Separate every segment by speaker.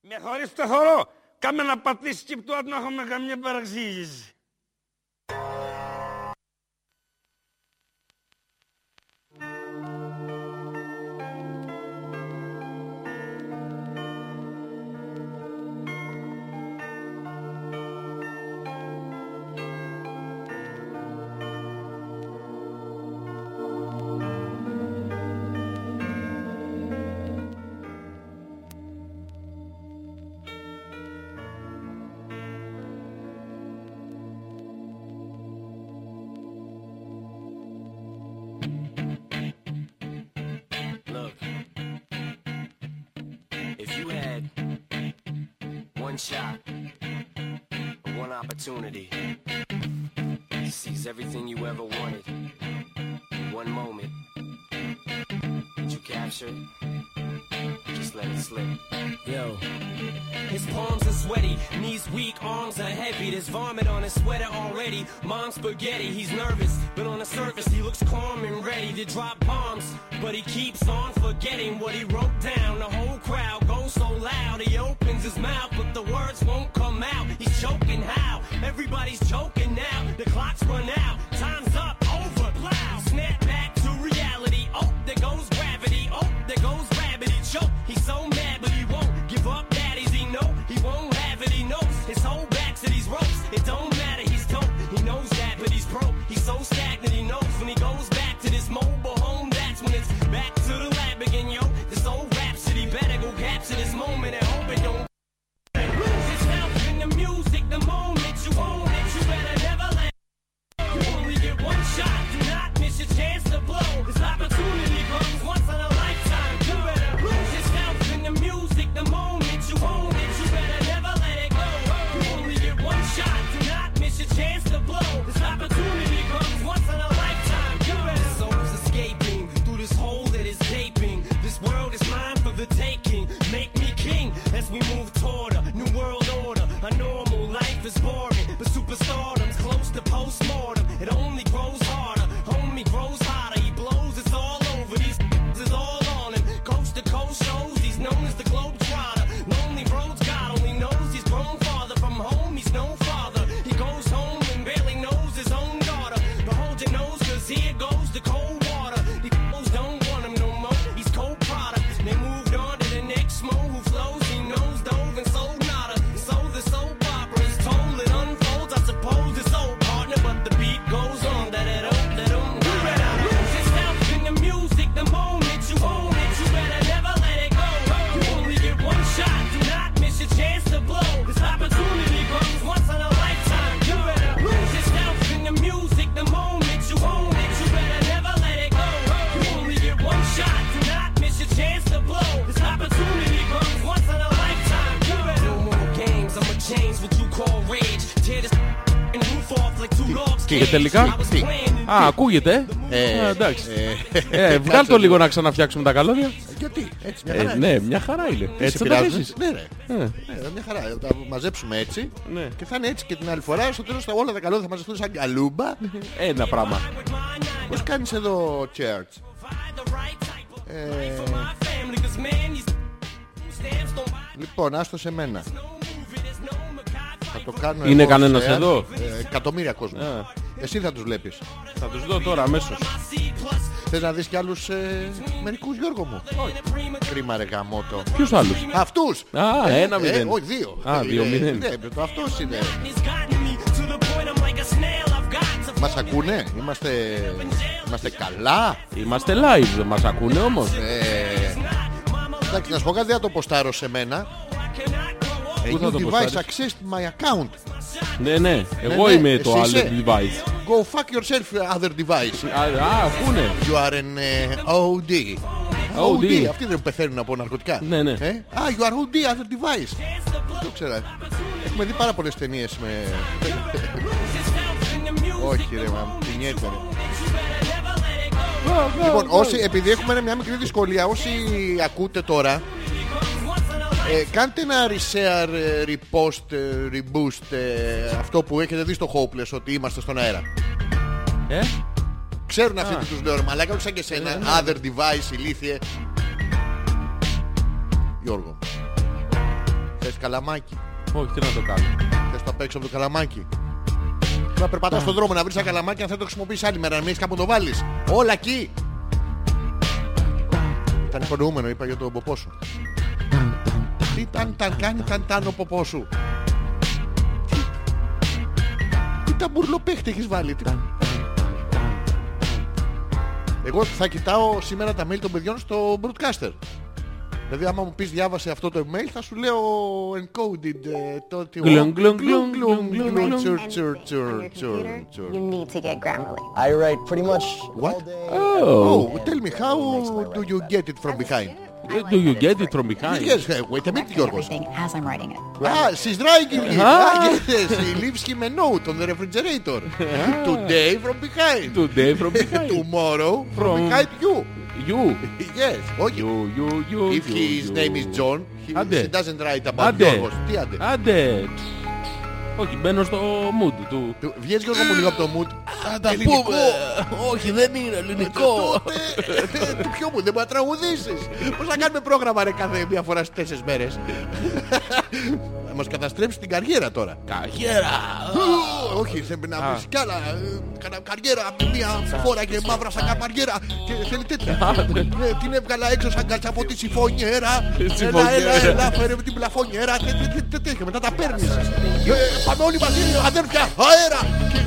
Speaker 1: Με χωρίς το χορό, κάμε να πατήσει και πτώα να έχουμε καμία παραξήγηση.
Speaker 2: Look, if you had one shot, or one opportunity, to seize everything you ever wanted, in one moment, did you capture it? Just let it slip. Yo. His palms are sweaty, knees weak, arms are heavy. There's vomit on his sweater already. Mom's spaghetti, he's nervous, but on the surface he looks calm and ready to drop bombs. But he keeps on forgetting what he wrote down. The whole crowd goes so loud, he opens his mouth, but the words won't come out. He's choking how? Everybody's choking now. The clock's run out, time's up, over, plow. Snap back to reality. Oh, there goes gravity. Oh, there goes rabbit. He choke. He's so mad, but he won't give up. Daddies, he know he won't have it. He knows his whole back to these ropes. It don't matter. He's dope. He knows that, but he's broke. He's so stagnant. He knows when he goes back to this mobile home. That's when it's back to the lab again, yo. This old rhapsody better go capture this moment and hope it don't. Lose its health in the music, the moment you own it, you better never let. You only get one shot, do not miss your chance to blow. This opportunity comes once in a lifetime. You better lose yourself in the music the moment you own it. You better never let it go. You only get one shot, do not miss your chance to blow. This opportunity comes once in a lifetime. You better souls escaping through this hole that is gaping. This world is mine for the taking. Make me king as we move toward a new world order. A normal life is boring, but superstardom's close to postmortem. It only grows harder. Homie grows hotter. He blows. It's all over. These is all on him. Coast to coast shows. He's known as the globetrotter. Lonely roads. God only knows he's grown farther from home. He's no father. He goes home and barely knows his own daughter. But hold your nose, cause here goes the cold water. The cows don't want him no more. He's cold product. They moved on to the next mo who flows. He knows dove and sold nada. So the soap opera is told. It unfolds. I suppose it's old partner, but the beat goes on. That it don't, that don't. You better lose yourself in the music the moment you own it. You better never let it go. You only get one shot. Do not miss your chance to blow. This opportunity comes once in a lifetime. You better lose yourself in the music the moment you own it. You better never let it go. You only get one shot. Do not miss your chance to blow. This opportunity comes once in a lifetime. You better no more games. I'ma change what you call rage. Tear this and roof off like two dogs.
Speaker 3: Και τελικά,
Speaker 2: I was
Speaker 3: τι.
Speaker 2: planning
Speaker 3: Α, ακούγεται. ε.
Speaker 4: Ε,
Speaker 3: Α, εντάξει.
Speaker 4: ε,
Speaker 3: Ε, βγάλ το λίγο να ξαναφτιάξουμε τα καλώδια.
Speaker 4: Γιατί, έτσι μια χαρά.
Speaker 3: Ε,
Speaker 4: είναι.
Speaker 3: ναι, μια χαρά είναι.
Speaker 4: Δεν
Speaker 3: Έτσι θα
Speaker 4: σε
Speaker 3: τα
Speaker 4: πειράζει.
Speaker 3: αφήσεις.
Speaker 4: Ναι, ρε.
Speaker 3: Ε,
Speaker 4: Ναι, ρε, μια χαρά. Θα τα μαζέψουμε έτσι.
Speaker 3: Ναι.
Speaker 4: Και θα είναι έτσι και την άλλη φορά. Στο τέλος τα όλα τα καλώδια θα μαζευτούν σαν καλούμπα.
Speaker 3: Ένα πράγμα.
Speaker 2: with my nine
Speaker 4: Πώς κάνεις εδώ, Ε, Church.
Speaker 2: Provide the right type of life for my family, 'cause man, these stamps don't buy
Speaker 4: Λοιπόν, άστο σε μένα.
Speaker 2: no movie, there's no Mackay
Speaker 4: Θα το κάνω
Speaker 3: Είναι
Speaker 4: εγώ
Speaker 3: κανένας
Speaker 4: share.
Speaker 3: εδώ?
Speaker 4: Ε, εκατομμύρια κόσμο.
Speaker 3: Ε.
Speaker 4: Εσύ θα τους βλέπεις.
Speaker 3: Θα τους δω τώρα αμέσως.
Speaker 2: C plus
Speaker 4: Θες να δεις κι άλλους ε, μερικούς Γιώργο μου. Κρίμα ρε γαμότο.
Speaker 3: Ποιους άλλους.
Speaker 4: Αυτούς.
Speaker 3: Α, ένα
Speaker 4: Ε,
Speaker 3: μηδέν.
Speaker 4: όχι, δύο.
Speaker 3: Α, δύο
Speaker 4: Ε,
Speaker 3: μηδέν.
Speaker 4: Ναι, το αυτός είναι.
Speaker 2: and it's gotten me to the point I'm like a snail. I've got to
Speaker 4: Μας ακούνε, είμαστε, είμαστε καλά.
Speaker 3: Είμαστε live, δεν μας ακούνε όμως.
Speaker 4: Ε,
Speaker 2: mama,
Speaker 4: εντάξει, να σου πω κάτι, δεν θα το ποστάρω σε μένα.
Speaker 2: I cannot grow up.
Speaker 4: A
Speaker 3: Πού Ε, θα
Speaker 4: new
Speaker 3: το
Speaker 4: device
Speaker 3: ποστάρεις?
Speaker 4: accessed my account.
Speaker 3: Ναι, ναι, εγώ
Speaker 4: ναι,
Speaker 3: είμαι
Speaker 4: εσύ
Speaker 3: το άλλο
Speaker 4: είσαι.
Speaker 3: device.
Speaker 4: Go fuck yourself, other device.
Speaker 3: Α, α, ακούνε.
Speaker 4: You are an ε, OD.
Speaker 3: OD.
Speaker 4: Αυτοί δεν πεθαίνουν από ναρκωτικά.
Speaker 3: Ναι, ναι.
Speaker 4: Ε? Α, you are OD, other device. Δεν το ξέρα. Έχουμε δει πάρα πολλές ταινίες με... Όχι ρε, μα πινιέται ρε. Λοιπόν, όσοι, επειδή έχουμε μια μικρή δυσκολία, όσοι ακούτε τώρα, ε, κάντε ένα reshare, ε, repost, ε, reboost ε, αυτό που έχετε δει στο Hopeless ότι είμαστε στον αέρα.
Speaker 3: Ε,
Speaker 4: Ξέρουν αυτοί τι τους λέω, ρε μαλάκα, όχι σαν και σένα. Other device, ηλίθιε. Γιώργο. Θες καλαμάκι.
Speaker 3: Όχι, τι να το κάνω.
Speaker 4: Θες το παίξω από το καλαμάκι. Να περπατάς στον δρόμο να βρεις ένα καλαμάκι αν θα το χρησιμοποιήσεις άλλη μέρα. Να μην έχεις κάπου να το βάλεις. Όλα εκεί. Ήταν υπονοούμενο, είπα για τον ποπό σου. Τι ταν ταν κάνει ταν ταν ο ποπός σου. Τι- Τι τα μπουρλοπέχτη έχεις βάλει. τι- Εγώ θα κοιτάω σήμερα τα mail των παιδιών στο broadcaster. Δηλαδή άμα μου πεις διάβασε αυτό το email θα σου λέω encoded ε, το τι...
Speaker 3: Γκλουν, γκλουν, γκλουν, γκλουν,
Speaker 4: Τσουρ,
Speaker 3: γκλουν.
Speaker 4: τσουρ,
Speaker 5: anything
Speaker 4: τσουρ,
Speaker 5: on
Speaker 4: τσουρ,
Speaker 5: your
Speaker 4: τσουρ,
Speaker 5: computer,
Speaker 4: τσουρ.
Speaker 5: you need to get Grammarly.
Speaker 6: I write pretty much
Speaker 4: What?
Speaker 6: all day.
Speaker 4: Oh,
Speaker 3: Oh.
Speaker 4: tell me how do you get it from behind?
Speaker 3: Ε, Do you get it from behind?
Speaker 4: Yes, wait a minute, Γιώργος.
Speaker 5: Everything as I'm writing it.
Speaker 4: Ah, she's dragging it.
Speaker 3: Ah.
Speaker 4: Ah, yes, she leaves him a note on the refrigerator. Today from behind.
Speaker 3: Today from
Speaker 4: Ε,
Speaker 3: behind.
Speaker 4: Tomorrow from
Speaker 3: From-
Speaker 4: behind you.
Speaker 3: You.
Speaker 4: Yes, όχι.
Speaker 3: You, you, you.
Speaker 4: If
Speaker 3: you,
Speaker 4: his
Speaker 3: you.
Speaker 4: name is John, he,
Speaker 3: Άντε.
Speaker 4: he doesn't write about
Speaker 3: Άντε.
Speaker 4: Γιώργος. Τι άντε.
Speaker 3: Άντε. Όχι, μπαίνω στο mood του.
Speaker 4: Του- Βγες Γιώργο μου λίγο από το mood. Α, τα
Speaker 3: Όχι, δεν είναι ελληνικό.
Speaker 4: ε, Του πιο μου, δεν μπορεί να τραγουδήσεις. Πώς να κάνουμε πρόγραμμα ρε κάθε μια φορά στις τέσσερις μέρες. Θα μας καταστρέψει την καριέρα τώρα.
Speaker 3: Καγέρα.
Speaker 4: Ου, Όχι, θέλει να βρεις κι άλλα. ε, Κάνα καριέρα από μια φορά και μαύρα σαν καμπαριέρα. Και θέλει τέτοια. Ναι, Την έβγαλα έξω σαν κάλτσα από τη συμφωνιέρα. Έλα,
Speaker 3: Συμφωνιέρα.
Speaker 4: έλα, έλα, φέρε με την πλαφωνιέρα. Τε- τε- τε- τε- τέτοια. Μετά τα παίρνεις. Ε, Πάμε όλοι μαζί, αδέρφια, αέρα. Και-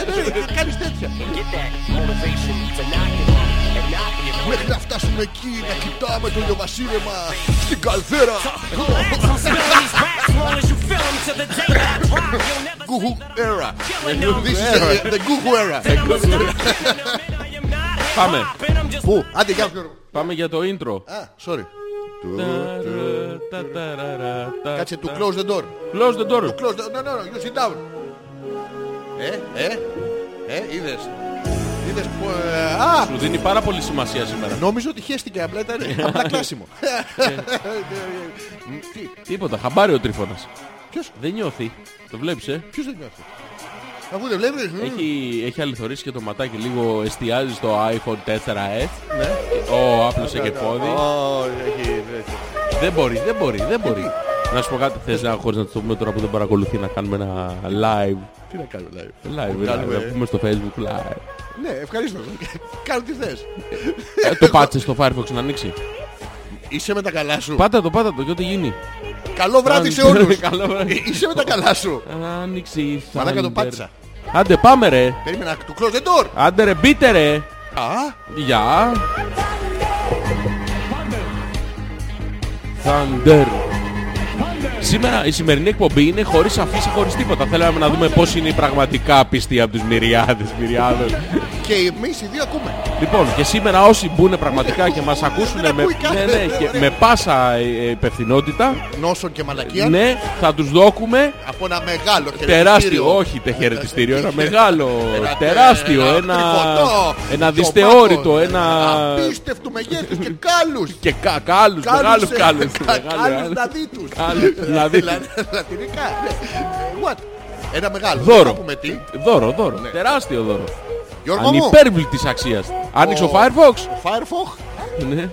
Speaker 4: ε, ναι, Κάνεις τέτοια.
Speaker 2: Get that motivation to knock it off and not be afraid.
Speaker 4: Μέχρι να φτάσουμε εκεί να κοιτάμε το λιοβασίλεμα στην καλδέρα. Google era. This is the- the Google era.
Speaker 3: Πάμε.
Speaker 4: Πού, άντε γεια σου.
Speaker 3: Πάμε για το intro.
Speaker 4: Α, sorry.
Speaker 3: Ταραραταραρατα.
Speaker 4: Κάτσε to close the door.
Speaker 3: Close the door.
Speaker 4: To close the... No, no, no, you sit down. Ε, ε, ε, είδες. Είδες που... ε, Α,
Speaker 3: Σου δίνει πάρα πολύ σημασία σήμερα.
Speaker 4: νόμιζα ότι χέστηκε, απλά ήταν απλά κλάσιμο. Τι,
Speaker 3: Τίποτα, χαμπάρι ο Τρίφωνας.
Speaker 4: Ποιος?
Speaker 3: Δεν νιώθει. Το βλέπεις, ε.
Speaker 4: ποιος δεν νιώθει. Αφού δεν βλέπεις. μ.
Speaker 3: Έχει, έχει αληθωρήσει και το ματάκι λίγο εστιάζει στο iPhone 4S. Ο, άπλωσε και πόδι.
Speaker 4: Ω, έχει, έχει.
Speaker 3: Δεν μπορεί, δεν μπορεί, δεν μπορεί. Να σου πω κάτι, θες να χωρίς να το πούμε τώρα που δεν παρακολουθεί να κάνουμε ένα live.
Speaker 4: Τι να κάνω, live.
Speaker 3: Live,
Speaker 4: Κάνουμε,
Speaker 3: να
Speaker 4: ε.
Speaker 3: πούμε στο facebook live.
Speaker 4: Ναι, ευχαρίστω. Κάνω τι θες.
Speaker 3: Ε, Το πάτσε στο Firefox να ανοίξει.
Speaker 4: Είσαι με τα καλά σου.
Speaker 3: Πάτα το, πάτα το και ό,τι γίνει.
Speaker 4: Καλό βράδυ σε
Speaker 3: Άνοιξε.
Speaker 4: όλους. Ε,
Speaker 3: Καλό βράδυ.
Speaker 4: Είσαι με τα καλά σου.
Speaker 3: Άνοιξε η
Speaker 4: Μαλάκα το
Speaker 3: Thunder.
Speaker 4: πάτησα.
Speaker 3: Άντε πάμε ρε.
Speaker 4: Περίμενα, του close the door.
Speaker 3: Άντε ρε μπείτε ρε.
Speaker 4: Α,
Speaker 3: Γεια. Thunder. Σήμερα η σημερινή εκπομπή είναι χωρίς αφήση, χωρίς τίποτα. Θέλαμε να δούμε πώς είναι οι πραγματικά πιστοί από τους μυριάδες, μυριάδες.
Speaker 4: και εμείς οι δύο ακούμε.
Speaker 3: Λοιπόν, και σήμερα όσοι μπουν πραγματικά και μας ακούσουν με,
Speaker 4: Δεν ακούει
Speaker 3: ναι,
Speaker 4: κανένα,
Speaker 3: ναι, και
Speaker 4: ωραία.
Speaker 3: με πάσα ε, υπευθυνότητα,
Speaker 4: Νόσον και μαλακία.
Speaker 3: ναι, θα τους δώκουμε
Speaker 4: Από ένα μεγάλο χαιρετιστήριο.
Speaker 3: τεράστιο, όχι τε χαιρετιστήριο, ένα μεγάλο,
Speaker 4: Ένα
Speaker 3: τεράστιο,
Speaker 4: τε-
Speaker 3: ένα,
Speaker 4: τριφωτό,
Speaker 3: ένα
Speaker 4: το
Speaker 3: δυστεόρυτο,
Speaker 4: πάτο,
Speaker 3: ένα...
Speaker 4: Απίστευτο μεγέθους και κάλους.
Speaker 3: Και κα, κάλους, μεγάλους
Speaker 4: ε,
Speaker 3: κάλους.
Speaker 4: κα-
Speaker 3: μεγάλους,
Speaker 4: Κάλους
Speaker 3: μεγάλους.
Speaker 4: να δει τους.
Speaker 3: Κάλους να δει τους.
Speaker 4: Λα- Λατινικά. ναι. What. Ένα μεγάλο.
Speaker 3: Δώρο.
Speaker 4: Θα πούμε τι.
Speaker 3: Δώρο, δώρο, τεράστιο δώρο.
Speaker 4: Γιώργο μου.
Speaker 3: Ανυπέρβλητης αξίας. Άνοιξε ο
Speaker 4: Ο-
Speaker 3: Firefox.
Speaker 4: Firefox.
Speaker 3: Ναι.
Speaker 4: Ε,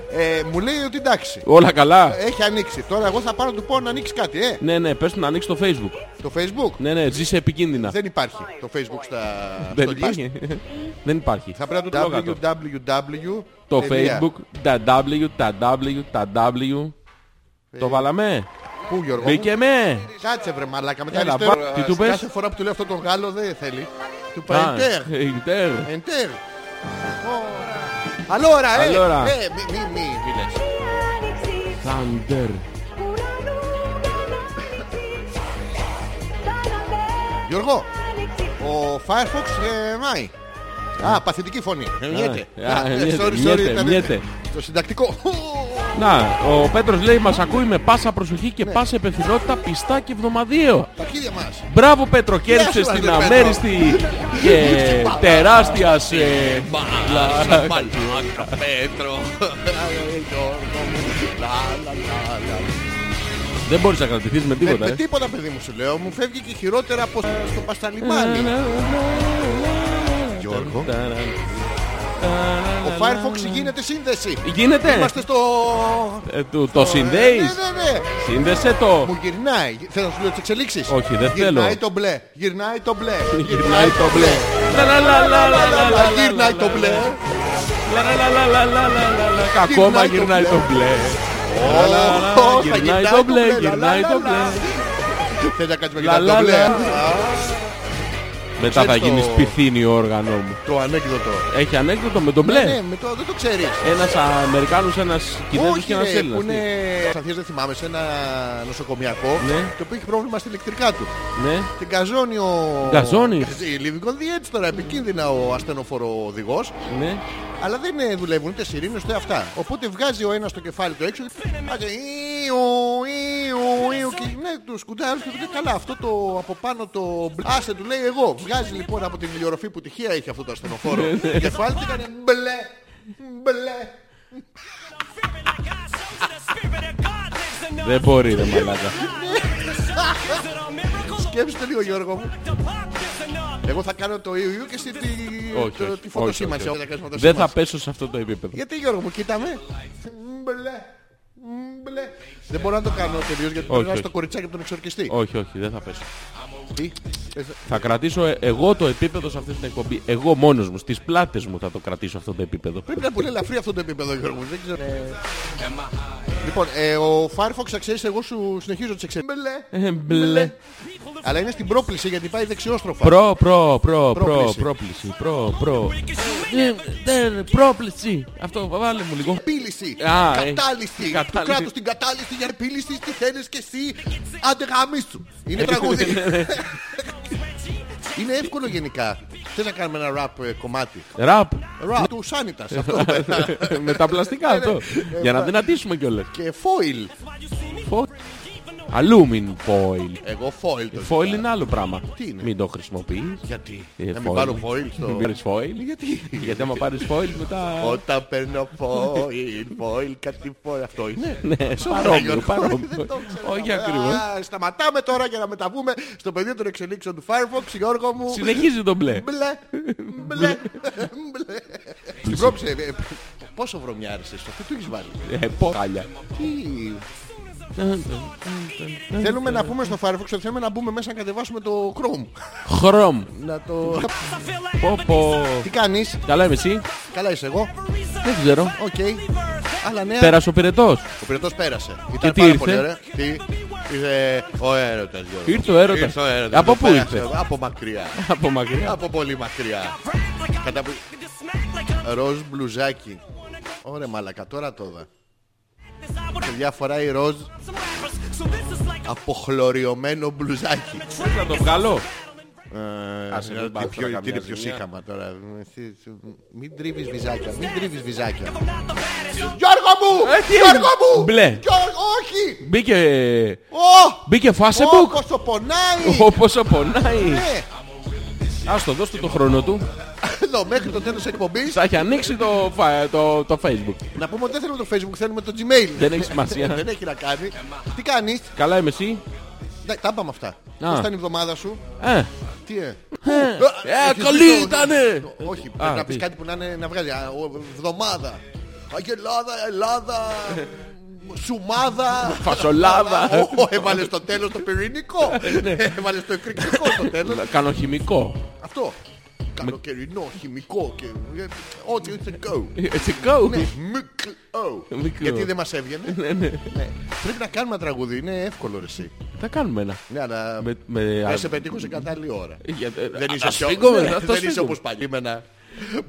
Speaker 4: μου λέει ότι εντάξει.
Speaker 3: Όλα καλά.
Speaker 4: Έχει ανοίξει. Τώρα εγώ θα πάρω να του πω να ανοίξει κάτι, ε.
Speaker 3: Ναι, ναι, πες του να ανοίξει το Facebook.
Speaker 4: Το Facebook.
Speaker 3: Ναι, ναι, ζήσε επικίνδυνα.
Speaker 4: Δεν υπάρχει το Facebook στα...
Speaker 3: Δεν
Speaker 4: στο list.
Speaker 3: υπάρχει. Δεν υπάρχει.
Speaker 4: Θα πρέπει να
Speaker 3: Λόγα
Speaker 4: το
Speaker 3: του.
Speaker 4: www.
Speaker 3: Το facebook, τα w, τα w, τα w. Το βάλαμε.
Speaker 4: Πού Γιώργο μου?
Speaker 3: Μπήκε με.
Speaker 4: Κάτσε βρε μαλάκα μετά
Speaker 3: Έλα,
Speaker 4: αριστερό.
Speaker 3: βά- τι
Speaker 4: Ε,
Speaker 3: του πες?
Speaker 4: Κάθε φορά που του λέω αυτό τον Γάλλο δεν θέλει. Του
Speaker 3: Α, ε,
Speaker 4: πάει Enter.
Speaker 3: Ιντερ.
Speaker 4: Enter. Αλόρα, ε!
Speaker 3: Allora.
Speaker 4: Ε, μη, μη, μη, μη λες.
Speaker 3: Thunder.
Speaker 4: Γιώργο, ο Firefox ε, μάει. Α, παθητική φωνή. Ε, Μιέται.
Speaker 3: α,
Speaker 4: Α,
Speaker 3: μιέται,
Speaker 4: sorry, sorry,
Speaker 3: μιέται,
Speaker 4: ήταν-
Speaker 3: μιέται.
Speaker 4: Το συντακτικό.
Speaker 3: Να, ο Πέτρος λέει μας ακούει με πάσα προσοχή και
Speaker 4: Ναι.
Speaker 3: πάσα επευθυνότητα πιστά και εβδομαδιαίο.
Speaker 4: Τα αρχίδια μας.
Speaker 3: Μπράβο Πέτρο, κέρδισε
Speaker 4: Γεια σου,
Speaker 3: την
Speaker 4: Πέτρο.
Speaker 3: αμέριστη και
Speaker 4: Ε,
Speaker 3: τεράστια σε...
Speaker 4: Μαλάκα, Πέτρο.
Speaker 3: Δεν μπορείς να κρατηθείς με
Speaker 4: Ε,
Speaker 3: τίποτα,
Speaker 4: Με
Speaker 3: ε.
Speaker 4: τίποτα παιδί μου σου λέω. Μου φεύγει και χειρότερα
Speaker 3: Ναι,
Speaker 4: από στο Πασταλιμάνι. Γιώργο. Ο Firefox γίνεται σύνδεση.
Speaker 3: Γίνεται.
Speaker 4: Είμαστε στο...
Speaker 3: Ε, του- το συνδέεις.
Speaker 4: Ναι, ναι, ναι.
Speaker 3: Σύνδεσέ το.
Speaker 4: Μου γυρνάει. Θέλω να σου λέω τις εξελίξεις.
Speaker 3: Όχι, δεν θέλω.
Speaker 4: Γυρνάει το μπλε. Γυρνάει το μπλε.
Speaker 3: Γυρνάει το μπλε. Λα, λα, λα, λα, λα, λα, λα, λα,
Speaker 4: Γυρνάει το μπλε.
Speaker 3: λα, λα, λα, λα, λα, λα, λα, λα. Ακόμα γυρνάει
Speaker 4: γυρνάει
Speaker 3: το
Speaker 4: το
Speaker 3: μπλε.
Speaker 4: Ω,
Speaker 3: λα, λα,
Speaker 4: θα
Speaker 3: γυρνάει το μπλε,
Speaker 4: λα, λα,
Speaker 3: γυρνάει
Speaker 4: λα,
Speaker 3: το
Speaker 4: λα.
Speaker 3: μπλε.
Speaker 4: Θες να κάνεις με
Speaker 3: Λα,
Speaker 4: γυρνάει
Speaker 3: λα,
Speaker 4: το μπλε.
Speaker 3: λα. Μετά θα
Speaker 4: Ξέρεις
Speaker 3: γίνει
Speaker 4: το-
Speaker 3: πυθύνιο όργανο μου.
Speaker 4: Το ανέκδοτο.
Speaker 3: Έχει ανέκδοτο με τον
Speaker 4: Ναι,
Speaker 3: μπλε.
Speaker 4: με το- δεν το ξέρεις.
Speaker 3: Ένας Αμερικάνος, ένας Κινέζος
Speaker 4: Όχι,
Speaker 3: και ένας
Speaker 4: ρε, που
Speaker 3: Έλληνας.
Speaker 4: είναι Σαθίας δεν θυμάμαι, σε ένα νοσοκομιακό
Speaker 3: Ναι.
Speaker 4: το οποίο έχει πρόβλημα στα ηλεκτρικά του.
Speaker 3: Ναι.
Speaker 4: Την καζώνει ο... Ε,
Speaker 3: Καζώνει.
Speaker 4: Καζ- Living on the edge τώρα, επικίνδυνα ο ασθενοφόρο οδηγός.
Speaker 3: Ναι.
Speaker 4: Αλλά δεν ε, δουλεύουν ούτε σιρήνες ούτε αυτά. Οπότε βγάζει ο ένας το κεφάλι του έξω και βάζει «Ιου, ιου, ιου» και ναι, του σκουντάρεις και του λέει καλά αυτό το από πάνω το μπλε. Άσε του λέει εγώ. Βγάζει λοιπόν από την ηλιορροφή που τυχαία έχει αυτό το ασθενοφόρο
Speaker 3: Ναι,
Speaker 4: το κεφάλι και κάνει μπλε, μπλε.
Speaker 3: Δεν μπορεί ρε μαλάκα.
Speaker 4: Σκέψτε λίγο Γιώργο μου. Εγώ θα κάνω το ιού και στη τη,
Speaker 3: Όχι,
Speaker 4: το-
Speaker 3: όχι,
Speaker 4: τη
Speaker 3: όχι,
Speaker 4: φωτοσήμανση.
Speaker 3: όχι, όχι.
Speaker 4: όταν κάνεις
Speaker 3: Δεν θα
Speaker 4: φωτοσήμανση.
Speaker 3: πέσω σε αυτό το επίπεδο.
Speaker 4: Γιατί Γιώργο μου, κοίταμε. Μπλε. Μπλε. Δεν μπορώ να το κάνω τελείως γιατί
Speaker 3: Όχι,
Speaker 4: περνάω
Speaker 3: όχι.
Speaker 4: στο κοριτσάκι από τον εξορκιστή.
Speaker 3: Όχι, όχι, δεν θα πέσω.
Speaker 4: Τι? Ε,
Speaker 3: Θα κρατήσω ε- εγώ το επίπεδο σε αυτή την εκπομπή. Εγώ μόνος μου, στις πλάτες μου θα το κρατήσω αυτό το επίπεδο.
Speaker 4: Πρέπει να είναι πολύ ελαφρύ αυτό το επίπεδο Γιώργο μου. Δεν ξέρω. Λοιπόν, ε, ο Firefox θα ξέρεις εγώ σου συνεχίζω τις εξελίξεις.
Speaker 3: Ε,
Speaker 4: Μπλε.
Speaker 3: μπλε.
Speaker 4: Αλλά είναι στην πρόκληση γιατί πάει δεξιόστροφα.
Speaker 3: Προ, προ, προ, προ,
Speaker 4: Πρόκληση.
Speaker 3: πρόκληση. Προ, προ. Ε,
Speaker 4: ναι,
Speaker 3: δεν, Πρόκληση. Αυτό, βάλε μου λίγο.
Speaker 4: Επίλυση.
Speaker 3: Α, ε,
Speaker 4: Κατάλυση. Το
Speaker 3: κατάλυση.
Speaker 4: κράτος την κατάλυση για επίλυση τι θέλεις και εσύ. Άντε γαμίσου.
Speaker 3: Ε, ναι,
Speaker 4: Είναι τραγούδι. Είναι εύκολο γενικά. Θες να κάνουμε ένα rap ε, κομμάτι.
Speaker 3: Ραπ.
Speaker 4: Ραπ του Σάνιτας.
Speaker 3: Ε,
Speaker 4: Αυτό.
Speaker 3: Με τα πλαστικά αυτό.
Speaker 4: Ε,
Speaker 3: Για να
Speaker 4: ε,
Speaker 3: δυνατήσουμε κιόλας.
Speaker 4: Και foil.
Speaker 3: Φο- Αλούμιν foil.
Speaker 4: Εγώ foil
Speaker 3: Ε,
Speaker 4: το
Speaker 3: Foil
Speaker 4: ζητάω.
Speaker 3: είναι άλλο πράγμα.
Speaker 4: Τι είναι?
Speaker 3: Μην το χρησιμοποιείς.
Speaker 4: Γιατί.
Speaker 3: Ε,
Speaker 4: Να μην πάρω foil
Speaker 3: Μην
Speaker 4: στο...
Speaker 3: πάρεις foil. Γιατί. Γιατί άμα πάρεις foil μετά...
Speaker 4: Όταν παίρνω foil, foil, κάτι foil. Αυτό είναι.
Speaker 3: Ναι, παρόμοιο,
Speaker 4: Δεν
Speaker 3: παρόμοιο.
Speaker 4: το ξέρω.
Speaker 3: Όχι
Speaker 4: Α,
Speaker 3: ακριβώς.
Speaker 4: Σταματάμε τώρα για να μεταβούμε στο πεδίο των εξελίξεων του Firefox, Γιώργο μου.
Speaker 3: Συνεχίζει το μπλε.
Speaker 4: Μπλε, μπλε, μπλε. Στην πρόψη, ε, πόσο βρωμιάρισες αυτό, τι του έχεις βάλει.
Speaker 3: Ε, πόκαλια.
Speaker 4: Τι... Θέλουμε να πούμε στο Firefox ότι θέλουμε να μπούμε μέσα να κατεβάσουμε το Chrome.
Speaker 3: Χρώμ.
Speaker 4: Να το...
Speaker 3: Πω πω.
Speaker 4: Τι κάνεις,
Speaker 3: Καλά είμαι εσύ.
Speaker 4: καλά είσαι εγώ,
Speaker 3: Δεν ξέρω.
Speaker 4: οκ. Άλλα νέα.
Speaker 3: Πέρασε ο πυρετός.
Speaker 4: Ο πυρετός πέρασε. Ήταν
Speaker 3: τι
Speaker 4: πάρα
Speaker 3: ήρθε?
Speaker 4: πολύ ωραία. Τι... Ήρθε ο έρωτας Γιώργο.
Speaker 3: Ήρθε ο έρωτας.
Speaker 4: Ήρθε ο έρωτας.
Speaker 3: Από
Speaker 4: Το
Speaker 3: πού
Speaker 4: πέρασε.
Speaker 3: ήρθε?
Speaker 4: Από μακριά.
Speaker 3: Από μακριά.
Speaker 4: Από πολύ μακριά. Κατά... Ροζ μπλουζάκι. Ωραία μαλακα, τώρα το είδα. Παιδιά φοράει ροζ Uh, αποχλωριωμένο μπλουζάκι.
Speaker 3: Θες να το βγάλω.
Speaker 4: Ε,
Speaker 3: Άσε, δεν
Speaker 4: τι
Speaker 3: πάω,
Speaker 4: πιο-
Speaker 3: τώρα
Speaker 4: Τι είναι
Speaker 3: καμιά
Speaker 4: πιο
Speaker 3: ζημιά.
Speaker 4: σύγχαμα τώρα. Μην τρίβεις βυζάκια, μην τρίβεις βυζάκια. Γιώργο μου!
Speaker 3: Ε, τι
Speaker 4: Γιώργο
Speaker 3: έγινε?
Speaker 4: μου!
Speaker 3: Μπλε.
Speaker 4: Γιώργο- Όχι!
Speaker 3: Μπήκε...
Speaker 4: Ω!
Speaker 3: Μπήκε
Speaker 4: Ω,
Speaker 3: Facebook.
Speaker 4: Πόσο πονάει!
Speaker 3: Όπως πονάει.
Speaker 4: Ναι.
Speaker 3: Ας το δώσ' του το χρόνο του.
Speaker 4: Εδώ μέχρι το τέλος εκπομπής
Speaker 3: Θα έχει ανοίξει το, φα- το, το facebook.
Speaker 4: να πούμε ότι δεν θέλουμε το facebook, θέλουμε το gmail.
Speaker 3: Δεν έχει σημασία.
Speaker 4: Δεν έχει να κάνει. Τι κάνεις,
Speaker 3: Καλά είμαι εσύ.
Speaker 4: Ναι, τα είπαμε αυτά. Πώς ήταν η εβδομάδα σου,
Speaker 3: Ε,
Speaker 4: τι ε.
Speaker 3: ε,
Speaker 4: έχεις
Speaker 3: καλή
Speaker 4: δει το-
Speaker 3: ήτανε.
Speaker 4: Όχι,
Speaker 3: Α,
Speaker 4: πρέπει να πεις
Speaker 3: τι.
Speaker 4: κάτι που να, είναι, να βγάζει. Α, ο- Εβδομάδα. Αγία Ελλάδα, Ελλάδα. Σουμάδα.
Speaker 3: Φασολάδα.
Speaker 4: Ω, Έβαλες το τέλος το πυρηνικό. Έβαλες το εκρηκτικό στο τέλος.
Speaker 3: Κάνω χημικό.
Speaker 4: Αυτό. Καλοκαιρινό, χημικό και... ε, Ό,τι ήρθε go.
Speaker 3: Ε, Έτσι go.
Speaker 4: Ναι, μικλό.
Speaker 3: Μικλό.
Speaker 4: Γιατί δεν μας έβγαινε. Ναι. Πρέπει να κάνουμε ένα τραγούδι, είναι εύκολο ρε εσύ.
Speaker 3: Θα κάνουμε ένα.
Speaker 4: Ναι, αλλά
Speaker 3: Με, με,
Speaker 4: δεν Ε, σε πετύχω σε κατάλληλη ώρα.
Speaker 3: Για- ε,
Speaker 4: Δεν
Speaker 3: α-
Speaker 4: είσαι
Speaker 3: τα
Speaker 4: πιο-
Speaker 3: σφίγγομαι,
Speaker 4: Ναι,
Speaker 3: τα- τα
Speaker 4: Δεν είσαι
Speaker 3: σφίγγομαι.
Speaker 4: όπως παλιά.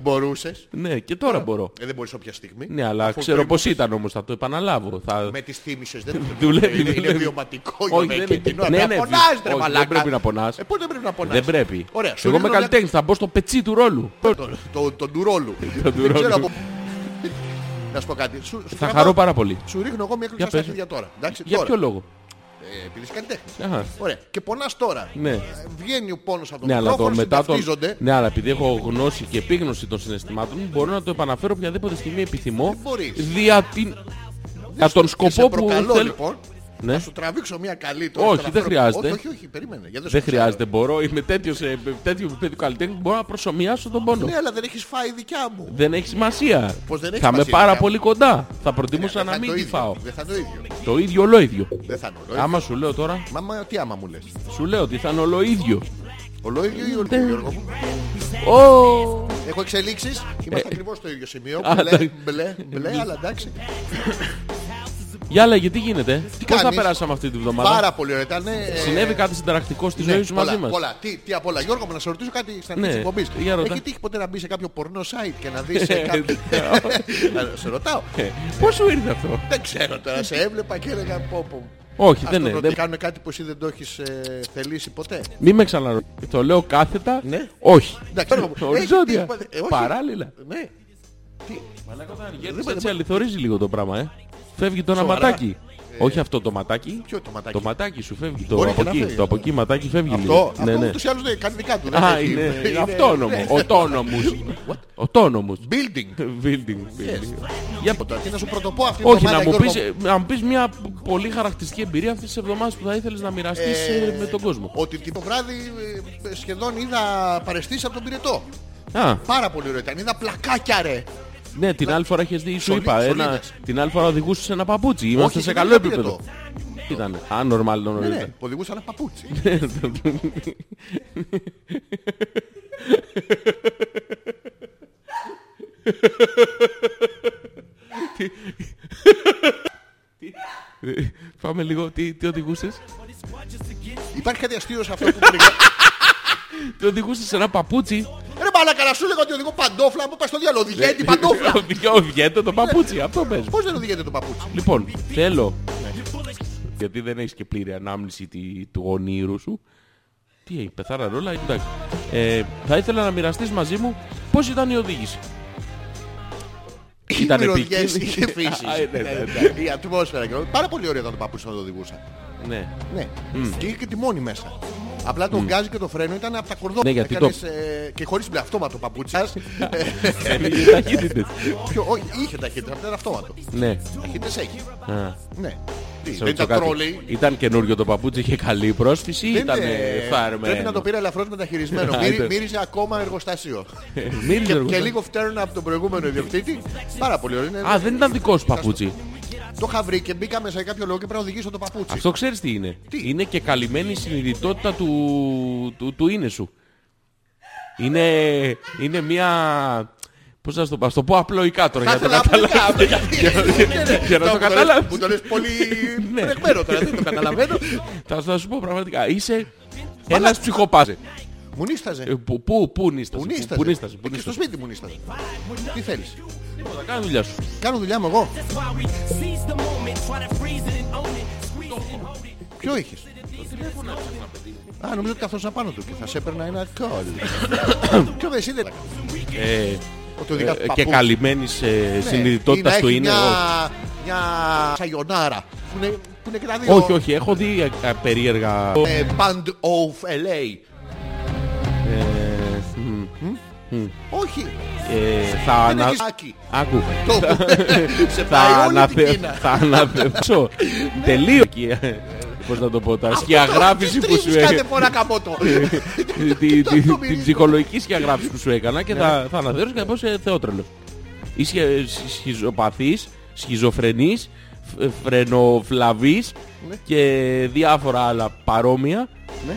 Speaker 4: Μπορούσες.
Speaker 3: Ναι, και τώρα μπορώ.
Speaker 4: Ε, δεν μπορείς όποια στιγμή.
Speaker 3: Ναι, αλλά
Speaker 4: Αφού
Speaker 3: ξέρω
Speaker 4: πριν-
Speaker 3: πως ήταν όμως, θα το επαναλάβω. Θα...
Speaker 4: Με τις θύμισες δεν είναι-
Speaker 3: Δουλεύει,
Speaker 4: Είναι, είναι
Speaker 3: δουλεύει.
Speaker 4: βιωματικό
Speaker 3: Όχι,
Speaker 4: για
Speaker 3: δεν
Speaker 4: και
Speaker 3: είναι.
Speaker 4: κοινό.
Speaker 3: Ναι,
Speaker 4: Να
Speaker 3: ναι,
Speaker 4: πονάς, ρε
Speaker 3: όχι,
Speaker 4: μαλάκα.
Speaker 3: δεν πρέπει να πονάς.
Speaker 4: Ε, πώς δεν πρέπει να πονάς.
Speaker 3: Δεν πρέπει.
Speaker 4: Ωραία, σου
Speaker 3: Εγώ
Speaker 4: δίνω
Speaker 3: είμαι
Speaker 4: μια-
Speaker 3: καλλιτέχνης, θα μπω στο πετσί του ρόλου.
Speaker 4: Το, το, το ντουρόλου.
Speaker 3: ντουρόλου.
Speaker 4: Δεν ξέρω από... Να σου πω κάτι. Σου, σου
Speaker 3: Θα
Speaker 4: τραβάω-
Speaker 3: χαρώ πάρα πολύ.
Speaker 4: Σου ρίχνω εγώ
Speaker 3: Για
Speaker 4: μια κλωτσιά στα
Speaker 3: πες.
Speaker 4: χέρια τώρα. Εντάξει,
Speaker 3: Για
Speaker 4: τώρα.
Speaker 3: ποιο λόγο.
Speaker 4: Ε, επειδή είσαι καλλιτέχνης.
Speaker 3: Αχα.
Speaker 4: Ωραία. Και πονάς τώρα.
Speaker 3: Ναι.
Speaker 4: Ε, Βγαίνει ο πόνος από το
Speaker 3: Ναι, αλλά το
Speaker 4: μικρόφωνο,
Speaker 3: μετά το.
Speaker 4: συνταυτίζονται.
Speaker 3: Ναι, αλλά επειδή έχω γνώση και επίγνωση των συναισθημάτων μου, μπορώ να το επαναφέρω οποιαδήποτε στιγμή επιθυμώ.
Speaker 4: Δεν μπορείς.
Speaker 3: Δια, την... για τον
Speaker 4: Και σε
Speaker 3: σκοπό που
Speaker 4: προκαλώ,
Speaker 3: θέλω.
Speaker 4: λοιπόν.
Speaker 3: Ναι.
Speaker 4: Θα σου τραβήξω μια καλή τώρα.
Speaker 3: Όχι,
Speaker 4: στο
Speaker 3: δεν
Speaker 4: ελαφρό-
Speaker 3: χρειάζεται.
Speaker 4: Όχι, όχι, όχι, περίμενε. γιατί
Speaker 3: Δεν
Speaker 4: σου ξέρω.
Speaker 3: χρειάζεται, μπορώ. Είμαι τέτοιος τέτοιο επίπεδο καλλιτέχνης που μπορώ να προσωμιάσω τον πόνο.
Speaker 4: Ναι, αλλά δεν έχεις φάει δικιά μου.
Speaker 3: Δεν έχει σημασία.
Speaker 4: Πώς δεν έχει
Speaker 3: θα είμαι
Speaker 4: σημασία,
Speaker 3: πάρα
Speaker 4: παιδιά.
Speaker 3: πολύ κοντά. Θα προτιμούσα
Speaker 4: Δεν Ε, θα
Speaker 3: να
Speaker 4: είναι
Speaker 3: μην
Speaker 4: το
Speaker 3: τη
Speaker 4: ίδιο.
Speaker 3: φάω.
Speaker 4: Δεν θα είναι το ίδιο.
Speaker 3: Το ίδιο όλο ίδιο.
Speaker 4: Δεν θα είναι όλο ίδιο.
Speaker 3: Άμα σου λέω τώρα,
Speaker 4: Μα, μα, τι άμα μου λες.
Speaker 3: σου λέω ότι θα είναι όλο ίδιο.
Speaker 4: Όλο ίδιο ή όλο ίδιο, Γιώργο μου.
Speaker 3: Ω!
Speaker 4: Έχω εξελίξεις. Είμαστε ακριβώς στο ίδιο σημείο.
Speaker 3: Ε, Α,
Speaker 4: Μπλε,
Speaker 3: το-
Speaker 4: μπλε, μπλε, αλλά εντάξει.
Speaker 3: Γεια λέγε, τι γίνεται. Πώς θα
Speaker 4: κάνεις?
Speaker 3: περάσαμε αυτή τη βδομάδα.
Speaker 4: Πάρα πολύ ωραία. Ήταν. ε, ναι,
Speaker 3: Συνέβη κάτι συνταρακτικό στη ζωή σου
Speaker 4: πολλά,
Speaker 3: μαζί μας.
Speaker 4: Πολλά. Τι, τι απ' όλα. Γιώργο μου, να σε ρωτήσω κάτι στην αρχή
Speaker 3: Ναι,
Speaker 4: της εκπομπής.
Speaker 3: για ρωτά.
Speaker 4: Έχει τύχει ποτέ να μπει σε κάποιο πορνό site και να δεις ε, κάποιο... Να σε ρωτάω.
Speaker 3: Ε, Πώς σου ήρθε αυτό.
Speaker 4: Δεν ξέρω τώρα. Σε έβλεπα και έλεγα πω πω.
Speaker 3: Όχι,
Speaker 4: Αυτό
Speaker 3: δεν είναι.
Speaker 4: το
Speaker 3: δεν-
Speaker 4: ότι κάνουν κάτι που εσύ δεν το έχεις ε, θελήσει ποτέ.
Speaker 3: Μη με ξαναρωτήσεις. Το λέω κάθετα.
Speaker 4: Ναι.
Speaker 3: Όχι. Ε,
Speaker 4: Εντάξει, Γιώργο μου,
Speaker 3: Οριζόντια.
Speaker 4: έχει τύχει- ε, όχι.
Speaker 3: Παράλληλα.
Speaker 4: Ναι.
Speaker 3: Δεν έτσι αληθορίζει λίγο το πράγμα, ε. Φεύγει το ένα
Speaker 4: Σοβαρά. Ε.
Speaker 3: ματάκι. Όχι αυτό το ματάκι.
Speaker 4: Ποιο το ματάκι?
Speaker 3: Το ματάκι σου φεύγει. Το
Speaker 4: Μπορεί
Speaker 3: από
Speaker 4: και να
Speaker 3: εκεί.
Speaker 4: φεύγει.
Speaker 3: Το από εκεί ματάκι φεύγει λίγο. Ναι,
Speaker 4: Αυτό, αυτό ούτως ή άλλως δεν κάνει δικά του. δεν
Speaker 3: Α,
Speaker 4: έχει-
Speaker 3: είναι, είναι
Speaker 4: είναι- ναι.
Speaker 3: αυτόνομος. Οτόνομος. Οτόνομος.
Speaker 4: Building.
Speaker 3: Building. building. Για-
Speaker 4: Τώρα, Τι να σου πρωτοπώ αυτή την
Speaker 3: Όχι,
Speaker 4: εβδομάδα,
Speaker 3: να μου,
Speaker 4: Γιώργο
Speaker 3: πεις, ε, να μου πεις μια πολύ χαρακτηριστική εμπειρία αυτής της εβδομάδας που θα ήθελες να μοιραστείς
Speaker 4: Ε,
Speaker 3: ε, με τον κόσμο.
Speaker 4: Ότι το βράδυ ε, σχεδόν είδα παρεστήσεις από τον πυρετό.
Speaker 3: Α,
Speaker 4: Πάρα πολύ ωραίο ήταν. Είδα πλακάκια ρε.
Speaker 3: ναι, την άλλη φορά έχεις δει, σου
Speaker 4: Σολί-
Speaker 3: είπα, ένα,
Speaker 4: σολίδες.
Speaker 3: την άλλη φορά οδηγούσες ένα παπούτσι. Είμαστε σε
Speaker 4: δεν
Speaker 3: καλό
Speaker 4: είδα
Speaker 3: επίπεδο. Ήταν, άνορμαλ
Speaker 4: Ναι,
Speaker 3: νομίζω.
Speaker 4: ναι, οδηγούσα ένα παπούτσι.
Speaker 3: Ε, Πάμε λίγο, τι, τι οδηγούσες.
Speaker 4: Υπάρχει κάτι αστείο σε αυτό που περιγράφεις.
Speaker 3: Τι οδηγούσες σε ένα παπούτσι.
Speaker 4: Ρε μαλάκα να σου λέγω ότι οδηγώ παντόφλα, μου πας στο διάλογο. Οδηγάει
Speaker 3: Ναι.
Speaker 4: την παντόφλα.
Speaker 3: Οδηγιά- Οδηγέται το παπούτσι, αυτό πες.
Speaker 4: Πώς δεν οδηγέται το παπούτσι.
Speaker 3: Λοιπόν, θέλω. Γιατί δεν έχεις και πλήρη ανάμνηση τη- του ονείρου σου. Τι έχει, πεθάρα ρόλα, εντάξει. Ε, θα ήθελα να μοιραστείς μαζί μου πώς ήταν η οδήγηση.
Speaker 4: Οι
Speaker 3: Ήταν
Speaker 4: μυρωδιές,
Speaker 3: επικίνδυνη.
Speaker 4: είχε φύσεις.
Speaker 3: Α, ναι, ναι,
Speaker 4: Ναι,
Speaker 3: εντάξει.
Speaker 4: Η ατμόσφαιρα και όλα. Πάρα πολύ ωραίο ήταν το παπούτσι όταν το οδηγούσα.
Speaker 3: Ναι.
Speaker 4: Ναι. Και είχε και τη μόνη μέσα. Απλά το γκάζι και το φρένο ήταν από τα κορδόνια.
Speaker 3: Ναι, γιατί
Speaker 4: Έκανες, ε, και χωρίς μπλε αυτόματο παπούτσι. Ε, ναι.
Speaker 3: Έβγαινε ταχύτητες.
Speaker 4: Πιο- όχι, είχε ταχύτητα, αλλά δεν ήταν αυτόματο.
Speaker 3: Ναι.
Speaker 4: Ταχύτητες έχει.
Speaker 3: Α,
Speaker 4: Ναι. Τι,
Speaker 3: σε ρωτήσω
Speaker 4: Δεν ήταν
Speaker 3: κάτι.
Speaker 4: τρόλεϊ.
Speaker 3: Ήταν καινούριο το παπούτσι, είχε καλή πρόσφυση ή
Speaker 4: Δεν
Speaker 3: ήταν
Speaker 4: είναι-
Speaker 3: φάρμε.
Speaker 4: Πρέπει να το πήρα ελαφρώς μεταχειρισμένο.
Speaker 3: Α,
Speaker 4: Μύρι-
Speaker 3: ήταν.
Speaker 4: Μύριζε ακόμα εργοστάσιο. Και- Και λίγο φτέρνα από τον προηγούμενο ιδιοκτήτη. Πάρα πολύ ωραίο. είναι.
Speaker 3: Α, δεν ήταν δικός σου παπούτσι.
Speaker 4: Το είχα βρει και μπήκαμε σε κάποιο λόγο και πρέπει να οδηγήσω το παπούτσι.
Speaker 3: Αυτό ξέρεις τι είναι.
Speaker 4: Τι?
Speaker 3: Είναι και καλυμμένη η συνειδητότητα του, του, του είναι σου. Είναι, είναι μια... Πώς να σου το πω, ας το πω απλοϊκά τώρα για να το καταλάβεις.
Speaker 4: Ναι,
Speaker 3: για να το καταλάβεις.
Speaker 4: Που το λες πολύ
Speaker 3: Ναι.
Speaker 4: τρεχμένο τώρα, δεν το καταλαβαίνω.
Speaker 3: Θα, θα σου πω πραγματικά, είσαι ένας ψυχοπάς.
Speaker 4: Μου νίσταζε.
Speaker 3: Ε, Πού, πού, πού νίστασε,
Speaker 4: Μου νίσταζε.
Speaker 3: πού νίστασε, πού
Speaker 4: Και στο
Speaker 3: νίστασε.
Speaker 4: σπίτι μου νίσταζε. Τι θέλεις.
Speaker 3: Τίποτα, Κάνε δουλειά σου.
Speaker 4: Κάνω δουλειά μου εγώ.
Speaker 2: That's why we seize the moment, try to freeze it and own it, squeeze it and hold it.
Speaker 4: Ποιο είχες. Α, νομίζω ότι καθόσα πάνω του και θα σε έπαιρνα ένα κόλ. Ποιο εσύ δεν
Speaker 3: Ε,
Speaker 4: Ότι οδηγάς
Speaker 3: ε, και
Speaker 4: παππού.
Speaker 3: καλυμμένης ε,
Speaker 4: Ναι.
Speaker 3: συνειδητότητας
Speaker 4: Ή να
Speaker 3: του
Speaker 4: έχει
Speaker 3: είναι.
Speaker 4: μια-
Speaker 3: όχι.
Speaker 4: Μια σαγιονάρα που είναι- που είναι και τα δύο.
Speaker 3: Όχι, όχι, έχω δει ε, ε, περίεργα...
Speaker 4: Ε, Band of LA.
Speaker 3: Ε, μ,
Speaker 4: Όχι.
Speaker 3: ε, θα ανα...
Speaker 4: έχεις άκι.
Speaker 3: Άκου.
Speaker 4: Το-
Speaker 3: θα
Speaker 4: Σε πάει όλη την
Speaker 3: αναθε...
Speaker 4: Κίνα. Ναι.
Speaker 3: θα αναθεωρήσω τελείω εκεί, ε, πώς να το πω τα σκιαγράφηση
Speaker 4: Τι
Speaker 3: που σου Ναι.
Speaker 4: τρίβεις κάθε
Speaker 3: έκανα
Speaker 4: φορά καμπότο.
Speaker 3: την ψυχολογική σκιαγράφηση που σου έκανα
Speaker 4: Ναι.
Speaker 3: και θα, θα αναθεωρήσω και θα πω σε θεότρελο είσαι σχιζοπαθής σχιζοφρενής φ- φρενοφλαβής
Speaker 4: Ναι.
Speaker 3: και διάφορα άλλα παρόμοια
Speaker 4: Ναι.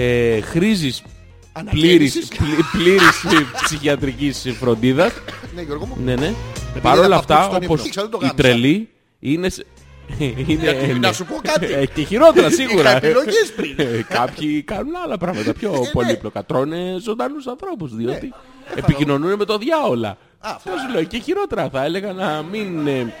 Speaker 3: ε, χρήζεις πλήρης,
Speaker 4: Αναγέννησης.
Speaker 3: πλή- πλήρης ψυχιατρικής φροντίδας
Speaker 4: Ναι, Γιώργο μου.
Speaker 3: Ναι, ναι. Παρ'
Speaker 4: είδα
Speaker 3: όλα
Speaker 4: τα
Speaker 3: αυτά,
Speaker 4: παπούτσια στον
Speaker 3: όπως
Speaker 4: ύπνο. Ήξερα, δεν
Speaker 3: η
Speaker 4: το γάμισα.
Speaker 3: τρελή είναι... σε- είναι
Speaker 4: Γιατί,
Speaker 3: ε,
Speaker 4: να
Speaker 3: ναι.
Speaker 4: σου πω κάτι.
Speaker 3: Ε, και χειρότερα
Speaker 4: Είχα
Speaker 3: σίγουρα.
Speaker 4: επιλογές πριν.
Speaker 3: Ε, Κάποιοι κάνουν άλλα πράγματα πιο
Speaker 4: ναι. Ε,
Speaker 3: πολύπλοκα. Τρώνε ζωντανούς ανθρώπους διότι επικοινωνούν με το διάολα. Αυτό σου λέω και χειρότερα θα έλεγα να μην... ε,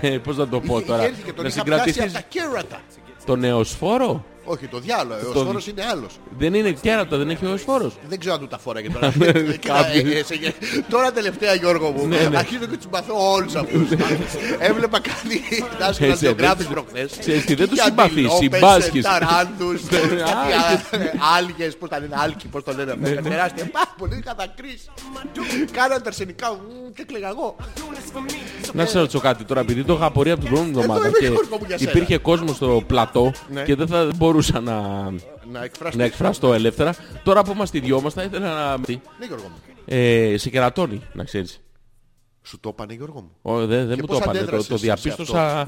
Speaker 3: ε, Πώς να το πω
Speaker 4: Είχε
Speaker 3: τώρα.
Speaker 4: έρθει και τον
Speaker 3: Να
Speaker 4: είχα πιάσει
Speaker 3: συγκρατήσεις
Speaker 4: από τα κέρατα.
Speaker 3: τον νεοσφόρο.
Speaker 4: Όχι, το διάλογο. Ο
Speaker 3: Το-
Speaker 4: φόρο είναι άλλος.
Speaker 3: Δεν είναι κέρατο, δεν έχει ο φόρος.
Speaker 4: Δεν ξέρω αν του τα φόραγε τώρα.
Speaker 3: Ναι,
Speaker 4: Κοίτα, ε, ε, σε- Τώρα τελευταία Γιώργο μου.
Speaker 3: ναι.
Speaker 4: Αρχίζω και τους συμπαθώ όλους αυτούς. Έβλεπα κάτι δάσκαλα
Speaker 3: Έτσι,
Speaker 4: γεωγράφη
Speaker 3: έτσι.
Speaker 4: προχθές.
Speaker 3: Ξέρεις τι, δεν τους συμπαθείς, συμπάσχεις.
Speaker 4: Ταράνδου,
Speaker 3: Ναι, άλγες.
Speaker 4: άλγες, πώς ε, τα λένε, άλκοι, πώς το λένε.
Speaker 3: Ναι,
Speaker 4: αυτά, τα Τεράστια. Πα, πολύ κατακρίσει. Κάναν τα αρσενικά μου και κλαίγα εγώ.
Speaker 3: Να σε ρωτήσω κάτι τώρα, επειδή το είχα απορία από την προηγούμενη
Speaker 4: Εδώ
Speaker 3: εβδομάδα
Speaker 4: είμαι,
Speaker 3: και
Speaker 4: Γιώργο μου, για σένα.
Speaker 3: υπήρχε κόσμος στο πλατό
Speaker 4: Ναι.
Speaker 3: και δεν θα δεν μπορούσα να,
Speaker 4: Να εκφράσω.
Speaker 3: να εκφραστώ ελεύθερα. Τώρα που είμαστε οι δυο μας θα ήθελα να...
Speaker 4: Ναι, Γιώργο μου.
Speaker 3: Ε, σε κερατώνει, να ξέρεις.
Speaker 4: Σου το είπανε, Γιώργο μου.
Speaker 3: Ω, δεν δεν
Speaker 4: Και
Speaker 3: μου το
Speaker 4: πώς
Speaker 3: είπανε, το,
Speaker 4: αντέδρασες
Speaker 3: το
Speaker 4: εσύ σε
Speaker 3: διαπίστωσα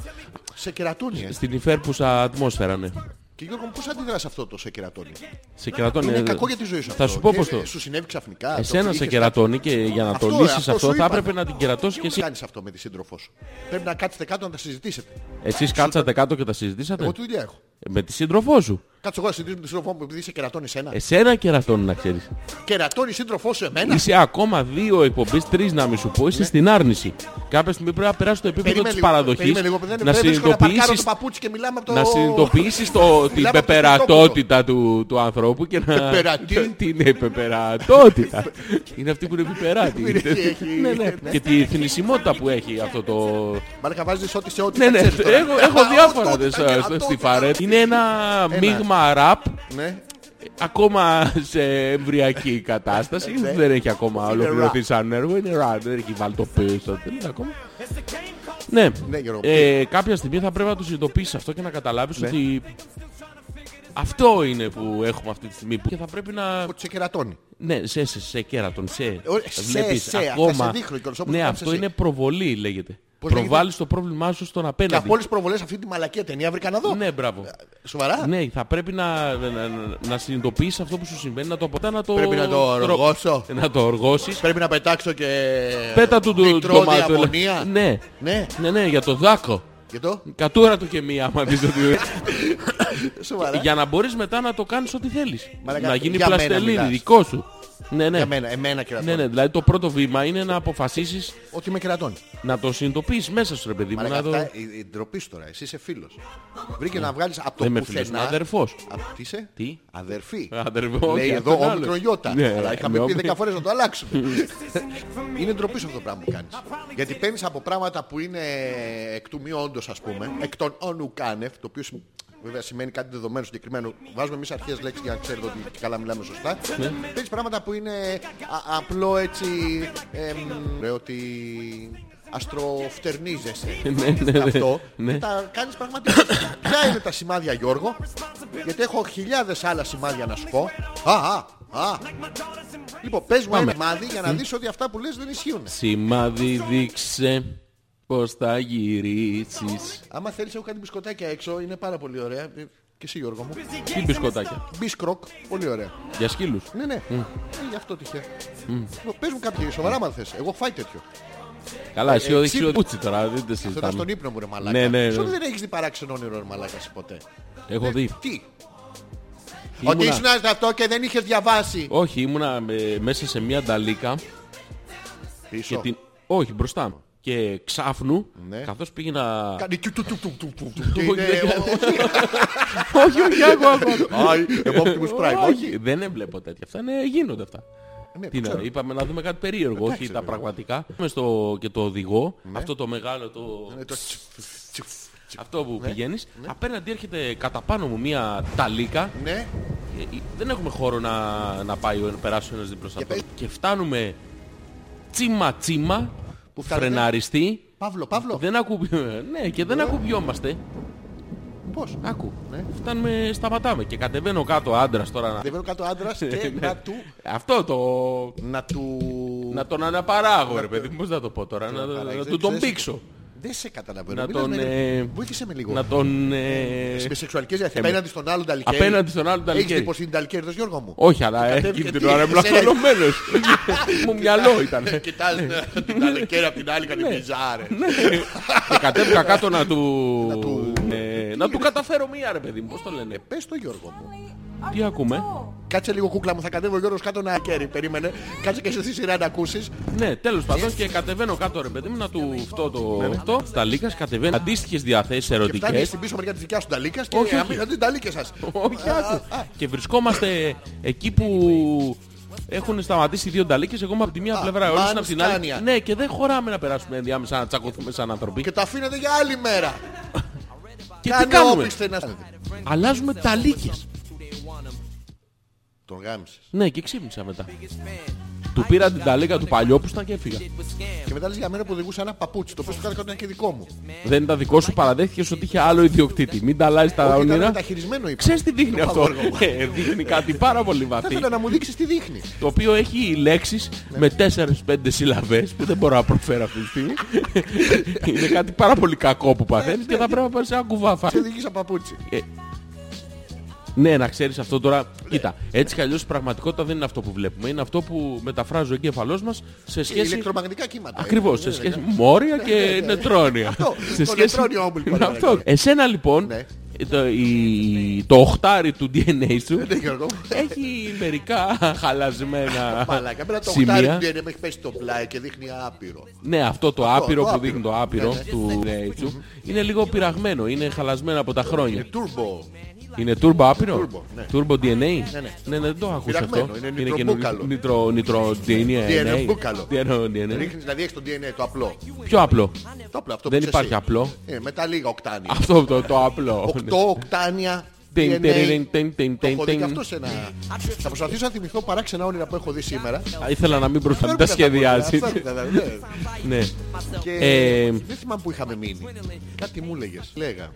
Speaker 4: Σε κερατώνει. ε.
Speaker 3: στην υφέρπουσα ατμόσφαιρα, ναι.
Speaker 4: Και Γιώργο μου, πώς αντιδρά αυτό το σε κερατώνει.
Speaker 3: Σε κερατώνει.
Speaker 4: Είναι
Speaker 3: ε,
Speaker 4: κακό για τη ζωή σου.
Speaker 3: Θα
Speaker 4: αυτό.
Speaker 3: σου πω
Speaker 4: Και,
Speaker 3: πώς το.
Speaker 4: ε, Σου συνέβη ξαφνικά. το
Speaker 3: Εσένα σε
Speaker 4: είχες
Speaker 3: κερατώνει και για να το
Speaker 4: Αυτό, ε,
Speaker 3: λύσεις
Speaker 4: αυτό
Speaker 3: αυτό,
Speaker 4: σου
Speaker 3: θα
Speaker 4: είπα.
Speaker 3: έπρεπε να την κερατώσεις και
Speaker 4: Τι
Speaker 3: εσύ.
Speaker 4: κάνεις αυτό με τη σύντροφό σου. Πρέπει να κάτσετε κάτω να τα συζητήσετε.
Speaker 3: Ναι. Εσείς κάτσατε κάτω και τα συζητήσατε.
Speaker 4: Εγώ τι δουλειά έχω.
Speaker 3: Ε, Με τη σύντροφό σου.
Speaker 4: Κάτσε εγώ να συζητήσω με τη σύντροφό μου επειδή σε κερατώνεις ένα.
Speaker 3: Εσένα κερατώνει να ξέρεις.
Speaker 4: Κερατώνει η σύντροφό σου εμένα.
Speaker 3: Είσαι ακόμα δύο εκπομπές, τρεις να μην σου πω, είσαι στην άρνηση. Κάποια στιγμή πρέπει να περάσει το επίπεδο
Speaker 4: Ναι.
Speaker 3: τη
Speaker 4: Περίμενε λίγο,
Speaker 3: παραδοχής.
Speaker 4: περίμενε λίγο, δεν
Speaker 3: Να
Speaker 4: είναι δύσκολο να παρκάρω το
Speaker 3: συνειδητοποιήσει
Speaker 4: παπούτσι και μιλάμε από το...
Speaker 3: να συνειδητοποιήσεις το, την
Speaker 4: Μιλάμε από το
Speaker 3: πεπερατότητα του, του ανθρώπου και να...
Speaker 4: Πεπερατή.
Speaker 3: την ε, πεπερατότητα. είναι αυτή που είναι επιπεράτη.
Speaker 4: Είναι και έχει-
Speaker 3: ναι, ναι. Και τη θνησιμότητα που έχει αυτό το...
Speaker 4: Μαλάκα βάζεις ό,τι σε ό,τι
Speaker 3: ναι,
Speaker 4: δεν
Speaker 3: ναι,
Speaker 4: ξέρεις τώρα.
Speaker 3: έχω, έχω
Speaker 4: Α,
Speaker 3: διάφορα
Speaker 4: αυτό,
Speaker 3: δε,
Speaker 4: αυτό,
Speaker 3: στο-
Speaker 4: αυτό,
Speaker 3: στη
Speaker 4: αυτό.
Speaker 3: φαρέτ. Είναι ένα μείγμα ραπ
Speaker 4: Ναι,
Speaker 3: ακόμα σε εμβριακή κατάσταση. δεν έχει ακόμα ολοκληρωθεί σαν έργο. Είναι ραν, δεν έχει βάλει το πίσω. Δεν είναι ακόμα. Ναι,
Speaker 4: Ναι, Γιώργο. Ναι.
Speaker 3: ε, κάποια στιγμή θα πρέπει να το συνειδητοποιήσεις αυτό και να καταλάβεις ότι αυτό είναι που έχουμε αυτή τη στιγμή. Και θα πρέπει να.
Speaker 4: που σε κερατώνει.
Speaker 3: Ναι, σε, σε, σε κέρατον, σε.
Speaker 4: Ω, σε, σε, αυτά σε δείχνω κιόλας, όπως
Speaker 3: ναι,
Speaker 4: το
Speaker 3: αυτό
Speaker 4: κάνεις
Speaker 3: είναι προβολή λέγεται.
Speaker 4: Πώς
Speaker 3: Προβάλλεις το πρόβλημά σου στον
Speaker 4: Και
Speaker 3: απέναντι.
Speaker 4: από όλες τις προβολές αυτή τη μαλακία ταινία βρήκα να δω.
Speaker 3: Ναι, μπράβο.
Speaker 4: Σοβαρά.
Speaker 3: Ναι, θα πρέπει να, να, να- να συνειδητοποιήσει αυτό που σου συμβαίνει, να το αποτά, να το.
Speaker 4: Πρέπει να το
Speaker 3: τρο-
Speaker 4: οργώσω.
Speaker 3: Να το οργώσεις.
Speaker 4: Πρέπει να πετάξω και...
Speaker 3: Πέτα του το
Speaker 4: μητρό
Speaker 3: ντομάτο.
Speaker 4: διαμονία.
Speaker 3: Ναι.
Speaker 4: Ναι.
Speaker 3: ναι, ναι, για το δάκο.
Speaker 4: Και το...
Speaker 3: Κατούρα του και μία, άμα δεις ότι...
Speaker 4: Σοβαρά.
Speaker 3: Ναι. για να μπορείς μετά να το κάνεις ό,τι θέλεις.
Speaker 4: Μαλάκα,
Speaker 3: να γίνει
Speaker 4: για μένα
Speaker 3: πλαστελίνη,
Speaker 4: μιλάς.
Speaker 3: δικό σου. Ναι, ναι.
Speaker 4: Για μένα, ε, εμένα
Speaker 3: Ναι,
Speaker 4: κερατώνει.
Speaker 3: ναι, δηλαδή το πρώτο βήμα είναι να αποφασίσεις
Speaker 4: Ότι με κερατώνει.
Speaker 3: να το συνειδητοποιείς μέσα σου, ρε παιδί μου.
Speaker 4: Μαλάκα,
Speaker 3: Να το...
Speaker 4: αυτά, η, η ντροπή σου τώρα, εσύ είσαι φίλος. Βρήκε να βγάλεις από
Speaker 3: Ναι.
Speaker 4: το
Speaker 3: Δεν είμαι φίλος,
Speaker 4: πουθενά...
Speaker 3: είμαι αδερφός.
Speaker 4: Α, τι είσαι?
Speaker 3: Τι?
Speaker 4: Αδερφή.
Speaker 3: Αδερφό,
Speaker 4: Λέει
Speaker 3: όχι,
Speaker 4: εδώ
Speaker 3: αυτόν άλλο.
Speaker 4: όμικρον γιώτα.
Speaker 3: Ναι,
Speaker 4: Αλλά είχαμε
Speaker 3: με
Speaker 4: πει
Speaker 3: όμικρο-
Speaker 4: 10 φορές να το αλλάξουμε. είναι ντροπή σου αυτό το πράγμα που κάνεις. Γιατί παίρνεις από πράγματα που είναι εκ του μειόντος ας πούμε, εκ των όνου κάνευ, το οποίο συμ- Βέβαια σημαίνει κάτι δεδομένο συγκεκριμένο. Βάζουμε εμείς αρχές λέξει για να ξέρετε ότι καλά μιλάμε σωστά. Ναι. πράγματα που είναι α- απλό έτσι. εμ, ρε, ότι αστροφτερνίζεσαι.
Speaker 3: ναι, ναι.
Speaker 4: αυτό.
Speaker 3: Ναι.
Speaker 4: και Τα κάνεις πραγματικά. Ποια είναι τα σημάδια, Γιώργο, γιατί έχω χιλιάδες άλλα σημάδια να σου πω. Α, α, α. Λοιπόν, πες μου ένα σημάδι για να δεις ότι αυτά που λες δεν ισχύουν.
Speaker 3: Σημάδι δείξε πώς θα γυρίσεις.
Speaker 4: Άμα θέλεις έχω κάνει μπισκοτάκια έξω, είναι πάρα πολύ ωραία. Ε, Και εσύ Γιώργο μου.
Speaker 3: Τι μπισκοτάκια.
Speaker 4: Μπισκροκ, πολύ ωραία.
Speaker 3: Για σκύλους.
Speaker 4: Ναι, ναι. Ε, γι' αυτό τυχαία. Λοιπόν, Πες μου κάποια σοβαρά άμα θες. Εγώ έχω φάει τέτοιο.
Speaker 3: Καλά, εσύ
Speaker 4: ε,
Speaker 3: ο
Speaker 4: ε,
Speaker 3: δείξε
Speaker 4: ξύπνη-
Speaker 3: ο Κούτσι τώρα, δεν τα
Speaker 4: Αυτό ήταν
Speaker 3: συζητάμε.
Speaker 4: στον ύπνο μου ρε μαλάκα.
Speaker 3: Ναι, ναι, ναι.
Speaker 4: Σου δεν έχεις δει παράξενο όνειρο ρε μαλάκα εσύ ποτέ. Ναι.
Speaker 3: Έχω δει.
Speaker 4: Τι. Ότι
Speaker 3: Ήμουνα-
Speaker 4: ήσουν αυτό και δεν είχες διαβάσει.
Speaker 3: Όχι, ήμουνα ε, μέσα σε μια νταλίκα. Και
Speaker 4: Πίσω.
Speaker 3: την... Όχι, μπροστά μου. Και ξάφνου,
Speaker 4: Ναι.
Speaker 3: καθώς πήγαινα...
Speaker 4: Κάνει τιου, τιου, τιου, τιου, τιου, τιου, τιου, και
Speaker 3: Όχι,
Speaker 4: είναι-
Speaker 3: δεν
Speaker 4: ο-
Speaker 3: όχι, όχι, άκου, άκου.
Speaker 4: Άι, Επόπτιμους Prime, όχι.
Speaker 3: δεν έβλεπω τέτοια. Αυτά είναι, γίνονται αυτά.
Speaker 4: Ναι,
Speaker 3: Τι
Speaker 4: το
Speaker 3: να,
Speaker 4: ξέρω.
Speaker 3: είπαμε να δούμε κάτι περίεργο, όχι τα πραγματικά. Είμαι στο, και το οδηγό,
Speaker 4: Ναι.
Speaker 3: αυτό το μεγάλο, το,
Speaker 4: Ε, το τσιφ, τσιφ, τσιφ.
Speaker 3: αυτό που πηγαίνεις, απέναντι έρχεται κατά πάνω μου μια ταλίκα
Speaker 4: Ναι,
Speaker 3: Ε, ε, δεν έχουμε χώρο να, να πάει ο- να περάσει ο ένας δίπλα στον
Speaker 4: Για
Speaker 3: άλλον. Και φτάνουμε τσίμα τσίμα που
Speaker 4: φτάνετε?
Speaker 3: φρεναριστεί.
Speaker 4: Παύλο, Παύλο.
Speaker 3: Δεν ακου... ναι, και
Speaker 4: Ε.
Speaker 3: δεν ακουμπιόμαστε.
Speaker 4: Πώς.
Speaker 3: Άκου.
Speaker 4: Ναι.
Speaker 3: Φτάνουμε, σταματάμε. Και κατεβαίνω κάτω άντρας τώρα να...
Speaker 4: Δεν βγαίνω κάτω άντρας
Speaker 3: Ναι,
Speaker 4: και να του...
Speaker 3: Αυτό το...
Speaker 4: Να του...
Speaker 3: Να τον αναπαράγω, ρε παιδί μου. Πώς να το πω τώρα. Να,
Speaker 4: παράγεις,
Speaker 3: να
Speaker 4: δεν
Speaker 3: του τον
Speaker 4: ξέρεις.
Speaker 3: πήξω.
Speaker 4: Δεν σε καταλαβαίνω.
Speaker 3: Να
Speaker 4: Μίλας
Speaker 3: τον,
Speaker 4: με-
Speaker 3: ε,
Speaker 4: Βοήθησε με λίγο.
Speaker 3: Να τον... ε,
Speaker 4: Με σεξουαλικές διαθέσεις.
Speaker 3: Ε,
Speaker 4: Απέναντι στον άλλον ταλικέρι.
Speaker 3: Απέναντι στον άλλον
Speaker 4: Έχεις
Speaker 3: ταλικέρι.
Speaker 4: δει πως είναι ταλικέριδος Γιώργο μου.
Speaker 3: Όχι, αλλά έχει
Speaker 4: κατέβηκε
Speaker 3: την
Speaker 4: τι,
Speaker 3: ώρα ήμουν
Speaker 4: εσένα.
Speaker 3: ασφαλωμένος. Μου μυαλό ήταν. Ναι.
Speaker 4: Κοιτάς ναι, την ταλικέρι απ' την άλλη κάνει μπιζάρε.
Speaker 3: Και κατέβηκα κάτω να του...
Speaker 4: του-
Speaker 3: ε, να του καταφέρω μία, ρε παιδί μου. Πώς το λένε.
Speaker 4: Πες το Γιώργο μου.
Speaker 3: Τι ακούμε.
Speaker 4: Κάτσε λίγο κούκλα μου, θα κατέβω ο Γιώργος κάτω ένα κέρι. Περίμενε. Κάτσε και εσύ στη σειρά να ακούσεις.
Speaker 3: Ναι, τέλος πάντων και κατεβαίνω κάτω, ρε παιδί μου, να του φτώ το. Αυτό. Στα λίκα κατεβαίνω. Αντίστοιχες διαθέσεις
Speaker 4: Και
Speaker 3: ερωτικές.
Speaker 4: φτάνει στην πίσω μεριά της δικιάς σου ταλίκας και
Speaker 3: Όχι, όχι.
Speaker 4: αμήχατε την ταλίκα σας.
Speaker 3: Όχι, άκου. Και βρισκόμαστε εκεί που έχουν σταματήσει οι δύο νταλίκες εγώ είμαι από τη μία πλευρά, όλοι από την άλλη.
Speaker 4: μανσκάνια.
Speaker 3: Ναι, και δεν χωράμε να περάσουμε ενδιάμεσα να τσακωθούμε σαν άνθρωποι.
Speaker 4: Και τα αφήνετε για άλλη μέρα.
Speaker 3: Και Ε, τι
Speaker 4: Κάνε
Speaker 3: κάνουμε.
Speaker 4: όπιστε να
Speaker 3: Αλλάζουμε ταλίκες.
Speaker 4: Τον γάμισες.
Speaker 3: Ναι, και ξύπνησα μετά. Του πήρα την ταλίκα του παλιόπου ήταν και έφυγα.
Speaker 4: Και μετά λες για μέρα που οδηγούσα ένα παπούτσι. Το οποίο στο κάτω κάτω είναι και δικό μου.
Speaker 3: Δεν ήταν δικό σου, παραδέχτηκες ότι είχε άλλο ιδιοκτήτη. Μην τα αλλάζει τα
Speaker 4: Όχι, ήταν
Speaker 3: όνειρα.
Speaker 4: μεταχειρισμένο είπα.
Speaker 3: Ξέρεις τι δείχνει
Speaker 4: Το
Speaker 3: αυτό.
Speaker 4: Παύργο μου.
Speaker 3: Ε, δείχνει κάτι πάρα πολύ
Speaker 4: Θα
Speaker 3: βαθύ.
Speaker 4: ήθελα να μου δείξεις τι δείχνεις.
Speaker 3: Το οποίο έχει λέξεις με 4-5 συλλαβές που δεν μπορώ να προφέρω αυτή τη στιγμή. Είναι κάτι πάρα πολύ κακό που παθαίνεις και θα πρέπει να πάρεις ένα κουβάφα.
Speaker 4: Σε δείχνει σαν παπούτσι.
Speaker 3: Ναι, να ξέρεις αυτό τώρα. Κοίτα, έτσι κι αλλιώς η πραγματικότητα δεν είναι αυτό που βλέπουμε. Είναι αυτό που μεταφράζει ο εγκέφαλός μας σε σχέση...
Speaker 4: Ηλεκτρομαγνητικά κύματα.
Speaker 3: Ακριβώς, σε
Speaker 4: Ναι,
Speaker 3: σχέση
Speaker 4: ναι.
Speaker 3: με μόρια και νετρόνια.
Speaker 4: Αυτό,
Speaker 3: Σε
Speaker 4: το
Speaker 3: σχέση-
Speaker 4: νετρόνιο όμπλικο,
Speaker 3: Είναι
Speaker 4: παρακαλώ.
Speaker 3: αυτό. Εσένα λοιπόν,
Speaker 4: Ναι.
Speaker 3: το, η- το οχτάρι του DNA σου
Speaker 4: Ναι, Γιώργο.
Speaker 3: έχει μερικά χαλασμένα
Speaker 4: Μαλάκα, μέρα το
Speaker 3: σημεία.
Speaker 4: οχτάρι του DNA με έχει πέσει το πλάι και δείχνει άπειρο.
Speaker 3: Ναι, αυτό το άπειρο
Speaker 4: το
Speaker 3: που
Speaker 4: άπειρο.
Speaker 3: δείχνει το άπειρο
Speaker 4: Ναι, ναι.
Speaker 3: του Ρέιτσου είναι λίγο πειραγμένο, είναι χαλασμένο από τα χρόνια.
Speaker 4: Turbo.
Speaker 3: Είναι turbo άπειρο,
Speaker 4: Turbo, ναι.
Speaker 3: turbo DNA. Ναι,
Speaker 4: ναι.
Speaker 3: δεν το άκουσα
Speaker 4: Πειραγμένο,
Speaker 3: αυτό.
Speaker 4: είναι
Speaker 3: και
Speaker 4: νητρομπούκαλο.
Speaker 3: νητρο, νητρο DNA.
Speaker 4: DNA.
Speaker 3: DNA, DNA.
Speaker 4: Ρίχνεις δηλαδή έχεις το DNA το απλό.
Speaker 3: Πιο απλό.
Speaker 4: Το απλό αυτό που
Speaker 3: Δεν
Speaker 4: είσαι
Speaker 3: υπάρχει
Speaker 4: εσύ.
Speaker 3: απλό.
Speaker 4: Ε, μετά λίγα οκτάνια.
Speaker 3: Αυτό το, το απλό.
Speaker 4: Οκτώ οκτάνια.
Speaker 3: Τιν,
Speaker 4: DNA.
Speaker 3: τιριριν, τιν, τιν,
Speaker 4: Το
Speaker 3: τιν,
Speaker 4: έχω δει
Speaker 3: τιν.
Speaker 4: και αυτό σε ένα... Θα προσπαθήσω να θυμηθώ παράξενα όνειρα που έχω δει σήμερα.
Speaker 3: Α, Ήθελα να μην προσπαθεί τα σχεδιάζει.
Speaker 4: σχεδιάζει.
Speaker 3: Ναι. Ε,
Speaker 4: Και δεν θυμάμαι που είχαμε μείνει. Κάτι μου έλεγες. Λέγαμε.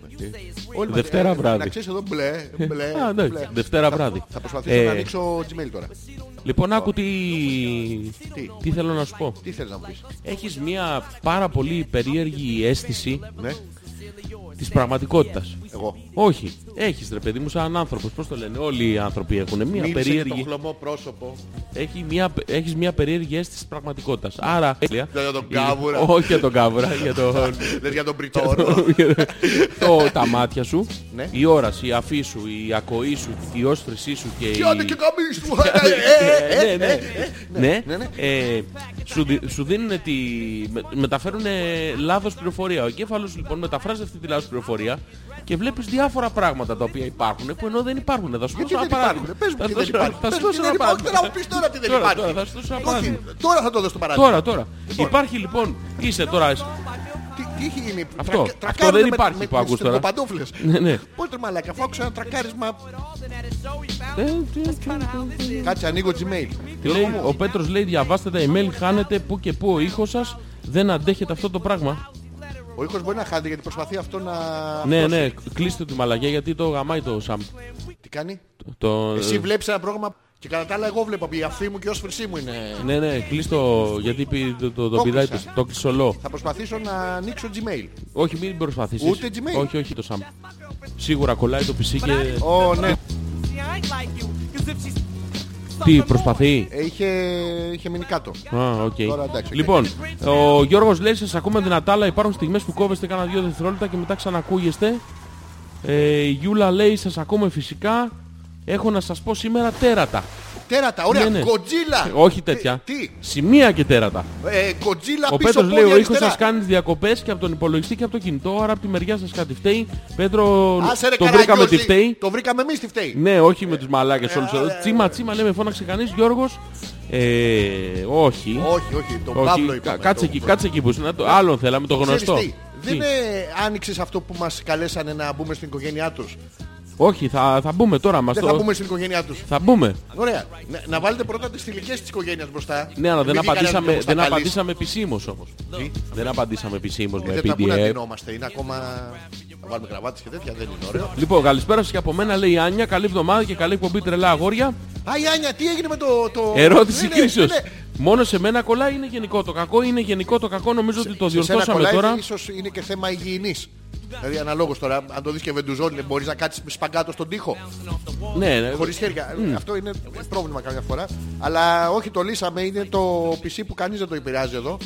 Speaker 4: Όλη μα-
Speaker 3: Δευτέρα
Speaker 4: ε,
Speaker 3: βράδυ.
Speaker 4: Να ξέρεις εδώ μπλε. μπλε,
Speaker 3: Α, εντάξει,
Speaker 4: μπλε.
Speaker 3: Δευτέρα
Speaker 4: Θα-
Speaker 3: βράδυ.
Speaker 4: Θα προσπαθήσω να
Speaker 3: Ε,
Speaker 4: ανοίξω Gmail τώρα.
Speaker 3: Λοιπόν, άκου τι...
Speaker 4: Τι?
Speaker 3: τι θέλω να σου πω.
Speaker 4: Τι θέλεις να μου πεις.
Speaker 3: Έχεις μια πάρα πολύ περίεργη αίσθηση
Speaker 4: Ναι,
Speaker 3: της πραγματικότητας.
Speaker 4: εγώ.
Speaker 3: Όχι. Έχεις ρε παιδί μου σαν άνθρωπος. Πώς το λένε. Όλοι οι άνθρωποι έχουν μια
Speaker 4: Μίλησε για το
Speaker 3: περίεργη...
Speaker 4: χλωμό πρόσωπο.
Speaker 3: Έχει μια... Έχεις μια περίεργη αίσθηση της πραγματικότητας. Άρα...
Speaker 4: για τον κάβουρα.
Speaker 3: Όχι για τον κάβουρα. για τον...
Speaker 4: Λες για τον πριτόρο.
Speaker 3: το, τα μάτια σου,
Speaker 4: Ναι.
Speaker 3: η όραση, η αφή σου, η ακοή σου, η όστρησή σου και η...
Speaker 4: Τι άντε και καμίς του. Ε, ε, ε, ε,
Speaker 3: ναι, ναι. ναι.
Speaker 4: ναι, ναι.
Speaker 3: Ε, σου, δι- σου δίνουν τη... με- μεταφέρουν λάθος πληροφορία. Ο εγκέφαλος λοιπόν μεταφράζει αυτή τη λάθος πληροφορία και βλέπεις διάφορα πράγματα τα οποία υπάρχουν που ενώ δεν υπάρχουν. Θα σου
Speaker 4: Γιατί
Speaker 3: δώσω ένα
Speaker 4: Ε,
Speaker 3: παράδειγμα.
Speaker 4: δεν υπάρχουν. Πες μου
Speaker 3: Θα
Speaker 4: τι
Speaker 3: σου
Speaker 4: δεν
Speaker 3: δώσω-
Speaker 4: υπάρχει.
Speaker 3: Θα
Speaker 4: Πες
Speaker 3: σου
Speaker 4: μου τι
Speaker 3: δώσω
Speaker 4: δεν
Speaker 3: ένα
Speaker 4: υπάρχει.
Speaker 3: παράδειγμα.
Speaker 4: Τώρα μου πεις τώρα τι δεν
Speaker 3: Τώρα,
Speaker 4: υπάρχει.
Speaker 3: τώρα, θα σου δώσω ένα
Speaker 4: Όχι,
Speaker 3: παράδειγμα.
Speaker 4: Τώρα θα το δώσω το παράδειγμα.
Speaker 3: Τώρα, τώρα. Υπάρχει λοιπόν, είσαι τώρα
Speaker 4: Τι, τι έχει γίνει.
Speaker 3: Αυτό. Αυτό
Speaker 4: τρακάρονται
Speaker 3: δεν
Speaker 4: με-
Speaker 3: υπάρχει
Speaker 4: με,
Speaker 3: που άκουσες τώρα.
Speaker 4: Με παντόφλες.
Speaker 3: Ναι, ναι.
Speaker 4: Πώς το μαλάκα, αφού άκουσα ένα τρακάρισμα.
Speaker 3: Ναι.
Speaker 4: Κάτσε, ανοίγω Gmail.
Speaker 3: Τι λέει, ο Πέτρος λέει διαβάστε τα email, χάνετε που και που ο ήχος σας δεν αντέχετε αυτό το πράγμα.
Speaker 4: Ο ήχος μπορεί να χάνεται γιατί προσπαθεί αυτό να...
Speaker 3: Ναι,
Speaker 4: αυτός-
Speaker 3: ναι, κλείστε τη μαλαγιά γιατί το γαμάει το Σαμ.
Speaker 4: Τι κάνει.
Speaker 3: Το...
Speaker 4: Εσύ βλέπεις ένα πρόγραμμα και κατά τα άλλα εγώ βλέπω. Η αυτή μου και η όσφρησή μου είναι...
Speaker 3: Ναι, ναι, κλείστο γιατί πη- το, το, το
Speaker 4: Το
Speaker 3: πηδάει
Speaker 4: κλείσα.
Speaker 3: το, το κλεισολό.
Speaker 4: Θα προσπαθήσω να ανοίξω Gmail.
Speaker 3: Όχι, μην προσπαθήσεις.
Speaker 4: Ούτε Gmail.
Speaker 3: Όχι, όχι το Σαμ. Σίγουρα κολλάει το PC και...
Speaker 4: Ω, ναι.
Speaker 3: Τι, προσπαθεί.
Speaker 4: Ε, Είχε, είχε μείνει κάτω.
Speaker 3: Α, οκ.
Speaker 4: Τώρα εντάξει, οκ.
Speaker 3: Λοιπόν, ο Γιώργος λέει σας ακούμε δυνατά αλλά υπάρχουν στιγμές που κόβεστε κάνα δύο δευτερόλεπτα και μετά ξανακούγεστε. Ε, η Γιούλα λέει σας ακούμε φυσικά. Έχω να σας πω σήμερα τέρατα.
Speaker 4: Τέρατα, ωραία.
Speaker 3: Ναι, ναι.
Speaker 4: Κοτζίλα.
Speaker 3: Όχι τέτοια.
Speaker 4: Τι, τι?
Speaker 3: Σημεία και τέρατα.
Speaker 4: Ε, κοτζίλα
Speaker 3: Ο
Speaker 4: πίσω
Speaker 3: Πέτρος λέει:
Speaker 4: πόδι
Speaker 3: Ο ήχος
Speaker 4: αριστερά.
Speaker 3: σας κάνει τις διακοπές και από τον υπολογιστή και από το κινητό. Άρα από τη μεριά σας κάτι φταίει. Πέτρο,
Speaker 4: Άσε ρε
Speaker 3: τον βρήκαμε
Speaker 4: Καραγκιόζη,
Speaker 3: τι φταίει.
Speaker 4: Το βρήκαμε εμείς τι φταίει.
Speaker 3: Ναι, όχι με τους μαλάκες όλους
Speaker 4: ε,
Speaker 3: εδώ.
Speaker 4: ε,
Speaker 3: Τσίμα, τσίμα, λέμε, φώναξε κανείς. Γιώργος, ε, όχι.
Speaker 4: Όχι, όχι, τον
Speaker 3: Όχι,
Speaker 4: Παύλο
Speaker 3: κα-
Speaker 4: είπαμε.
Speaker 3: κάτσε,
Speaker 4: τον-
Speaker 3: εκεί, κάτσε εκεί που είσαι. Να το- Άλλον θέλαμε, το
Speaker 4: Ξέρεις
Speaker 3: γνωστό.
Speaker 4: τι, Δεν
Speaker 3: Τι?
Speaker 4: ε, άνοιξες αυτό που μας καλέσανε να μπούμε στην οικογένειά τους.
Speaker 3: Όχι, θα, θα μπούμε τώρα. Μας
Speaker 4: Δεν
Speaker 3: το...
Speaker 4: θα μπούμε στην οικογένειά τους.
Speaker 3: θα μπούμε.
Speaker 4: Ωραία. Να, να βάλετε πρώτα τις θηλυκές της οικογένειας μπροστά.
Speaker 3: Ναι, αλλά δεν
Speaker 4: Μην βγει κανένας
Speaker 3: απαντήσαμε,
Speaker 4: δυο
Speaker 3: δεν
Speaker 4: μουστακάλις.
Speaker 3: απαντήσαμε επισήμως όμως. Δεν απαντήσαμε επισήμως με
Speaker 4: Ε, Δεν θα πούμε να
Speaker 3: PDF.
Speaker 4: ντυνόμαστε. Είναι ακόμα... Να βάλουμε κραβάτες και τέτοια δεν είναι ωραίο.
Speaker 3: Λοιπόν, καλησπέρα σας και από μένα λέει η Άνια. Καλή εβδομάδα και καλή εκπομπή τρελά αγόρια.
Speaker 4: Α, η Άνια, τι έγινε με το... το...
Speaker 3: Ερώτηση
Speaker 4: Ναι, ναι,
Speaker 3: κρίσεως.
Speaker 4: ναι, ναι.
Speaker 3: Μόνο σε μένα κολλάει είναι γενικό το κακό. Είναι γενικό το κακό. Νομίζω ότι το
Speaker 4: Σε σένα
Speaker 3: διορθώσαμε
Speaker 4: κολλάει,
Speaker 3: τώρα.
Speaker 4: Ίσως είναι και θέμα υγιεινής. Δηλαδή, αναλόγως τώρα, αν το δεις και βεντουζόλι, μπορείς να κάτσεις σπαγκάτο στον τοίχο.
Speaker 3: Ναι, ναι.
Speaker 4: Χωρίς χέρια. Αυτό είναι πρόβλημα κάποια φορά. Αλλά όχι το λύσαμε, είναι το PC που κανείς δεν το επηρεάζει εδώ.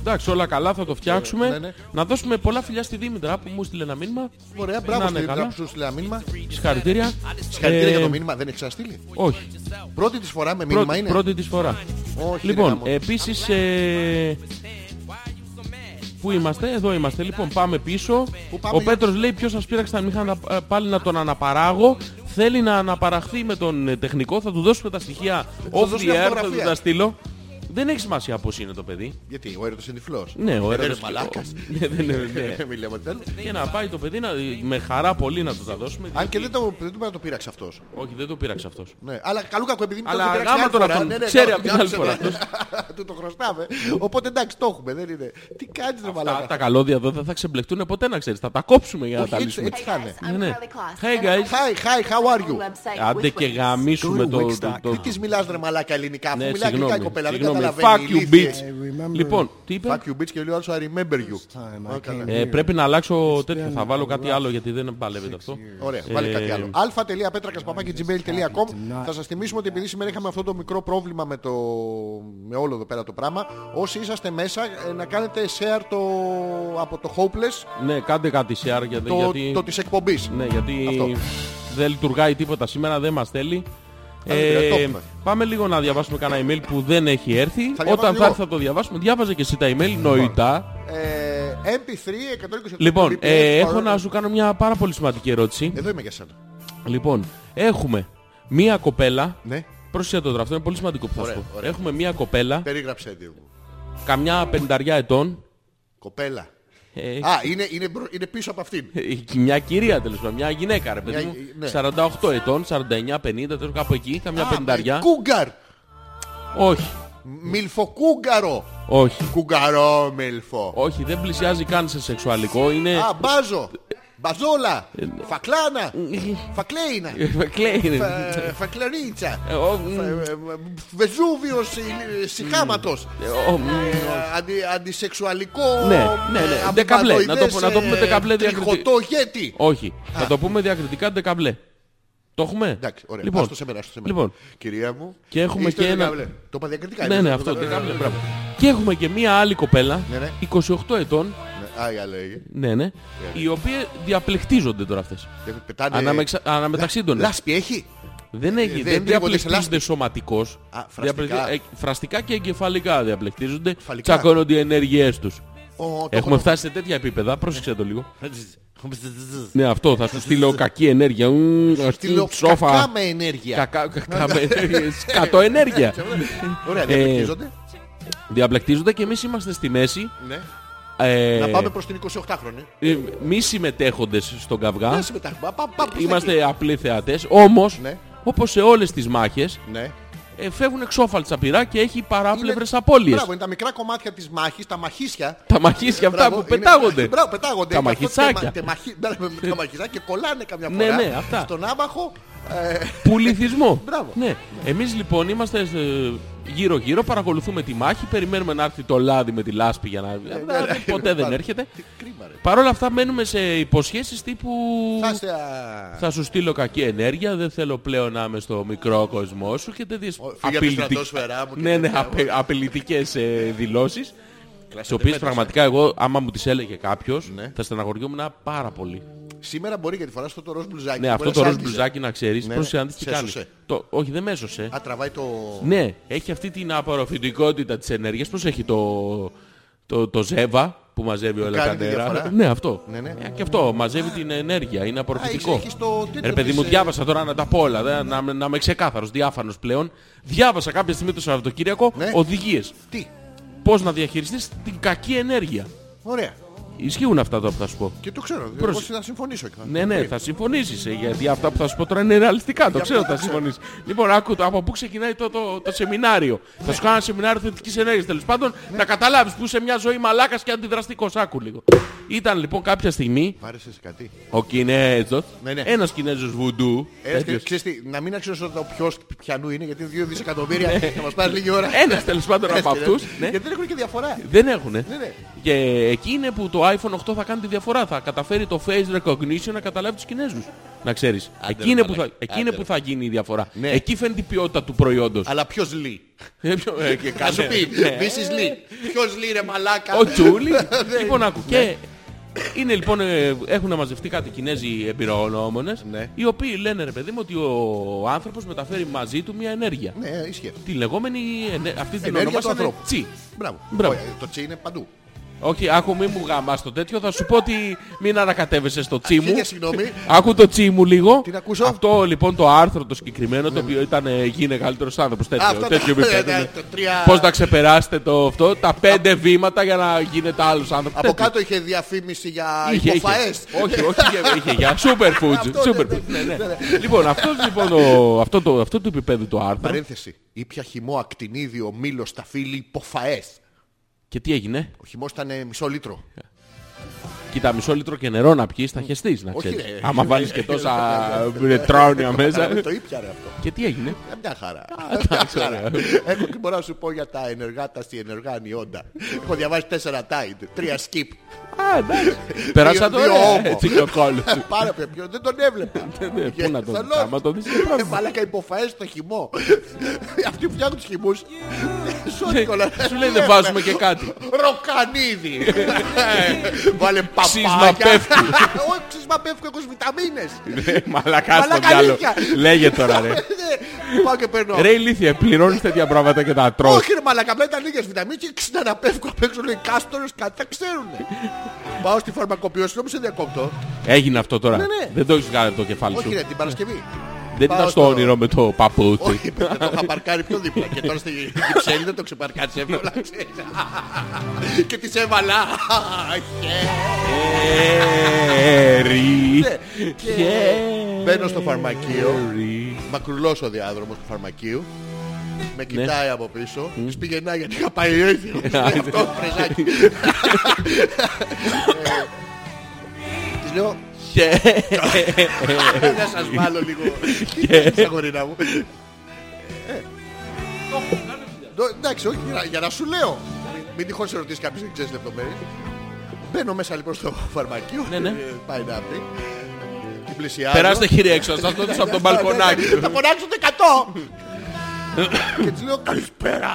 Speaker 3: Εντάξει, όλα καλά, θα το φτιάξουμε.
Speaker 4: Ναι, ναι.
Speaker 3: Να δώσουμε πολλά φιλιά στη Δήμητρα που μου στείλε ένα μήνυμα.
Speaker 4: Ωραία,
Speaker 3: Να
Speaker 4: μπράβο
Speaker 3: είναι
Speaker 4: στην
Speaker 3: καλά.
Speaker 4: που σου στείλε ένα μήνυμα.
Speaker 3: Συγχαρητήρια.
Speaker 4: Συγχαρητήρια
Speaker 3: Ε,
Speaker 4: για το μήνυμα, δεν έχεις ξαναστείλει.
Speaker 3: Όχι,
Speaker 4: Πρώτη της φορά με μήνυμα
Speaker 3: πρώτη,
Speaker 4: είναι.
Speaker 3: πρώτη της φορά.
Speaker 4: Όχι, ρε
Speaker 3: Λοιπόν,
Speaker 4: γάμο.
Speaker 3: επίσης... Ε, Πού είμαστε, εδώ είμαστε. Λοιπόν, πάμε πίσω.
Speaker 4: Πού πάμε,
Speaker 3: Ο
Speaker 4: για-
Speaker 3: Πέτρος λέει ποιος σας πήραξε τα μηχανά ε, πάλι να τον αναπαράγω. Θέλει να αναπαραχθεί με τον ε, τεχνικό. Θα του δώσουμε τα στοιχεία off
Speaker 4: δώσουμε
Speaker 3: the air, θα του
Speaker 4: αυτογραφία.
Speaker 3: τα στείλω. Δεν έχει σημασία πώς είναι το παιδί.
Speaker 4: Γιατί ο έρωτος είναι Ε, τυφλός.
Speaker 3: Ναι, ο
Speaker 4: Δεν είναι
Speaker 3: έρωτας-
Speaker 4: μαλάκα.
Speaker 3: Ναι, δεν είναι, ναι.
Speaker 4: Μιλάμε τέλο.
Speaker 3: Και να πάει το παιδί να, με χαρά πολύ να του τα δώσουμε.
Speaker 4: Αν και
Speaker 3: διότι-
Speaker 4: δεν το, δεν το, πρέπει να το πήραξε αυτός.
Speaker 3: Όχι, δεν το πήραξε αυτός.
Speaker 4: Ναι. Αλλά καλού κακού επειδή μου
Speaker 3: Αλλά
Speaker 4: το πήραξε
Speaker 3: γάμα τον
Speaker 4: φορά. Ναι,
Speaker 3: αυτόν. Ξέρει από την άλλη
Speaker 4: άκουσε,
Speaker 3: φορά
Speaker 4: ναι. Του το χρωστάμε. Οπότε εντάξει, το έχουμε. Δεν είναι. Τι κάνεις ρε
Speaker 3: Τα, τα
Speaker 4: μαλάκα.
Speaker 3: καλώδια εδώ δεν θα ξεμπλεχτούν ποτέ να ξέρεις. Θα τα κόψουμε για να
Speaker 4: Όχι,
Speaker 3: τα
Speaker 4: έτσι-
Speaker 3: λύσουμε.
Speaker 4: έτσι θα είναι.
Speaker 5: I'm
Speaker 3: Ναι.
Speaker 5: Carly Kloss.
Speaker 3: Hey,
Speaker 5: and I'm
Speaker 3: guys.
Speaker 4: Hi, hi, how are
Speaker 5: on
Speaker 4: you?
Speaker 5: the website
Speaker 3: Άντε
Speaker 5: Wix
Speaker 3: και
Speaker 5: Wix.
Speaker 3: γαμίσουμε το. το-
Speaker 4: Τι
Speaker 3: το-
Speaker 4: της μιλάς ρε μαλάκα ελληνικά αφού
Speaker 3: Ναι,
Speaker 4: μιλάει αγγλικά η
Speaker 3: συγγνώμη.
Speaker 4: κοπέλα. Δεν
Speaker 3: συγγνώμη.
Speaker 4: καταλαβαίνει.
Speaker 3: Fuck you, bitch.
Speaker 4: ηλίθιες.
Speaker 3: Λοιπόν, τι είπε.
Speaker 4: Fuck you bitch και λέει ο άλλος I remember you. Α, καλά.
Speaker 3: Ε, πρέπει να αλλάξω τέτοιο. Θα βάλω κάτι άλλο γιατί δεν παλεύεται αυτό.
Speaker 4: Ωραία, βάλε κάτι
Speaker 3: Ε,
Speaker 4: άλλο. αλφα.πέτρακα.gmail.com Θα σας θυμίσουμε ότι επειδή σήμερα είχαμε αυτό το μικρό πρόβλημα με, το... με όλο εδώ πέρα το πράγμα, όσοι είσαστε μέσα ε, να κάνετε share το... από το Hopeless
Speaker 3: Ναι, κάντε κάτι σε άρκια.
Speaker 4: το,
Speaker 3: Ναι, γιατί...
Speaker 4: το της εκπομπής.
Speaker 3: Ναι, γιατί
Speaker 4: Αυτό.
Speaker 3: δεν λειτουργάει τίποτα σήμερα, δεν μας θέλει. Ε,
Speaker 4: Θα λειτουργεί, το έχουμε.
Speaker 3: πάμε λίγο να διαβάσουμε κανένα email που δεν έχει έρθει.
Speaker 4: διαβάσω
Speaker 3: Όταν
Speaker 4: εγώ.
Speaker 3: θα έρθει θα το διαβάσουμε. Διάβαζε και εσύ τα
Speaker 4: Λοιπόν,
Speaker 3: email, νοητά.
Speaker 4: Ε, MP3 128
Speaker 3: Λοιπόν,
Speaker 4: BPS,
Speaker 3: ε, έχω
Speaker 4: παρόλο-
Speaker 3: να σου κάνω μια πάρα πολύ σημαντική ερώτηση.
Speaker 4: Εδώ είμαι για σένα.
Speaker 3: Λοιπόν, έχουμε μία κοπέλα.
Speaker 4: Ναι,
Speaker 3: Πρόσεχε το τώρα, αυτό είναι πολύ σημαντικό που θα σου
Speaker 4: Ωραία,
Speaker 3: πω.
Speaker 4: ωραία.
Speaker 3: Έχουμε μία κοπέλα,
Speaker 4: περίγραψέ τη μου.
Speaker 3: καμιά πενταριά ετών.
Speaker 4: Κοπέλα.
Speaker 3: Ε,
Speaker 4: Α, είναι, είναι, μπρο- είναι πίσω από αυτήν.
Speaker 3: ε, μια κυρία τέλος πάντων, μια γυναίκα ρε παιδί
Speaker 4: Μια-
Speaker 3: μου.
Speaker 4: ναι.
Speaker 3: 48 ετών, 49, 50, τέλος, κάπου εκεί, καμιά πενταριά.
Speaker 4: Κούγκαρ.
Speaker 3: Όχι,
Speaker 4: Μιλφοκούγκαρο.
Speaker 3: όχι.
Speaker 4: Κουγκαρό, μιλφο.
Speaker 3: Όχι, δεν πλησιάζει καν σε σεξουαλικό. Είναι.
Speaker 4: Α, μπάζο. Μπαζόλα.
Speaker 3: Ε, ναι.
Speaker 4: Φακλάνα. Φακλέινα.
Speaker 3: Κλαίει.
Speaker 4: Φα- Φακλαρίτσα.
Speaker 3: ναι. Ε, ο, μ,
Speaker 4: Ε, ε, Βεζούβιος ε, συχάματος.
Speaker 3: ε, ο, μ,
Speaker 4: Ε, αντι- Αντισεξουαλικό.
Speaker 3: Ναι, ναι, ναι.
Speaker 4: ε,
Speaker 3: Δεκαπλέ. Να το πω- να το πούμε
Speaker 4: ε,
Speaker 3: δεκαπλέ διακριτή.
Speaker 4: τριχωτό γέτη.
Speaker 3: Όχι. Θα το πούμε διακριτικά ντεκαμπλέ. Το έχουμε.
Speaker 4: Εντάξει, ωραία.
Speaker 3: Λοιπόν,
Speaker 4: Λοιπόν, άστο σε μένα, άστο σε μένα.
Speaker 3: λοιπόν.
Speaker 4: Κυρία μου.
Speaker 3: Και έχουμε
Speaker 4: είστε
Speaker 3: και ένα-
Speaker 4: δεκαπλέ. Το είπα διακριτικά.
Speaker 3: Ναι,
Speaker 4: είναι
Speaker 3: ναι,
Speaker 4: το-
Speaker 3: αυτό.
Speaker 4: το-
Speaker 3: Δεκαμπλέ, μπράβο. Και έχουμε και μία άλλη κοπέλα,
Speaker 4: Ναι, ναι.
Speaker 3: 28 ετών,
Speaker 4: Ναι, Άγια λέγει.
Speaker 3: ναι, ναι, οι οποίες διαπληκτίζονται τώρα αυτές.
Speaker 4: Πετάνε...
Speaker 3: Αναμεξα- αναμεταξύ των.
Speaker 4: Ναι. Λάσπη έχει.
Speaker 3: Δεν έχει,
Speaker 4: δεν
Speaker 3: δεν
Speaker 4: τρίγονται σε
Speaker 3: διαπληκτίζονται
Speaker 4: λάσπη.
Speaker 3: σωματικώς.
Speaker 4: Α, φραστικά.
Speaker 3: Διαπλεκτι- ε, φραστικά και εγκεφαλικά διαπληκτίζονται.
Speaker 4: Φαλικά.
Speaker 3: Τσακώνονται οι ενέργειές τους.
Speaker 4: Ο, το
Speaker 3: Έχουμε
Speaker 4: έχω-
Speaker 3: φτάσει σε τέτοια επίπεδα, πρόσεξε το λίγο. Ναι, αυτό θα σου στείλω κακή ενέργεια. Μμμ, θα σου
Speaker 4: Στείλω
Speaker 3: στείλω σόφα.
Speaker 4: κακά Ναι. με ενέργεια.
Speaker 3: Κακά, κακά με Κατώ ενέργεια.
Speaker 4: Ωραία,
Speaker 3: Ε,
Speaker 4: διαπληκτίζονται.
Speaker 3: Διαπλεκτίζονται και εμείς είμαστε στη μέση.
Speaker 4: Ναι.
Speaker 3: ε,
Speaker 4: Να πάμε προς την 28χρονη.
Speaker 3: ε, Μη συμμετέχοντες στον
Speaker 4: Να
Speaker 3: καυγά.
Speaker 4: συμμετάχουμε. Πά- πά- προς τα εκεί.
Speaker 3: Είμαστε απλοί θεατές. Όμως,
Speaker 4: Ναι.
Speaker 3: όπως σε όλες τις μάχες,
Speaker 4: Ναι.
Speaker 3: ε, φεύγουν εξόφαλτσα πυρά και έχει παράπλευρες
Speaker 4: Είναι-
Speaker 3: απώλειες.
Speaker 4: Μπράβο, είναι τα μικρά κομμάτια της μάχης, τα μαχίσια.
Speaker 3: Τα μαχίσια αυτά
Speaker 4: Μπράβο,
Speaker 3: που
Speaker 4: είναι-
Speaker 3: πετάγονται.
Speaker 4: Μπράβο, πετάγονται.
Speaker 3: Τα
Speaker 4: Και αυτό
Speaker 3: μαχιτσάκια.
Speaker 4: τεμα- τεμαχι- μπράβο, Τα μαχιτσάκια και κολλάνε καμιά
Speaker 3: Ναι,
Speaker 4: φορά.
Speaker 3: ναι, αυτά.
Speaker 4: Στον άμαχο. ε,
Speaker 3: Πουληθισμό.
Speaker 4: Μπράβο.
Speaker 3: Ναι. Εμείς λοιπόν είμαστε ε, γύρω-γύρω, παρακολουθούμε τη μάχη, περιμένουμε να έρθει το λάδι με τη λάσπη για να...
Speaker 4: ναι, ναι.
Speaker 3: Ποτέ δεν έρχεται.
Speaker 4: τι Κρίμα, ρε.
Speaker 3: Παρ' όλα αυτά μένουμε σε υποσχέσεις τύπου...
Speaker 4: Φτάστε, α,
Speaker 3: Θα σου στείλω κακή ενέργεια, δεν θέλω πλέον να είμαι στο μικρό κοσμό σου και τέτοιες
Speaker 4: Ω, φύγε από τη στρατόσφαιρά μου και
Speaker 3: ναι, ναι,
Speaker 4: τέτοια.
Speaker 3: απε... απειλητικές ε, δηλώσεις. Τις οποίες πραγματικά εγώ, άμα μου τις έλεγε κάποιος,
Speaker 4: Ναι.
Speaker 3: θα στεναχωριόμουν πάρα πολύ.
Speaker 4: Σήμερα μπορεί γιατί φοράς αυτό το ροζ μπλουζάκι.
Speaker 3: Ναι,
Speaker 4: που
Speaker 3: αυτό
Speaker 4: μπορεί
Speaker 3: το
Speaker 4: να
Speaker 3: ροζ
Speaker 4: σ' άγγιζε.
Speaker 3: μπλουζάκι να ξέρεις,
Speaker 4: Ναι,
Speaker 3: πώς σε αντίξει
Speaker 4: σε
Speaker 3: κάνεις.
Speaker 4: έσωσε.
Speaker 3: Το... Όχι, δεν με έσωσε.
Speaker 4: Α, τραβάει το...
Speaker 3: Ναι, έχει αυτή την απορροφητικότητα της ενέργειας. Πώς έχει το, το, το ζεύα που μαζεύει όλα τα
Speaker 4: κάνει τη
Speaker 3: νερά.
Speaker 4: διαφορά.
Speaker 3: Ναι, αυτό.
Speaker 4: Ναι, ναι.
Speaker 3: Ε, Και αυτό μαζεύει την ενέργεια. Είναι απορροφητικό.
Speaker 4: έχεις- έχεις το τέτοιο
Speaker 3: Ρε παιδί
Speaker 4: της,
Speaker 3: μου,
Speaker 4: ε,
Speaker 3: διάβασα τώρα να τα πω όλα. δε, Να, να, είμαι ξεκάθαρος, διάφανος πλέον. Διάβασα κάποια στιγμή το Σαββατοκύριακο
Speaker 4: Ναι.
Speaker 3: οδηγίες.
Speaker 4: Τι.
Speaker 3: Πώς να διαχειριστείς την κακή ενέργεια.
Speaker 4: Ωραία.
Speaker 3: Ισχύουν αυτά τώρα που θα σου πω.
Speaker 4: Και το ξέρω. δηλαδή,
Speaker 3: Προς-
Speaker 4: Εγώ θα συμφωνήσω. εκεί.
Speaker 3: Ναι, ναι, θα συμφωνήσεις. Γιατί αυτά που θα σου πω τώρα είναι ρεαλιστικά. Το ξέρω, θα συμφωνήσεις. Λοιπόν, άκου το, από πού ξεκινάει το, το, το σεμινάριο. Θα σου
Speaker 4: Ναι.
Speaker 3: κάνω ένα σεμινάριο θετικής ενέργειας τέλος πάντων. Να καταλάβεις που είσαι μια ζωή μαλάκας και αντιδραστικός. Άκου λίγο. Ήταν λοιπόν κάποια στιγμή
Speaker 4: Μ' άρεσε σε κάτι.
Speaker 3: ο Κινέζος,
Speaker 4: Ναι, ναι.
Speaker 3: ένας Κινέζος βουντού.
Speaker 4: Ένας και- ξέρεις τι, να μην αξιώσω το ποιος πιανού είναι, γιατί δύο δισεκατομμύρια θα μας πάρει λίγη ώρα.
Speaker 3: Ένας τέλος πάντων Ναι. Ε, από
Speaker 4: Έτσι,
Speaker 3: αυτούς.
Speaker 4: ναι.
Speaker 3: ναι.
Speaker 4: Γιατί δεν έχουν και διαφορά.
Speaker 3: Δεν έχουνε.
Speaker 4: ναι.
Speaker 3: Και εκεί είναι που το iPhone 8 θα κάνει τη διαφορά. Θα καταφέρει το face recognition να καταλάβει τους Κινέζους. Να ξέρεις.
Speaker 4: Άντε ρε
Speaker 3: Εκεί είναι που, θα,
Speaker 4: μαλάκα.
Speaker 3: εκεί
Speaker 4: Άντε
Speaker 3: είναι
Speaker 4: ρε.
Speaker 3: που θα γίνει η διαφορά.
Speaker 4: Ναι.
Speaker 3: Εκεί φαίνεται η ποιότητα του προϊόντος.
Speaker 4: Αλλά ποιος λύει.
Speaker 3: Ε, ποιο- ε, και
Speaker 4: Να
Speaker 3: κάνε-
Speaker 4: σου πει,
Speaker 3: ναι.
Speaker 4: Μίσης λύει. Ποιος λύει ρε μαλάκα.
Speaker 3: Ο Τζούλη.
Speaker 4: Δεν-
Speaker 3: λοιπόν, άκου. Και είναι λοιπόν, ε, έχουν μαζευτεί κάτι Κινέζοι εμπειρογνώμονες,
Speaker 4: Ναι.
Speaker 3: οι οποίοι λένε ρε παιδί μου ότι ο άνθρωπος μεταφέρει μαζί του μια ενέργεια.
Speaker 4: Ναι, ίσχυε.
Speaker 3: Τη λεγόμενη, ενε- αυτή την
Speaker 4: Ενέργεια του
Speaker 3: ονομάσανε
Speaker 4: ανθρώπου.
Speaker 3: τσι.
Speaker 4: Μπράβο.
Speaker 3: Μπράβο.
Speaker 4: Ω, Το τσι είναι παντού.
Speaker 3: Όχι, άκου μη μου γαμάς το τέτοιο, θα σου πω ότι μην ανακατεύεσαι στο τσι μου.
Speaker 4: Χίλια συγγνώμη.
Speaker 3: Άκου το τσι μου λίγο.
Speaker 4: Τι να ακούσω?
Speaker 3: Αυτό λοιπόν το άρθρο το συγκεκριμένο το οποίο ήταν ε, γίνε καλύτερος άνθρωπος. Τέτοιο,
Speaker 4: Αυτά τα-
Speaker 3: τέτοιο επίπεδο,
Speaker 4: τα-
Speaker 3: ναι.
Speaker 4: τα τρία-
Speaker 3: Πώς να ξεπεράσετε το αυτό, τα πέντε βήματα για να γίνετε άλλος άνθρωπος.
Speaker 4: Από
Speaker 3: Τέτοιο.
Speaker 4: κάτω είχε διαφήμιση για
Speaker 3: Είχε, είχε.
Speaker 4: υποφαές.
Speaker 3: Όχι, όχι, είχε, είχε για superfoods.
Speaker 4: Αυτό, ναι,
Speaker 3: superfoods.
Speaker 4: ναι, ναι, ναι.
Speaker 3: Λοιπόν, αυτός, λοιπόν ο- αυτό το, αυτό το επίπεδο το άρθρο.
Speaker 4: Παρένθεση. Ήπια χυμό ακτινίδιο μήλος στα φύλλη υποφαές.
Speaker 3: Και τι έγινε.
Speaker 4: Ο χυμός ήταν ε, μισό λίτρο.
Speaker 3: Κοίτα, μισό λίτρο και νερό να πιείς, θα χεστείς, να
Speaker 4: Όχι,
Speaker 3: ξέρεις.
Speaker 4: ρε.
Speaker 3: Άμα βάλεις και τόσα τρόνια μέσα.
Speaker 4: το ήπια ρε αυτό.
Speaker 3: Και τι έγινε.
Speaker 4: Ε, Μια χαρά. Μια χαρά. Έχω και μπορώ να σου πω για τα ενεργά, τα στιενεργά ανιόντα. Έχω διαβάσει τέσσερα τάιντ, τρία skip.
Speaker 3: Α, εντάξει. Πέρασα
Speaker 4: Δύο-
Speaker 3: το
Speaker 4: δύο
Speaker 3: ωραία,
Speaker 4: όμο.
Speaker 3: έτσι και ο κόλλος.
Speaker 4: Πάρα πολύ πιο, δεν τον έβλεπα.
Speaker 3: ναι, πού να τον-
Speaker 4: Θελώς.
Speaker 3: άμα τον δεις, δεν πρόβλημα.
Speaker 4: Ε, Μαλάκα υποφαές στο χυμό. Ε, Αυτοί που φτιάχνουν τους χυμούς. Sorry, κολλά.
Speaker 3: Σου λέει δεν βάζουμε και κάτι. Ε,
Speaker 4: Ροκανίδι. Βάλε παπάκια.
Speaker 3: Ξύσμα πέφτει.
Speaker 4: Όχι, ξύσμα πέφτει, έχω βιταμίνες.
Speaker 3: Ναι, Μαλακά στο
Speaker 4: Μαλάκα,
Speaker 3: μυαλό.
Speaker 4: αλήθεια.
Speaker 3: Λέγε τώρα ρε.
Speaker 4: Ναι, Πάω και παίρνω.
Speaker 3: Ρε ηλίθιε, πληρώνεις τέτοια πράγματα και τα τρως.
Speaker 4: Όχι ρε μαλακά, απλά ήταν λίγες βιταμίνες και ξαναπέφτω απ' έξω λέει κάστορες, κάτι τα ξέρουνε. Πάω στη φαρμακοποιό, συγγνώμη σε διακόπτω.
Speaker 3: Έγινε αυτό τώρα.
Speaker 4: Ναι, ναι.
Speaker 3: Δεν το έχεις βγάλει από το κεφάλι σου.
Speaker 4: Όχι ρε, την Παρασκευή.
Speaker 3: Δεν
Speaker 4: πάω
Speaker 3: ήταν στο
Speaker 4: στο-
Speaker 3: όνειρο με το παπούτσι.
Speaker 4: Όχι, παιδιά, το είχα παρκάρει πιο δίπλα και τώρα στην Κυψέλη δεν το ξεπαρκάρεις εύκολα, ξέρεις. Και της έβαλα.
Speaker 3: Χέρι.
Speaker 4: Ναι, και
Speaker 3: Χέρι.
Speaker 4: Μπαίνω στο φαρμακείο. Μακρουλός ο διάδρομος του φαρμακείου.
Speaker 3: Ναι.
Speaker 4: Με κοιτάει από πίσω. Της πηγαινά γιατί είχα πάει ίδιο.
Speaker 3: ναι.
Speaker 4: Αυτό φρεζάκι. Ε, Της λέω,
Speaker 3: Ε,
Speaker 4: ναι, να σας βάλω λίγο. Στα γορίνα μου. Ε. Νο- Εντάξει, όχι για να- για να σου λέω. Μην τυχόν σε ρωτήσει κάποιος δεν ξέρεις λεπτομέρειες. Μπαίνω μέσα λοιπόν στο φαρμακείο.
Speaker 3: Ναι, ναι.
Speaker 4: ε, Πάει να πει. Την πλησιάζω.
Speaker 3: Περάστε χέρι έξω, σας το δώσω από ναι, τον μπαλκονάκι.
Speaker 4: Θα φωνάξουν 100. Και της λέω καλησπέρα.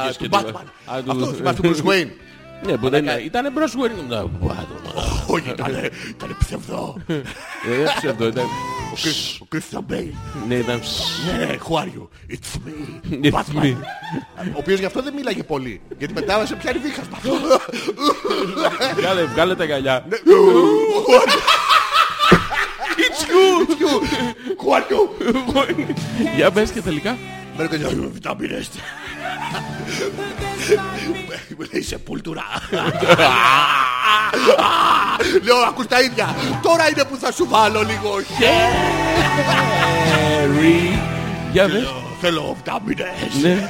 Speaker 3: Άγιος
Speaker 4: Του
Speaker 3: και του-
Speaker 4: Batman.
Speaker 3: Α, του-
Speaker 4: Αυτό θυμάσαι του Bruce Wayne.
Speaker 3: Ναι, που δεν ήταν μπρος γουέρνι.
Speaker 4: Όχι, ήταν- ήταν ψευδό.
Speaker 3: Ε,
Speaker 4: Ο Chris- Ο Christian Bale.
Speaker 3: Ναι, ήταν.
Speaker 4: Ναι, who are you? It's me.
Speaker 3: It's
Speaker 4: Batman.
Speaker 3: me.
Speaker 4: Ο οποίος γι' αυτό δεν μίλαγε πολύ. Γιατί μετά σε πιάνει βήχασμα.
Speaker 3: Βγάλε- Βγάλε τα γυαλιά.
Speaker 4: Who are you?
Speaker 3: Για πες και τελικά.
Speaker 4: Μπαίνω και λέω βιταμίνες. Μου λέει σε πουλτουρά. Λέω ακούς τα ίδια. Τώρα είναι που θα σου βάλω λίγο χέρι.
Speaker 3: Χέρι. Για πες.
Speaker 4: Θέλω βιταμίνες.
Speaker 3: Ναι.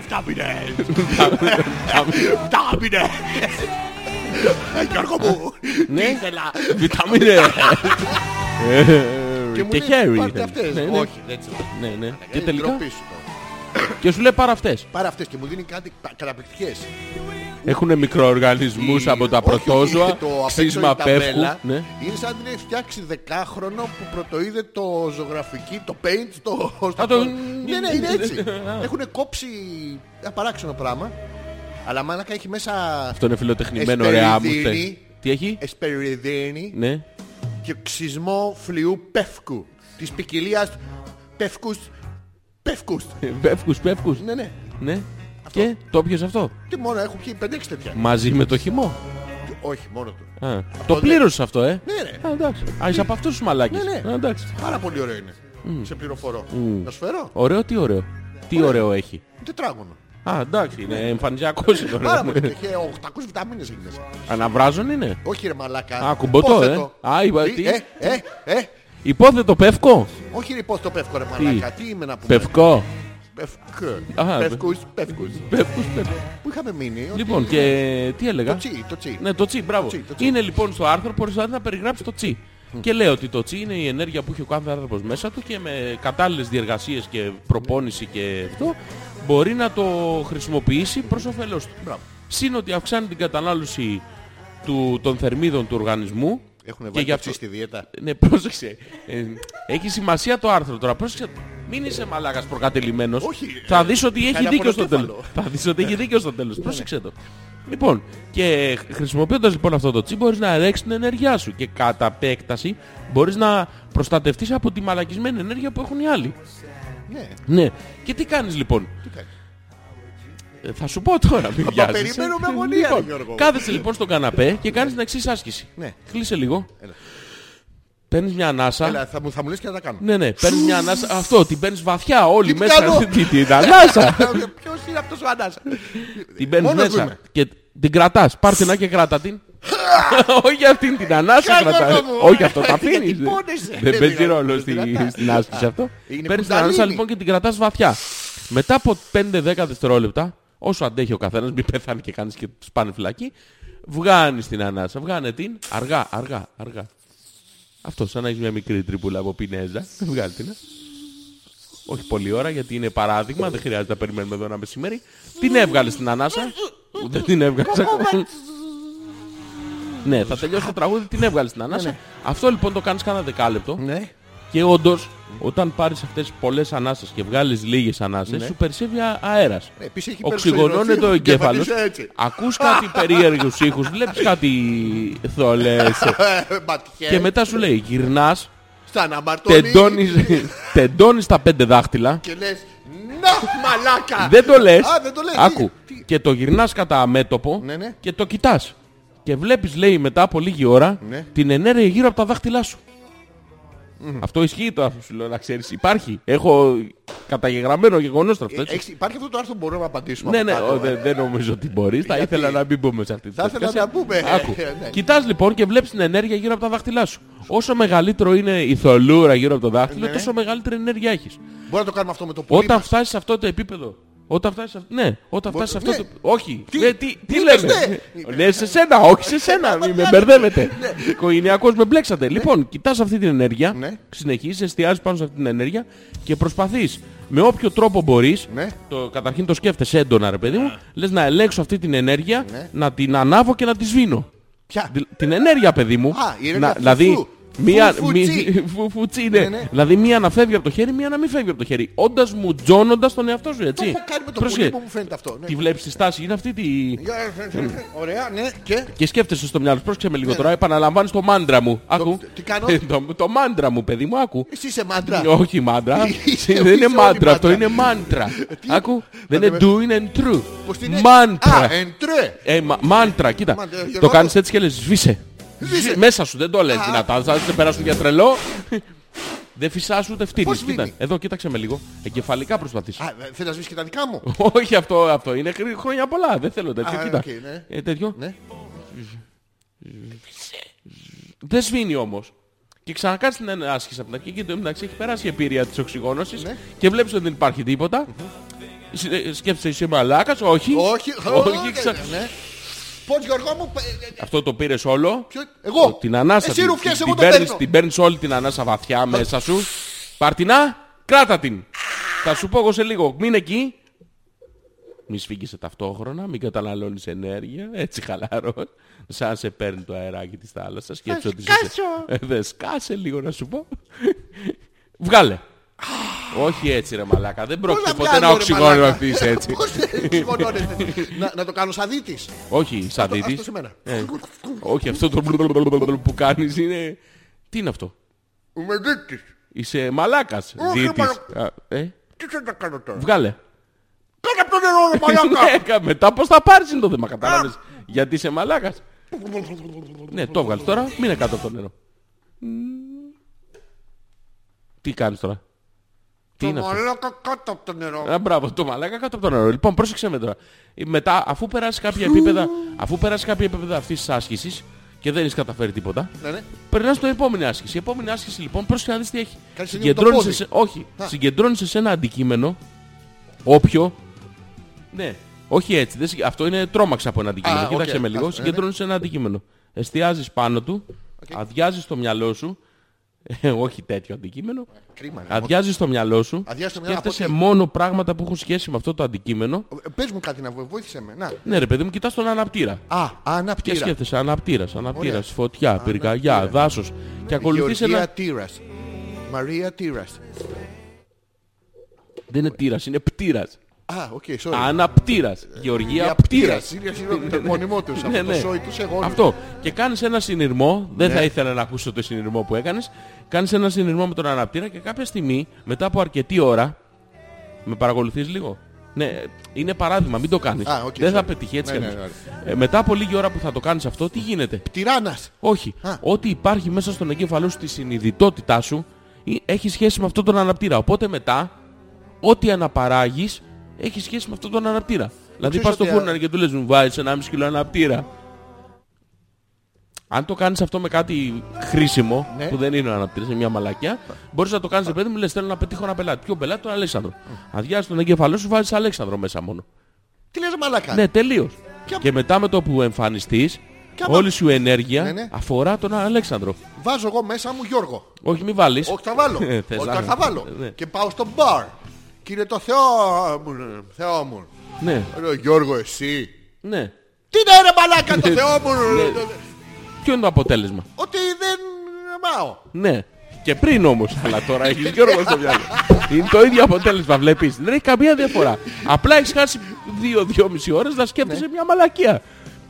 Speaker 4: Βιταμίνες. Βιταμίνες. Γιώργο μου,
Speaker 3: Ναι.
Speaker 4: τι ήθελα.
Speaker 3: Βιταμίνε.
Speaker 4: Και μου
Speaker 3: Και
Speaker 4: λέει,
Speaker 3: χέρι.
Speaker 4: πάρτε
Speaker 3: ήταν.
Speaker 4: αυτές.
Speaker 3: Ναι, ναι.
Speaker 4: Όχι, δεν τις λέω.
Speaker 3: Ναι, ναι. Και
Speaker 4: Ε,
Speaker 3: τελικά.
Speaker 4: ντροπή σου τώρα.
Speaker 3: Και σου λέει πάρα αυτές.
Speaker 4: Πάρα αυτές και μου δίνει κάτι κα- καταπληκτικές.
Speaker 3: Έχουν μικροοργανισμούς
Speaker 4: Η-
Speaker 3: από τα
Speaker 4: όχι,
Speaker 3: πρωτόζωα,
Speaker 4: το απέξω
Speaker 3: ξύσμα
Speaker 4: η ταμπέλα
Speaker 3: πεύκου. Ναι.
Speaker 4: Είναι σαν να την έχει φτιάξει δεκάχρονο που πρωτοείδε το ζωγραφική, το paint στο... στο-
Speaker 3: το-
Speaker 4: Ναι, ναι, είναι έτσι. Έχουν κόψει ένα παράξενο πράγμα. Αλλά μάνακα έχει μέσα
Speaker 3: Αυτό είναι φιλοτεχνημένο, ρε άμουστε.
Speaker 4: Εσπεριδίνη.
Speaker 3: Τι έχει?
Speaker 4: εσπεριδίνη
Speaker 3: Ναι.
Speaker 4: και ξυσμό φλοιού πεύκου. Της ποικιλίας πεύκους πεύκους.
Speaker 3: Πεύκους, πεύκους.
Speaker 4: Ναι, ναι.
Speaker 3: Ναι. Και το πιες αυτό.
Speaker 4: Τι μόνο έχω πιει 5-6 τέτοια.
Speaker 3: Μαζί με το χυμό.
Speaker 4: Όχι, μόνο του.
Speaker 3: Α, Το
Speaker 4: δεν-
Speaker 3: πλήρωσες αυτό, ε.
Speaker 4: Ναι, ρε.
Speaker 3: Α, εντάξει. Α, είσαι από αυτούς τους μαλάκες.
Speaker 4: Ναι, ναι.
Speaker 3: Α, εντάξει.
Speaker 4: Πάρα πολύ ωραίο είναι.
Speaker 3: Mm.
Speaker 4: Σε πληροφορώ. Να σου φέρω.
Speaker 3: Ωραίο, τι ωραίο. Τι ωραίο έχει.
Speaker 4: Τετράγωνο.
Speaker 3: Α, εντάξει, είναι εμφανιζιακός είναι
Speaker 4: Πάρα
Speaker 3: ωραίο.
Speaker 4: πολύ. Και Είχε 800 βιταμίνες εκεί μέσα.
Speaker 3: Αναβράζον είναι.
Speaker 4: Όχι ρε μαλάκα.
Speaker 3: Α, κουμποτό,
Speaker 4: Υπόθετο.
Speaker 3: ε. Α, είπα, τι.
Speaker 4: Ε, ε, ε.
Speaker 3: Υπόθετο πεύκο.
Speaker 4: Όχι ρε υπόθετο πεύκο ρε μαλάκα. Τι είμαι να πούμε.
Speaker 3: Πευκό.
Speaker 4: Πευκ.
Speaker 3: Αχα,
Speaker 4: Πευκούς, πευκούς.
Speaker 3: Πέφτους, πέφτους.
Speaker 4: Πού είχαμε μείνει. ότι-
Speaker 3: Λοιπόν, και τι έλεγα.
Speaker 4: Το τσι, το τσι.
Speaker 3: Ναι, το τσι, μπράβο.
Speaker 4: Το τσι, το τσι.
Speaker 3: Είναι λοιπόν στο άρθρο που προσπαθεί να περιγράψεις το τσι. Και λέει ότι το τσι είναι η ενέργεια που έχει ο κάθε άνθρωπος μέσα του και με κατάλληλες διεργασίες και προπόνηση και αυτό μπορεί να το χρησιμοποιήσει προς όφελός του.
Speaker 4: Μπράβο.
Speaker 3: Συν ότι αυξάνει την κατανάλωση του, των θερμίδων του οργανισμού.
Speaker 4: Έχουν
Speaker 3: και
Speaker 4: βάλει
Speaker 3: γι'
Speaker 4: το
Speaker 3: αυτό-
Speaker 4: τσι στη δίαιτα.
Speaker 3: Ναι, πρόσεξε. Ε, έχει σημασία το άρθρο τώρα. Πρόσεξε. Μην είσαι μαλάκας προκατελημένος.
Speaker 4: Όχι,
Speaker 3: Θα
Speaker 4: ε, Ναι.
Speaker 3: δεις ότι έχει
Speaker 4: καλά
Speaker 3: δίκιο στο
Speaker 4: πονοκέφαλο.
Speaker 3: τέλος. Θα δεις ότι έχει δίκιο στο τέλος. Πρόσεξε το. Λοιπόν, και χρησιμοποιώντας λοιπόν αυτό το τσι μπορείς να ελέγξεις την ενέργειά σου και κατά επέκταση μπορείς να προστατευτείς από τη μαλακισμένη ενέργεια που έχουν οι άλλοι.
Speaker 4: Ναι.
Speaker 3: Ναι. Και τι κάνεις λοιπόν.
Speaker 4: κάνεις?
Speaker 3: Ε, Θα σου πω τώρα, μην βιάζεσαι.
Speaker 4: περιμένω με αγωνία, ρε
Speaker 3: Λοιπόν,
Speaker 4: Γιώργο.
Speaker 3: Κάθεσαι λοιπόν στον καναπέ και κάνεις την εξής άσκηση.
Speaker 4: Ναι.
Speaker 3: Κλείσε λίγο.
Speaker 4: Έλα.
Speaker 3: Παίρνεις μια ανάσα.
Speaker 4: Έλα, θα μου, θα μου λες και θα τα κάνω.
Speaker 3: Ναι, ναι, παίρνεις μια ανάσα. Αυτό, την παίρνεις βαθιά όλη
Speaker 4: Τι
Speaker 3: μέσα.
Speaker 4: κάνω?
Speaker 3: Την, την ανάσα.
Speaker 4: Ποιος είναι αυτός Ε, ο Ανάσα.
Speaker 3: την παίρνεις
Speaker 4: Μόνος
Speaker 3: μέσα.
Speaker 4: μου είμαι.
Speaker 3: Και την κρατάς. Πάρτε να και κράτα την. Όχι αυτήν την ανάσα
Speaker 4: Κάνω
Speaker 3: κρατά.
Speaker 4: αυτό μου.
Speaker 3: Όχι αυτό, τα αφήνει.
Speaker 4: Τυπώνεσαι.
Speaker 3: Δεν παίζει
Speaker 4: Δεν
Speaker 3: ρόλο
Speaker 4: την
Speaker 3: στη-
Speaker 4: κρατάς.
Speaker 3: στην άσκηση αυτό.
Speaker 4: Είναι
Speaker 3: Παίρνεις την ανάσα
Speaker 4: κουνταλίνι.
Speaker 3: λοιπόν και την κρατάς βαθιά. Μετά από 5-10 δευτερόλεπτα, όσο αντέχει ο καθένας, μην πεθάνει και κάνεις και σπάνε φυλακή, βγάνεις την ανάσα. Βγάνε την αργά, αργά, αργά. Αυτό, σαν να έχεις μια μικρή τρύπουλα από πινέζα. Βγάλει την. ε. Όχι πολλή ώρα γιατί είναι παράδειγμα, δεν χρειάζεται να περιμένουμε εδώ ένα μεσημέρι. Την έβγαλες στην ανάσα. Δεν την έβγαλες. ναι, θα τελειώσει το τραγούδι, την έβγαλες στην ανάσα. Αυτό λοιπόν το κάνεις κάνα δεκάλεπτο.
Speaker 4: Ναι.
Speaker 3: Και όντως, όταν πάρεις αυτές τις πολλές ανάσες και βγάλεις λίγες ανάσες, σου περισσεύει αέρα.
Speaker 4: Ναι. Ε, επίσης έχει
Speaker 3: Οξυγονώνεται ο
Speaker 4: περισσότερο
Speaker 3: εγκέφαλο.
Speaker 4: και εμφανίζεται έτσι.
Speaker 3: Ακούς κάτι περίεργους ήχους, βλέπεις κάτι θολές.
Speaker 4: Ματιές.
Speaker 3: και μετά σου λέει, γυρνάς,
Speaker 4: Στα αναμαρτώνεις.
Speaker 3: τεντώνεις τεντώνεις τα πέντε δάχτυλα.
Speaker 4: Και λες Να μαλάκα.
Speaker 3: δεν το λες.
Speaker 4: Α, δεν το λες.
Speaker 3: Άκου.
Speaker 4: Τι- τι-
Speaker 3: Και το γυρνάς κατά μέτωπο
Speaker 4: Ναι, ναι.
Speaker 3: και το κοιτάς. Και βλέπεις, λέει, μετά από λίγη ώρα
Speaker 4: Ναι.
Speaker 3: την ενέργεια γύρω από τα δάχτυλά σου. Αυτό ισχύει το άρθρο σου λέω να ξέρεις. Υπάρχει. Έχω καταγεγραμμένο γεγονός αυτό. έτσι.
Speaker 4: ε, Έχεις- Υπάρχει αυτό το άρθρο που μπορούμε να απαντήσουμε.
Speaker 3: Ναι,
Speaker 4: από
Speaker 3: ναι,
Speaker 4: κάτω,
Speaker 3: ο,
Speaker 4: ε.
Speaker 3: δεν δεν νομίζω ότι μπορείς. Θα
Speaker 4: Γιατί?
Speaker 3: ήθελα να μην μπούμε σε αυτή τη
Speaker 4: Θα ήθελα
Speaker 3: διαδικασία.
Speaker 4: να μπούμε.
Speaker 3: Άκου.
Speaker 4: Ναι.
Speaker 3: Κοιτάς λοιπόν και βλέπεις την ενέργεια γύρω από τα δάχτυλά σου. Όσο μεγαλύτερο είναι η θολούρα γύρω από το δάχτυλο,
Speaker 4: Ναι.
Speaker 3: τόσο μεγαλύτερη ενέργεια έχεις.
Speaker 4: Μπορούμε να το κάνουμε αυτό με το πουλί.
Speaker 3: Όταν
Speaker 4: μας.
Speaker 3: φτάσεις σε αυτό το επίπεδο. Όταν φτάσεις σε αυτό. Ναι, όταν φτάσεις σε αυτό
Speaker 4: ναι.
Speaker 3: το. Όχι.
Speaker 4: Τι-
Speaker 3: Ναι, τι, τι
Speaker 4: τι
Speaker 3: λέμε.
Speaker 4: είπες,
Speaker 3: Ναι, σε σένα, όχι σε σένα. Μην με μπερδεύετε. Οικογενειακώς με μπλέξατε. Λοιπόν, κοιτάς αυτή την ενέργεια.
Speaker 4: Ναι.
Speaker 3: Συνεχίζεις, εστιάζεις πάνω σε αυτή την ενέργεια και προσπαθείς με όποιο τρόπο μπορείς.
Speaker 4: Ναι.
Speaker 3: Το, καταρχήν το σκέφτεσαι έντονα, ρε παιδί μου. Λες να ελέγξω αυτή την ενέργεια,
Speaker 4: Ναι.
Speaker 3: να την ανάβω και να τη σβήνω.
Speaker 4: Ποια.
Speaker 3: Δη- Την ενέργεια, παιδί μου.
Speaker 4: Α, η ενέργεια
Speaker 3: Να-
Speaker 4: φου-
Speaker 3: Δηλαδή,
Speaker 4: φου.
Speaker 3: μία,
Speaker 4: Φου-
Speaker 3: μη-
Speaker 4: φουτσί.
Speaker 3: φου- φουτσί, ναι.
Speaker 4: Ναι, ναι.
Speaker 3: Δηλαδή, μία να φεύγει από το χέρι, μία να μην φεύγει από το χέρι. Όντας μου τζώνοντας τον εαυτό σου,
Speaker 4: Το
Speaker 3: έτσι.
Speaker 4: έχω κάνει με το
Speaker 3: Πρόσεχε.
Speaker 4: πουλί μου μου φαίνεται αυτό. ναι. Ε,
Speaker 3: Τη βλέπεις τη στάση, είναι αυτή τη.
Speaker 4: Ωραία, ναι. Και.
Speaker 3: Και σκέφτεσαι στο μυαλό σου, πρόσεξε με λίγο τώρα, επαναλαμβάνεις το μάντρα μου. Άκου.
Speaker 4: Ναι.
Speaker 3: Ε,
Speaker 4: τι κάνω?
Speaker 3: το, το μάντρα μου, παιδί μου, άκου.
Speaker 4: Εσύ είσαι μάντρα.
Speaker 3: Όχι μάντρα.
Speaker 4: Είσαι-
Speaker 3: δεν είναι
Speaker 4: είσαι
Speaker 3: μάντρα,
Speaker 4: όλοι
Speaker 3: αυτό
Speaker 4: μάντρα. Ε,
Speaker 3: είναι μάντρα.
Speaker 4: Τι?
Speaker 3: Άκου. Δεν
Speaker 4: Άντε
Speaker 3: είναι
Speaker 4: με.
Speaker 3: do, είναι true.
Speaker 4: Πώς την έχεις?
Speaker 3: Μάντρα.
Speaker 4: Α, εντρέ.
Speaker 3: Ε, μα- μάντρα, κοίτα.
Speaker 4: Μάντρα,
Speaker 3: το
Speaker 4: Γιώργο.
Speaker 3: κάνεις έτσι και λες σβήσε.
Speaker 4: Σβήσε.
Speaker 3: Σβή- Μέσα σου, δεν το λες
Speaker 4: Α.
Speaker 3: δυνατά. Θα σε περάσουν για τρελό. Δεν φυσάς ούτε
Speaker 4: Πώς
Speaker 3: φτύνεις. Κοίτα,
Speaker 4: σβήνει?
Speaker 3: εδώ κοίταξε με λίγο. Εγκεφαλικά προσπαθείς.
Speaker 4: Α, ε, θες να σβήσεις και τα δικά μου.
Speaker 3: Όχι αυτό, αυτό. Είναι χρ- χρόνια πολλά. Δεν θέλω τέτοιο.
Speaker 4: Α,
Speaker 3: Κοίτα.
Speaker 4: οκ, ναι.
Speaker 3: Ε, τέτοιο.
Speaker 4: Ναι.
Speaker 3: Δεν σβήνει όμως. Και ξανακάτσε την ένα- άσκηση από την αρχή και το μεταξύ έχει περάσει η εμπειρία της οξυγόνωσης
Speaker 4: Ναι.
Speaker 3: και βλέπεις ότι δεν υπάρχει τίποτα. Συ- ε, Σκέφτεσαι είσαι μαλάκας, όχι.
Speaker 4: Όχι,
Speaker 3: όχι. ξα-
Speaker 4: ναι. Πώς Γιώργο μου, ε, ε, ε,
Speaker 3: Αυτό το πήρες όλο.
Speaker 4: ποιο- εγώ,
Speaker 3: Την ανάσα.
Speaker 4: εσύ
Speaker 3: την-
Speaker 4: ρουφιές,
Speaker 3: την-
Speaker 4: εγώ
Speaker 3: την
Speaker 4: το
Speaker 3: παίρνεις,
Speaker 4: παίρνω.
Speaker 3: την παίρνεις όλη την ανάσα βαθιά μέσα σου. Παρτινά, κράτα την. Θα σου πω εγώ σε λίγο. Μην εκεί. Μη σφίγγισε ταυτόχρονα, μην καταναλώνεις ενέργεια. Έτσι χαλαρό. Σαν σε παίρνει το αεράκι της θάλασσας. Σκέψου ότι είσαι- Ε, Δε σκάσε λίγο να σου πω. Βγάλε. Όχι έτσι ρε μαλάκα. Δεν
Speaker 4: Πώς
Speaker 3: πρόκειται
Speaker 4: να
Speaker 3: ποτέ
Speaker 4: βγάλω,
Speaker 3: να
Speaker 4: ρε,
Speaker 3: οξυγονωθείς
Speaker 4: μαλάκα.
Speaker 3: έτσι.
Speaker 4: Πώς δεν οξυγονώνεται. Να- Να το κάνω σαν δίτης.
Speaker 3: Όχι, σαν
Speaker 4: Το- Αυτό
Speaker 3: δίτης. Ε.
Speaker 4: σε μένα.
Speaker 3: Όχι, αυτό το μπλουλουλουλουλουλουλου που κάνεις είναι... Τι είναι αυτό.
Speaker 4: Είμαι δίτης.
Speaker 3: Είσαι μαλάκας.
Speaker 4: Ε, Όχι,
Speaker 3: Δίτης.
Speaker 4: μαλα-
Speaker 3: Α, ε,
Speaker 4: Τι θα τα κάνω τώρα.
Speaker 3: Βγάλε.
Speaker 4: Κάνε από το νερό ρε μαλάκα.
Speaker 3: Ναι, κα- Μετά πώς θα πάρεις είναι το θέμα. Κατάλαβες. Γιατί είσαι μαλάκας. Ναι, το βγάλεις τώρα. Μην είναι κάτω από το νερό. Τι κάνεις τώρα. Τι
Speaker 4: Το
Speaker 3: είναι αυτό.
Speaker 4: μαλάκα κάτω από το νερό.
Speaker 3: Α, μπράβο, το μαλάκα κάτω από το νερό. Λοιπόν, πρόσεξε με τώρα. Ε, Μετά, αφού περάσει κάποια επίπεδα, αφού περάσει κάποια επίπεδα αυτής της άσκησης και δεν έχεις καταφέρει τίποτα,
Speaker 4: Ναι, ναι.
Speaker 3: περνάς στο επόμενη άσκηση. Η επόμενη άσκηση λοιπόν, πρόσεξε να δεις τι έχει.
Speaker 4: Κάνεις λίγο το
Speaker 3: Συγκεντρώνεσαι
Speaker 4: πόδι.
Speaker 3: σε, όχι,
Speaker 4: Α.
Speaker 3: συγκεντρώνεσαι σε ένα αντικείμενο Όποιο. Ναι. Όχι έτσι. δεν συγκ- Αυτό είναι τρόμαξα από ένα αντικείμενο.
Speaker 4: Α,
Speaker 3: Κοίταξε
Speaker 4: οκ.
Speaker 3: με λίγο.
Speaker 4: Άστο, ναι, ναι.
Speaker 3: Συγκεντρώνεις ένα αντικείμενο. Εστιάζεις πάνω του. Αδειάζεις το μυαλό σου. Ε, όχι τέτοιο αντικείμενο.
Speaker 4: Κρίμα. ρε.
Speaker 3: Αδειάζει το μυαλό σου.
Speaker 4: Αδειάζει Ε, το μυαλό, από
Speaker 3: Σκέφτεσαι
Speaker 4: τι?
Speaker 3: μόνο πράγματα που έχουν σχέση με αυτό το αντικείμενο.
Speaker 4: Ε, Πες μου κάτι να βοη- βοήθησε με. Να.
Speaker 3: Ναι, ρε παιδί μου, κοιτάς τον αναπτήρα.
Speaker 4: Α,
Speaker 3: Και
Speaker 4: αναπτήρα.
Speaker 3: σκέφτεσαι αναπτήρας, αναπτήρας,
Speaker 4: Ωραία.
Speaker 3: φωτιά, πυρκαγιά,
Speaker 4: Αναπτήρα.
Speaker 3: δάσος. Και ακολουθείς
Speaker 4: Γεωργία
Speaker 3: ένα.
Speaker 4: Τύρας. Μαρία Τύρας.
Speaker 3: Δεν είναι τύρας, είναι πτήρα.
Speaker 4: Α, οκ, sorry.
Speaker 3: Αναπτήρας. Γεωργία πτήρα.
Speaker 4: Είναι συγγνώμη, το μόνιμό τους.
Speaker 3: Ναι,
Speaker 4: Αυτό το
Speaker 3: ναι.
Speaker 4: σόι τους εγώ. Ναι.
Speaker 3: Αυτό. Και κάνεις ένα συνειρμό. Δεν θα ήθελα να ακούσω το συνειρμό που έκανες. Κάνεις ένα συνειρμό με τον αναπτήρα και κάποια στιγμή, μετά από αρκετή ώρα. Με παρακολουθείς λίγο. Ναι, είναι παράδειγμα, μην το κάνεις.
Speaker 4: Α, οκ,
Speaker 3: Δεν θα
Speaker 4: sorry.
Speaker 3: πετύχει έτσι.
Speaker 4: Ναι,
Speaker 3: κι
Speaker 4: ναι,
Speaker 3: αλλιώς. Ε, μετά από λίγη ώρα που θα το κάνεις αυτό, τι γίνεται.
Speaker 4: Τυράννας.
Speaker 3: Όχι.
Speaker 4: Α.
Speaker 3: Ό,τι υπάρχει μέσα στον εγκέφαλό σου, τη συνειδητότητά σου, ε, έχει σχέση με αυτόν τον αναπτήρα. Οπότε μετά, ό,τι αναπαράγεις, έχει σχέση με αυτόν τον αναπτήρα. Δηλαδή
Speaker 4: Ξέρεις
Speaker 3: πας στο
Speaker 4: ότι, ε,
Speaker 3: φούρνο
Speaker 4: α-
Speaker 3: και του λες μου βάζεις 1,5 κιλό αναπτήρα. Αν το κάνεις αυτό με κάτι χρήσιμο,
Speaker 4: Ναι.
Speaker 3: που δεν είναι ο αναπτήρας, είναι μια μαλακιά, μπορείς να το κάνεις, ρε παιδί μου, λες θέλω να πετύχω ένα πελάτη. Ποιο πελάτη, τον Αλέξανδρο. Αδειάζεις τον εγκέφαλό σου, βάζεις Αλέξανδρο μέσα μόνο.
Speaker 4: Τι λες μαλακά.
Speaker 3: Ναι, τελείως.
Speaker 4: Και-
Speaker 3: Και μετά με το που εμφανιστείς,
Speaker 4: Και άμα-
Speaker 3: όλη σου η ενέργεια
Speaker 4: Ναι, ναι.
Speaker 3: αφορά τον Αλέξανδρο.
Speaker 4: Βάζω εγώ μέσα μου Γιώργο.
Speaker 3: Όχι, μην βάλεις.
Speaker 4: Όχι θα βάλω.
Speaker 3: Ε,
Speaker 4: Όχι
Speaker 3: θες να-
Speaker 4: θα
Speaker 3: Ναι.
Speaker 4: βάλω. Και πάω στο μπαρ. Κύριε το Θεό μου. Θεό μου.
Speaker 3: Ναι,
Speaker 4: Λέω Γιώργο εσύ.
Speaker 3: ναι.
Speaker 4: Τι είναι ρε μαλάκα το
Speaker 3: Ναι.
Speaker 4: Θεό μου.
Speaker 3: Ναι. Ποιο είναι το αποτέλεσμα.
Speaker 4: Ότι δεν πάω.
Speaker 3: Ναι. Και πριν όμως, αλλά τώρα έχει Γιώργος στο μυαλό. Είναι το ίδιο αποτέλεσμα, βλέπεις. Δεν έχει καμία διαφορά. Απλά έχεις χάσει 2-2,5 ώρες να
Speaker 4: Ναι.
Speaker 3: σκέφτεσαι μια μαλακία.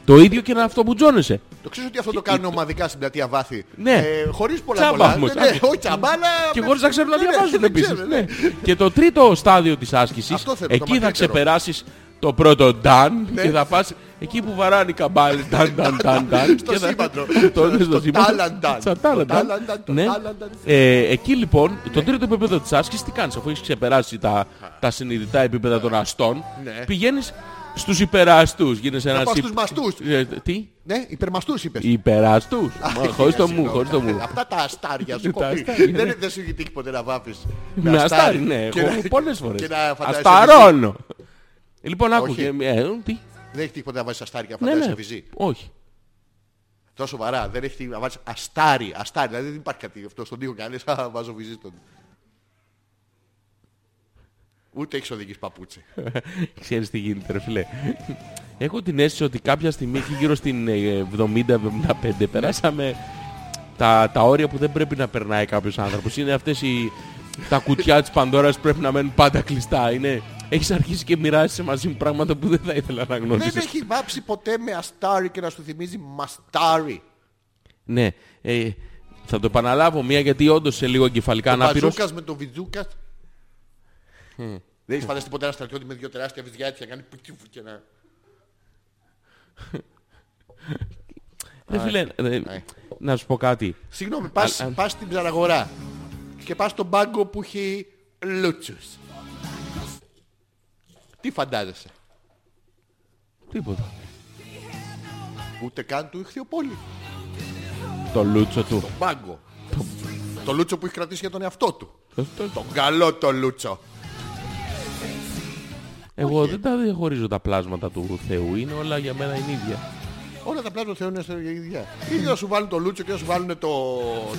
Speaker 3: Το ίδιο και να αυτομπutζώνεσαι.
Speaker 4: Το ξέρεις ότι αυτό το κάνουν ομαδικά στην πλατεία βάθη.
Speaker 3: Ναι.
Speaker 4: Ε, Χωρίς πολλά
Speaker 3: Τσάμπα
Speaker 4: πολλά.
Speaker 3: όμως,
Speaker 4: Ναι, ναι,
Speaker 3: άντε.
Speaker 4: όχι τσάμπα, αλλά.
Speaker 3: Και χωρίς να ξέρουν να
Speaker 4: Ναι, ναι,
Speaker 3: διαβάζουν
Speaker 4: δεν
Speaker 3: επίσης.
Speaker 4: ξέρουν, ναι.
Speaker 3: Ναι. Και το τρίτο στάδιο της άσκησης,
Speaker 4: Αυτό θέλω, το
Speaker 3: εκεί θα
Speaker 4: μακρύτερο. Ναι.
Speaker 3: ξεπεράσεις το πρώτο νταν και θα πας εκεί που βαράνε οι καμπάλες. Νταν, νταν, νταν, νταν.
Speaker 4: Στο
Speaker 3: και θα-
Speaker 4: σύμπαντρο.
Speaker 3: Το- ναι,
Speaker 4: Στο
Speaker 3: Στο σύμπαντρο.
Speaker 4: τάλανταν.
Speaker 3: Στα τάλανταν.
Speaker 4: Το τάλανταν, το
Speaker 3: Ναι.
Speaker 4: τάλανταν. Ναι.
Speaker 3: Ε, Εκεί λοιπόν, το τρίτο επίπεδο της άσκησης, τι κάνεις αφού έχεις ξεπεράσει τα- τα συνειδητά επίπεδα των αστών,
Speaker 4: Ναι.
Speaker 3: πηγαίνεις στους υπεραστούς. Γίνεσαι ένας...
Speaker 4: πάω
Speaker 3: υπ-
Speaker 4: στους μαστούς.
Speaker 3: Ε, Τι?
Speaker 4: Ναι, υπερμαστούς είπες.
Speaker 3: Υπεραστούς. Μα, Χωρίς το μου,
Speaker 4: ναι, Συγγνώμη.
Speaker 3: χωρίς το μου.
Speaker 4: Αυτά τα αστάρια σου
Speaker 3: Τα
Speaker 4: κοπεί.
Speaker 3: αστάρια, ναι.
Speaker 4: Δεν δεν σου έχει τύχει ποτέ να βάφεις.
Speaker 3: Με αστάρι, ναι, έχω πολλές
Speaker 4: Και
Speaker 3: φορές.
Speaker 4: να φαντάζεσαι. βυζί.
Speaker 3: Ασταρώνω. Λοιπόν, άκου.
Speaker 4: Όχι.
Speaker 3: και- ε, τι.
Speaker 4: Δεν έχει τύχει ποτέ να βάζεις αστάρια,
Speaker 3: Ναι,
Speaker 4: φαντάζεσαι
Speaker 3: ναι.
Speaker 4: βυζί.
Speaker 3: Όχι.
Speaker 4: Τόσο σοβαρά. Δεν έχει τύχει να βάζεις αστάρι. Αστάρι, δηλαδή δεν υπάρχει κάτι αυτό στον τοίχο και να λες, «Α, βάζω βυζί στον. Ούτε έχεις οδηγήσει παπούτσι.
Speaker 3: Ξέρεις τι γίνεται, ρε φίλε. Έχω την αίσθηση ότι κάποια στιγμή εκεί γύρω στην ε, 70-75 περάσαμε τα, τα όρια που δεν πρέπει να περνάει κάποιος άνθρωπος. Είναι αυτές οι... Τα κουτιά της Πανδώρας που πρέπει να μένουν πάντα κλειστά. Είναι... Έχεις αρχίσει και μοιράζεσαι μαζί μου πράγματα που δεν θα ήθελα να
Speaker 4: Δεν
Speaker 3: γνωρίσεις.
Speaker 4: έχει βάψει ποτέ με αστάρι και να σου θυμίζει μαστάρι.
Speaker 3: Ναι. Ε, θα το επαναλάβω μία γιατί όντως σε λίγο εγκεφαλικά ανάπηρος.
Speaker 4: Μπαζούκας με τον Βιτζούκας. Δεν έχεις φανταστεί ποτέ ένα στρατιώτη με δύο τεράστια βυζιά έτσι να κάνει πουκτσουφ και να...
Speaker 3: Ρε φίλε, ε,
Speaker 4: Άι.
Speaker 3: να σου πω κάτι.
Speaker 4: Συγγνώμη, πας,
Speaker 3: Α, α.
Speaker 4: πας στην ψαραγορά και πας στον πάγκο που έχει λούτσους. Τι φαντάζεσαι.
Speaker 3: Τίποτα.
Speaker 4: Ούτε καν του ηχθειοπόλη.
Speaker 3: Το λούτσο του.
Speaker 4: Πάγκο. Το λούτσο που έχει κρατήσει για τον εαυτό του.
Speaker 3: Το- το-
Speaker 4: Τον καλό το λούτσο.
Speaker 3: Εγώ δεν τα διαχωρίζω τα πλάσματα του Θεού. Είναι όλα για μένα είναι ίδια.
Speaker 4: Όλα τα πλάσματα Θεού είναι στα ίδια. Ήδη θα σου βάλουν το λούτσο και θα σου βάλουν το...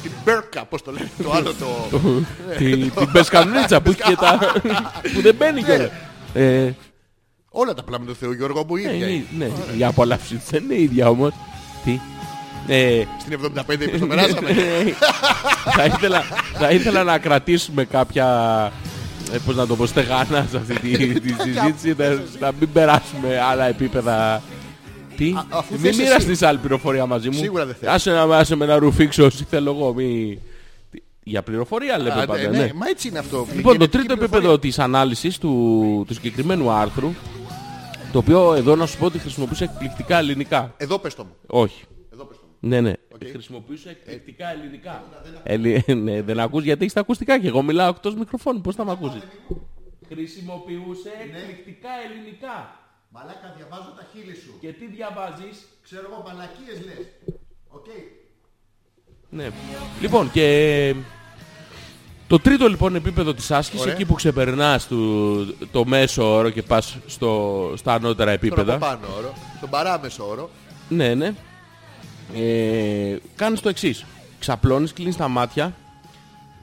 Speaker 4: την μπέρκα, πώς το λένε, το άλλο το...
Speaker 3: Τη- Την πεσκανίτσα που έχει και τα... που δεν μπαίνει κιόλας. Ε,
Speaker 4: Όλα τα πλάσματα του Θεού, Γιώργο, μου
Speaker 3: ναι,
Speaker 4: ίδια είναι.
Speaker 3: ναι, για απολαύση της δεν είναι ίδια όμως. Τι. Ε,
Speaker 4: Στην 75 είπες το περάσαμε.
Speaker 3: θα, ήθελα, θα ήθελα να κρατήσουμε κάποια... Ε, πώς να το πω, στεγάνα σε αυτή τη, τη συζήτηση, να, να μην περάσουμε άλλα επίπεδα. Τι,
Speaker 4: Α, αφού
Speaker 3: μην
Speaker 4: θες
Speaker 3: μοιραστείς άλλη πληροφορία μαζί μου.
Speaker 4: Σίγουρα δεν θες.
Speaker 3: Άσε, να, άσε με να ρουφήξω όσοι θέλω εγώ. Μη... Τι- Για πληροφορία λέμε
Speaker 4: Α,
Speaker 3: πάντα,
Speaker 4: ναι,
Speaker 3: ναι.
Speaker 4: ναι, Μα έτσι είναι αυτό.
Speaker 3: Λοιπόν, το
Speaker 4: Γενετική
Speaker 3: τρίτο επίπεδο
Speaker 4: πληροφορία.
Speaker 3: της ανάλυσης του, του συγκεκριμένου άρθρου, το οποίο εδώ να σου πω ότι χρησιμοποιούσε εκπληκτικά ελληνικά.
Speaker 4: Εδώ πες το μου.
Speaker 3: Όχι.
Speaker 4: Εδώ πες το μου.
Speaker 3: Ναι, ναι. Χρησιμοποιούσα εκπληκτικά ελληνικά. Ελλη- ναι, δεν ακούς γιατί έχεις τα ακουστικά και εγώ μιλάω εκτός μικροφώνου. Πώς θα με ακούσεις. Χρησιμοποιούσε εκπληκτικά ελληνικά.
Speaker 4: Μαλάκα, διαβάζω τα χείλη σου.
Speaker 3: Και τι διαβάζεις.
Speaker 4: Ξέρω εγώ, μαλακίες λες. Οκ.
Speaker 3: Ναι. Λοιπόν και... Το τρίτο λοιπόν επίπεδο της άσκησης,
Speaker 4: Ωραία.
Speaker 3: εκεί που ξεπερνάς το, το μέσο όρο και πας στο, στα ανώτερα
Speaker 4: Τον από
Speaker 3: επίπεδα.
Speaker 4: πάνω όρο, τον παράμεσο όρο.
Speaker 3: Ναι, ναι. Ε, κάνεις το εξής. Ξαπλώνεις, κλείνεις τα μάτια,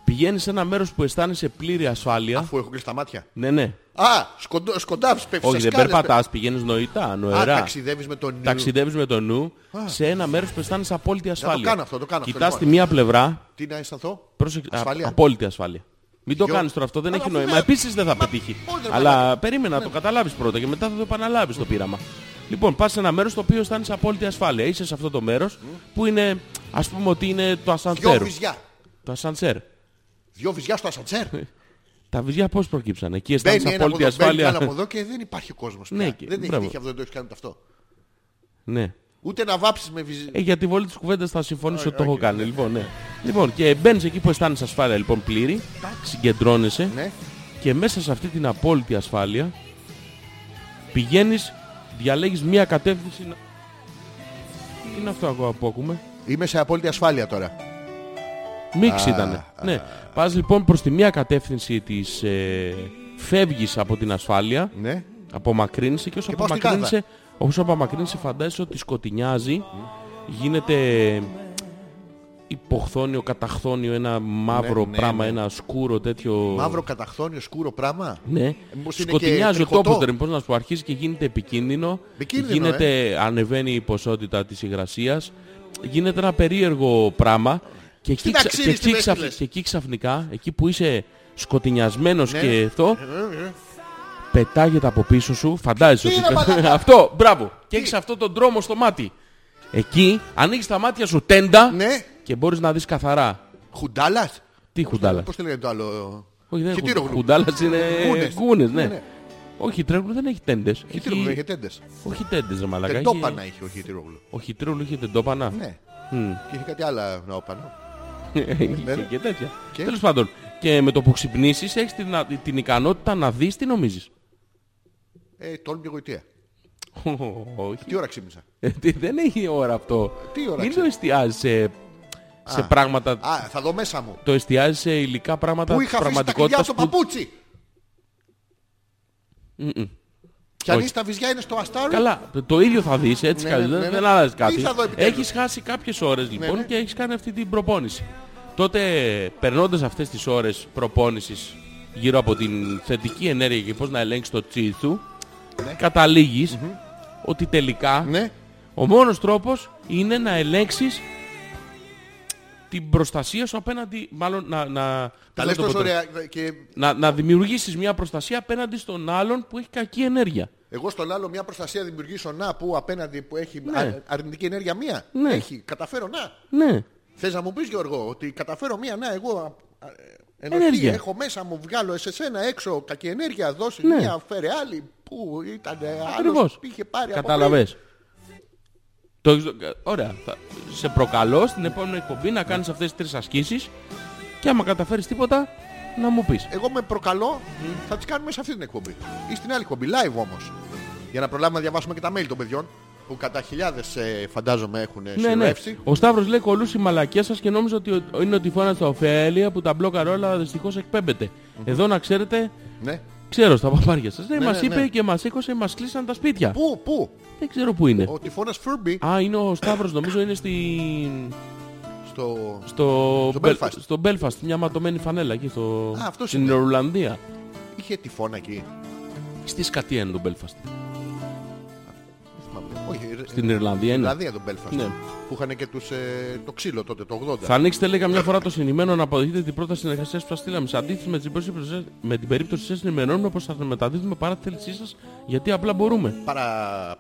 Speaker 3: πηγαίνεις σε ένα μέρος που αισθάνεσαι πλήρη ασφάλεια.
Speaker 4: Αφού έχω κλείσει τα μάτια.
Speaker 3: Ναι, ναι.
Speaker 4: Α, σκοντά, σκοντάψεις πέφτεις.
Speaker 3: Όχι,
Speaker 4: σε
Speaker 3: δεν
Speaker 4: σκάλες,
Speaker 3: περπατάς, πηγαίνεις νοητά,
Speaker 4: πέφτεις. Α,
Speaker 3: νοερά.
Speaker 4: ταξιδεύεις με τον νου.
Speaker 3: Ταξιδεύεις με το νου σε ένα μέρος που αισθάνεσαι απόλυτη ασφάλεια.
Speaker 4: κάνω αυτό, το κάνω αυτό,
Speaker 3: Κοιτάς
Speaker 4: λοιπόν.
Speaker 3: τη μία πλευρά,
Speaker 4: Τι να αισθανθώ.
Speaker 3: Πρόσεξε, α-
Speaker 4: Ασφάλεια.
Speaker 3: απόλυτη ασφάλεια. Μην το
Speaker 4: Δυο-
Speaker 3: κάνεις τώρα αυτό, δεν
Speaker 4: Αλλά
Speaker 3: έχει
Speaker 4: αφού
Speaker 3: νόημα.
Speaker 4: δεν-
Speaker 3: Επίσης δεν θα
Speaker 4: Μα
Speaker 3: πετύχει.
Speaker 4: πώς δεν Ναι.
Speaker 3: Αλλά
Speaker 4: καταλάβεις.
Speaker 3: περίμενα να το καταλάβεις πρώτα και μετά θα το επαναλάβεις το πείραμα. Λοιπόν, πας σε ένα μέρος το οποίο αισθάνεσαι απόλυτη ασφάλεια. Είσαι σε αυτό το μέρος που είναι, ας πούμε ότι είναι το
Speaker 4: Δυο
Speaker 3: ασαντσέρ.
Speaker 4: βυζιά.
Speaker 3: Το ασαντσέρ.
Speaker 4: Δυο βυζιά στο ασαντσέρ.
Speaker 3: Τα βυζιά πώς προκύψανε. Εκεί
Speaker 4: Μπαίνει
Speaker 3: αισθάνεσαι
Speaker 4: ένα από
Speaker 3: Ε, απόλυτη
Speaker 4: εδώ, μπαίνει ένα από
Speaker 3: ασφάλεια.
Speaker 4: εδώ και δεν υπάρχει κόσμος πια.
Speaker 3: Ναι, και-
Speaker 4: δεν έχει
Speaker 3: μπράβο.
Speaker 4: τύχει αυτό, δεν το έχεις κάνει αυτό.
Speaker 3: Ναι.
Speaker 4: Ούτε να βάψεις με βυζιά.
Speaker 3: Ε, για τη βόλη της κουβέντας θα συμφωνήσω ότι το έχω κάνει. Λοιπόν, ναι. Λοιπόν, και μπαίνεις εκεί που αισθάνεσαι ασφάλεια λοιπόν πλήρη, συγκεντρώνεσαι
Speaker 4: Ναι.
Speaker 3: και μέσα σε αυτή την απόλυτη ασφάλεια πηγαίνεις, διαλέγεις μία κατεύθυνση να... Τι είναι αυτό εγώ που ακούμε.
Speaker 4: Είμαι σε απόλυτη ασφάλεια τώρα.
Speaker 3: Μίξ ήτανε. Ναι. Πας λοιπόν προς τη μία κατεύθυνση της... Ε, φεύγεις από την ασφάλεια,
Speaker 4: Ναι.
Speaker 3: απομακρύνεσαι και όσο
Speaker 4: Και πάω στην
Speaker 3: απομακρύνεσαι, όσο απομακρύνεσαι φαντάζεσαι ότι σκοτεινιάζει, γίνεται υποχθόνιο, καταχθόνιο, ένα μαύρο
Speaker 4: ναι,
Speaker 3: πράγμα,
Speaker 4: ναι.
Speaker 3: ένα σκούρο τέτοιο...
Speaker 4: Μαύρο καταχθόνιο σκούρο πράγμα.
Speaker 3: Ναι.
Speaker 4: Μήπως είναι
Speaker 3: Σκοτεινιάζει
Speaker 4: και
Speaker 3: ο τόπος
Speaker 4: τριχωτό?
Speaker 3: πώς να σου πω, αρχίζει και γίνεται επικίνδυνο.
Speaker 4: Επικίνδυνο, ε.
Speaker 3: γίνεται, ανεβαίνει η ποσότητα της υγρασίας. Γίνεται ένα περίεργο πράγμα. Και εκεί,
Speaker 4: Στην
Speaker 3: ξα-
Speaker 4: αξίλη
Speaker 3: και,
Speaker 4: στη
Speaker 3: εκεί
Speaker 4: μέση,
Speaker 3: ξαφ-
Speaker 4: λες.
Speaker 3: και εκεί ξαφνικά, εκεί που είσαι σκοτεινιασμένος
Speaker 4: Ναι.
Speaker 3: και αυτό,
Speaker 4: Ε, ε.
Speaker 3: πετάγεται από πίσω σου. Φαντάζεσαι
Speaker 4: Τι
Speaker 3: ότι.
Speaker 4: ρε μαλάκα.
Speaker 3: αυτό, μπράβο. Και έχεις αυτό τον δρόμο στο μάτι. Εκεί ανοίγεις τα μάτια σου τέντα
Speaker 4: Ναι.
Speaker 3: και μπορείς να δεις καθαρά.
Speaker 4: Χουντάλας.
Speaker 3: Τι χουντάλα.
Speaker 4: Πώς το λένε το άλλο.
Speaker 3: Όχι, δεν είναι
Speaker 4: Χιτήρογλου.
Speaker 3: χουντάλας, είναι
Speaker 4: Γούνες.
Speaker 3: γούνες, ναι.
Speaker 4: Ναι, Ε, ναι.
Speaker 3: Όχι, τρέγλου δεν έχει τέντες.
Speaker 4: Χιτήρογλου δεν είχε τέντες.
Speaker 3: Όχι τέντες, ρε μαλακά.
Speaker 4: Τεντόπανα είχε ο χιτήρογλου.
Speaker 3: Όχι τρέγλου είχε τεντόπανα.
Speaker 4: Ε, Ναι.
Speaker 3: Μμμ.
Speaker 4: Και είχε κάτι άλλο να όπανα.
Speaker 3: Είχε και τέτοια.
Speaker 4: Και?
Speaker 3: Τέλος πάντων. Και με το που ξυπνήσεις έχεις την, α- την ικανότητα να δεις τι νομίζεις.
Speaker 4: Ε, τόλμη και γοητεία.
Speaker 3: Όχι.
Speaker 4: Τι ώρα ξύπνησα.
Speaker 3: Ε, τι- Δεν έχει ώρα αυτό.
Speaker 4: Τι ώρα
Speaker 3: Μην το
Speaker 4: ξέρω.
Speaker 3: εστιάζεις σε, σε πράγματα.
Speaker 4: Α, θα δω μέσα μου.
Speaker 3: Το εστιάζεις σε υλικά πράγματα
Speaker 4: Πού
Speaker 3: της
Speaker 4: είχα αφήσει τα κλειδιά
Speaker 3: πραγματικότητας
Speaker 4: στο
Speaker 3: που-
Speaker 4: παπούτσι. Κι αν
Speaker 3: Όχι.
Speaker 4: είσαι τα βυζιά είναι στο αστάρι.
Speaker 3: Καλά, το ίδιο θα δεις, έτσι
Speaker 4: Ναι,
Speaker 3: κι αλλιώς,
Speaker 4: ναι, ναι,
Speaker 3: δεν-
Speaker 4: ναι.
Speaker 3: δεν αλλάζει
Speaker 4: Τι
Speaker 3: κάτι.
Speaker 4: θα δω επιτέλους.
Speaker 3: έχεις χάσει κάποιες ώρες λοιπόν
Speaker 4: ναι.
Speaker 3: και έχεις κάνει αυτή την προπόνηση. Τότε περνώντας αυτές τις ώρες προπόνησης γύρω από την θετική ενέργεια και πώς να ελέγξεις το τσι σου, καταλήγεις ότι τελικά
Speaker 4: Ναι.
Speaker 3: ο μόνος τρόπος είναι να ελέγξεις την προστασία σου απέναντι, μάλλον να... να
Speaker 4: Τα
Speaker 3: πώς
Speaker 4: λες
Speaker 3: να το πω
Speaker 4: τόσο
Speaker 3: τώρα,
Speaker 4: ωραία. ε, Και
Speaker 3: Να, να δημιουργήσεις μια προστασία απέναντι στον άλλον που έχει κακή ενέργεια.
Speaker 4: εγώ στον άλλο μια προστασία δημιουργήσω να που απέναντι που έχει
Speaker 3: Ναι.
Speaker 4: α- αρνητική ενέργεια μία.
Speaker 3: Ναι.
Speaker 4: Έχει. Καταφέρω να.
Speaker 3: Ναι.
Speaker 4: Θες να μου πεις Γιώργο ότι καταφέρω μία να εγώ α, α, ε, ενοχή
Speaker 3: Ενέργεια.
Speaker 4: έχω μέσα μου βγάλω σε σένα έξω κακή ενέργεια δώσει
Speaker 3: Ναι.
Speaker 4: μία φέρε άλλη που ήταν ε, άλλος
Speaker 3: Ακριβώς.
Speaker 4: που είχε πάρει από
Speaker 3: Κατάλαβες. Το έχεις... δο- Ωραία. Θα... Σε προκαλώ στην επόμενη εκπομπή να κάνεις αυτές τις τρεις ασκήσεις και άμα καταφέρεις τίποτα να μου πεις.
Speaker 4: πριν. Εγώ με προκαλώ θα τις κάνουμε σε αυτή την εκπομπή ή στην άλλη εκπομπή live όμως για να προλάβουμε να διαβάσουμε και τα mail των παιδιών που κατά χιλιάδες ε, φαντάζομαι έχουν ε,
Speaker 3: Ναι, ναι.
Speaker 4: συρρεύσει.
Speaker 3: Ο Σταύρος λέει κολλούς η μαλακία σας και νόμιζα ότι ο- είναι ότι φώνα στα ωφέλεια που τα μπλόκαρ όλα δυστυχώς εκπέμπεται. Εδώ να ξέρετε,
Speaker 4: Ναι.
Speaker 3: ξέρω στα παπάρια σας. Ναι,
Speaker 4: Ναι,
Speaker 3: μας
Speaker 4: ναι,
Speaker 3: είπε
Speaker 4: ναι.
Speaker 3: και μας σήκωσε, μας κλείσαν τα σπίτια.
Speaker 4: Πού, πού,
Speaker 3: Δεν ξέρω πού είναι.
Speaker 4: ο τυφώνας Φούρμπι
Speaker 3: Α, είναι ο Σταύρος νομίζω είναι στη...
Speaker 4: στο...
Speaker 3: στο,
Speaker 4: Στο
Speaker 3: Μπελ-
Speaker 4: Belfast.
Speaker 3: στο Belfast, μια ματωμένη φανέλα εκεί στο...
Speaker 4: Α, αυτός
Speaker 3: στην
Speaker 4: είναι.
Speaker 3: Ιρλανδία.
Speaker 4: Είχε τυφώνα εκεί.
Speaker 3: Στη Σκατία είναι το Belfast.
Speaker 4: Δεν θυμάμαι. Όχι, ε,
Speaker 3: Στην Ιρλανδία είναι.
Speaker 4: Δηλαδή τον Belfast.
Speaker 3: Ναι.
Speaker 4: Που είχαν και τους, ε, το ξύλο τότε, το 80.
Speaker 3: Θα ανοίξετε λέει καμιά φορά το συνημένο να αποδεχτείτε την πρόταση συνεργασίας που σας στείλαμε. Σε αντίθεση με, τις υπόσχεσεις που σας- με την περίπτωση σας, ενημερώνουμε πως θα μεταδίδουμε παρά τη θέλησή σας γιατί απλά μπορούμε.
Speaker 4: παρα,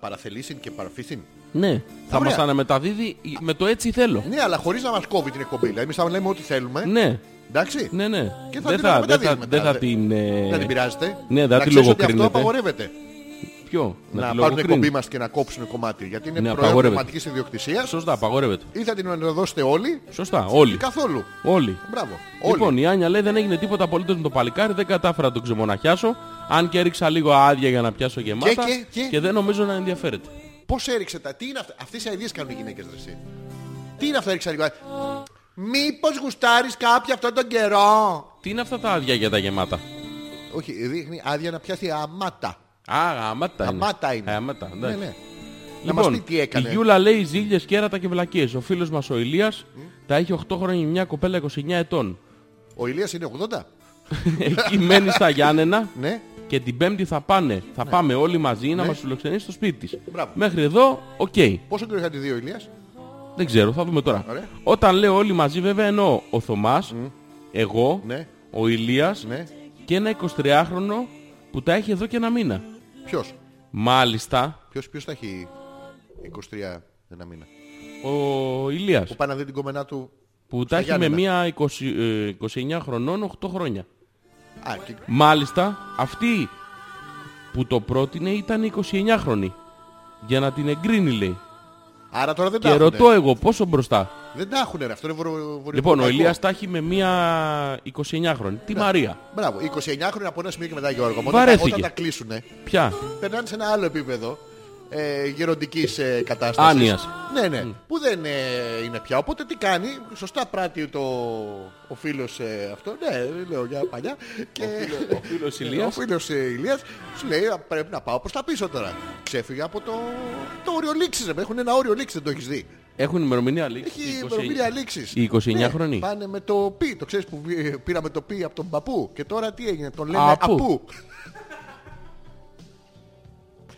Speaker 4: παραθελήσιν και παραφύσιν.
Speaker 3: Ναι, θα
Speaker 4: Ωραία.
Speaker 3: μας αναμεταδίδει με το έτσι θέλω.
Speaker 4: Ναι, αλλά χωρίς να μας κόβει την εκπομπή. Δηλαδή, εμείς θα λέμε ό,τι θέλουμε.
Speaker 3: Ναι,
Speaker 4: Εντάξει.
Speaker 3: ναι, ναι.
Speaker 4: Και θα
Speaker 3: Δεν
Speaker 4: την
Speaker 3: θα, δεν
Speaker 4: μεταδίδουμε
Speaker 3: θα,
Speaker 4: μετά,
Speaker 3: δεν θα
Speaker 4: δε.
Speaker 3: την. ε,
Speaker 4: Να την πειράζετε.
Speaker 3: Ναι, δεν θα
Speaker 4: να
Speaker 3: τη
Speaker 4: ξέρεις ότι αυτό
Speaker 3: λογοκρίνετε.
Speaker 4: απαγορεύεται.
Speaker 3: Ποιο,
Speaker 4: Να,
Speaker 3: τη
Speaker 4: πάρουν την
Speaker 3: λογοκρίνει.
Speaker 4: εκπομπή μας και να κόψουν κομμάτι. Γιατί είναι
Speaker 3: Ναι,
Speaker 4: προϊόν
Speaker 3: απαγορεύεται.
Speaker 4: πνευματικής ιδιοκτησίας.
Speaker 3: Σωστά, απαγορεύεται.
Speaker 4: Ή θα την ενδώσετε όλοι
Speaker 3: Σωστά, όλοι.
Speaker 4: ή καθόλου.
Speaker 3: Όλοι.
Speaker 4: Μπράβο.
Speaker 3: Λοιπόν,
Speaker 4: όλοι.
Speaker 3: η Άνια λέει δεν έγινε τίποτα απολύτως με το παλικάρι, δεν κατάφερα να τον ξεμοναχιάσω. Αν και ρίξα λίγο άδεια για να πιάσω γεμάτα.
Speaker 4: και- και-
Speaker 3: δεν νομίζω να ενδιαφέρεται.
Speaker 4: Πώς έριξε τα... Τι είναι αυτά... Αυτές οι αηδίες κάνουν οι γυναίκες ρε εσύ. Τι είναι αυτά έριξα λίγο... Μήπως γουστάρεις κάποια αυτόν τον καιρό.
Speaker 3: Τι είναι αυτά τα άδεια για τα γεμάτα.
Speaker 4: Όχι, δείχνει άδεια να πιάσει αμάτα.
Speaker 3: Α, αμάτα είναι.
Speaker 4: Αμάτα είναι.
Speaker 3: Ε, αμάτα,
Speaker 4: ναι,
Speaker 3: εντάξει.
Speaker 4: ναι. Να μας
Speaker 3: Λοιπόν,
Speaker 4: πει τι έκανε.
Speaker 3: η Γιούλα λέει ζήλιες, κέρατα και βλακίες. Ο φίλος μας ο Ηλίας τα έχει 8 χρόνια μια κοπέλα 29 ετών.
Speaker 4: Ο Ηλίας είναι 80.
Speaker 3: Εκεί μένει στα Γιάννενα
Speaker 4: Ναι.
Speaker 3: και την Πέμπτη θα πάνε. Θα πάμε όλοι μαζί να μας φιλοξενήσει στο σπίτι της.
Speaker 4: Μπράβο.
Speaker 3: Μέχρι εδώ, οκ.
Speaker 4: Πόσο καιρό είχατε δύο Ηλίας.
Speaker 3: Δεν ξέρω, θα δούμε τώρα.
Speaker 4: Ωραία.
Speaker 3: Όταν λέω όλοι μαζί, βέβαια εννοώ ο Θωμάς, εγώ,
Speaker 4: Ναι.
Speaker 3: ο Ηλίας
Speaker 4: Ναι.
Speaker 3: και ένα 23χρονο που τα έχει εδώ και ένα μήνα.
Speaker 4: Ποιος.
Speaker 3: Μάλιστα,
Speaker 4: Ποιος, ποιος θα έχει 23 ένα μήνα.
Speaker 3: ο Ηλίας
Speaker 4: Που πάει να δει την κομμενά του.
Speaker 3: που
Speaker 4: στα
Speaker 3: τα έχει με
Speaker 4: Γιάννενα.
Speaker 3: μία 20, ε, 29 χρονών 8 χρόνια.
Speaker 4: Α, και...
Speaker 3: Μάλιστα, αυτή που το πρότεινε ήταν 29χρονη. Για να την εγκρίνει, λέει.
Speaker 4: Άρα τώρα δεν τα
Speaker 3: Και
Speaker 4: έχουνε.
Speaker 3: ρωτώ εγώ πόσο μπροστά.
Speaker 4: Δεν τα έχουνε ρε. Αυτό είναι βορειοκουριακό.
Speaker 3: Λοιπόν, ο Ηλίας τα έχει με μία 29χρονη.
Speaker 4: Ναι.
Speaker 3: Τη Μαρία.
Speaker 4: Μπράβο, 29 χρόνια από ένα σημείο και μετά Γιώργο. μου, Όταν, τα-
Speaker 3: Βαρέθηκε.
Speaker 4: όταν τα κλείσουνε,
Speaker 3: Ποια.
Speaker 4: περνάνε σε ένα άλλο επίπεδο ε, γεροντικής ε, κατάστασης.
Speaker 3: Άνοιας.
Speaker 4: Ναι, ναι. Που δεν ε, είναι πια. Οπότε τι κάνει, σωστά πράττει το, ο φίλος ε, αυτό. Ναι, λέω για παλιά. Και... Ο
Speaker 3: φίλος
Speaker 4: Ο
Speaker 3: Ηλίας.
Speaker 4: φίλος ε, Ηλίας σου λέει «Α, πρέπει να πάω προς τα πίσω τώρα. Ξέφυγε από το, το όριο λήξης. ρε. Έχουν ένα όριο λήξης, δεν το έχεις δει.
Speaker 3: Έχουν ημερομηνία λήξης.
Speaker 4: Έχει ημερομηνία λήξης.
Speaker 3: Η 29χρονη.
Speaker 4: Ναι, πάνε με το πι. Το ξέρεις που βγή- πήραμε το πι από τον παππού. Και τώρα τι έγινε, τον λένε
Speaker 3: Απού.
Speaker 4: απού.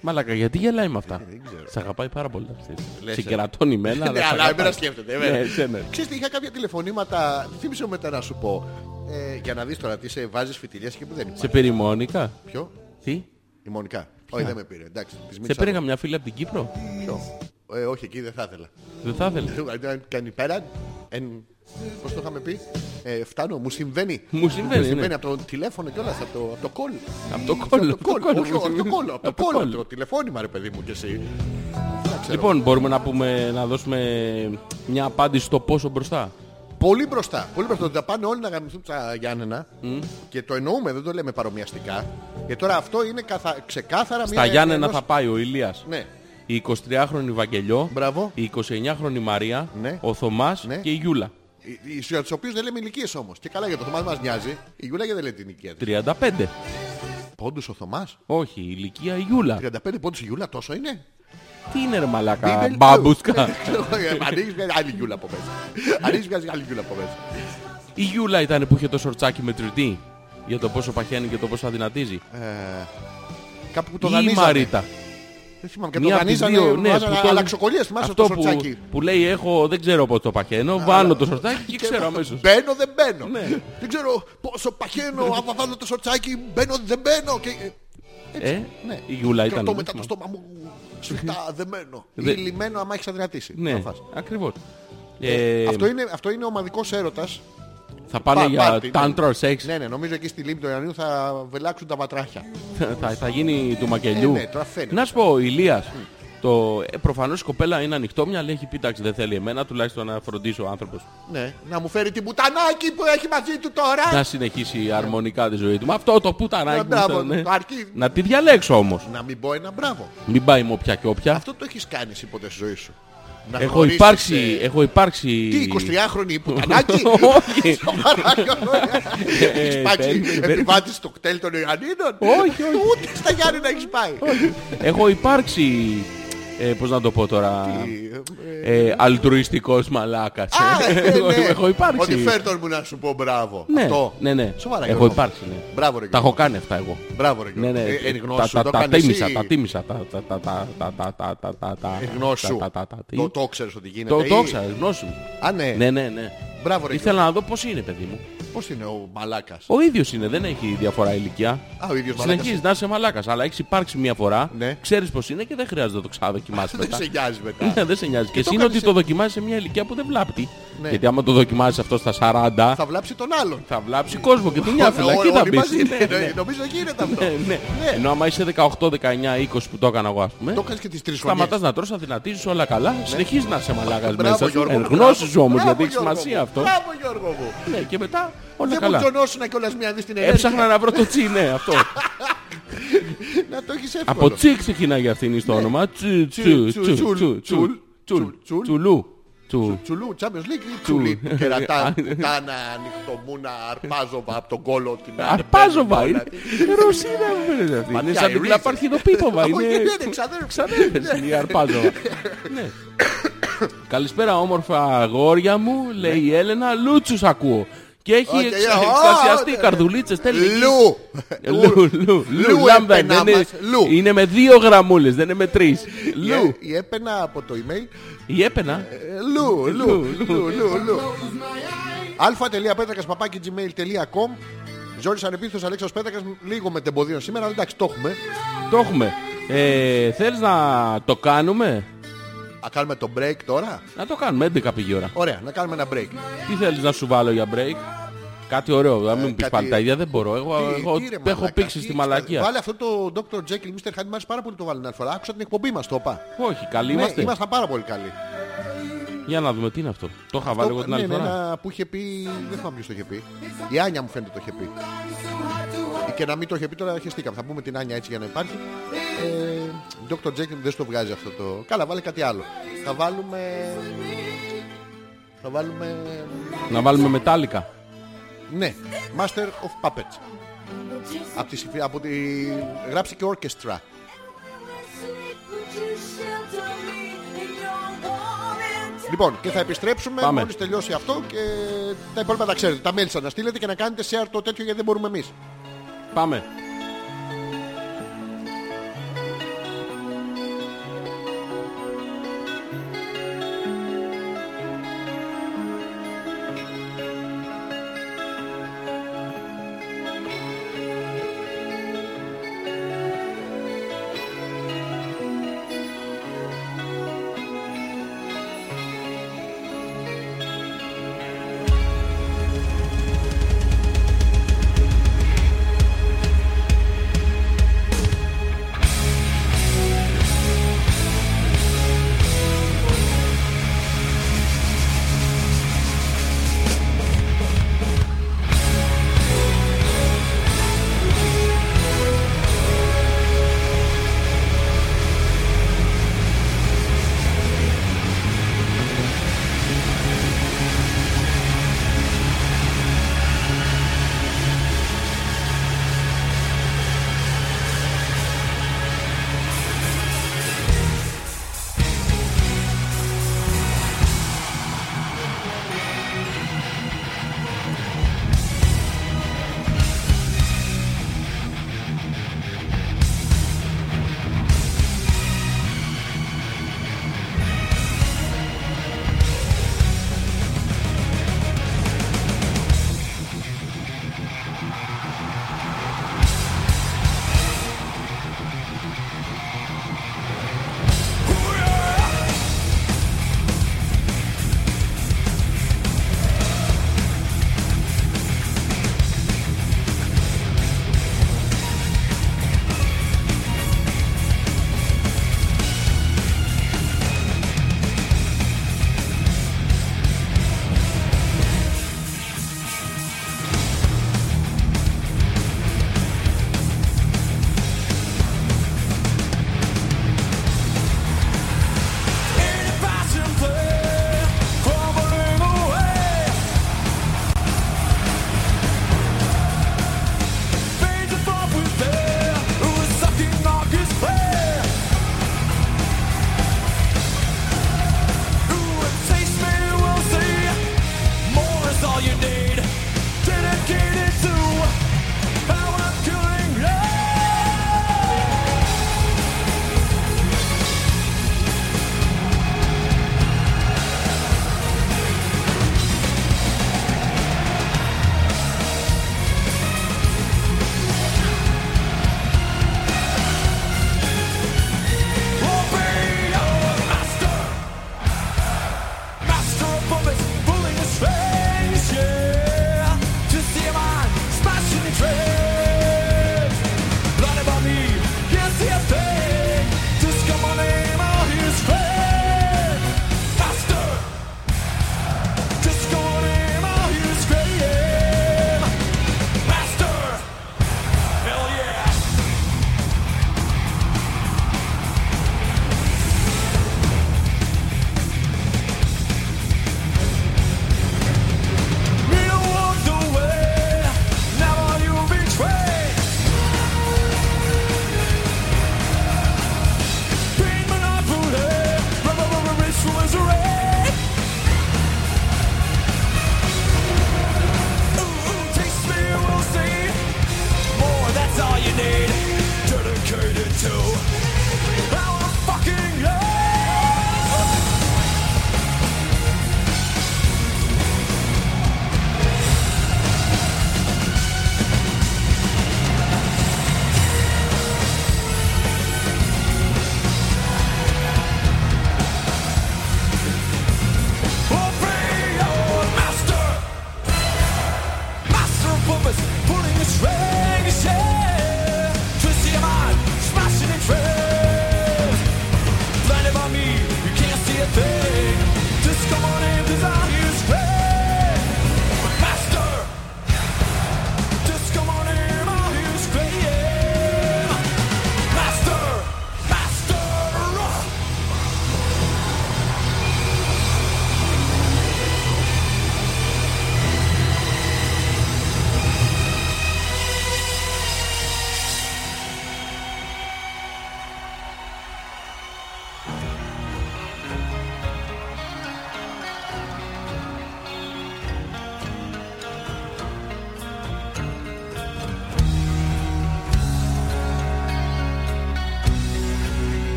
Speaker 3: Μαλάκα, γιατί γελάει με αυτά.
Speaker 4: Ε, ξέρω.
Speaker 3: Σ' αγαπάει πάρα πολύ. τα ψέματα.
Speaker 4: Λες,
Speaker 3: Σε
Speaker 4: ε.
Speaker 3: κερατώνει εμένα.
Speaker 4: Ναι,
Speaker 3: σ'
Speaker 4: αλλά
Speaker 3: αγαπάει.
Speaker 4: εμένα σκέφτεται.
Speaker 3: Ναι,
Speaker 4: εμένα.
Speaker 3: εσένα.
Speaker 4: Ξέρεις τι, είχα κάποια τηλεφωνήματα, θύμισε μου μετά να σου πω. Ε, για να δεις τώρα τι σε βάζεις φιτιλιές και που δεν
Speaker 3: Σε
Speaker 4: υπάρχει.
Speaker 3: πήρε η Μόνικα.
Speaker 4: Ποιο?
Speaker 3: Τι.
Speaker 4: Η Μονικά. Όχι, δεν με πήρε. Εντάξει, της
Speaker 3: Σε
Speaker 4: μίλησα
Speaker 3: πήρε
Speaker 4: εγώ.
Speaker 3: καμιά φίλη από την Κύπρο.
Speaker 4: Ποιο? Ε, όχι, εκεί δεν θα ήθελα. Δηλαδή,
Speaker 3: Δεν θα ήθελες.
Speaker 4: Αν Κάνει πέραν. Εν... Πώς το είχαμε πει. Ε, φτάνω, μου συμβαίνει.
Speaker 3: Μου συμβαίνει, ναι.
Speaker 4: από το τηλέφωνο κιόλας, από το, από το call.
Speaker 3: Από το κόλλο.
Speaker 4: Από το κόλλο. Όχι,
Speaker 3: μου
Speaker 4: από το
Speaker 3: θυμίζει.
Speaker 4: κόλλο. Από το
Speaker 3: call.
Speaker 4: κόλλο. Το τηλεφώνημα, ρε παιδί μου κι εσύ. Δεν ξέρω.
Speaker 3: Λοιπόν, μπορούμε να, πούμε, να δώσουμε μια απάντηση στο πόσο μπροστά.
Speaker 4: Πολύ μπροστά. Πολύ μπροστά. Τα πάνε όλοι να γαμηθούν τα Γιάννενα. Και το εννοούμε, δεν το λέμε παρομοιαστικά. Και τώρα αυτό είναι καθα... ξεκάθαρα μια.
Speaker 3: Στα Γιάννενα
Speaker 4: ενός-
Speaker 3: θα πάει ο Ηλίας.
Speaker 4: Ναι.
Speaker 3: Η 23χρονη Βαγγελιό.
Speaker 4: Μπράβο.
Speaker 3: Η 29χρονη Μαρία.
Speaker 4: Ναι.
Speaker 3: Ο Θωμάς
Speaker 4: Ναι.
Speaker 3: και η Γιούλα.
Speaker 4: Οι- οι- Για τους οποίους δεν λέμε ηλικίες όμως. Και καλά για το Θωμάς μας νοιάζει. Η Γιούλα γιατί δεν λέει την ηλικία της.
Speaker 3: 35.
Speaker 4: Πόντους ο Θωμάς.
Speaker 3: Όχι, η ηλικία η Γιούλα.
Speaker 4: 35 πόντους η Γιούλα τόσο είναι.
Speaker 3: Τι είναι ρε μαλάκα,
Speaker 4: Μπίμπελ.
Speaker 3: μπαμπούσκα.
Speaker 4: Ανοίγεις μια άλλη Γιούλα από μέσα. Ανοίγεις μια άλλη Γιούλα από μέσα.
Speaker 3: Η Γιούλα ήταν που είχε το σορτσάκι μετρητή για το πόσο παχαίνει και το πόσο αδυνατίζει.
Speaker 4: Κάπου που Ε, το
Speaker 3: Ή η
Speaker 4: δανείζανε.
Speaker 3: Μαρίτα.
Speaker 4: Δεν θυμάμαι. Και το
Speaker 3: Μία από τις
Speaker 4: δανείζανε.
Speaker 3: δύο, ναι,
Speaker 4: βάζανε
Speaker 3: που το-
Speaker 4: αλλαξοκολλίες, θυμάσαι το
Speaker 3: Αυτό που,
Speaker 4: σορτσάκι.
Speaker 3: που λέει έχω, δεν ξέρω πότε το παχαίνω, βάνω το σορτσάκι και ξέρω αμέσως.
Speaker 4: Μπαίνω, δεν μπαίνω.
Speaker 3: Ναι.
Speaker 4: Δεν ξέρω πόσο παχαίνω. Άμα βάλω το σορτσάκι, μπαίνω, δεν μπαίνω. Και... Έτσι,
Speaker 3: Ε,
Speaker 4: ναι.
Speaker 3: η Γιούλα
Speaker 4: Κρατώ
Speaker 3: ήταν,
Speaker 4: μετά
Speaker 3: ναι.
Speaker 4: το στόμα μου σφιχτά, δεμένο. Ή
Speaker 3: Δε-
Speaker 4: λιμένο, άμα έχεις αδυνατήσει. Να
Speaker 3: Ναι,
Speaker 4: φας.
Speaker 3: ακριβώς. Ε,
Speaker 4: αυτό, είναι, αυτό είναι ομαδικός έρωτας.
Speaker 3: θα πάνε
Speaker 4: Πα-
Speaker 3: για
Speaker 4: πάρτι, ναι.
Speaker 3: τάντρο σεξ,
Speaker 4: Ναι, ναι, νομίζω εκεί στη λίμνη του Ιαννίου θα βελάξουν τα βατράχια.
Speaker 3: θα, θα γίνει του μακελιού.
Speaker 4: Ε, ναι, τώρα φαίνεται.
Speaker 3: Να σου πω, ο Ηλίας, το, ε, προφανώς η κοπέλα είναι ανοιχτόμυαλη, λέει, έχει πει εντάξει δεν θέλει εμένα, τουλάχιστον να φροντίσει ο άνθρωπος.
Speaker 4: Ναι. Να μου φέρει την πουτανάκι που έχει μαζί του τώρα.
Speaker 3: να συνεχίσει αρμονικά τη ζωή του. Με αυτό το
Speaker 4: Ναι,
Speaker 3: πουτανάκι μου
Speaker 4: μπράβο,
Speaker 3: ήταν, ναι.
Speaker 4: το αρκεί.
Speaker 3: Να τη διαλέξω όμως.
Speaker 4: Να μην πω ένα μπράβο.
Speaker 3: Μην πάει μου όποια και όποια.
Speaker 4: Αυτό το έχεις κάνει εσύ ποτέ στη ζωή σου. Να
Speaker 3: Έχω
Speaker 4: γνωρίσεις,
Speaker 3: υπάρξει...
Speaker 4: ε,
Speaker 3: Έχω υπάρξει...
Speaker 4: Τι, 23χρονη πουτανάκι.
Speaker 3: Όχι.
Speaker 4: Έχεις
Speaker 3: Ε,
Speaker 4: υπάρξει
Speaker 3: περίπου.
Speaker 4: επιβάτης στο κτέλ των Ιωαννίνων.
Speaker 3: Όχι, όχι.
Speaker 4: Ούτε στα Γιάννη έχεις πάει.
Speaker 3: Έχω υπάρξει... Ε, πώς να το πω τώρα... Ε, αλτρουιστικός μαλάκας.
Speaker 4: Α, ε, ναι.
Speaker 3: Έχω- Έχω
Speaker 4: Ότι
Speaker 3: υπάρξει.
Speaker 4: φέρτον μου να σου πω μπράβο.
Speaker 3: Ναι,
Speaker 4: Αυτό.
Speaker 3: ναι, ναι.
Speaker 4: Σοβαρά
Speaker 3: Έχω
Speaker 4: Γιώργο.
Speaker 3: υπάρξει, ναι.
Speaker 4: Μπράβο ρε
Speaker 3: Τα
Speaker 4: Γιώργο.
Speaker 3: έχω κάνει αυτά εγώ.
Speaker 4: Μπράβο ρε
Speaker 3: Ναι,
Speaker 4: Γιώργο.
Speaker 3: ναι.
Speaker 4: Ε, Εν
Speaker 3: Τα-
Speaker 4: γνώση
Speaker 3: τα-
Speaker 4: σου το
Speaker 3: τα
Speaker 4: κάνεις
Speaker 3: τίμησα,
Speaker 4: ή-
Speaker 3: τα τίμησα, τα- τα- τα- τα- τα- τα- τα- τα- τα- τα-
Speaker 4: Εν γνώση σου.
Speaker 3: τα- τα- τα- τι?
Speaker 4: Το- Το ξέρεις ότι γίνεται. Ε,
Speaker 3: Το
Speaker 4: ή-
Speaker 3: το ήξερα, εν γνώση μου.
Speaker 4: Α, ναι.
Speaker 3: Ναι, ναι, ναι.
Speaker 4: Μπράβο ρε Γιώργο.
Speaker 3: Ήθελα να δω πώς είναι, παιδί μου.
Speaker 4: Πώς είναι ο Μαλάκας.
Speaker 3: Ο ίδιος είναι, δεν έχει διαφορά ηλικία.
Speaker 4: Α, ο ίδιος Μαλάκας.
Speaker 3: Συνεχίζεις να είσαι μαλάκας, αλλά έχεις υπάρξει μια φορά,
Speaker 4: Ναι.
Speaker 3: ξέρεις πώς είναι και δεν χρειάζεται να το ξαδοκιμάσεις
Speaker 4: Δεν
Speaker 3: μετά.
Speaker 4: σε νοιάζει μετά.
Speaker 3: Ναι, δεν σε νοιάζει. Και
Speaker 4: το
Speaker 3: εσύ είναι ότι
Speaker 4: κάνεις
Speaker 3: το δοκιμάζεις σε μια ηλικία που δεν βλάπτει.
Speaker 4: Ναι.
Speaker 3: Γιατί άμα το δοκιμάσει αυτό στα 40,
Speaker 4: Θα βλάψει τον άλλον.
Speaker 3: θα βλάψει κόσμο και την μια
Speaker 4: Ο- ο-
Speaker 3: φυλακή θα
Speaker 4: όλοι
Speaker 3: μπεις.
Speaker 4: μαζί, ναι, ναι, Νομίζω γίνεται αυτό.
Speaker 3: Ναι, ναι.
Speaker 4: Ναι.
Speaker 3: Ενώ άμα είσαι 18, 19, 20 που το έκανα εγώ, ας πούμε,
Speaker 4: Το κάνεις και τις τρεις χρονιές.
Speaker 3: σταματάς να τρως, αδυνατίζει όλα καλά, συνεχίζεις να είσαι μαλάκας
Speaker 4: Μπράβο,
Speaker 3: μέσα. σου.
Speaker 4: Γιώργο
Speaker 3: Εν
Speaker 4: μου,
Speaker 3: γνώσης
Speaker 4: μπράβο,
Speaker 3: σου όμω,
Speaker 4: μπράβο,
Speaker 3: γιατί έχει
Speaker 4: Γιώργο
Speaker 3: σημασία
Speaker 4: μου.
Speaker 3: αυτό.
Speaker 4: Μπράβο Γιώργο μου.
Speaker 3: Ναι, και μετά όλα
Speaker 4: Δεν μου
Speaker 3: καλά.
Speaker 4: τζονώσουν κιόλας μια δεις την ενέργεια.
Speaker 3: Έψαχνα να βρω το τσι, ναι, αυτό.
Speaker 4: Να το έχεις εύκολο.
Speaker 3: Από τσι ξεκινάει αυτή η στο όνομα. Τσου, τσου,
Speaker 4: Ναι. τσου,
Speaker 3: τσου, τσου,
Speaker 4: τσουλ,
Speaker 3: τσου,
Speaker 4: τσουλ, Ναι,
Speaker 3: τσουλ,
Speaker 4: τσουλ.
Speaker 3: Τσουλού. Τσου.
Speaker 4: Τσουλού, Champions League ή τσουλί που κερατά, πουτάνα, ανοιχτομούνα, αρπάζοβα από τον κόλο την άλλη.
Speaker 3: Αρπάζοβα
Speaker 4: Μπαίνουν
Speaker 3: είναι.
Speaker 4: όλα.
Speaker 3: Ρωσίδα μου φαίνεται αυτή. Είναι
Speaker 4: Ματιά,
Speaker 3: σαν
Speaker 4: ναι, η
Speaker 3: την
Speaker 4: ρίζα.
Speaker 3: κλαπαρχινοπίποβα.
Speaker 4: Από εκεί
Speaker 3: Είναι
Speaker 4: είναι, ξαδέρφη.
Speaker 3: ξανέβες είναι η Αρπάζοβα. Ναι. Καλησπέρα όμορφα αγόρια μου, λέει η Έλενα. Λούτσους ακούω. Και έχει
Speaker 4: Οκ,
Speaker 3: εξα-
Speaker 4: α,
Speaker 3: εξασιαστεί
Speaker 4: ναι.
Speaker 3: καρδουλίτσες τέλει. Ε,
Speaker 4: Λου.
Speaker 3: Λου, λου, λου, λάμπεν,
Speaker 4: έπαινα
Speaker 3: δεν είναι-
Speaker 4: μας, Λου.
Speaker 3: Είναι με δύο γραμμούλες, δεν είναι με τρεις.
Speaker 4: Η
Speaker 3: Λου,
Speaker 4: ε- Η έπαινα από το email.
Speaker 3: η έπαινα.
Speaker 4: Ε, Λου, λου,
Speaker 3: Λου,
Speaker 4: λου, λου, λου. αλφα.πέτρακας παπάκι gmail.com Ζόρις ανεπίθετος Αλέξανδρος Πέτρακας λίγο με τεμποδίων σήμερα, αλλά εντάξει το έχουμε.
Speaker 3: Το έχουμε. Ε, θέλεις να το κάνουμε.
Speaker 4: Α, κάνουμε το break τώρα.
Speaker 3: Να το κάνουμε, 11 πήγε η ώρα.
Speaker 4: Ωραία, να κάνουμε ένα break.
Speaker 3: Τι θέλεις να σου βάλω για break. Κάτι ωραίο, να μην πεις
Speaker 4: Ε, κάτι-
Speaker 3: πάλι τα ίδια, δεν μπορώ. Εγώ,
Speaker 4: Τι-
Speaker 3: εγώ
Speaker 4: τι ρε
Speaker 3: έχω
Speaker 4: μαλάκα,
Speaker 3: πήξει
Speaker 4: τι
Speaker 3: στη
Speaker 4: έχεις κάνει.
Speaker 3: μαλακία.
Speaker 4: Βάλε αυτό το Dr. Jekyll, Mr. Hyde, μ' άρεσε πάρα πολύ το βάλει την άλλη φορά. Άκουσα την εκπομπή μας, το είπα.
Speaker 3: Όχι, καλοί
Speaker 4: Ναι,
Speaker 3: είμαστε.
Speaker 4: ήμασταν πάρα πολύ καλοί.
Speaker 3: Για να δούμε τι είναι αυτό. Το είχα βάλει εγώ την
Speaker 4: ναι,
Speaker 3: άλλη
Speaker 4: ναι,
Speaker 3: φορά.
Speaker 4: Ένα που είχε πει, δεν θυμάμαι ποιος το είχε πει. Η Άνια μου φαίνεται το είχε πει. Και να μην το είχε πει τώρα χεστήκαμε. Θα πούμε την Άνια έτσι για να υπάρχει. Ε, Dr. Jekyll δεν στο βγάζει αυτό το. Καλά, βάλε κάτι άλλο. Θα βάλουμε. Θα βάλουμε.
Speaker 3: Να βάλουμε μετάλλικα.
Speaker 4: Ναι, Master of Puppets. Από τη, συμφ- από τη... Γράψει και orchestra. Λοιπόν, και θα επιστρέψουμε
Speaker 3: Πάμε.
Speaker 4: μόλις τελειώσει αυτό και τα υπόλοιπα τα ξέρετε. Τα μέλησα να στείλετε και να κάνετε share το τέτοιο γιατί δεν μπορούμε εμείς.
Speaker 3: Πάμε.
Speaker 2: Dedicated to how I'm killing love. Hell yeah! Master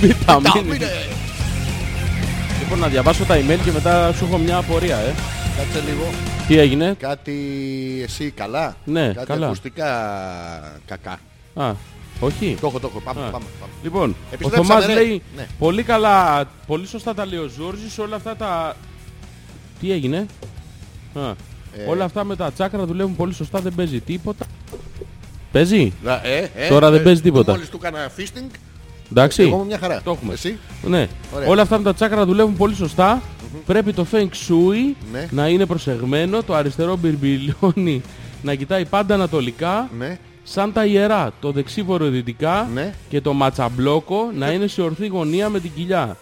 Speaker 3: Βιταμίνη. Λοιπόν, να διαβάσω τα email και μετά σου έχω μια απορία, ε.
Speaker 4: Κάτσε λίγο.
Speaker 3: Τι έγινε.
Speaker 4: Κάτι εσύ καλά.
Speaker 3: Ναι,
Speaker 4: Κάτι
Speaker 3: καλά.
Speaker 4: ακουστικά κακά.
Speaker 3: Α, όχι.
Speaker 4: Το έχω, το έχω. Πάμε,
Speaker 3: Α.
Speaker 4: πάμε. πάμε.
Speaker 3: Λοιπόν, ο
Speaker 4: Επιστρέψαμε,
Speaker 3: Θωμάς
Speaker 4: ρε.
Speaker 3: λέει
Speaker 4: Ναι.
Speaker 3: πολύ καλά, πολύ σωστά τα λέει ο Ζόρζης, όλα αυτά τα... Τι έγινε? Α,
Speaker 4: Ε.
Speaker 3: Όλα αυτά με τα τσάκρα δουλεύουν πολύ σωστά, δεν παίζει τίποτα. Παίζει,
Speaker 4: Να, ε, ε,
Speaker 3: Τώρα δεν
Speaker 4: ε,
Speaker 3: παίζει τίποτα.
Speaker 4: Μόλις του έκανα fisting,
Speaker 3: εντάξει.
Speaker 4: εγώ είμαι μια χαρά.
Speaker 3: Το έχουμε.
Speaker 4: Εσύ,
Speaker 3: Ναι.
Speaker 4: Ωραία.
Speaker 3: Όλα αυτά με τα τσάκρα δουλεύουν πολύ σωστά. Πρέπει το Feng Shui
Speaker 4: Ναι.
Speaker 3: να είναι προσεγμένο, το αριστερό μπιρμπιλιόνι να κοιτάει πάντα ανατολικά,
Speaker 4: ναι.
Speaker 3: σαν τα ιερά, το δεξί βορειοδυτικά
Speaker 4: Ναι.
Speaker 3: και το ματσαμπλόκο να είναι σε ορθή γωνία με την κοιλιά.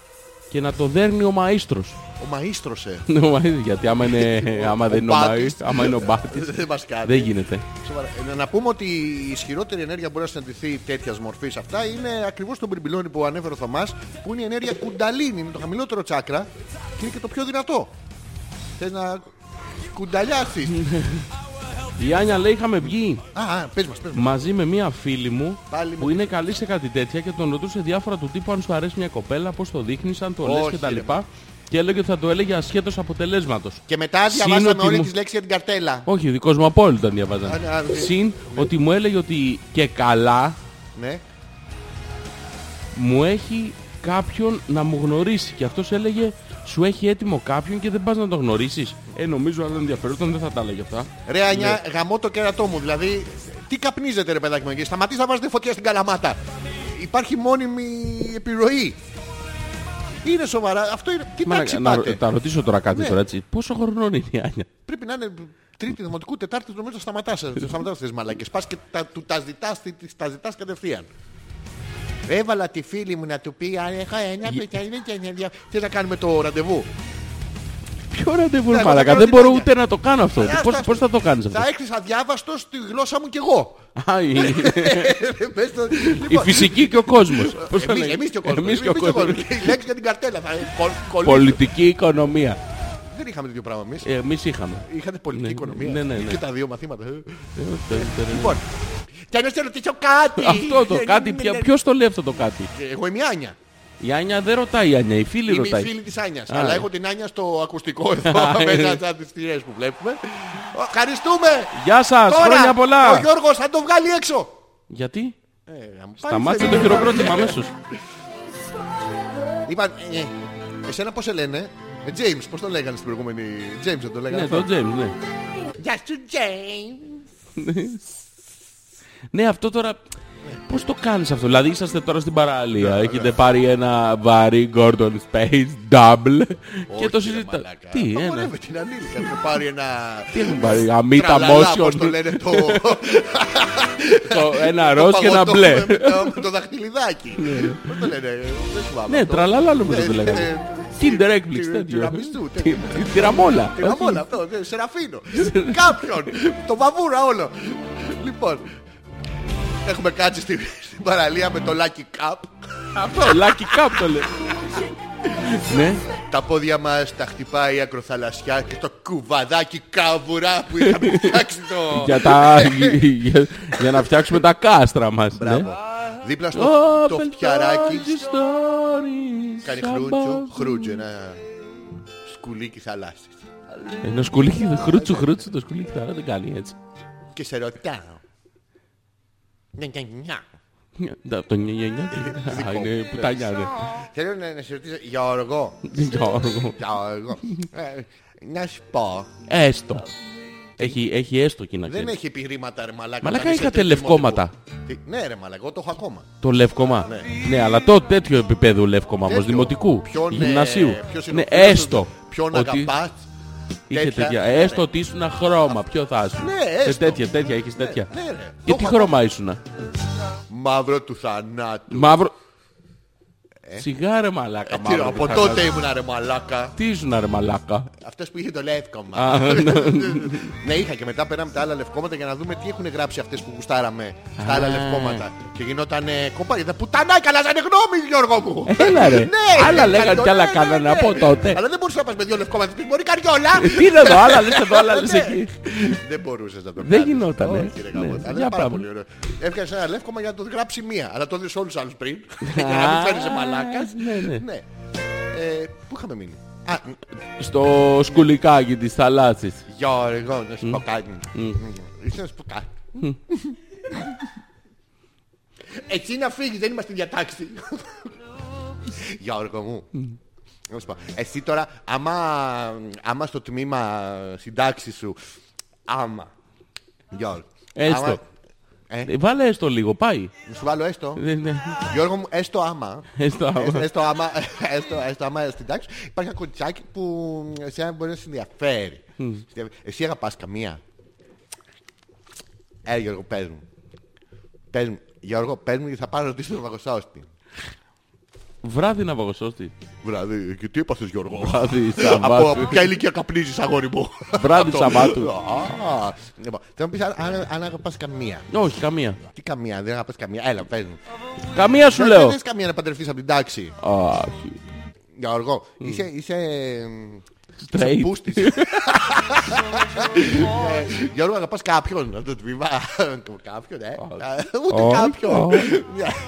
Speaker 3: Και να το δέρνει ο μαΐστρος.
Speaker 4: Ο μαΐστρος, ε.
Speaker 3: Ναι, ο μαΐστρος, Γιατί άμα, είναι, άμα δεν είναι ο
Speaker 4: μπάτης.
Speaker 3: μαΐστρος, άμα είναι ο μπάτης,
Speaker 4: Δεν μας κάνει.
Speaker 3: δεν γίνεται.
Speaker 4: Σοβαρά. Ε, Να πούμε ότι η ισχυρότερη ενέργεια που μπορεί να συναντηθεί τέτοιας μορφής αυτά είναι ακριβώς το μπριμπιλόνι που ανέφερε ο Θωμάς, που είναι η ενέργεια κουνταλίνη, είναι το χαμηλότερο τσάκρα και είναι και το πιο δυνατό. Θες να κουνταλιάσεις.
Speaker 3: Η Άνια λέει είχαμε βγει
Speaker 4: α, α, πες μας, πες μας.
Speaker 3: μαζί με μία φίλη μου
Speaker 4: Πάλι με
Speaker 3: που είναι καλή σε κάτι τέτοια και τον ρωτούσε διάφορα του τύπου αν σου αρέσει μια κοπέλα, πώς το δείχνεις, αν το λες
Speaker 4: Όχι,
Speaker 3: και τα
Speaker 4: ρε.
Speaker 3: λοιπά. Και έλεγε ότι θα το έλεγε ασχέτως αποτελέσματος.
Speaker 4: Και μετά
Speaker 3: Συν
Speaker 4: διαβάσαμε
Speaker 3: ότι
Speaker 4: όλε
Speaker 3: μου-
Speaker 4: τις λέξεις για την καρτέλα.
Speaker 3: Όχι, δικός μου απόλυτα διαβάζανε.
Speaker 4: Α, α, ναι.
Speaker 3: Συν ότι μου έλεγε ότι και καλά
Speaker 4: Ναι.
Speaker 3: μου έχει κάποιον να μου γνωρίσει. Και αυτός έλεγε, σου έχει έτοιμο κάποιον και δεν πας να τον γνωρίσεις. Ε, νομίζω αν δεν ενδιαφερόταν δεν θα τα έλεγε αυτά.
Speaker 4: Ρε Ανιά,
Speaker 3: Ναι.
Speaker 4: γαμώ το κερατό μου. Δηλαδή, τι καπνίζετε ρε παιδάκι μου εκεί. Σταματήστε να βάζετε φωτιά στην καλαμάτα. Υπάρχει μόνιμη επιρροή. Είναι σοβαρά. Αυτό είναι. Τι
Speaker 3: Μα,
Speaker 4: τάξη
Speaker 3: να,
Speaker 4: πάτε.
Speaker 3: να, τα ρωτήσω τώρα κάτι
Speaker 4: Ναι.
Speaker 3: τώρα έτσι. Πόσο χρονών είναι η Άνια.
Speaker 4: Πρέπει να είναι τρίτη δημοτικού, τετάρτη νομίζω θα σταματάς.
Speaker 3: Ε,
Speaker 4: Θα σταματάς τις μαλακές. Πας και τα, του τα ζητάς, τη- της τα ζητάς κατευθείαν. Έβαλα τη φίλη μου να του πει αν έχω
Speaker 3: Ε,
Speaker 4: ένα παιδιά είναι και εννιά δια-». Τι να κάνουμε το ραντεβού.
Speaker 3: Ποιο ραντεβού,
Speaker 4: Ναι,
Speaker 3: μαλακά.
Speaker 4: εγώ
Speaker 3: Δεν
Speaker 4: την
Speaker 3: μπορώ
Speaker 4: Άνια.
Speaker 3: ούτε να το κάνω αυτό.
Speaker 4: Ε, ας
Speaker 3: Πώς,
Speaker 4: τα-
Speaker 3: πώς θα το κάνεις αυτό.
Speaker 4: Θα έχεις αδιάβαστο στη γλώσσα μου κι εγώ.
Speaker 3: Α, η,
Speaker 4: Ε, Πες το-
Speaker 3: η
Speaker 4: ναι. Λοιπόν,
Speaker 3: φυσική και ο κόσμος. Πώς θα
Speaker 4: Εμείς,
Speaker 3: λέγεται.
Speaker 4: εμείς και ο κόσμος.
Speaker 3: Εμείς και ο κόσμος.
Speaker 4: Και η λέξη για την καρτέλα. Θα κολ- κολλήσω.
Speaker 3: Πολιτική οικονομία.
Speaker 4: Δεν είχαμε τέτοιο πράγμα εμείς.
Speaker 3: Ε, Εμείς είχαμε.
Speaker 4: Είχατε πολιτική
Speaker 3: Ναι,
Speaker 4: οικονομία.
Speaker 3: ναι, ναι, ναι.
Speaker 4: Και τα δύο μαθήματα. Ε. Λοιπόν, και να σε ρωτήσω κάτι. Ε,
Speaker 3: Αυτό
Speaker 4: ναι,
Speaker 3: το κάτι, ποια- ποιος το λέει αυτό το κάτι.
Speaker 4: Εγώ είμαι η Άνια.
Speaker 3: Η Άνια δεν ρωτάει η Άνια, η φίλη
Speaker 4: Είμαι η
Speaker 3: ρωτάει.
Speaker 4: φίλη της Άνιας.
Speaker 3: Α,
Speaker 4: Αλλά
Speaker 3: ε.
Speaker 4: έχω την Άνια στο ακουστικό εδώ μέσα από τις θηρές που βλέπουμε. Ο, Ευχαριστούμε.
Speaker 3: Γεια σας,
Speaker 4: Τώρα
Speaker 3: χρόνια πολλά.
Speaker 4: ο Γιώργος θα τον βγάλει έξω.
Speaker 3: Γιατί?
Speaker 4: Ε, να μου πάρεις
Speaker 3: Σταμάτησε
Speaker 4: φεύγει.
Speaker 3: το χειροκρότημα αμέσως.
Speaker 4: Είπαν, ε, εσένα πώς σε λένε. Ε, James, πώς το λέγανε στην προηγούμενη. James δεν το λέγανε.
Speaker 3: Ναι,
Speaker 4: αυτό.
Speaker 3: το James, ναι.
Speaker 4: Γεια σου, James.
Speaker 3: Ναι, αυτό τώρα. Πώς το κάνεις αυτό, Δηλαδή είσαστε τώρα στην παραλία,
Speaker 4: Ναι,
Speaker 3: έχετε πάρει ένα βαρύ Gordon Space Double και Ε, το συζητάτε. Τι, ένα.
Speaker 4: Απαγορεύεται την ανήλικα. Θα πάρει ένα...
Speaker 3: Τι έχουν πάρει, αμύτα
Speaker 4: τραλαλά, Πώς το
Speaker 3: motion,
Speaker 4: λένε το...
Speaker 3: το ένα
Speaker 4: το
Speaker 3: ροζ και ένα
Speaker 4: παγωτό
Speaker 3: μπλε.
Speaker 4: με το- με Το δαχτυλιδάκι. Πώς το λένε. δεν θυμάμαι
Speaker 3: Ναι,
Speaker 4: αυτό.
Speaker 3: τραλαλά νομίζω
Speaker 4: Ναι,
Speaker 3: το
Speaker 4: ε,
Speaker 3: λέγαμε. Kinder Eggs,
Speaker 4: τι-
Speaker 3: τέτοιο.
Speaker 4: τυραμιστού,
Speaker 3: Τι-
Speaker 4: τέτοιο.
Speaker 3: τι- Τυραμόλα.
Speaker 4: Την αμόλα αυτό, ναι, Σεραφίνο.
Speaker 3: Ναι.
Speaker 4: Κάποιον. Το βαβούρα όλο. Λοιπόν, έχουμε κάτσει στη- στην παραλία με το Lucky Cup.
Speaker 3: Αυτό, Lucky Cup το λέει. Ναι,
Speaker 4: Τα πόδια μας τα χτυπάει η ακροθαλασσιά και το κουβαδάκι καβουρά που είχαμε φτιάξει το...
Speaker 3: για τα- για- για να φτιάξουμε τα κάστρα μας. ναι.
Speaker 4: Μπράβο. Δίπλα στο
Speaker 3: Open
Speaker 4: το πιαράκι
Speaker 3: Stories stories
Speaker 4: κάνει
Speaker 3: about
Speaker 4: χρούτσο,
Speaker 3: you.
Speaker 4: χρούτσο, ένα σκουλίκι θαλάσσης.
Speaker 3: Ένα σκουλίκι, το χρούτσου χρούτσου, το σκουλίκι τώρα δεν κάνει έτσι.
Speaker 4: Και σε ρωτάω. Νια, νια, νια.
Speaker 3: Να, Το νια νια νια.
Speaker 4: Ε,
Speaker 3: Α, είναι πουτανιά, ναι.
Speaker 4: Θέλω να να σε ρωτήσω, Γιώργο,
Speaker 3: Γιώργο.
Speaker 4: Γιώργο, ε, να σου πω,
Speaker 3: Έστω. Έχει, έχει έστω κοινά.
Speaker 4: Δεν
Speaker 3: ξέρεις.
Speaker 4: έχει επιρρήματα ρε μαλάκα.
Speaker 3: Μαλάκα,
Speaker 4: όταν είσαι
Speaker 3: είχατε
Speaker 4: τρίτου
Speaker 3: λευκόματα.
Speaker 4: δημοτικού. Τι- Ναι ρε μαλάκα, εγώ το έχω ακόμα.
Speaker 3: Το λεύκομα.
Speaker 4: Ναι.
Speaker 3: Ναι, αλλά το τέτοιο επίπεδο λεύκομα όμως,
Speaker 4: Τέτοιο.
Speaker 3: δημοτικού,
Speaker 4: Ποιον, ε,
Speaker 3: γυμνασίου.
Speaker 4: ποιος είναι
Speaker 3: Ναι,
Speaker 4: ο φίλος σου,
Speaker 3: έστω.
Speaker 4: Ποιον
Speaker 3: ότι
Speaker 4: αγαπάς.
Speaker 3: είχε
Speaker 4: τέτοια.
Speaker 3: τέτοια.
Speaker 4: Ναι,
Speaker 3: Έστω
Speaker 4: ναι.
Speaker 3: ότι ήσουν χρώμα, ποιο θα ήσουν.
Speaker 4: Ναι,
Speaker 3: Ε,
Speaker 4: έστω.
Speaker 3: Τέτοια, τέτοια, έχεις τέτοια.
Speaker 4: ναι, ρε.
Speaker 3: Και
Speaker 4: Το
Speaker 3: τι
Speaker 4: έχω
Speaker 3: χρώμα ήσουν.
Speaker 4: Μαύρο του θανάτου.
Speaker 3: Μαύρο. Σιγά ρε μαλάκα.
Speaker 4: Ε. Τι,
Speaker 3: μαύρο,
Speaker 4: από
Speaker 3: θα-
Speaker 4: τότε ήμουν ρε μαλάκα.
Speaker 3: Τι ήσουν ρε μαλάκα.
Speaker 4: Αυτές που είχε το λεύκομα.
Speaker 3: Α, ναι.
Speaker 4: ναι, είχα και μετά πέραμε τα άλλα λευκόματα για να δούμε τι έχουν γράψει αυτές που γουστάραμε στα άλλα
Speaker 3: Α.
Speaker 4: λευκόματα. Και γινόταν κομπάρι. Δεν πουτανάκι, αλλά δεν είναι γνώμη, Γιώργο μου.
Speaker 3: Έλα ρε.
Speaker 4: Ναι,
Speaker 3: Άλλα
Speaker 4: ναι,
Speaker 3: λέγανε
Speaker 4: ναι,
Speaker 3: κι άλλα
Speaker 4: ναι,
Speaker 3: κάνανε
Speaker 4: ναι.
Speaker 3: από τότε. Ε,
Speaker 4: Αλλά δεν μπορούσε να πας με δύο λευκόματα. Της Μπορεί καριόλα.
Speaker 3: Τι είναι εδώ, άλλα λες εδώ, άλλα
Speaker 4: Ναι.
Speaker 3: λες εκεί.
Speaker 4: Δεν μπορούσες να το κάνει.
Speaker 3: Δεν γινότανε.
Speaker 4: Όχι, ρε,
Speaker 3: Ναι,
Speaker 4: γαμώτα. Αλλά
Speaker 3: για
Speaker 4: είναι πάρα
Speaker 3: πάμε.
Speaker 4: πολύ ωραίο. Έφτιαξε ένα λεύκομα για να το γράψει μία, αλλά το δει όλους άλλους πριν. Για να μην φέρνει μαλάκα.
Speaker 3: μαλάκας.
Speaker 4: Ναι. Ε, πού είχαμε μείνει. Α, μ,
Speaker 3: Στο σκουλικάκι της θαλάσσης.
Speaker 4: Γιώργο, να σου πω κάτι. Ήρθε να σου πω κάτι. Εσύ να φύγεις, δεν είμαστε διατάξει. Γιώργο μου. Να σου πω, Εσύ τώρα, άμα, άμα στο τμήμα συντάξεις σου, άμα. Γιώργο.
Speaker 3: Έστω.
Speaker 4: άμα- Ε,
Speaker 3: Ε, Βάλε έστω λίγο, πάει.
Speaker 4: να σου βάλω έστω.
Speaker 3: Ε, ναι.
Speaker 4: Γιώργο μου, έστω άμα.
Speaker 3: Έστω άμα.
Speaker 4: Έστω Ε, άμα, έστω, έστω άμα στην τάξη υπάρχει ένα κοτσάκι που εσένα μπορεί να σε ενδιαφέρει. Εσύ αγαπάς καμία. Ε, Γιώργο, πες μου. Πες μου, Γιώργο, πες μου γιατί θα πάρω ρωτήσει τον Βαγοσάωστη.
Speaker 3: Βράδυ να παγωσώσει.
Speaker 4: Βράδυ, και τι έπαθες Γιώργο.
Speaker 3: Βράδυ
Speaker 4: από,
Speaker 3: Σαββάτου.
Speaker 4: από ποια ηλικία καπνίζεις αγόρι μου.
Speaker 3: Βράδυ
Speaker 4: Αυτό.
Speaker 3: Σαββάτου.
Speaker 4: Α, Λοιπόν, θέλω να πεις αν- αν, αν αγαπάς καμία.
Speaker 3: Όχι, καμία.
Speaker 4: Τι καμία, δεν αγαπάς καμία. Έλα, πες μου.
Speaker 3: Καμία σου
Speaker 4: Δεν-
Speaker 3: λέω.
Speaker 4: Δεν θες καμία να παντρευτείς από την τάξη.
Speaker 3: Όχι.
Speaker 4: Γιώργο, είσαι, είσαι... εμ,
Speaker 3: Straight.
Speaker 4: Πούστης. Ε, Γιώργο, αγαπάς κάποιον από το τμήμα. Κάποιον, ε. Ούτε
Speaker 3: Όχι.
Speaker 4: κάποιον.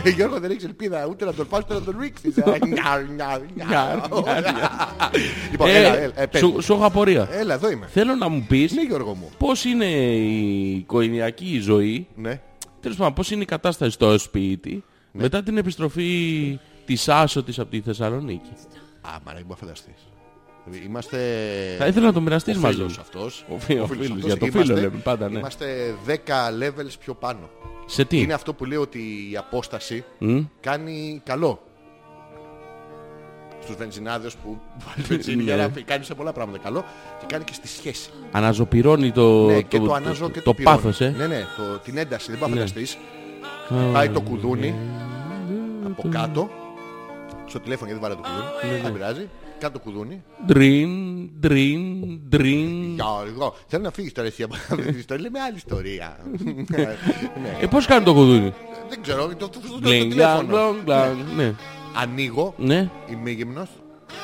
Speaker 4: Ε, Γιώργο, δεν έχεις ελπίδα ούτε να τον πας ούτε να τον ρίξεις. Ε, νιάρ, νιάρ, νιάρ.
Speaker 3: Νιάρ, νιάρ, νιάρ.
Speaker 4: Λοιπόν,
Speaker 3: Ε,
Speaker 4: έλα, έλα, ε, πες μου. Ε,
Speaker 3: σου, σου έχω απορία.
Speaker 4: Έλα, εδώ είμαι.
Speaker 3: Θέλω να μου πεις
Speaker 4: Ναι, Γιώργο μου.
Speaker 3: πώς είναι η οικογενειακή ζωή
Speaker 4: Ναι.
Speaker 3: Τέλος πάντων, πώς είναι η κατάσταση στο σπίτι μετά την επιστροφή της Άσο τη από τη Θεσσαλονίκη.
Speaker 4: Α, μα δεν μπορεί να φανταστείς. Δηλαδή, Είμαστε...
Speaker 3: Θα ήθελα να το μοιραστείς
Speaker 4: ο
Speaker 3: μαζί
Speaker 4: φίλος
Speaker 3: μου.
Speaker 4: αυτός.
Speaker 3: Ο φίλος,
Speaker 4: φίλος
Speaker 3: για
Speaker 4: αυτός.
Speaker 3: το φίλο
Speaker 4: Είμαστε-
Speaker 3: λέμε πάντα, ναι.
Speaker 4: Είμαστε 10 levels πιο πάνω.
Speaker 3: Σε τι,
Speaker 4: Είναι αυτό που λέει ότι η απόσταση κάνει καλό. Στους βενζινάδες που
Speaker 3: Ναι.
Speaker 4: βάλει βενζίνη για να φύγει. Κάνει σε πολλά πράγματα καλό και κάνει και στη σχέση.
Speaker 3: αναζωπυρώνει το,
Speaker 4: ναι, και
Speaker 3: το,
Speaker 4: το, ανάζω και το, πυρώνω.
Speaker 3: πάθος, ε.
Speaker 4: Ναι, ναι, το, την ένταση. Δεν μπορεί να φανταστείς. Πάει το κουδούνι από κάτω. Στο τηλέφωνο γιατί δεν βάλε το
Speaker 3: Ναι,
Speaker 4: κουδούνι. Δεν πειράζει. Κάτω το κουδούνι.
Speaker 3: Ντριν, ντριν, ντριν.
Speaker 4: Γιώργο, θέλω να φύγεις τώρα εσύ από αυτή την ιστορία. Λέμε άλλη ιστορία. Ναι,
Speaker 3: Ε, πώς κάνει το κουδούνι.
Speaker 4: Δεν ξέρω, το- το το- το
Speaker 3: Γκλιν, γκλαν,
Speaker 4: τηλέφωνο.
Speaker 3: γκλον, γκλαν. Ναι.
Speaker 4: Ανοίγω.
Speaker 3: Ναι,
Speaker 4: Είμαι γυμνός.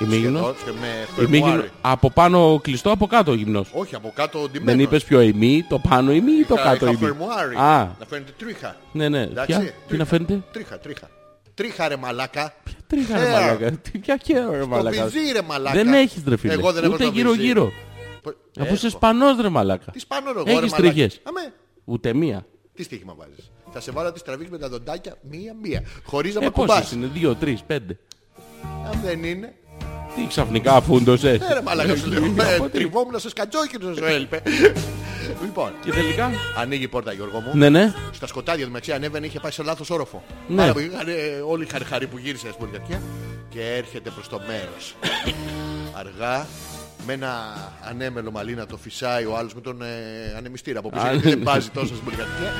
Speaker 3: Είμαι γυμνός.
Speaker 4: Σχεδόν, σχε- με
Speaker 3: Είμαι
Speaker 4: φερμουάρι.
Speaker 3: γυμνο- από πάνω κλειστό, από κάτω γυμνός.
Speaker 4: Όχι, από κάτω ντυμένος.
Speaker 3: Δεν είπες ποιο ημί, το πάνω ημί ή το
Speaker 4: Είχα-
Speaker 3: κάτω
Speaker 4: Ε, είχα
Speaker 3: ημί.
Speaker 4: φερμουάρι.
Speaker 3: Α,
Speaker 4: Να φαίνεται τρίχα.
Speaker 3: ναι, ναι.
Speaker 4: Εντάξει,
Speaker 3: Ποια,
Speaker 4: τρίχα.
Speaker 3: τι να φαίνεται.
Speaker 4: Τρίχα, τρίχα. Τρίχα ρε μαλάκα.
Speaker 3: Τρίχα ρε
Speaker 4: Χέα.
Speaker 3: μαλάκα. Τι- Ποια χέα ρε
Speaker 4: Το
Speaker 3: μαλάκα.
Speaker 4: βυζί ρε μαλάκα.
Speaker 3: Δεν έχεις ρε φίλε.
Speaker 4: Εγώ δεν έχω
Speaker 3: Ούτε
Speaker 4: το
Speaker 3: γύρω
Speaker 4: βυζί.
Speaker 3: γύρω.
Speaker 4: Πο-
Speaker 3: Αφού είσαι
Speaker 4: έχω.
Speaker 3: σπανός ρε μαλάκα.
Speaker 4: Τι σπάνω ρε εγώ, ρε
Speaker 3: Έχεις
Speaker 4: μαλάκα.
Speaker 3: τρίχες.
Speaker 4: Αμέ.
Speaker 3: Ούτε μία.
Speaker 4: Τι στοίχημα βάζεις. Θα σε βάλω να τις τραβήξεις με τα δοντάκια μία-μία. Χωρίς να με
Speaker 3: Ε,
Speaker 4: ακουμπάς.
Speaker 3: πόσες είναι, δύο, τρεις, πέντε.
Speaker 4: Αν δεν είναι.
Speaker 3: Τι ξαφνικά φούντωσες.
Speaker 4: Ναι ρε μαλάκα σου λέω.
Speaker 3: Ε,
Speaker 4: Ε,
Speaker 3: από τι.
Speaker 4: Τριβόμουν σε σκατζόκινο σου έλπε. Λοιπόν,
Speaker 3: Και τελικά.
Speaker 4: ανοίγει η πόρτα Γιώργο μου.
Speaker 3: Ναι, ναι.
Speaker 4: Στα σκοτάδια του μεταξύ ανέβαινε, είχε πάει σε λάθος όροφο.
Speaker 3: Ναι.
Speaker 4: Άρα που είχαν, ε, όλοι είχαν χαρή που γύρισε στην πολυκατοικία και έρχεται προς το μέρος. Αργά, με ένα ανέμελο μαλλίνα το φυσάει ο άλλος με τον ε, ανεμιστήρα από πίσω.
Speaker 3: Α,
Speaker 4: γιατί
Speaker 3: ναι.
Speaker 4: δεν μπάζει τόσο στην πολυκατοικία.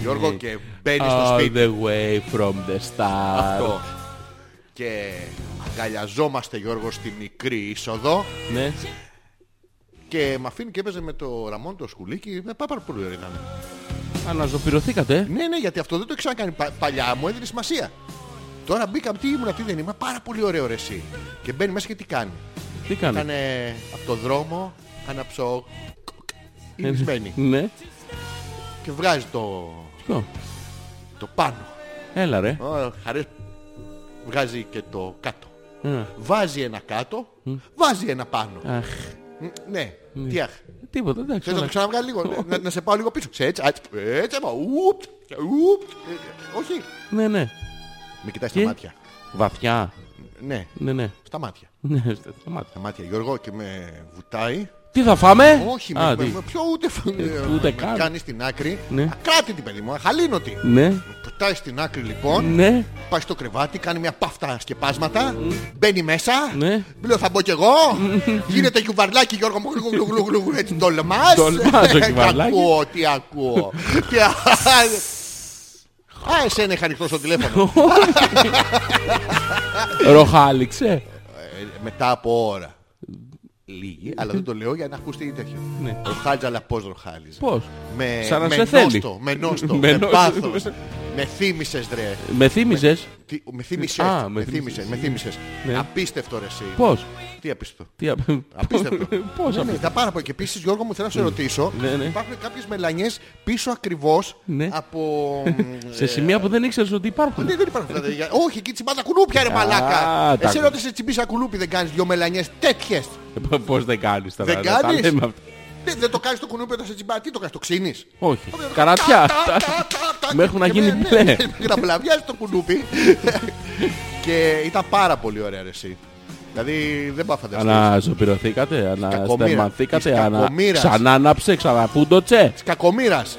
Speaker 4: Γιώργο και μπαίνει Ε, στο
Speaker 3: All
Speaker 4: σπίτι.
Speaker 3: the way from the start.
Speaker 4: Αυτό. Και αγκαλιαζόμαστε Γιώργο στη μικρή είσοδο
Speaker 3: Ναι.
Speaker 4: και με αφήνει και έπαιζε με το Ραμόν το σκουλίκι. Ε, Πάρα πολύ ωραίο ήταν.
Speaker 3: Αναζωπηρωθήκατε. ε.
Speaker 4: Ναι, ναι, γιατί αυτό δεν το ήξερα να κάνει πα- παλιά, μου έδινε σημασία. Τώρα μπήκαμε, τι ήμουν, τι δεν ήμουν, πάρα πολύ ωραίο ρε εσύ. Και μπαίνει μέσα και τι κάνει.
Speaker 3: Τι
Speaker 4: Ήταν
Speaker 3: κάνει.
Speaker 4: από το δρόμο, αναψώ, υμισμένη.
Speaker 3: Ναι.
Speaker 4: και βγάζει το,
Speaker 3: Ποιο.
Speaker 4: το πάνω.
Speaker 3: Έλα ρε.
Speaker 4: Ω, χαρές. Βγάζει και το κάτω.
Speaker 3: Ε,
Speaker 4: Βάζει ένα κάτω, βάζει ένα πάνω.
Speaker 3: Αχ.
Speaker 4: Μ, Ναι, τι αχ.
Speaker 3: Τίποτα, εντάξει.
Speaker 4: Θες να το
Speaker 3: όλα-
Speaker 4: ξαναβγάλει λίγο, να- να, να σε πάω λίγο πίσω. Σε έτσι, έτσι, έτσι, άμα, ούπ, ούπ. Ε, ε, όχι.
Speaker 3: Ναι, ναι.
Speaker 4: Με κοιτάς
Speaker 3: Και?
Speaker 4: στα μάτια.
Speaker 3: Βαθιά.
Speaker 4: Ναι,
Speaker 3: Ναι, ναι.
Speaker 4: στα μάτια.
Speaker 3: Ναι, στα- σταμάτα.
Speaker 4: τα μάτια Γιώργο και με βουτάει.
Speaker 3: Τι θα φάμε.
Speaker 4: Όχι, με,
Speaker 3: Α,
Speaker 4: με-
Speaker 3: τι.
Speaker 4: με- πιο ούτε,
Speaker 3: Ε, ούτε
Speaker 4: με
Speaker 3: καν.
Speaker 4: Κάνει στην άκρη.
Speaker 3: Ναι.
Speaker 4: Ακράτη την παιδί μου, αχαλήνοτη.
Speaker 3: Ναι.
Speaker 4: Πετάει στην άκρη λοιπόν.
Speaker 3: Ναι.
Speaker 4: Πάει στο κρεβάτι, κάνει μια παύτα σκεπάσματα. Μπαίνει μέσα.
Speaker 3: Ναι.
Speaker 4: Μου λέω θα μπω κι εγώ. Γίνεται κουβαρλάκι Γιώργο μου. Γλου, γλου, γλου, γλου, γλου, Έτσι τολμάς.
Speaker 3: Τολμάς το
Speaker 4: Τι
Speaker 3: κουβαρλάκι.
Speaker 4: Ακούω, τι ακούω. Τι α- Α, εσένα είχα ανοιχτό στο τηλέφωνο.
Speaker 3: Ροχάλιξε.
Speaker 4: Ε, μετά από ώρα. Λίγη, αλλά δεν το λέω για να ακούσετε τέτοιο.
Speaker 3: Ναι.
Speaker 4: Ροχάλιζα, αλλά πώς ροχάλιζα.
Speaker 3: Πώς.
Speaker 4: Με,
Speaker 3: Σαν να
Speaker 4: με
Speaker 3: σε θέλει.
Speaker 4: νόστο, με νόστο,
Speaker 3: Με
Speaker 4: με
Speaker 3: νόστο.
Speaker 4: πάθος. με θύμισες ρε.
Speaker 3: Με θύμιζες.
Speaker 4: Τι, με θύμισες,
Speaker 3: Α, με
Speaker 4: με θύμισες, με θύμισες.
Speaker 3: Ναι.
Speaker 4: Απίστευτο ρε εσύ.
Speaker 3: Πώς.
Speaker 4: Τι Τι απίστευτο.
Speaker 3: Τι απ-
Speaker 4: Απίστευτο.
Speaker 3: Πώς
Speaker 4: Ναι,
Speaker 3: απίστευτο.
Speaker 4: τα πάρα πολύ. Και επίσης, Γιώργο μου, θέλω να σε ρωτήσω.
Speaker 3: Ναι, ναι.
Speaker 4: Υπάρχουν κάποιες μελανιές πίσω ακριβώς
Speaker 3: Ναι.
Speaker 4: από. μ,
Speaker 3: Σε σημεία που δεν ήξερες ότι υπάρχουν.
Speaker 4: Ναι, δεν υπάρχουν αυτά. τα ίδια. Όχι, εκεί τσιμπάζα κουνούπια ρε μαλάκα.
Speaker 3: τα
Speaker 4: Εσύ
Speaker 3: ακού-
Speaker 4: ρώτησε τσιμπήσα κουνούπι, δεν κάνεις δυο μελανιές τέτοιες.
Speaker 3: Ε, Πώς δεν κάνεις τώρα.
Speaker 4: ναι. Δεν
Speaker 3: τα
Speaker 4: κάνεις.
Speaker 3: λέμε αυτά.
Speaker 4: Ναι, δεν το κάνεις το κουνούπι όταν σε τσιμπά. Τι το κάνεις, το ξύνεις.
Speaker 3: Όχι.
Speaker 4: Όχι,
Speaker 3: Καρατιά.
Speaker 4: τα- τα- τα- τα- τα-
Speaker 3: Μέχρι να
Speaker 4: και
Speaker 3: γίνει
Speaker 4: με- ναι,
Speaker 3: μπλε.
Speaker 4: Μέχρι να πλαβιάζει το κουνούπι. Και ήταν πάρα πολύ ωραία ρε, εσύ. Δηλαδή δεν πάω να φανταστείς.
Speaker 3: Αναζωπηρωθήκατε, αναστεμαθήκατε,
Speaker 4: της
Speaker 3: ανα...
Speaker 4: κακομήρας.
Speaker 3: ξανάναψε, ξαναπούντοτσε.
Speaker 4: Της Ε, κακομήρας.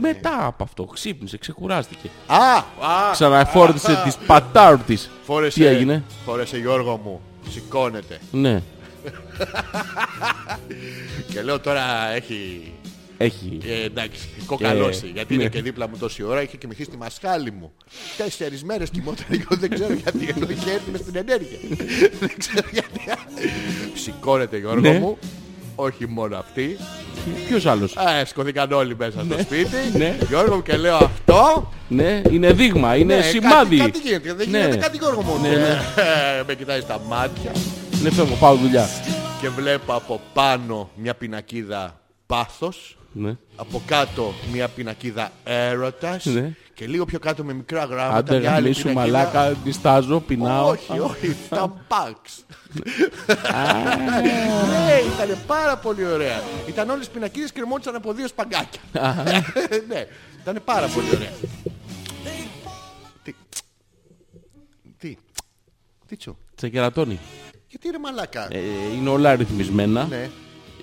Speaker 3: Μετά από αυτό, ξύπνησε, ξεκουράστηκε.
Speaker 4: Α,
Speaker 3: Ξαναφόρτισε τις πατάρ της.
Speaker 4: φόρεσε.
Speaker 3: Τι έγινε.
Speaker 4: Φόρεσε Γιώργο μου. Σηκώνεται.
Speaker 3: Ναι,
Speaker 4: Και λέω τώρα έχει...
Speaker 3: έχει.
Speaker 4: Ε, εντάξει, κοκαλώσει.
Speaker 3: Ε,
Speaker 4: γιατί
Speaker 3: ναι.
Speaker 4: είναι και δίπλα μου τόση ώρα, είχε κοιμηθεί στη μασχάλη μου. Τέσσερις μέρες κοιμόταν, εγώ δεν ξέρω γιατί, ενώ είχε έρθει με στην ενέργεια. δεν ξέρω γιατί. Σηκώνεται Γιώργο
Speaker 3: Ναι.
Speaker 4: μου, όχι μόνο αυτή.
Speaker 3: Ποιος άλλος.
Speaker 4: Α, σκοτήκαν όλοι μέσα στο σπίτι.
Speaker 3: Ναι.
Speaker 4: Γιώργο μου και λέω αυτό.
Speaker 3: Ναι, είναι δείγμα, είναι
Speaker 4: ναι,
Speaker 3: σημάδι.
Speaker 4: Κάτι, κάτι γίνεται, δεν
Speaker 3: Ναι.
Speaker 4: γίνεται κάτι Γιώργο μου.
Speaker 3: Ναι, ναι.
Speaker 4: Ε, με κοιτάει στα μάτια
Speaker 3: Ναι, φεύγω, πάω δουλειά.
Speaker 4: και βλέπω από πάνω μια πινακίδα πάθος.
Speaker 3: Ναι.
Speaker 4: Από κάτω μια πινακίδα έρωτας
Speaker 3: Ναι.
Speaker 4: και λίγο πιο κάτω με μικρά γράμματα
Speaker 3: Άντε
Speaker 4: μια άλλη
Speaker 3: γαμίσου
Speaker 4: πινακίδα.
Speaker 3: μαλάκα, διστάζω, πεινάω.
Speaker 4: Όχι, όχι, ήταν παξ. Ναι, ήταν πάρα πολύ ωραία. Ήταν όλες οι πινακίδες κρεμόντουσαν από δύο σπαγκάκια. Ναι, ήταν πάρα πολύ ωραία. Τι, τι, τι τσο,
Speaker 3: Τσεκερατώνει.
Speaker 4: γιατί ρε μαλάκα.
Speaker 3: Ε, είναι όλα ρυθμισμένα.
Speaker 4: Ναι,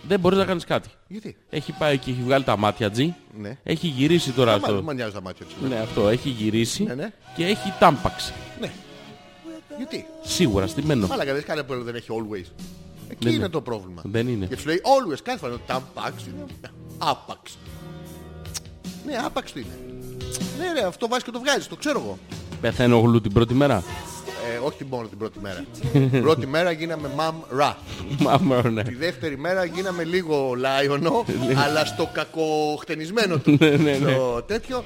Speaker 3: Δεν μπορείς να κάνεις κάτι.
Speaker 4: γιατί.
Speaker 3: Έχει πάει και έχει βγάλει τα μάτια τζι.
Speaker 4: Ναι.
Speaker 3: Έχει γυρίσει τώρα
Speaker 4: Μα-
Speaker 3: στο...
Speaker 4: Μα νοιάζει τα μάτια του.
Speaker 3: Ναι, αυτό έχει γυρίσει
Speaker 4: Ναι, ναι.
Speaker 3: και έχει τάμπαξη.
Speaker 4: Ναι. Γιατί.
Speaker 3: Σίγουρα στημένο.
Speaker 4: Μαλάκα, δεν κάνει που δεν έχει always. Εκεί
Speaker 3: Δεν
Speaker 4: είναι
Speaker 3: είναι.
Speaker 4: το πρόβλημα.
Speaker 3: Δεν είναι.
Speaker 4: Γιατί σου λέει always, κάθε φορά. Ταμπάξ είναι άπαξ. Ναι, άπαξ το είναι. Ναι, ρε, αυτό βάζεις και το βγάζεις, το ξέρω εγώ.
Speaker 3: Πεθαίνω γλου την πρώτη μέρα.
Speaker 4: Ε, όχι την μόνο την πρώτη μέρα. πρώτη μέρα γίναμε mom ρα.
Speaker 3: Μάμα, ναι.
Speaker 4: Τη δεύτερη μέρα γίναμε λίγο λάιονο, αλλά στο κακοχτενισμένο του.
Speaker 3: Ναι, ναι, ναι.
Speaker 4: Στο τέτοιο.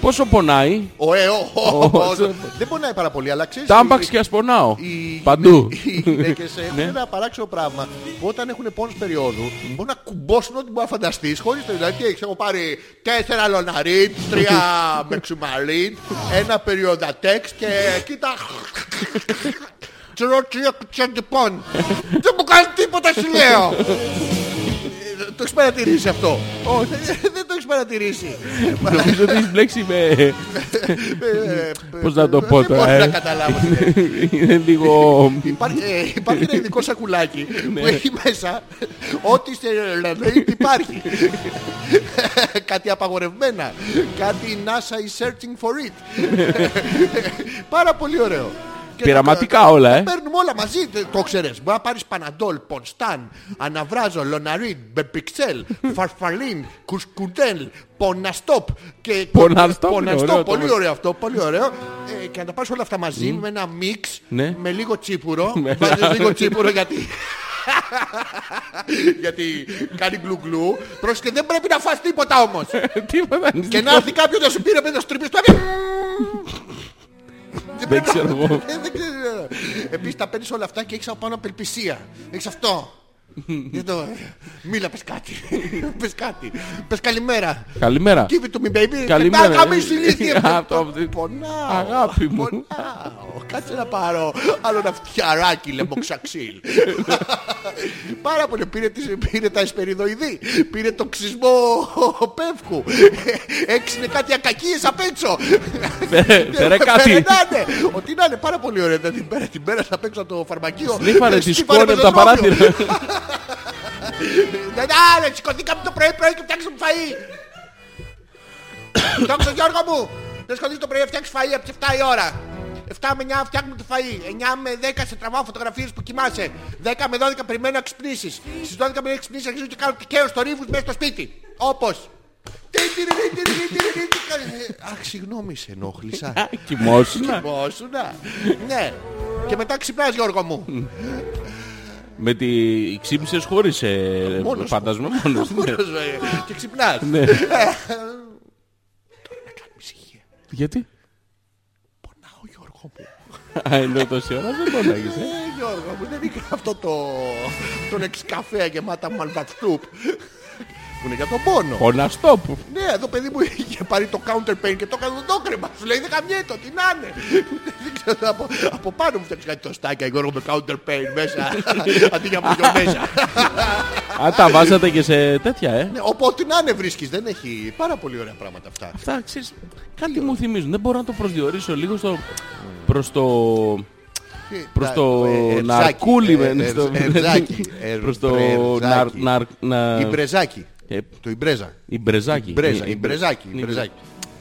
Speaker 3: Πόσο πονάει.
Speaker 4: Ο ε, ο, ο,
Speaker 3: Ο,
Speaker 4: ο,
Speaker 3: ξέρω.
Speaker 4: Δεν πονάει πάρα πολύ, αλλά ξέρει.
Speaker 3: Τάμπαξ και ας πονάω.
Speaker 4: οι,
Speaker 3: Παντού.
Speaker 4: Οι γυναίκες ε, έχουν
Speaker 3: Ναι.
Speaker 4: ένα παράξενο πράγμα που όταν έχουν πόνους περίοδου μπορούν να κουμπώσουν ό,τι μπορεί να φανταστείς χωρίς το δηλαδή τι έχεις, έχω πάρει τέσσερα λοναρίν, τρία μεξουμαρίν, ένα περίοδα τέξ και κοίτα Τρώω τρία κουτσιά τυπών. Δεν μου κάνει τίποτα σου λέω. Ε, Το έχεις παρατηρήσει αυτό. Όχι, δεν το έχεις παρατηρήσει.
Speaker 3: Νομίζω ότι έχεις μπλέξει με...
Speaker 4: Ε,
Speaker 3: Πώς να το πω
Speaker 4: Δεν
Speaker 3: τώρα.
Speaker 4: μπορώ να
Speaker 3: ε.
Speaker 4: καταλάβω τι λέει.
Speaker 3: Είναι λίγο...
Speaker 4: Υπάρχει, ε, υπάρχει ένα ειδικό σακουλάκι που έχει μέσα ό,τι σε Λανδρέιτ υπάρχει. κάτι απαγορευμένα. Κάτι NASA is searching for it. Πάρα πολύ ωραίο. Και
Speaker 3: Πειραματικά
Speaker 4: τα- τα-
Speaker 3: όλα,
Speaker 4: τα
Speaker 3: ε.
Speaker 4: Παίρνουμε όλα μαζί, τε- το ξέρεις. Μπορεί να πάρεις Παναντόλ, Πονστάν, Αναβράζο, Λοναρίν, Μπεπιξέλ, Φαρφαλίν, Κουσκουντέλ, Ποναστόπ. και-
Speaker 3: Ποναστόπ είναι ωραίο το
Speaker 4: πολύ
Speaker 3: μας.
Speaker 4: ωραίο αυτό, πολύ ωραίο. Ε, και να τα πάρεις όλα αυτά μαζί με ένα μίξ,
Speaker 3: Ναι.
Speaker 4: με λίγο τσίπουρο. Βάζεις λίγο τσίπουρο γιατί... γιατί κάνει γκλου γκλου. Πρόσεχε, δεν πρέπει να φας τίποτα όμως.
Speaker 3: ναι, Τίποτα.
Speaker 4: και να έρθει κάποιος να σου πήρε με το στριπείς. του, «Αμ».
Speaker 3: Δεν ξέρω εγώ.
Speaker 4: Ε, δεν ξέρω. Επίσης τα παίρνεις όλα αυτά και έχεις από πάνω απελπισία. Έχεις αυτό. Δεν το- Μίλα, πες κάτι. πες κάτι. Πες καλημέρα.
Speaker 3: Καλημέρα.
Speaker 4: Give it to me, baby.
Speaker 3: Καλημέρα.
Speaker 4: Να γαμίσου, ηλίθιε.
Speaker 3: Αυτό-
Speaker 4: Πονάω.
Speaker 3: Αγάπη μου.
Speaker 4: Πονάω. Κάτσε να πάρω άλλο ένα φτιαράκι λεμοξαξίλ. Πάρα πολύ. Πήρε, τις, πήρε τα εσπεριδοειδή. Πήρε το ξυσμό πεύκου. Έξινε κάτι ακακίες απ' έξω.
Speaker 3: Φέρε- Φέρε
Speaker 4: Φέρε
Speaker 3: κάτι.
Speaker 4: να είναι. Ότι να είναι πάρα πολύ ωραία. Δεν την πέρα, την πέρα απ' έξω από το φαρμακείο.
Speaker 3: Σνίφαρε τη
Speaker 4: Σκύφαρε
Speaker 3: σκόνη
Speaker 4: με
Speaker 3: από
Speaker 4: το
Speaker 3: τα
Speaker 4: δρόμιο.
Speaker 3: παράθυρα.
Speaker 4: Δεν- Άρα, σηκωθήκαμε το πρωί πρωί και φτιάξαμε φαΐ. Δόξα Γιώργο μου, δεν σκοτήσεις το πρωί να φτιάξεις φαΐ από τις 7 η ώρα. 7 με 9 φτιάχνουμε το φαΐ. 9 με 10 σε τραβάω φωτογραφίες που κοιμάσαι. 10 με 12 περιμένω να ξυπνήσεις. Στις 12 με 6 ξυπνήσεις αρχίζω και κάνω τυχαίο στο ρίβους μέσα στο σπίτι. Όπως. Αχ, συγγνώμη, σε ενόχλησα.
Speaker 3: Κοιμόσουν.
Speaker 4: Πόσουνα. Ναι. Και μετά ξυπνάς Γιώργο μου.
Speaker 3: Με τη... Ξύπνησες χωρίς ε,
Speaker 4: Μόνος μου.
Speaker 3: φαντασμό μόνος. ναι.
Speaker 4: Μόνος, ε, Και ξυπνάς.
Speaker 3: Ναι.
Speaker 4: Ψυχή.
Speaker 3: Γιατί.
Speaker 4: Πονάω Γιώργο μου.
Speaker 3: Α, ενώ τόση ώρα δεν πονάγεις, ε.
Speaker 4: Ε, Γιώργο μου, δεν είχα αυτό το... τον εξκαφέα γεμάτα μαλβατστούπ. που είναι για τον πόνο.
Speaker 3: Πονάς τόπου.
Speaker 4: Ναι, εδώ παιδί μου είχε πάρει το counter pain και το έκανε το κρέμα. Σου λέει δεν καμιέτο, τι να είναι. Δεν ξέρω, από, από πάνω μου φτιάξει κάτι τοστάκια Γιώργο με counter pain μέσα. Αντί για μαγιονέζα.
Speaker 3: Α, τα βάζατε και σε τέτοια, ε.
Speaker 4: Ναι, Οπότε να είναι βρίσκεις, δεν έχει πάρα πολύ ωραία πράγματα αυτά.
Speaker 3: Αυτά, ξέρεις, κάτι μου θυμίζουν. Δεν μπορώ να το προσδιορίσω λίγο στο... προς το... Προς
Speaker 4: Τα-
Speaker 3: το
Speaker 4: ε, ευζάκι,
Speaker 3: ναρκούλι
Speaker 4: ε,
Speaker 3: με-
Speaker 4: ε,
Speaker 3: στο- ναι,
Speaker 4: ευζάκι, ε,
Speaker 3: Προς το
Speaker 4: ευζάκι.
Speaker 3: ναρ- ναρ- να-
Speaker 4: Η Μπρεζάκι.
Speaker 3: Ε,
Speaker 4: Το Ιμπρέζα.
Speaker 3: Η Μπρεζάκη.
Speaker 4: Μπρέζα,
Speaker 3: Η-
Speaker 4: η Μπρεζάκι. η
Speaker 3: η-
Speaker 4: Μπρεζάκι.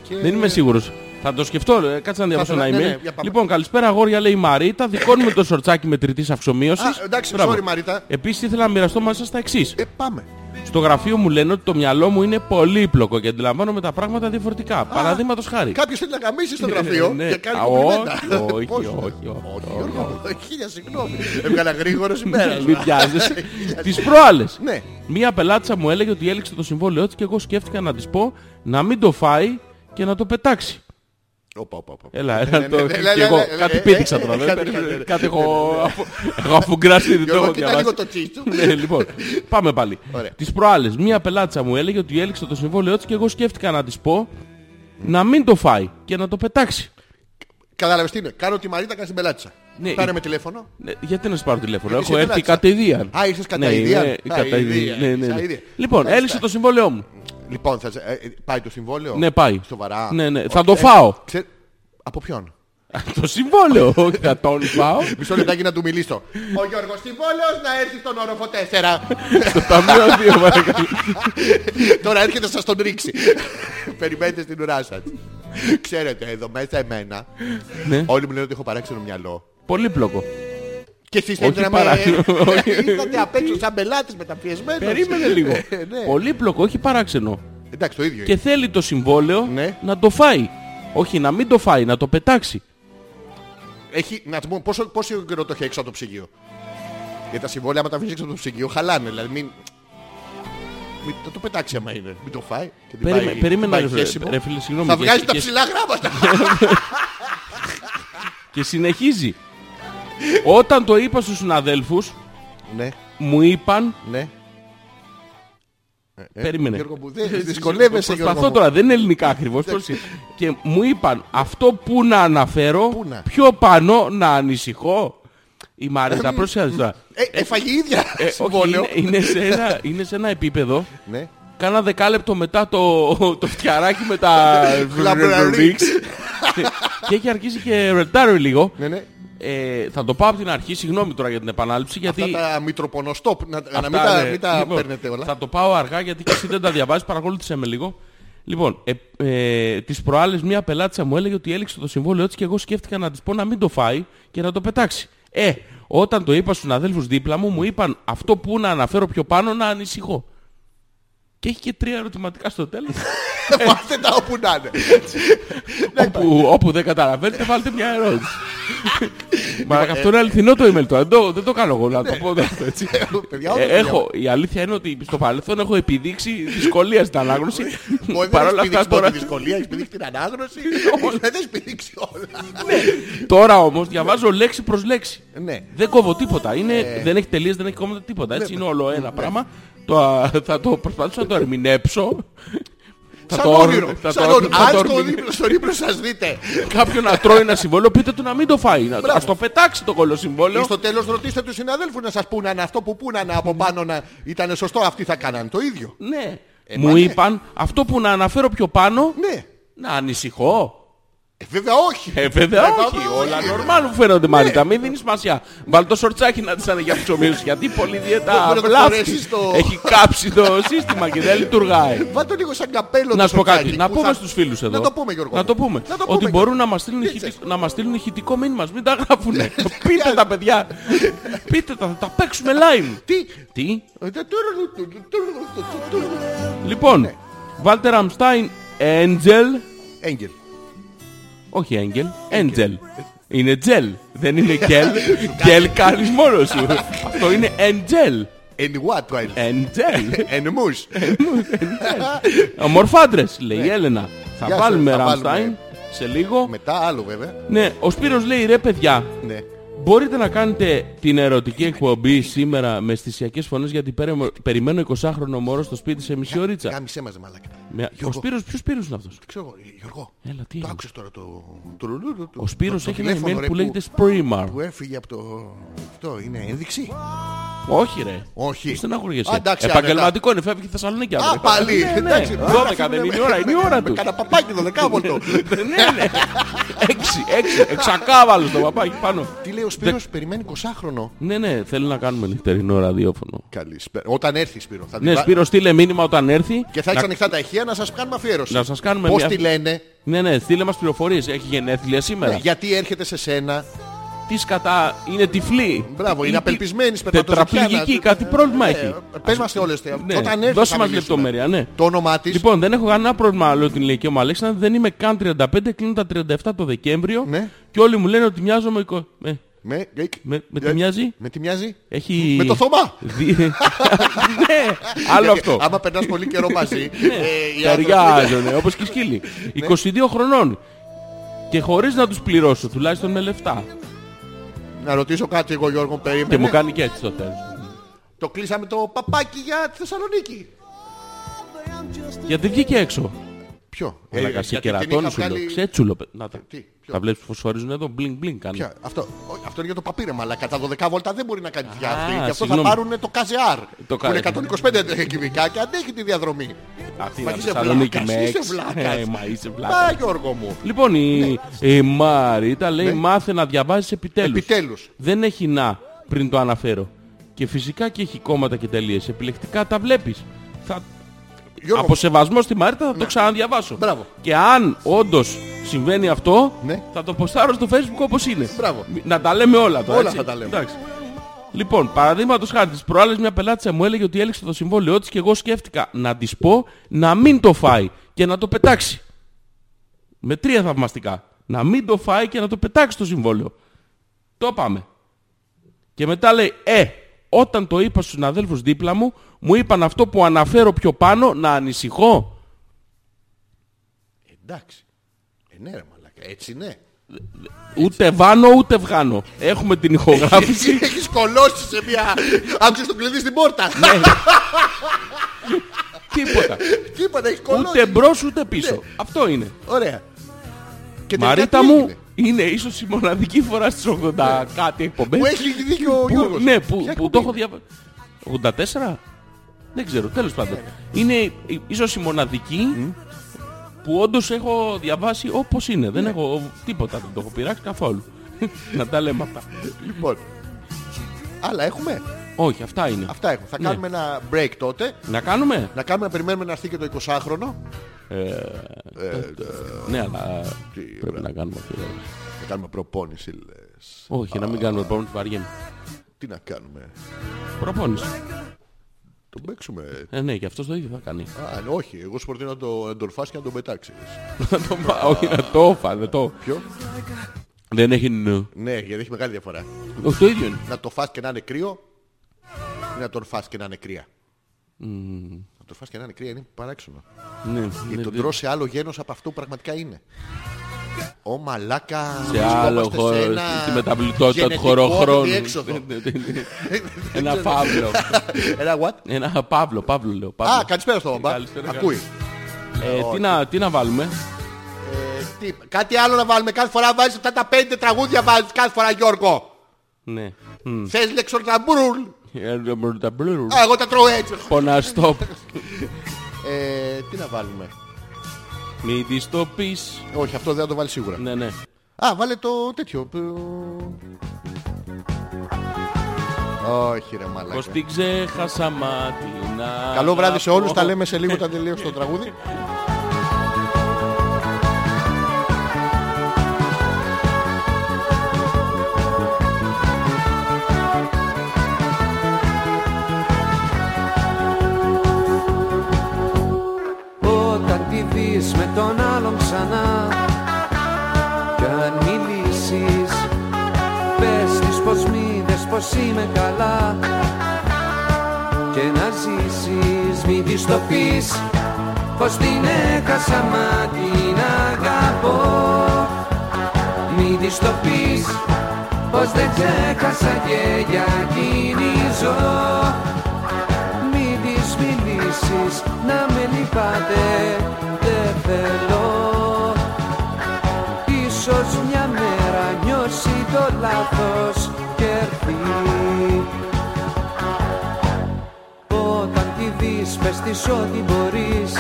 Speaker 4: Και-
Speaker 3: Δεν είμαι σίγουρος. Θα το σκεφτώ, ε, κάτσε να διαβάσω
Speaker 4: το-
Speaker 3: ένα
Speaker 4: ναι, ναι,
Speaker 3: email.
Speaker 4: για πάμε.
Speaker 3: Λοιπόν, καλησπέρα αγόρια, λέει η Μαρίτα. Δικώνουμε το σορτσάκι με τριτής αυξομοίωση.
Speaker 4: Α, εντάξει, sorry, Μαρίτα.
Speaker 3: Επίσης ήθελα να μοιραστώ μαζί σας τα εξής.
Speaker 4: Ε, πάμε.
Speaker 3: Στο γραφείο μου λένε ότι το μυαλό μου είναι πολύπλοκο και αντιλαμβάνομαι τα πράγματα διαφορετικά. Παραδείγματος χάρη.
Speaker 4: Κάποιος θέλει να γαμίσει στο γραφείο
Speaker 3: Ναι, ναι.
Speaker 4: και κάνει
Speaker 3: Α,
Speaker 4: κουμπλέτα.
Speaker 3: όχι, όχι,
Speaker 4: Πώς?
Speaker 3: όχι, όχι,
Speaker 4: Γιώργο, χίλια συγγνώμη. Έβγαλα γρήγορος ημέρας.
Speaker 3: Ναι, Μην πιάζεσαι. Τι προάλλες.
Speaker 4: Ναι.
Speaker 3: Μία πελάτησα μου έλεγε ότι έληξε το συμβόλαιό της και εγώ σκέφτηκα να της πω να μην το φάει και να το πετάξει.
Speaker 4: Όπα, όπα, όπα.
Speaker 3: Έλα, έλα το.
Speaker 4: ναι, ναι,
Speaker 3: και εγώ
Speaker 4: ναι, ναι,
Speaker 3: κάτι
Speaker 4: ναι,
Speaker 3: πήδηξα
Speaker 4: ναι,
Speaker 3: τώρα.
Speaker 4: ναι,
Speaker 3: δεν
Speaker 4: ναι, ναι, ναι, ναι.
Speaker 3: περίμενα. Κάτι έχω αφού- έχω αφουγκράσει, δεν το
Speaker 4: Γιώργο,
Speaker 3: έχω
Speaker 4: κοίτα λίγο
Speaker 3: διαβάσει.
Speaker 4: το τσίτσο.
Speaker 3: Ναι, λοιπόν, πάμε πάλι.
Speaker 4: Ωραία.
Speaker 3: Τις προάλλες, μία πελάτησα μου έλεγε ότι έληξε το συμβόλαιό της και εγώ σκέφτηκα να της πω να μην το φάει και να το πετάξει.
Speaker 4: Κατάλαβες τι είναι. Κάνω τη Μαρίτα, κάνω την πελάτησα.
Speaker 3: Ναι,
Speaker 4: Πάρε
Speaker 3: η-
Speaker 4: με τηλέφωνο.
Speaker 3: Ναι, γιατί να σου πάρω τηλέφωνο,
Speaker 4: Γιατί
Speaker 3: έχω
Speaker 4: σε
Speaker 3: έρθει
Speaker 4: πελάτησα.
Speaker 3: κατά ιδίαν.
Speaker 4: Α, ήρθες κατά
Speaker 3: Ναι,
Speaker 4: ιδίαν.
Speaker 3: ναι,
Speaker 4: Α,
Speaker 3: κατά
Speaker 4: ιδίαν,
Speaker 3: ιδίαν, ναι, ναι,
Speaker 4: σαν
Speaker 3: ναι.
Speaker 4: ιδίαν.
Speaker 3: Λοιπόν,
Speaker 4: Μάλιστα.
Speaker 3: έληξε το συμβόλαιό μου.
Speaker 4: Λοιπόν, θα... ε, ε, πάει το συμβόλαιο.
Speaker 3: Ναι, πάει.
Speaker 4: Σοβαρά.
Speaker 3: Ναι, ναι,
Speaker 4: Οκ.
Speaker 3: θα το φάω.
Speaker 4: Ξε- Από ποιον.
Speaker 3: Το συμβόλαιο, όχι, θα τον φάω.
Speaker 4: Μισό λεπτάκι να του μιλήσω. Ο Γιώργος Συμβόλαιος να έρθει στον όροφο 4.
Speaker 3: Στο ταμείο 2, παρακαλώ.
Speaker 4: Τώρα έρχεται σας τον ρίξει. Περιμένετε στην ουρά σας. Ξέρετε, εδώ μέσα εμένα
Speaker 3: Ναι.
Speaker 4: όλοι μου λένε ότι έχω παράξενο μυαλό.
Speaker 3: Πολύπλοκο.
Speaker 4: Και εσείς θέλετε να με... Ε,
Speaker 3: παράξενο, όχι.
Speaker 4: Ήρθατε απ' έξω σαν πελάτης μεταπιεσμένος.
Speaker 3: Περίμενε λίγο.
Speaker 4: Ε, ναι.
Speaker 3: Πολύπλοκο, όχι παράξενο.
Speaker 4: Εντάξει, το ίδιο
Speaker 3: Και
Speaker 4: είναι.
Speaker 3: θέλει το συμβόλαιο
Speaker 4: Ναι.
Speaker 3: να το φάει. Όχι, να μην το φάει, να το πετάξει.
Speaker 4: Έχει, να σου πω, πόσο, πόσο καιρό το έχει έξω από το ψυγείο. Για τα συμβόλαια, άμα τα αφήσει έξω από το ψυγείο, χαλάνε. Δηλαδή, μην... μην το, το πετάξει άμα είναι. Μην το φάει. Και την
Speaker 3: Περίμε-
Speaker 4: πάει-
Speaker 3: περίμενα,
Speaker 4: την πάει
Speaker 3: ρε,
Speaker 4: χέσιμο.
Speaker 3: ρε φίλε, συγγνώμη.
Speaker 4: Θα
Speaker 3: και-
Speaker 4: βγάζει τα
Speaker 3: και-
Speaker 4: ψηλά γράμματα.
Speaker 3: Και συνεχίζει. Όταν το είπα στους συναδέλφους,
Speaker 4: ναι,
Speaker 3: μου είπαν...
Speaker 4: ναι.
Speaker 3: περίμενε.
Speaker 4: Ε, Γιώργο μου, δεν δυσκολεύεσαι, Γιώργο
Speaker 3: Προσπαθώ
Speaker 4: μου. Ε,
Speaker 3: τώρα, δεν είναι ελληνικά ακριβώς. πρόσεχε. και μου είπαν αυτό που να αναφέρω,
Speaker 4: Πού να?
Speaker 3: πιο πάνω να ανησυχώ. Η Μαρίτα, πρόσεχε τώρα.
Speaker 4: Ε, έφαγε η ίδια
Speaker 3: Ε, όχι,
Speaker 4: συμβόλαιο.
Speaker 3: είναι, είναι σε ένα, είναι σε ένα επίπεδο
Speaker 4: Ναι.
Speaker 3: Κάνα δεκάλεπτο μετά το, το φτιαράκι με τα
Speaker 4: Φλαμπραρί.
Speaker 3: και έχει αρχίσει και ρετάρει λίγο.
Speaker 4: Ναι, ναι.
Speaker 3: Ε, θα το πάω από την αρχή, συγγνώμη τώρα για την επανάληψη. Γιατί
Speaker 4: Αυτά τα μητροπονωστόπ, να, να
Speaker 3: αυτά,
Speaker 4: μην τα,
Speaker 3: ναι.
Speaker 4: μην τα
Speaker 3: Λοιπόν,
Speaker 4: παίρνετε όλα.
Speaker 3: Θα το πάω αργά γιατί και εσύ δεν τα διαβάζεις, παρακολούθησε με λίγο. Λοιπόν, ε, ε, τις προάλλες μια πελάτησα μου έλεγε ότι έληξε το συμβόλαιό της και εγώ σκέφτηκα να της πω να μην το φάει και να το πετάξει. Ε, όταν το είπα στους αδέλφους δίπλα μου, μου είπαν αυτό που να αναφέρω πιο πάνω να ανησυχώ. Και έχει και τρία ερωτηματικά στο τέλος.
Speaker 4: Μάθε τα όπου να είναι.
Speaker 3: όπου, Ναι, όπου δεν καταλαβαίνετε, βάλτε μια ερώτηση. Μα
Speaker 4: Λοιπόν, ε,
Speaker 3: αυτό είναι αληθινό το email του. Δεν το, δεν το κάνω εγώ να το πω αυτό έτσι.
Speaker 4: Ναι. Παιδιά,
Speaker 3: Ε,
Speaker 4: όντως, παιδιά.
Speaker 3: έχω, η αλήθεια είναι ότι στο παρελθόν έχω επιδείξει δυσκολία στην ανάγνωση.
Speaker 4: Εγώ δεν
Speaker 3: Παρ'
Speaker 4: έχεις
Speaker 3: όλα αυτά
Speaker 4: πηδήξει μόνο
Speaker 3: τώρα,
Speaker 4: τη δυσκολία, έχεις πηδήξει την ανάγνωση.
Speaker 3: Όμως-
Speaker 4: Δεν έχεις πηδήξει όλα.
Speaker 3: τώρα όμως διαβάζω λέξη προς λέξη.
Speaker 4: Ναι. Ε.
Speaker 3: Δεν κόβω τίποτα. Είναι, Δεν έχει τελείες, δεν έχει κόμματα τίποτα. Έτσι είναι
Speaker 4: ναι.
Speaker 3: όλο ένα πράγμα. Το, α, θα το προσπαθήσω να το ερμηνεύσω. Θα
Speaker 4: Σαν
Speaker 3: το ορ-
Speaker 4: όνειρο.
Speaker 3: θα
Speaker 4: Σαν
Speaker 3: το-
Speaker 4: όνειρο.
Speaker 3: θα το
Speaker 4: Αν στον
Speaker 3: ορμηνεύσω.
Speaker 4: ύπνο- στον ύπνο σας δείτε.
Speaker 3: Κάποιον να τρώει ένα συμβόλαιο, πείτε του να μην το φάει. Να
Speaker 4: Μπράβο.
Speaker 3: ας το πετάξει το κολοσυμβόλαιο.
Speaker 4: Ή στο τέλος ρωτήστε τους συναδέλφους να σας πούνε αν αυτό που πούνανε από πάνω να ήταν σωστό. Αυτοί θα κάνανε το ίδιο.
Speaker 3: Ναι.
Speaker 4: μα
Speaker 3: Μου
Speaker 4: ναι.
Speaker 3: είπαν αυτό που να αναφέρω πιο πάνω.
Speaker 4: Ναι.
Speaker 3: Να ανησυχώ.
Speaker 4: Ε, βέβαια όχι.
Speaker 3: Ε, βέβαια
Speaker 4: Βέβαια,
Speaker 3: όχι.
Speaker 4: όχι.
Speaker 3: Όλα νορμάλ μου φαίνονται
Speaker 4: ναι.
Speaker 3: Μαρίτα. Μην δίνεις σημασία. Βάλ το σορτσάκι να τη ανεγιάσει ο Γιατί πολύ
Speaker 4: Μπορεί
Speaker 3: διέτα
Speaker 4: να το
Speaker 3: βλάφτη.
Speaker 4: φορέσεις το-
Speaker 3: Έχει κάψει το σύστημα και δεν λειτουργάει.
Speaker 4: Βάλτε λίγο σαν καπέλο
Speaker 3: Να
Speaker 4: το
Speaker 3: σου πω
Speaker 4: σοκάκι
Speaker 3: κάτι, να
Speaker 4: που
Speaker 3: πούμε
Speaker 4: θα-
Speaker 3: στους φίλους εδώ.
Speaker 4: Να το πούμε Γιώργο.
Speaker 3: Να
Speaker 4: μου.
Speaker 3: το πούμε.
Speaker 4: Να το
Speaker 3: Ότι
Speaker 4: πούμε,
Speaker 3: μπορούν
Speaker 4: Γιώργο. Ναι.
Speaker 3: να μας στείλουν,
Speaker 4: Δεν
Speaker 3: ηχητικό-
Speaker 4: ξέρω.
Speaker 3: να μας στείλουν ηχητικό μήνυμα. Μην τα γράφουνε. Πείτε τα παιδιά. Πείτε τα, θα τα παίξουμε live.
Speaker 4: Τι.
Speaker 3: Τι.
Speaker 4: Ε, τα- τουρου, τουρου, τουρου, τουρου, τουρου.
Speaker 3: Λοιπόν,
Speaker 4: Ναι.
Speaker 3: Βάλτε Ραμστάιν, Angel.
Speaker 4: Έγγελ.
Speaker 3: Όχι Έγγελ, Έντζελ.
Speaker 4: Ε.
Speaker 3: Είναι τζελ, δεν είναι γκέλ. Γκέλ κάνεις μόνος σου. Αυτό είναι Εντζελ.
Speaker 4: Εν what, well.
Speaker 3: Ε. Εντζελ.
Speaker 4: Εν μους.
Speaker 3: Ομορφάντρες, λέει η Έλενα. Θα
Speaker 4: Ναι. Γεια σας,
Speaker 3: βάλουμε
Speaker 4: θα βάλουμε.
Speaker 3: Ραμστάιν σε λίγο.
Speaker 4: Μετά άλλο βέβαια.
Speaker 3: Ναι, ο Σπύρος λέει ρε παιδιά,
Speaker 4: Ναι.
Speaker 3: μπορείτε να κάνετε την ερωτική εκπομπή σήμερα με αισθησιακές φωνές γιατί πέρε- περιμένω 20χρονο μωρό στο σπίτι σε μισή ωρίτσα.
Speaker 4: Κάμισε μας μαλάκα.
Speaker 3: Μια- Ο
Speaker 4: Γιώργο.
Speaker 3: Σπύρος, ποιος Σπύρος είναι αυτός.
Speaker 4: Ξέρω εγώ, ε, Γιώργο.
Speaker 3: Έλα, τι
Speaker 4: Το
Speaker 3: έγινε.
Speaker 4: άκουσες τώρα το. το λουλούδου του.
Speaker 3: Ο Σπύρος
Speaker 4: Το- το
Speaker 3: έχει ένα
Speaker 4: τηλέφωνο,
Speaker 3: email
Speaker 4: ρε,
Speaker 3: που λέγεται Sprimar.
Speaker 4: Που έφυγε από το. Αυτό είναι ένδειξη.
Speaker 3: Όχι ρε.
Speaker 4: Όχι. Α,
Speaker 3: Στεναχωριέσαι.
Speaker 4: εντάξει,
Speaker 3: Επαγγελματικό είναι, φεύγει η Θεσσαλονίκη. αύριο.
Speaker 4: Α, πάλι.
Speaker 3: Ναι, ναι.
Speaker 4: Εντάξει,
Speaker 3: 12 δεν είναι η ώρα, είναι η ώρα του.
Speaker 4: Κάνα παπάκι δωδεκάβολτο.
Speaker 3: Ναι, ναι. Έξι, έξι, εξακάβαλος το παπάκι πάνω.
Speaker 4: Τι λέει ο Σπύρος, περιμένει 20χρονο.
Speaker 3: Ναι, ναι, θέλει να κάνουμε νυχτερινό ραδιόφωνο.
Speaker 4: Καλησπέρα. Όταν έρθει Σπύρο. Θα την
Speaker 3: Ναι,
Speaker 4: βά-
Speaker 3: Σπύρος, στείλε μήνυμα όταν έρθει.
Speaker 4: Και θα
Speaker 3: Να-
Speaker 4: έχεις ανοιχτά τα ηχεία να σας κάνουμε αφιέρωση.
Speaker 3: Να σας κάνουμε
Speaker 4: Πώς
Speaker 3: μια-
Speaker 4: τη λένε,
Speaker 3: Ναι, ναι, στείλε μας πληροφορίες. Έχει γενέθλια σήμερα.
Speaker 4: γιατί έρχεται σε σένα.
Speaker 3: Τι κατά, είναι τυφλή.
Speaker 4: Μπράβο, είναι
Speaker 3: Ή-
Speaker 4: απελπισμένη
Speaker 3: Τετραπληγική, κάτι πρόβλημα έχει.
Speaker 4: Ναι, Πες μας όλες. τε-
Speaker 3: Ναι,
Speaker 4: Όταν έρθει.
Speaker 3: δώσε
Speaker 4: θα
Speaker 3: μας
Speaker 4: μιλήσουμε.
Speaker 3: λεπτομέρεια, ναι.
Speaker 4: Το όνομά της.
Speaker 3: Λοιπόν, δεν έχω κανένα πρόβλημα άλλο την ηλικία μου, Αλέξανδρα. Δεν είμαι καν 35, κλείνω τα 37 το Δεκέμβριο.
Speaker 4: Ναι.
Speaker 3: Και όλοι μου λένε ότι μοιάζω με. εικο- ε,
Speaker 4: Με,
Speaker 3: με- με τι μοιάζει?
Speaker 4: Με τι μοιάζει?
Speaker 3: Έχει...
Speaker 4: Με το Θωμά.
Speaker 3: Δι- ναι, άλλο
Speaker 4: Γιατί
Speaker 3: αυτό. Ναι,
Speaker 4: Άμα περνάς πολύ καιρό μαζί. ε, οι άνθρωποι-
Speaker 3: Ταιριάζονται, όπως και οι σκύλοι.
Speaker 4: Ναι.
Speaker 3: 22 χρονών. Και χωρίς να τους πληρώσω, τουλάχιστον με
Speaker 4: Ναι,
Speaker 3: λεφτά.
Speaker 4: Να ρωτήσω κάτι εγώ Γιώργο
Speaker 3: Και μου
Speaker 4: περίμενε.
Speaker 3: κάνει και έτσι στο τέλος.
Speaker 4: Το κλείσαμε το παπάκι για τη Θεσσαλονίκη.
Speaker 3: Γιατί βγήκε έξω.
Speaker 4: Ποιο? Ε,
Speaker 3: Αλλά σε
Speaker 4: γιατί την
Speaker 3: κερατώνει
Speaker 4: είχα
Speaker 3: σου λέω.
Speaker 4: βγάλει-
Speaker 3: Ξέτσουλο. παι- Να τα.
Speaker 4: Τι, ποιο?
Speaker 3: Τα βλέπεις που φωσφορίζουν εδώ, μπλινγκ μπλινγκ κάνουν.
Speaker 4: Ποια, αυτό, ό, αυτό είναι για το παπίρεμα, αλλά κατά 12 βολτά δεν μπορεί να κάνει διάθεση. Γι' αυτό θα
Speaker 3: συγγνώμη.
Speaker 4: πάρουν το KZR.
Speaker 3: Το
Speaker 4: που είναι
Speaker 3: κα-
Speaker 4: 125 κυβικά και αντέχει τη διαδρομή.
Speaker 3: Αθήνα,
Speaker 4: Μα είσαι
Speaker 3: Θεσσαλονίκη
Speaker 4: βλάκας,
Speaker 3: με
Speaker 4: είσαι
Speaker 3: έξι.
Speaker 4: βλάκας.
Speaker 3: Ε, Μα είσαι βλάκα.
Speaker 4: Μα Γιώργο μου.
Speaker 3: Λοιπόν, η, η Μαρίτα λέει μάθε να διαβάζεις επιτέλους.
Speaker 4: Ναι. Επιτέλους.
Speaker 3: Δεν έχει να πριν το αναφέρω. Και φυσικά και έχει κόμματα και τελείες. Επιλεκτικά τα βλέπεις. Θα...
Speaker 4: Γιώργο,
Speaker 3: Από σεβασμό στη Μαρίτα θα το ξαναδιαβάσω.
Speaker 4: Ναι. Μπράβο.
Speaker 3: Και αν όντως συμβαίνει αυτό,
Speaker 4: Ναι.
Speaker 3: θα το ποστάρω στο facebook όπως είναι.
Speaker 4: Μπράβο.
Speaker 3: Μη- Να τα λέμε όλα τώρα.
Speaker 4: Όλα
Speaker 3: έτσι.
Speaker 4: θα τα λέμε.
Speaker 3: Εντάξει. Λοιπόν, παραδείγματος χάρη της προάλλη, μια πελάτησα μου έλεγε ότι έληξε το συμβόλαιό της και εγώ σκέφτηκα να της πω να μην το φάει και να το πετάξει. Με τρία θαυμαστικά. Να μην το φάει και να το πετάξει το συμβόλαιο. Το πάμε. Και μετά λέει, Ε, όταν το είπα στους αδέλφους δίπλα μου, μου είπαν αυτό που αναφέρω πιο πάνω να ανησυχώ.
Speaker 4: Εντάξει. Ε, ναι, ρε, μαλάκα. Έτσι ναι.
Speaker 3: Ούτε βάνω ούτε βγάνω. Έχουμε την ηχογράφηση.
Speaker 4: Έχεις κολώσει σε μια... Άκουσες το κλειδί στην πόρτα.
Speaker 3: Ναι. τίποτα.
Speaker 4: Τίποτα, έχεις κολώσει.
Speaker 3: ούτε μπρος ούτε πίσω.
Speaker 4: Ναι.
Speaker 3: Αυτό είναι.
Speaker 4: Ωραία. Και τελικά
Speaker 3: Μαρίτα
Speaker 4: τι
Speaker 3: μου
Speaker 4: έγινε? Ναι.
Speaker 3: είναι ίσως η μοναδική φορά στις 80 κάτι εκπομπές
Speaker 4: Που έχει δίκιο ο
Speaker 3: ε, που-
Speaker 4: Γιώργος.
Speaker 3: Ναι, που,
Speaker 4: Ποια
Speaker 3: που
Speaker 4: εκπομπή
Speaker 3: το έχω
Speaker 4: είναι?
Speaker 3: διαβάσει. 84? Δεν ξέρω, τέλος
Speaker 4: Ναι,
Speaker 3: πάντων. Είναι η- ίσως η μοναδική που όντως έχω διαβάσει όπως είναι.
Speaker 4: Ναι.
Speaker 3: Δεν έχω τίποτα, δεν το έχω πειράξει καθόλου. Να τα λέμε αυτά.
Speaker 4: Λοιπόν. Άλλα έχουμε.
Speaker 3: Όχι, αυτά είναι.
Speaker 4: Αυτά έχουμε. Θα
Speaker 3: Ναι.
Speaker 4: κάνουμε ένα break τότε.
Speaker 3: Να κάνουμε.
Speaker 4: Να κάνουμε να περιμένουμε να έρθει και το 20χρονο. Ε.
Speaker 3: Ναι, αλλά πρέπει να κάνουμε αυτό.
Speaker 4: Να κάνουμε προπόνηση λες.
Speaker 3: Όχι, να μην κάνουμε προπόνηση βαριέμαι.
Speaker 4: Τι να κάνουμε.
Speaker 3: Προπόνηση.
Speaker 4: Το παίξουμε.
Speaker 3: Ε, ναι, και αυτός το ίδιο θα κάνει.
Speaker 4: Α, ναι, όχι. Εγώ σου προτείνω να το να τον φας και να τον πετάξεις.
Speaker 3: Να το πάω, όχι, να το έφα, δεν το.
Speaker 4: Ποιο?
Speaker 3: Δεν έχει νου.
Speaker 4: Ναι, γιατί έχει μεγάλη διαφορά.
Speaker 3: Όχι το ίδιο είναι.
Speaker 4: Να το φας και να είναι κρύο ή να τον φας και να είναι κρύα. Να τον φας και να είναι κρύα είναι παράξενο.
Speaker 3: Ναι,
Speaker 4: Και
Speaker 3: ναι,
Speaker 4: τον
Speaker 3: ναι.
Speaker 4: τρως σε άλλο γένος από αυτό που πραγματικά είναι. Ω μαλάκα,
Speaker 3: σε άλλο
Speaker 4: βρισκόμαστε σε
Speaker 3: χώρο,
Speaker 4: ένα
Speaker 3: στη μεταβλητότητα του Ναι,
Speaker 4: γενετικό
Speaker 3: χωροχρόνου.
Speaker 4: διέξοδο.
Speaker 3: Ένα παύλο.
Speaker 4: Ένα what?
Speaker 3: Ένα παύλο, παύλο λέω. Παύλο.
Speaker 4: Α, καλησπέρα στο μπαμπά.
Speaker 3: Καλησπέρα,
Speaker 4: Ακούει.
Speaker 3: Ε, τι, να, τι να βάλουμε.
Speaker 4: Ε, τι, κάτι άλλο να βάλουμε. Κάθε φορά βάζεις αυτά τα πέντε τραγούδια βάζεις κάθε φορά Γιώργο.
Speaker 3: ναι.
Speaker 4: Θες λεξορταμπρούλ.
Speaker 3: Mm.
Speaker 4: Α, εγώ τα τρώω έτσι.
Speaker 3: Πονάς το.
Speaker 4: Ε, τι να βάλουμε.
Speaker 3: Μη της το πεις.
Speaker 4: Όχι, αυτό δεν θα το βάλει σίγουρα.
Speaker 3: Ναι, ναι.
Speaker 4: Α, βάλε το τέτοιο. που- Όχι ρε
Speaker 3: Πως
Speaker 4: μαλάκα.
Speaker 3: την ξέχασα μάτι να
Speaker 4: Καλό βράδυ σε
Speaker 3: αγαπώ.
Speaker 4: όλους, τα λέμε σε λίγο
Speaker 3: Ε,
Speaker 4: όταν τελείωσε το τραγούδι.
Speaker 7: Όταν τη δεις με τον άλλον ξανά Κι αν μιλήσεις Πες της πως μη δες πως είμαι καλά Και να ζήσεις μη της το πεις Πως την έχασα μα την αγαπώ της το πεις Πως δεν ξέχασα και για εκείνη ζω Μην της μιλήσεις να με λυπάτε Δεν θέλω Ίσως μια μέρα νιώσει το λάθος και έρθει Όταν τη δεις πες της ό,τι μπορείς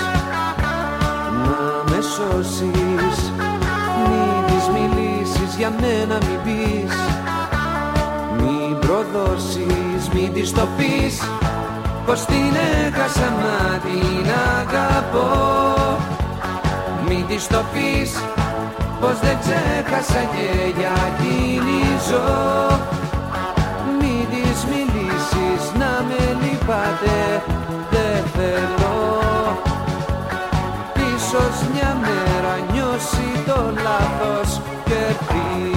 Speaker 7: Να με σώσεις Μην της μιλήσεις για μένα μην πεις Μην προδώσεις μην της το πεις Πως την έχασα να την αγαπώ μην της το πεις πως δεν ξέχασα και για εκείνη ζω Μην της μιλήσεις να με λυπάτε δεν θέλω Ίσως μια μέρα νιώσει το λάθος και πεις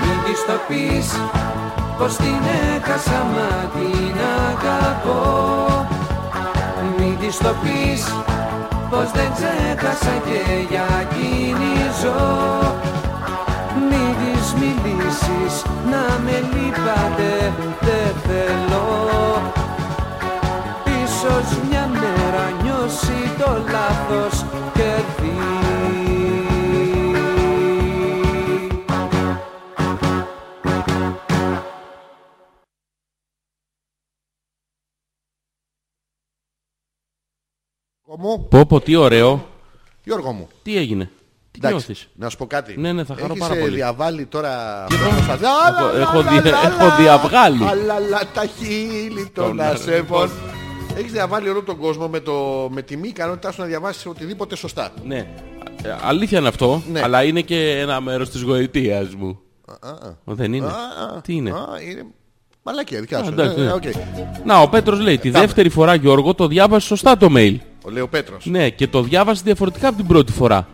Speaker 7: Μην της το πεις πως την έχασα μα την αγαπώ Μην της το πεις πως δεν ξέχασα και για εκείνη ζω Μην της μιλήσεις να με λυπάτε δεν θέλω Ίσως μια μέρα νιώσει το λάθος και δει
Speaker 4: Γιώργο μου,
Speaker 3: Πω πω τι ωραίο.
Speaker 4: Γιώργο μου.
Speaker 3: Τι έγινε. Τι
Speaker 4: Εντάξει,
Speaker 3: νιώθεις.
Speaker 4: να σου πω κάτι.
Speaker 3: Ναι, ναι, θα χαρώ
Speaker 4: Έχεις,
Speaker 3: πάρα
Speaker 4: ε,
Speaker 3: πολύ.
Speaker 4: διαβάλει τώρα.
Speaker 3: Και
Speaker 4: αυτό
Speaker 3: εγώ.
Speaker 4: που θα- Α, λα, λα,
Speaker 3: έχω
Speaker 4: λα,
Speaker 3: δια-
Speaker 4: λα,
Speaker 3: έχω
Speaker 4: λα.
Speaker 3: διαβγάλει.
Speaker 4: Α, λα, λα, τα χείλη το
Speaker 3: Τον
Speaker 4: να σε
Speaker 3: αριθμό.
Speaker 4: φων.
Speaker 3: λοιπόν.
Speaker 4: Έχεις διαβάλει όλο τον κόσμο με, το, με τη μη ικανότητά σου να διαβάσεις οτιδήποτε σωστά.
Speaker 3: Ναι. Α- ε, Αλήθεια είναι αυτό,
Speaker 4: Ναι.
Speaker 3: αλλά είναι και ένα μέρος της γοητείας μου. Δεν είναι.
Speaker 4: Α,
Speaker 3: Τι είναι.
Speaker 4: Α, είναι... Μαλάκια, δικιά
Speaker 3: Α,
Speaker 4: σου.
Speaker 3: εντάξει,
Speaker 4: Ε,
Speaker 3: ναι.
Speaker 4: οκ.
Speaker 3: Να, ο Πέτρος λέει, τη δεύτερη φορά Γιώργο το διάβασες σωστά το mail.
Speaker 4: Ο Λέο Πέτρος.
Speaker 3: Ναι, και το διάβασε διαφορετικά από την πρώτη φορά.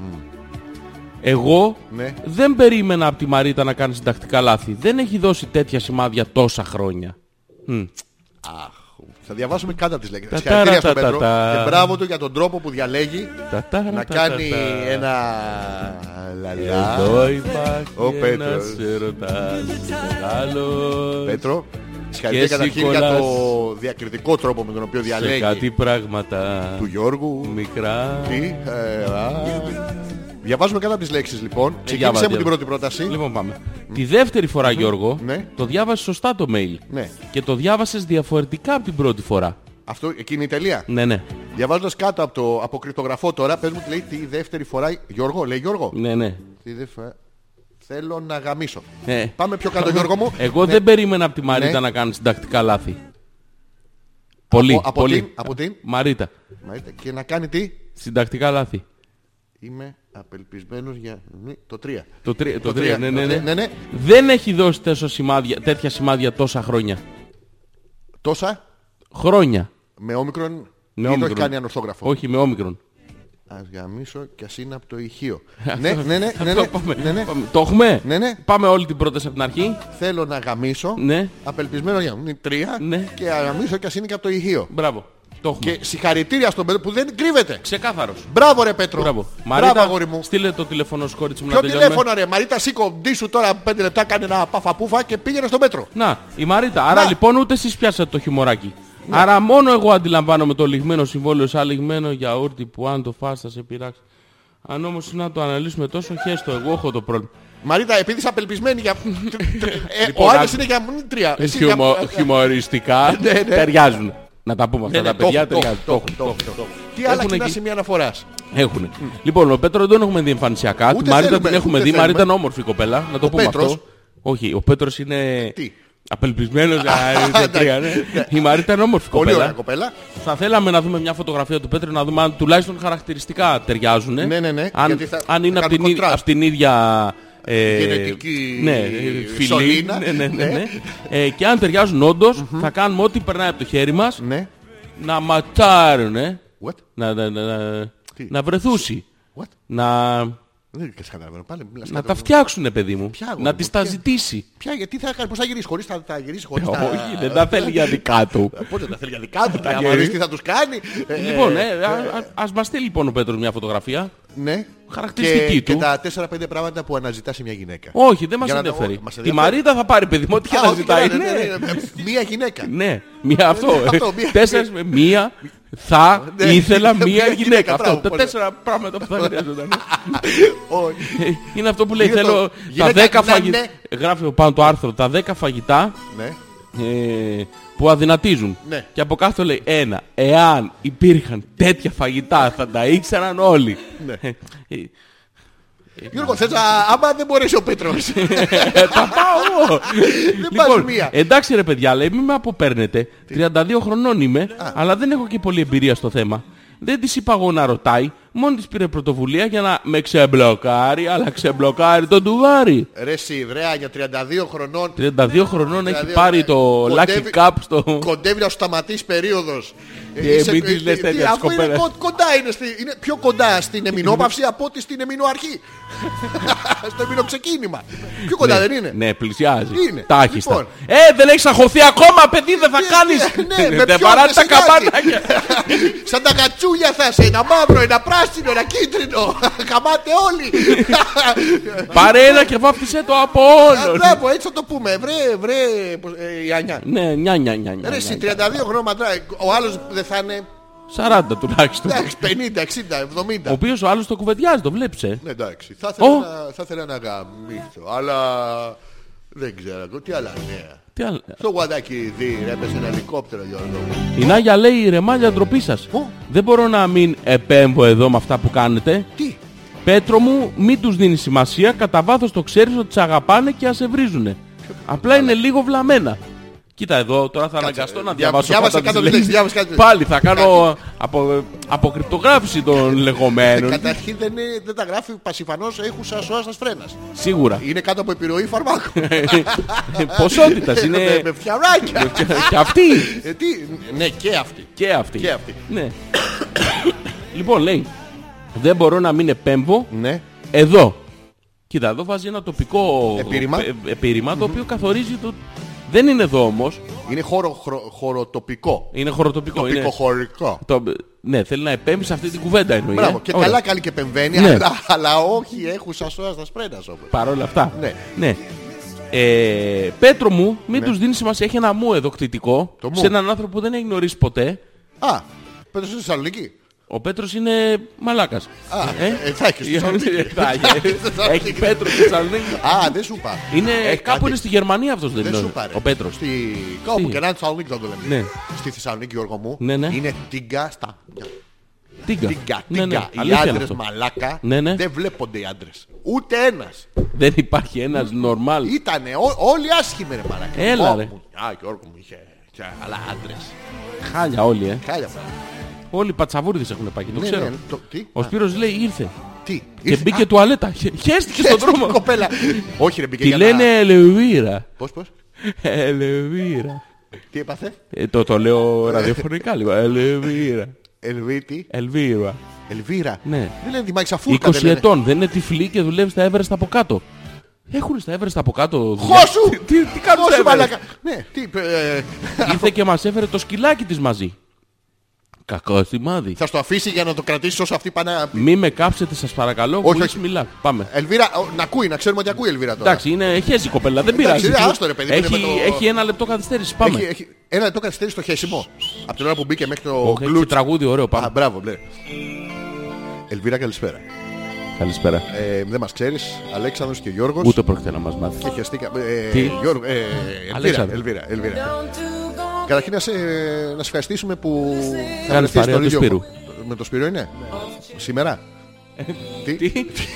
Speaker 3: Εγώ
Speaker 4: Ναι.
Speaker 3: δεν περίμενα από τη Μαρίτα να κάνει συντακτικά λάθη. Δεν έχει δώσει τέτοια σημάδια τόσα χρόνια.
Speaker 4: Θα διαβάσουμε κάτα τις λέξεις.
Speaker 3: Τα-
Speaker 4: Συγχαρητήρια στον
Speaker 3: τα- τα-
Speaker 4: Πέτρο.
Speaker 3: τα-
Speaker 4: Και μπράβο του για τον τρόπο που διαλέγει
Speaker 3: Τα- τα-
Speaker 4: να
Speaker 3: τα-
Speaker 4: κάνει
Speaker 3: τα- τα.
Speaker 4: ένα... λαλά.
Speaker 3: Εδώ υπάρχει
Speaker 4: ο Πέτρος.
Speaker 3: ένας ερωτάς μεγάλος.
Speaker 4: Πέτρο, συγχαρητήρια
Speaker 3: Και
Speaker 4: καταρχήν για
Speaker 3: Σικόλας.
Speaker 4: το διακριτικό τρόπο με τον οποίο
Speaker 3: σε κάτι
Speaker 4: διαλέγει
Speaker 3: πράγματα
Speaker 4: του Γιώργου.
Speaker 3: μικρά.
Speaker 4: Τι, ε, α. Διαβάζουμε κάτω από τις λέξεις λοιπόν. Ξεκίνησε
Speaker 3: Ε, διάβα,
Speaker 4: μου την
Speaker 3: διάβα.
Speaker 4: πρώτη πρόταση.
Speaker 3: Λοιπόν πάμε. Τη δεύτερη φορά Γιώργο
Speaker 4: Ναι.
Speaker 3: το διάβασες σωστά το mail.
Speaker 4: Ναι.
Speaker 3: Και το διάβασες διαφορετικά από την πρώτη φορά.
Speaker 4: Αυτό, εκείνη η τελεία.
Speaker 3: Ναι, ναι.
Speaker 4: Διαβάζοντας κάτω από το αποκρυπτογραφό τώρα, πες μου τι λέει τη δεύτερη φορά. Γιώργο, λέει Γιώργο.
Speaker 3: Ναι, ναι.
Speaker 4: Τη δε φε- Θέλω να γαμίσω.
Speaker 3: Ε.
Speaker 4: Πάμε πιο κάτω, Γιώργο μου.
Speaker 3: Εγώ
Speaker 4: Ναι.
Speaker 3: δεν περίμενα από τη Μαρίτα
Speaker 4: Ναι.
Speaker 3: να κάνει συντακτικά λάθη. Πολύ,
Speaker 4: Από- από
Speaker 3: πολύ.
Speaker 4: την- από την?
Speaker 3: Μαρίτα.
Speaker 4: Μα είτε- Και να κάνει τι.
Speaker 3: Συντακτικά λάθη.
Speaker 4: Είμαι απελπισμένος για ναι, το 3.
Speaker 3: Το 3, το
Speaker 4: Το
Speaker 3: τρία,
Speaker 4: τρία,
Speaker 3: ναι,
Speaker 4: το
Speaker 3: ναι, ναι.
Speaker 4: τρία, ναι, ναι.
Speaker 3: Δεν έχει δώσει τέσσερα σημάδια, τέτοια σημάδια τόσα χρόνια.
Speaker 4: Τόσα
Speaker 3: Χρόνια.
Speaker 4: με όμικρον.
Speaker 3: Με
Speaker 4: Ή το έχει
Speaker 3: όμικρον.
Speaker 4: κάνει ανορθόγραφο.
Speaker 3: Όχι, με όμικρον.
Speaker 4: Ας γαμίσω κι ας είναι από το ηχείο. ναι, ναι, ναι, ναι, ναι,
Speaker 3: Αυτό πάμε.
Speaker 4: ναι, ναι.
Speaker 3: Πάμε. Το έχουμε.
Speaker 4: Ναι, ναι.
Speaker 3: Πάμε όλη την πρόταση από την αρχή.
Speaker 4: Θέλω να γαμίσω.
Speaker 3: Ναι.
Speaker 4: Απελπισμένο για είναι τρία.
Speaker 3: Ναι.
Speaker 4: Και να γαμίσω κι ας είναι και από το ηχείο.
Speaker 3: Μπράβο. Το έχουμε.
Speaker 4: Και συγχαρητήρια στον Πέτρο που δεν κρύβεται.
Speaker 3: Ξεκάθαρος.
Speaker 4: Μπράβο ρε Πέτρο.
Speaker 3: Μπράβο.
Speaker 4: Μπράβο αγόρι μου.
Speaker 3: στείλε το τηλέφωνο σου κόριτσι μου
Speaker 4: Ποιο
Speaker 3: να τελειώνουμε.
Speaker 4: τηλέφωνο ρε Μαρίτα, σήκω ντύσου τώρα πέντε λεπτά, κάνε ένα παφαπούφα και πήγαινε στον Πέτρο.
Speaker 3: Να, η Μαρίτα. Άρα
Speaker 4: Να. Ναι.
Speaker 3: λοιπόν ούτε εσείς πιάσατε το χιμωράκι. Άρα μόνο εγώ αντιλαμβάνομαι το λιγμένο συμβόλαιο σαν λιγμένο γιαούρτι που αν το φας θα σε πειράξει. Αν όμως να το αναλύσουμε τόσο χέστο, εγώ έχω το πρόβλημα.
Speaker 4: Μαρίτα, επειδή είσαι απελπισμένη για. Ε,
Speaker 3: Λοιπόν,
Speaker 4: ο άλλος
Speaker 3: άκου.
Speaker 4: είναι για μ, τρία. Εσύ για-
Speaker 3: Χιουμο, χιουμοριστικά
Speaker 4: Ναι, ναι.
Speaker 3: ταιριάζουν. Να τα πούμε αυτά
Speaker 4: Ναι, ναι,
Speaker 3: τα
Speaker 4: το
Speaker 3: παιδιά
Speaker 4: έχουν, το
Speaker 3: ταιριάζουν.
Speaker 4: έχουν,
Speaker 3: Το έχουν, το
Speaker 4: το έχουν, το
Speaker 3: έχουν.
Speaker 4: έχουν. Τι άλλα
Speaker 3: Έχουν
Speaker 4: κοινά
Speaker 3: εκεί.
Speaker 4: σημεία αναφοράς.
Speaker 3: Έχουν. Λοιπόν, ο Πέτρος δεν έχουμε δει εμφανισιακά.
Speaker 4: Ούτε
Speaker 3: Τη Μαρίτα
Speaker 4: θέλουμε,
Speaker 3: την έχουμε
Speaker 4: ούτε
Speaker 3: δει. Η Μαρίτα είναι
Speaker 4: θέλουμε.
Speaker 3: όμορφη κοπέλα. Να το πούμε
Speaker 4: Πέτρος.
Speaker 3: αυτό. Όχι, ο Πέτρος είναι.
Speaker 4: Τι?
Speaker 3: Απελπισμένος ναι. Η Μαρίτα είναι όμορφη
Speaker 4: Πολύ ωραία
Speaker 3: κοπέλα.
Speaker 4: κοπέλα.
Speaker 3: Θα θέλαμε να δούμε μια φωτογραφία του Πέτρου να δούμε αν τουλάχιστον χαρακτηριστικά ταιριάζουν.
Speaker 4: Ναι, ναι, ναι,
Speaker 3: Αν,
Speaker 4: γιατί θα-
Speaker 3: αν είναι
Speaker 4: θα
Speaker 3: από την,
Speaker 4: κάνουμε
Speaker 3: ίδια-
Speaker 4: contrast.
Speaker 3: απ' την ίδια ε,
Speaker 4: Γενετική
Speaker 3: ναι, ε, φυλή,
Speaker 4: σωλήνα.
Speaker 3: ναι, ναι, ναι, ναι. Ε, και αν ταιριάζουν όντως, θα κάνουμε ό,τι περνάει από το χέρι μας
Speaker 4: Ναι.
Speaker 3: να ματσάρουν, ε.
Speaker 4: What?
Speaker 3: να, να, να, να,
Speaker 4: Τι?
Speaker 3: να βρεθούσει.
Speaker 4: What?
Speaker 3: Να,
Speaker 4: Δεν καταλαβαίνω πάλι. μιλάς
Speaker 3: να
Speaker 4: κατά
Speaker 3: τα
Speaker 4: μου.
Speaker 3: φτιάξουν, παιδί μου.
Speaker 4: Ποια, αγόρι
Speaker 3: να
Speaker 4: μου,
Speaker 3: τις τα
Speaker 4: ποια?
Speaker 3: ζητήσει.
Speaker 4: Ποια, γιατί θα κάνεις, πώς θα γυρίσεις, χωρίς θα, θα γυρίσεις, χωρίς.
Speaker 3: Ε, Όχι, δεν τα θέλει για δικά του.
Speaker 4: Πώ Ε, δεν τα θέλει για δικά του, τα
Speaker 3: γυρίσει.
Speaker 4: άμα δεις τι θα τους κάνει. Ε,
Speaker 3: Λοιπόν, ε, α- α- ας μας στείλει λοιπόν ο Πέτρος μια φωτογραφία.
Speaker 4: ναι.
Speaker 3: χαρακτηριστική
Speaker 4: και,
Speaker 3: του.
Speaker 4: Και τα 4-5 πράγματα που αναζητά σε μια γυναίκα.
Speaker 3: Όχι, δεν μας
Speaker 4: Για να τα-
Speaker 3: ενδιαφέρει.
Speaker 4: Μας
Speaker 3: Τη
Speaker 4: ενδιαφέρει.
Speaker 3: Μαρίτα θα πάρει, παιδί μου, ό,τι και
Speaker 4: Α,
Speaker 3: να
Speaker 4: ό,τι και
Speaker 3: ζητάει.
Speaker 4: να είναι,
Speaker 3: ναι.
Speaker 4: ναι, ναι, ναι. Μία γυναίκα.
Speaker 3: Ναι, μία αυτό.
Speaker 4: Ναι,
Speaker 3: ε.
Speaker 4: αυτό, μία-
Speaker 3: Τέσσερις με μία θα
Speaker 4: Ναι,
Speaker 3: ήθελα
Speaker 4: μία
Speaker 3: μία γυναίκα.
Speaker 4: γυναίκα,
Speaker 3: Αυτό.
Speaker 4: μπράβο,
Speaker 3: Τα
Speaker 4: πολύ.
Speaker 3: τέσσερα πράγματα που θα χρειαζόταν.
Speaker 4: Όχι.
Speaker 3: Ε, Είναι αυτό που λέει,
Speaker 4: Είναι το-
Speaker 3: θέλω τα
Speaker 4: γυναίκα,
Speaker 3: δέκα
Speaker 4: ναι,
Speaker 3: φαγητά.
Speaker 4: ναι.
Speaker 3: Γράφει πάνω το άρθρο, τα δέκα φαγητά
Speaker 4: Ναι.
Speaker 3: ε, που αδυνατίζουν.
Speaker 4: Ναι.
Speaker 3: Και από κάτω λέει ένα. Εάν υπήρχαν τέτοια φαγητά θα τα ήξεραν όλοι.
Speaker 4: Ναι.
Speaker 3: Ε, ε,
Speaker 4: Γιώργο, θες να... άμα δεν μπορέσει ο Πέτρος.
Speaker 3: τα ε, πάω εγώ. Λοιπόν,
Speaker 4: πας μία.
Speaker 3: Εντάξει ρε παιδιά, λέει μην με αποπέρνετε. 32 χρονών είμαι, αλλά δεν έχω και πολλή εμπειρία στο θέμα. Δεν της είπα εγώ να ρωτάει, μόνη της πήρε πρωτοβουλία για να με ξεμπλοκάρει, αλλά ξεμπλοκάρει το ντουβάρι.
Speaker 4: Ρε Σιδρέανια, 32 χρονών.
Speaker 3: 32 χρονών έχει
Speaker 4: 32,
Speaker 3: πάρει
Speaker 4: ναι.
Speaker 3: το Lucky
Speaker 4: Κοντεύει-
Speaker 3: Cup στο...
Speaker 4: Κοντεύει να σου σταματήσει περίοδος. Ε,
Speaker 3: Και
Speaker 4: είσαι-
Speaker 3: μην της
Speaker 4: ε,
Speaker 3: λες
Speaker 4: τι-
Speaker 3: τέτοια
Speaker 4: αφού
Speaker 3: της
Speaker 4: είναι
Speaker 3: κοπέλας.
Speaker 4: κο- κοντά είναι, στη- είναι πιο κοντά στην εμινόπαυση από ότι στην εμινοαρχή. Στο εμινοξεκίνημα. Πιο κοντά δεν είναι.
Speaker 3: Ναι, πλησιάζει.
Speaker 4: Είναι.
Speaker 3: Τάχιστα.
Speaker 4: Λοιπόν.
Speaker 3: Ε, δεν έχεις αγχωθεί ακόμα, παιδί, δεν θα
Speaker 4: Τι-
Speaker 3: κάνεις. Ε,
Speaker 4: ναι, με
Speaker 3: Δεν
Speaker 4: ποιον,
Speaker 3: παράτησα τα
Speaker 4: δεν σε νοιάζει.
Speaker 3: καμπανάκια.
Speaker 4: Σαν τα γατσούλια θα είσαι. Ένα μαύρο, ένα πράσινο, ένα κίτρινο. Χαμάτε όλοι.
Speaker 3: Πάρε ένα και βάφτισε το από όλων.
Speaker 4: Μπράβο, έτσι θα το πούμε. Βρε, βρε, πώς- ε, η Ανιά.
Speaker 3: Ναι, νιά, νιά, νιά, νιά,
Speaker 4: Ρε,
Speaker 3: νιά,
Speaker 4: εσύ
Speaker 3: νιά.
Speaker 4: 32 χρόνια μαντρά. ε, Ο άλλος δεν θα είναι.
Speaker 3: 40 τουλάχιστον.
Speaker 4: Εντάξει, 50, 60,
Speaker 3: Ο
Speaker 4: 70.
Speaker 3: οποίος ο άλλος το κουβεντιάζει, το βλέπεις. Ε.
Speaker 4: Ναι, εντάξει. Θα
Speaker 3: Ο.
Speaker 4: ήθελα, να, θα ήθελα να γαμίσω, αλλά δεν ξέρω ακόμα. τι άλλα νέα.
Speaker 3: Τι άλλο.
Speaker 4: Στο γουαδάκι δει, έπεσε ένα ελικόπτερο Γιώργο μου.
Speaker 3: Η Νάγια λέει ρε μάλια ντροπή σας.
Speaker 4: Πού?
Speaker 3: Δεν μπορώ να μην επέμβω εδώ με αυτά που κάνετε.
Speaker 4: Τι, ε,
Speaker 3: Πέτρο μου, μην τους δίνει σημασία. Κατά βάθος το ξέρεις ότι σε αγαπάνε και α σε βρίζουνε. Απλά είναι λίγο βλαμμένα. Κοίτα εδώ, τώρα θα αναγκαστώ να διαβάσω.
Speaker 4: διάβασε
Speaker 3: πάντα τις
Speaker 4: κάτω τη
Speaker 3: λέξεις.
Speaker 4: λέξη, διάβασε κάτω τη λέξη.
Speaker 3: Πάλι θα κάνω απο, αποκρυπτογράφηση των λεγόμενων.
Speaker 4: Ε, καταρχήν δεν, είναι- δεν τα γράφει πασιφανώς έχουσα σώας σας φρένας.
Speaker 3: Σίγουρα.
Speaker 4: Είναι κάτω από επιρροή φαρμάκου. Ε,
Speaker 3: Ποσότητας
Speaker 4: με,
Speaker 3: Ε, είναι.
Speaker 4: με φτιαράκια.
Speaker 3: και- και αυτή.
Speaker 4: ε, τι, ναι, και αυτή.
Speaker 3: Και αυτή.
Speaker 4: Και αυτή.
Speaker 3: Ναι. λοιπόν, λέει, δεν μπορώ να μην επέμβω
Speaker 4: Ναι.
Speaker 3: εδώ. Κοίτα, εδώ βάζει ένα τοπικό
Speaker 4: Επίρρημα.
Speaker 3: ε, επίρρημα, το οποίο καθορίζει το... Δεν είναι εδώ όμως,
Speaker 4: Είναι χώρο, χρο- χωροτοπικό.
Speaker 3: είναι χωροτοπικό. είναι-
Speaker 4: Πικοχωρικό.
Speaker 3: Το... Ναι, θέλει να επέμβει σε αυτή την κουβέντα εννοεί.
Speaker 4: Μπράβο,
Speaker 3: ε.
Speaker 4: και
Speaker 3: Ωραία.
Speaker 4: καλά κάνει και επεμβαίνει,
Speaker 3: Ναι.
Speaker 4: αλλά, αλλά όχι έχουσα σώα σας φρένας όμως.
Speaker 3: Παρ' όλα αυτά.
Speaker 4: Ναι.
Speaker 3: Ε, Πέτρο μου, μην τους δίνεις σημασία. Έχει ένα μου εδώ κτητικό
Speaker 4: Το μου.
Speaker 3: σε έναν άνθρωπο που δεν έχει γνωρίσει ποτέ.
Speaker 4: Α, πέτρος είναι Θεσσαλονίκη.
Speaker 3: Ο Πέτρος είναι μαλάκας.
Speaker 4: Α, ε, θα έχεις Θεσσαλονίκη.
Speaker 3: Θα έχεις. Έχει Πέτρος στη Θεσσαλονίκη.
Speaker 4: Α, δεν σου είπα.
Speaker 3: Είναι,
Speaker 4: Ε,
Speaker 3: κάπου
Speaker 4: κάτι.
Speaker 3: είναι στη Γερμανία αυτός δεν
Speaker 4: Δεν σου
Speaker 3: είναι.
Speaker 4: είπα, ρε.
Speaker 3: Ο Πέτρος.
Speaker 4: Στη... Κάπου
Speaker 3: Τι?
Speaker 4: και να είναι Θεσσαλονίκη θα το λέμε.
Speaker 3: Ναι.
Speaker 4: Στη Θεσσαλονίκη, Γιώργο μου,
Speaker 3: Ναι, ναι.
Speaker 4: είναι τίγκα στα...
Speaker 3: Τίγκα.
Speaker 4: Τίγκα,
Speaker 3: Ναι, ναι,
Speaker 4: τίγκα. Οι
Speaker 3: αλήθεια είναι
Speaker 4: άντρες
Speaker 3: αυτό.
Speaker 4: μαλάκα
Speaker 3: Ναι, ναι.
Speaker 4: δεν βλέπονται οι άντρες. Ούτε ένας.
Speaker 3: Δεν υπάρχει ένας normal.
Speaker 4: Ήτανε ό- όλοι άσχημοι ρε μαλάκα.
Speaker 3: Έλα,
Speaker 4: Ω,
Speaker 3: ρε.
Speaker 4: μου- Α, Γιώργο μου είχε... είχε- Αλλά άντρες.
Speaker 3: Χάλια όλοι, ε.
Speaker 4: Χάλια μαλάκα.
Speaker 3: Όλοι πατσαβούρδες έχουν πάει και το
Speaker 4: Ναι,
Speaker 3: ξέρω.
Speaker 4: ναι, το- τι?
Speaker 3: Ο Σπύρος λέει ήρθε.
Speaker 4: Τι.
Speaker 3: Και μπήκε τουαλέτα. Χε- Χέστηκε στον δρόμο.
Speaker 4: Κοπέλα. Όχι ρε μπήκε
Speaker 3: Τη
Speaker 4: για να-
Speaker 3: λένε Ελεβίρα.
Speaker 4: Πώς, πώς.
Speaker 3: Ελεβίρα.
Speaker 4: Τι έπαθε.
Speaker 3: Ε, Το, το λέω ραδιοφωνικά λίγο. Ελεβίρα.
Speaker 4: Ελβίτη.
Speaker 3: Ελβίρα.
Speaker 4: Ελβίρα.
Speaker 3: Ναι.
Speaker 4: Δεν λένε τη Μάκη Σαφούρκα.
Speaker 3: 20
Speaker 4: δεν λένε.
Speaker 3: ετών. Δεν είναι τυφλή και δουλεύει στα Everest από κάτω. Έχουν στα Everest από κάτω. δουλειά.
Speaker 4: Χώσου!
Speaker 3: Τι- Τι, τι κάνουν
Speaker 4: Δώσε,
Speaker 3: στα Everest?
Speaker 4: μαλάκα. Ναι, τι. ε,
Speaker 3: Ήρθε και μας έφερε το σκυλάκι της μαζί. Κακό σημάδι.
Speaker 4: Θα στο αφήσει για να το κρατήσει όσο αυτή πάνε.
Speaker 3: Μη με κάψετε σας παρακαλώ.
Speaker 4: Όχι,
Speaker 3: Χωρίς
Speaker 4: όχι.
Speaker 3: μιλά. Πάμε.
Speaker 4: Ελβίρα, ο, να ακούει, να ξέρουμε ότι ακούει η Ελβίρα τώρα.
Speaker 3: Εντάξει, είναι χέζει η κοπέλα, δεν
Speaker 4: Εντάξει,
Speaker 3: πειράζει.
Speaker 4: ρε, άστο, ρε, παιδί,
Speaker 3: έχει,
Speaker 4: είναι με το-
Speaker 3: έχει ένα λεπτό καθυστέρηση. Πάμε.
Speaker 4: Έχει, έχει, ένα λεπτό καθυστέρηση στο χέσιμο. Από την ώρα που μπήκε μέχρι το
Speaker 3: Όχι, έχει και
Speaker 4: γκλουτ.
Speaker 3: τραγούδι, ωραίο. Πάμε.
Speaker 4: Α, μπράβο, ναι. Ελβίρα, καλησπέρα.
Speaker 3: Καλησπέρα.
Speaker 4: Ε, δεν μας ξέρεις, Αλέξανδρος και Γιώργος.
Speaker 3: Ούτε πρόκειται να μας μάθεις.
Speaker 4: Και χεστήκα. Ε,
Speaker 3: Τι?
Speaker 4: Γιώργο, ε, Ελβίρα,
Speaker 3: Αλέξανδρο.
Speaker 4: Ελβίρα, Ελβίρα. Καταρχήν να, σε, να σε ευχαριστήσουμε που θα
Speaker 3: Κάνεις
Speaker 4: βρεθείς
Speaker 3: παρέα
Speaker 4: στον
Speaker 3: του
Speaker 4: ίδιο
Speaker 3: Σπύρου. Ναι. Ε,
Speaker 4: χώρο. Με το Σπύρο είναι. Σήμερα.
Speaker 3: Τι,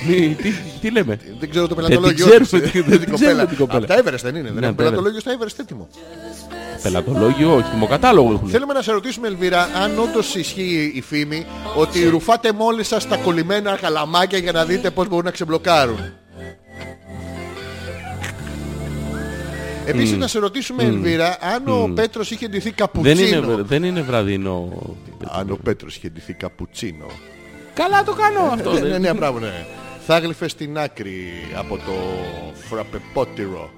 Speaker 3: μη- τι, τι λέμε.
Speaker 4: Δεν ξέρω το πελατολόγιο. ε,
Speaker 3: Δεν την ξέρουμε την- δεν την ξέρουμε την κοπέλα.
Speaker 4: Από τα Everest δεν είναι.
Speaker 3: Ναι,
Speaker 4: Δεν
Speaker 3: από
Speaker 4: έχουν
Speaker 3: τα Ναι. Everest.
Speaker 4: πελατολόγιο στα Everest έτοιμο.
Speaker 3: Πελατολόγιο, όχι, θυμοκατάλογο έχουν.
Speaker 4: Θέλουμε να σε ρωτήσουμε, Ελβίρα, αν όντως ισχύει η φήμη ότι ρουφάτε μόλις σας τα κολλημένα καλαμάκια για να δείτε πώς μπορούν να ξεμπλοκάρουν. Επίσης, να σε ρωτήσουμε, Ελβίρα, αν ο Πέτρος είχε ντυθεί
Speaker 3: Δεν
Speaker 4: καπουτσίνο.
Speaker 3: είναι, δεν είναι βραδινό.
Speaker 4: Αν ο Πέτρος είχε ντυθεί καπουτσίνο.
Speaker 3: Καλά το κάνω αυτό.
Speaker 4: Ναι,
Speaker 3: δεν-
Speaker 4: ναι, ναι, μπράβο, ναι. Θα γλυφε στην άκρη από το φραπεπότηρο.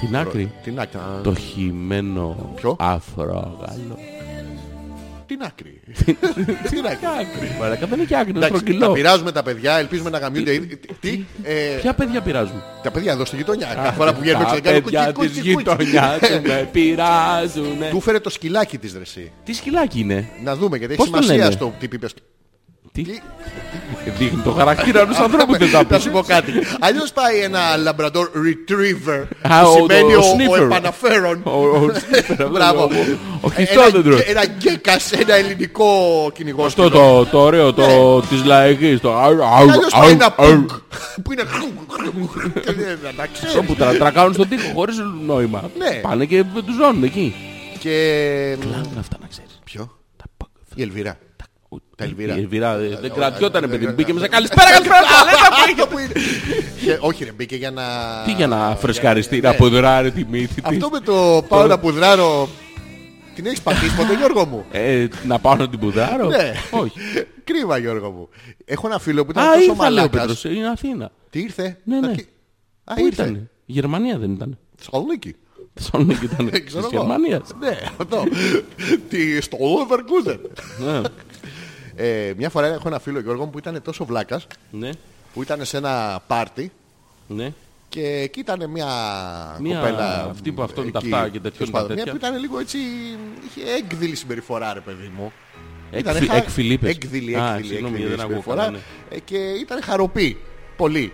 Speaker 3: Την άκρη.
Speaker 4: Την άκρη.
Speaker 3: Το χυμένο
Speaker 4: Ποιο? Ναι,
Speaker 3: άφρο γαλλό.
Speaker 4: Την άκρη. Την άκρη.
Speaker 3: Μαλάκα δεν έχει άκρη, είναι
Speaker 4: Εντάξει, τα
Speaker 3: στρογγυλό.
Speaker 4: πειράζουμε τα παιδιά, ελπίζουμε να γαμιούνται. ήδη. Τι, ε,
Speaker 3: Ποια παιδιά πειράζουν.
Speaker 4: τα παιδιά εδώ στη γειτονιά. Κάθε φορά που βγαίνουμε
Speaker 3: Τα
Speaker 4: έξω κάνουμε κουτσί,
Speaker 3: παιδιά
Speaker 4: κουτσί,
Speaker 3: της
Speaker 4: κουτσί.
Speaker 3: γειτονιάς ναι. με πειράζουνε.
Speaker 4: Του φέρε το σκυλάκι της δρεσί.
Speaker 3: Τι σκυλάκι είναι.
Speaker 4: Να δούμε γιατί έχει
Speaker 3: Πώς τον
Speaker 4: σημασία
Speaker 3: λένε?
Speaker 4: στο τι πίπες.
Speaker 3: Τι. Δείχνει το χαρακτήρα ενός ανθρώπου δεν θα
Speaker 4: Θα
Speaker 3: πεις.
Speaker 4: σου πω κάτι. Αλλιώς πάει ένα λαμπραντόρ retriever.
Speaker 3: Α,
Speaker 4: που
Speaker 3: ο-
Speaker 4: σημαίνει
Speaker 3: ο- ο
Speaker 4: ο, ο
Speaker 3: sniffer.
Speaker 4: επαναφέρον.
Speaker 3: Ο- ο Σνίπερ, αυτό
Speaker 4: Μπράβο.
Speaker 3: λέω εγώ. Ο
Speaker 4: Ένα-
Speaker 3: χιστόδεντρος.
Speaker 4: Ένα γκέκας, ένα ελληνικό κυνηγός.
Speaker 3: Αυτό το, το ωραίο το, της λαϊκής. Το αου, αου,
Speaker 4: Ναι. Αλλιώς πάει
Speaker 3: αου,
Speaker 4: ένα
Speaker 3: αου.
Speaker 4: πουκ. Που είναι. Και λέει, να ξέρεις.
Speaker 3: Αυτό που τρα- τρακάνουν στον τοίχο χωρίς νόημα.
Speaker 4: Ναι.
Speaker 3: Πάνε και τους ζώνουν εκεί.
Speaker 4: Και.
Speaker 3: Λάγκρα αυτά να ξέρεις.
Speaker 4: Ποιο?
Speaker 3: Τα πα-
Speaker 4: Η
Speaker 3: Ε,
Speaker 4: Ελβίρα. Τα Ελβίρα.
Speaker 3: Η Ελβίρα ε, δεν
Speaker 4: ο-
Speaker 3: κρατιόταν
Speaker 4: ο-
Speaker 3: ρε παιδί
Speaker 4: ο-
Speaker 3: μου. Μπήκε μέσα καλησπέρα καλησπέρα.
Speaker 4: Αυτό που είναι. Και- Όχι ρε, μπήκε για να...
Speaker 3: Τι για να φρεσκαριστεί, να
Speaker 4: ναι.
Speaker 3: ποδράρει τη μύτη της.
Speaker 4: Αυτό με το πάω να πουδράρω... Την έχεις πατήσει ποτέ Γιώργο μου.
Speaker 3: Ε, να πάω να την πουδάρω.
Speaker 4: Ναι.
Speaker 3: Όχι.
Speaker 4: Κρίμα Γιώργο μου. Έχω ένα φίλο που ήταν
Speaker 3: Α,
Speaker 4: τόσο
Speaker 3: ήρθα λέει ο Πέτρος. ε,
Speaker 4: μαλάκας.
Speaker 3: Είναι Αθήνα.
Speaker 4: Τι ήρθε.
Speaker 3: Ναι, ναι.
Speaker 4: Α, τι- Α,
Speaker 3: Πού
Speaker 4: ήρθε.
Speaker 3: ήταν. Γερμανία δεν ήταν.
Speaker 4: Θεσσαλονίκη.
Speaker 3: Θεσσαλονίκη ήταν.
Speaker 4: Ε, ξέρω
Speaker 3: Της
Speaker 4: εγώ.
Speaker 3: Γερμανίας.
Speaker 4: Ναι, αυτό. Τι- Στο Leverkusen.
Speaker 3: Ναι.
Speaker 4: Ε, Μια φορά έχω ένα φίλο Γιώργο μου που ήταν τόσο βλάκας
Speaker 3: Ναι.
Speaker 4: που ήταν σε ένα πάρτι
Speaker 3: Ναι.
Speaker 4: και εκεί ήταν μια,
Speaker 3: Μια-
Speaker 4: κοπέλα.
Speaker 3: αυτή που αυτόν
Speaker 4: εκεί,
Speaker 3: τα αυτά και τέτοιον
Speaker 4: τέλος
Speaker 3: τα
Speaker 4: πάντων, Μια
Speaker 3: τέτοια.
Speaker 4: που ήταν λίγο έτσι. είχε έκδηλη συμπεριφορά, ρε παιδί μου. Ήτανε
Speaker 3: Εκφυ-
Speaker 4: χα-
Speaker 3: Εκφυλή είπες.
Speaker 4: Έκδηλη,
Speaker 3: Α,
Speaker 4: έκδηλη,
Speaker 3: συγγνώμη,
Speaker 4: έκδηλη
Speaker 3: δεν ακούω
Speaker 4: συμπεριφορά.
Speaker 3: καλά, ναι.
Speaker 4: Ε, Και ήταν χαροπή. Πολύ.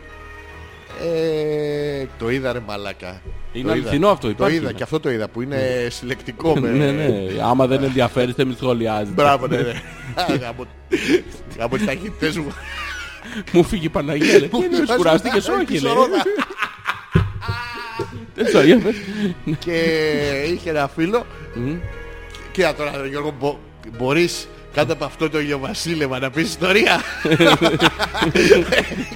Speaker 4: Ε, το είδα ρε μαλάκα.
Speaker 3: Είναι
Speaker 4: Το είδα.
Speaker 3: αληθινό αυτό, υπάρχει,
Speaker 4: Το είδα
Speaker 3: ναι.
Speaker 4: και αυτό το είδα που είναι συλλεκτικό. με-
Speaker 3: Ναι, ναι. Άμα δεν ενδιαφέρεστε, μην σχολιάζετε.
Speaker 4: Μπράβο, ναι, ναι. Από τις ταχύτητες μου.
Speaker 3: Μου φύγει η Παναγία. λέει. Τι εννοείς, κουράστηκες, όχι. λέει.
Speaker 4: Ξωρότα.
Speaker 3: Δεν ξέρω, για πες.
Speaker 4: και είχε ένα φίλο. Κοίτα τώρα, ρε Γιώργο, μπο, μπορείς κάτω από αυτό το ηλιοβασίλεμα να πεις ιστορία.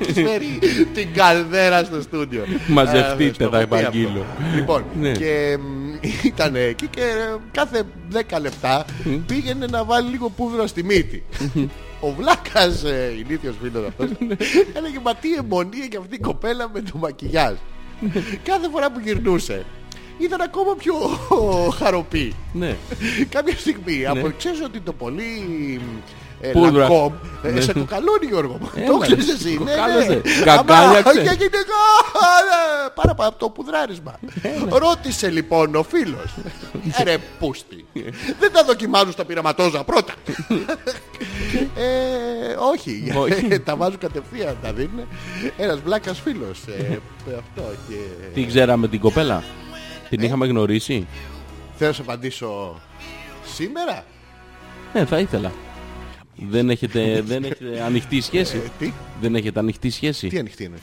Speaker 4: Έχεις φέρει την καλδέρα στο στούντιο.
Speaker 3: Μαζευτείτε,
Speaker 4: Α, στο
Speaker 3: θα
Speaker 4: κουτί αυτό.
Speaker 3: επαγγείλω.
Speaker 4: Λοιπόν,
Speaker 3: Ναι.
Speaker 4: και μ, ήταν εκεί και ε, κάθε 10 λεπτά πήγαινε να βάλει λίγο πούδρο στη μύτη. Ο Βλάκας, ε, ηλίθιος φίλος αυτός, έλεγε «Μα τι αιμονία και αυτή η κοπέλα με το μακιγιάζ». Κάθε φορά που γυρνούσε ήταν ακόμα πιο χαροπή.
Speaker 3: Ναι.
Speaker 4: Κάποια στιγμή, από ξέρεις ότι το πολύ ε,
Speaker 3: Πούδρα.
Speaker 4: λακόμ, ε, σε το καλώνει Γιώργο μου. Το
Speaker 3: ρε.
Speaker 4: ξέρεις εσύ. Ναι, ναι.
Speaker 3: Κοκάλεσε. Καγκάλιαξε.
Speaker 4: Αμά, και γυναικά, ναι, Πάρα από το πουδράρισμα. Ρώτησε λοιπόν ο φίλος. Ρε πούστη. Δεν τα δοκιμάζουν στα πειραματόζα πρώτα. Ε, όχι,
Speaker 3: Όχι.
Speaker 4: τα βάζουν κατευθείαν, τα δίνουν. Ένας βλάκας φίλος. ε, αυτό και...
Speaker 3: Τι ξέραμε την κοπέλα. Την
Speaker 4: Ε.
Speaker 3: είχαμε γνωρίσει.
Speaker 4: Θέλω να σου απαντήσω σήμερα.
Speaker 3: Ναι, θα ήθελα. Δεν έχετε, δεν έχετε ανοιχτή
Speaker 4: Ε,
Speaker 3: σχέση.
Speaker 4: τι,
Speaker 3: Δεν έχετε ανοιχτή
Speaker 4: τι
Speaker 3: σχέση.
Speaker 4: ανοιχτή εννοείς.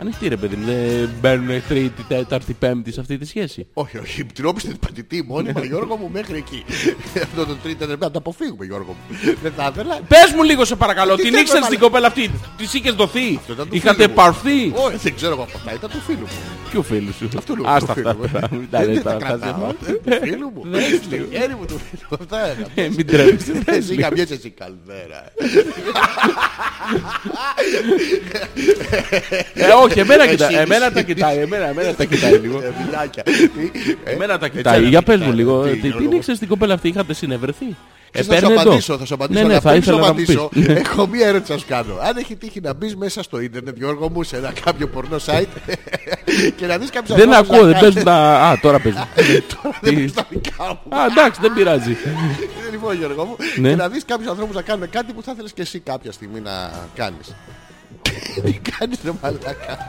Speaker 3: Ανοιχτή ρε παιδί μου. Δεν μπαίνουν τρίτη, τέταρτη, πέμπτη σε αυτή τη σχέση.
Speaker 4: Όχι, όχι, την όπιστε την πατητή μόνιμα, Γιώργο μου, μέχρι εκεί. Αυτό το τρίτο δεν να το αποφύγουμε, Γιώργο μου. Δεν θα ήθελα.
Speaker 3: Πες μου λίγο σε παρακαλώ.
Speaker 4: Ε, Τι
Speaker 3: Την
Speaker 4: θέλω,
Speaker 3: ήξερες
Speaker 4: μαλάκα.
Speaker 3: την κοπέλα αυτή. Της είχες δοθεί.
Speaker 4: ήταν του
Speaker 3: Είχατε
Speaker 4: φίλου μου.
Speaker 3: παρθεί.
Speaker 4: Όχι, δεν ξέρω εγώ από αυτά, ήταν του φίλου μου.
Speaker 3: Ποιο φίλου σου.
Speaker 4: Του λέω,
Speaker 3: Άστα
Speaker 4: του
Speaker 3: αυτά.
Speaker 4: φίλου μου.
Speaker 3: τώρα. Μην τα
Speaker 4: Δεν
Speaker 3: λες
Speaker 4: τα
Speaker 3: τώρα, αυτά σε
Speaker 4: κρατάω.
Speaker 3: εμάς.
Speaker 4: ε, Του φίλου μου. Στο χέρι μου του φίλου μου. Αυτά έκανα.
Speaker 3: Ε, Μην τρέψεις.
Speaker 4: Εσύ καμιές εσύ καλδέρα.
Speaker 3: Ε, όχι, εμένα,
Speaker 4: Εσύ,
Speaker 3: κοιτά,
Speaker 4: εσύ.
Speaker 3: εμένα τα κοιτάει. Εμένα, εμένα τα κοιτάει λίγο.
Speaker 4: Ε, Φιλάκια. Τι, ε,
Speaker 3: Εμένα τα
Speaker 4: έτσι
Speaker 3: κοιτάει.
Speaker 4: να
Speaker 3: Για
Speaker 4: με
Speaker 3: πες μου
Speaker 4: κοιτάνε.
Speaker 3: λίγο.
Speaker 4: Τι,
Speaker 3: τι-
Speaker 4: Γιώργο
Speaker 3: Τι
Speaker 4: μου.
Speaker 3: ήξερες την κοπέλα αυτή. Είχατε συνευρεθεί. Ε,
Speaker 4: Ξέρεις, θα
Speaker 3: παίρνε
Speaker 4: σου
Speaker 3: εδώ.
Speaker 4: απαντήσω, θα σου απαντήσω.
Speaker 3: Ναι, ναι,
Speaker 4: αλλά
Speaker 3: θα
Speaker 4: πριν σου
Speaker 3: ήθελα να μου πεις. Ναι.
Speaker 4: απαντήσω, Έχω μία ερώτηση να σου κάνω. Αν έχει τύχει να μπεις μέσα στο ίντερνετ, Γιώργο μου, σε ένα κάποιο πορνό site και να δεις κάποιους
Speaker 3: Δεν ακούω, δεν παίζουν τα... Α, τώρα παίζουν.
Speaker 4: Τώρα δεν
Speaker 3: Τι-
Speaker 4: πεις τα δικά μου.
Speaker 3: Α, εντάξει, δεν πειράζει.
Speaker 4: Λοιπόν, Γιώργο μου,
Speaker 3: Ναι.
Speaker 4: και να δεις κάποιους ανθρώπους να κάνουν κάτι που θα ήθελε και εσύ κάποια στιγμή να κάνεις. Τι κάνεις, ρε μαλάκα.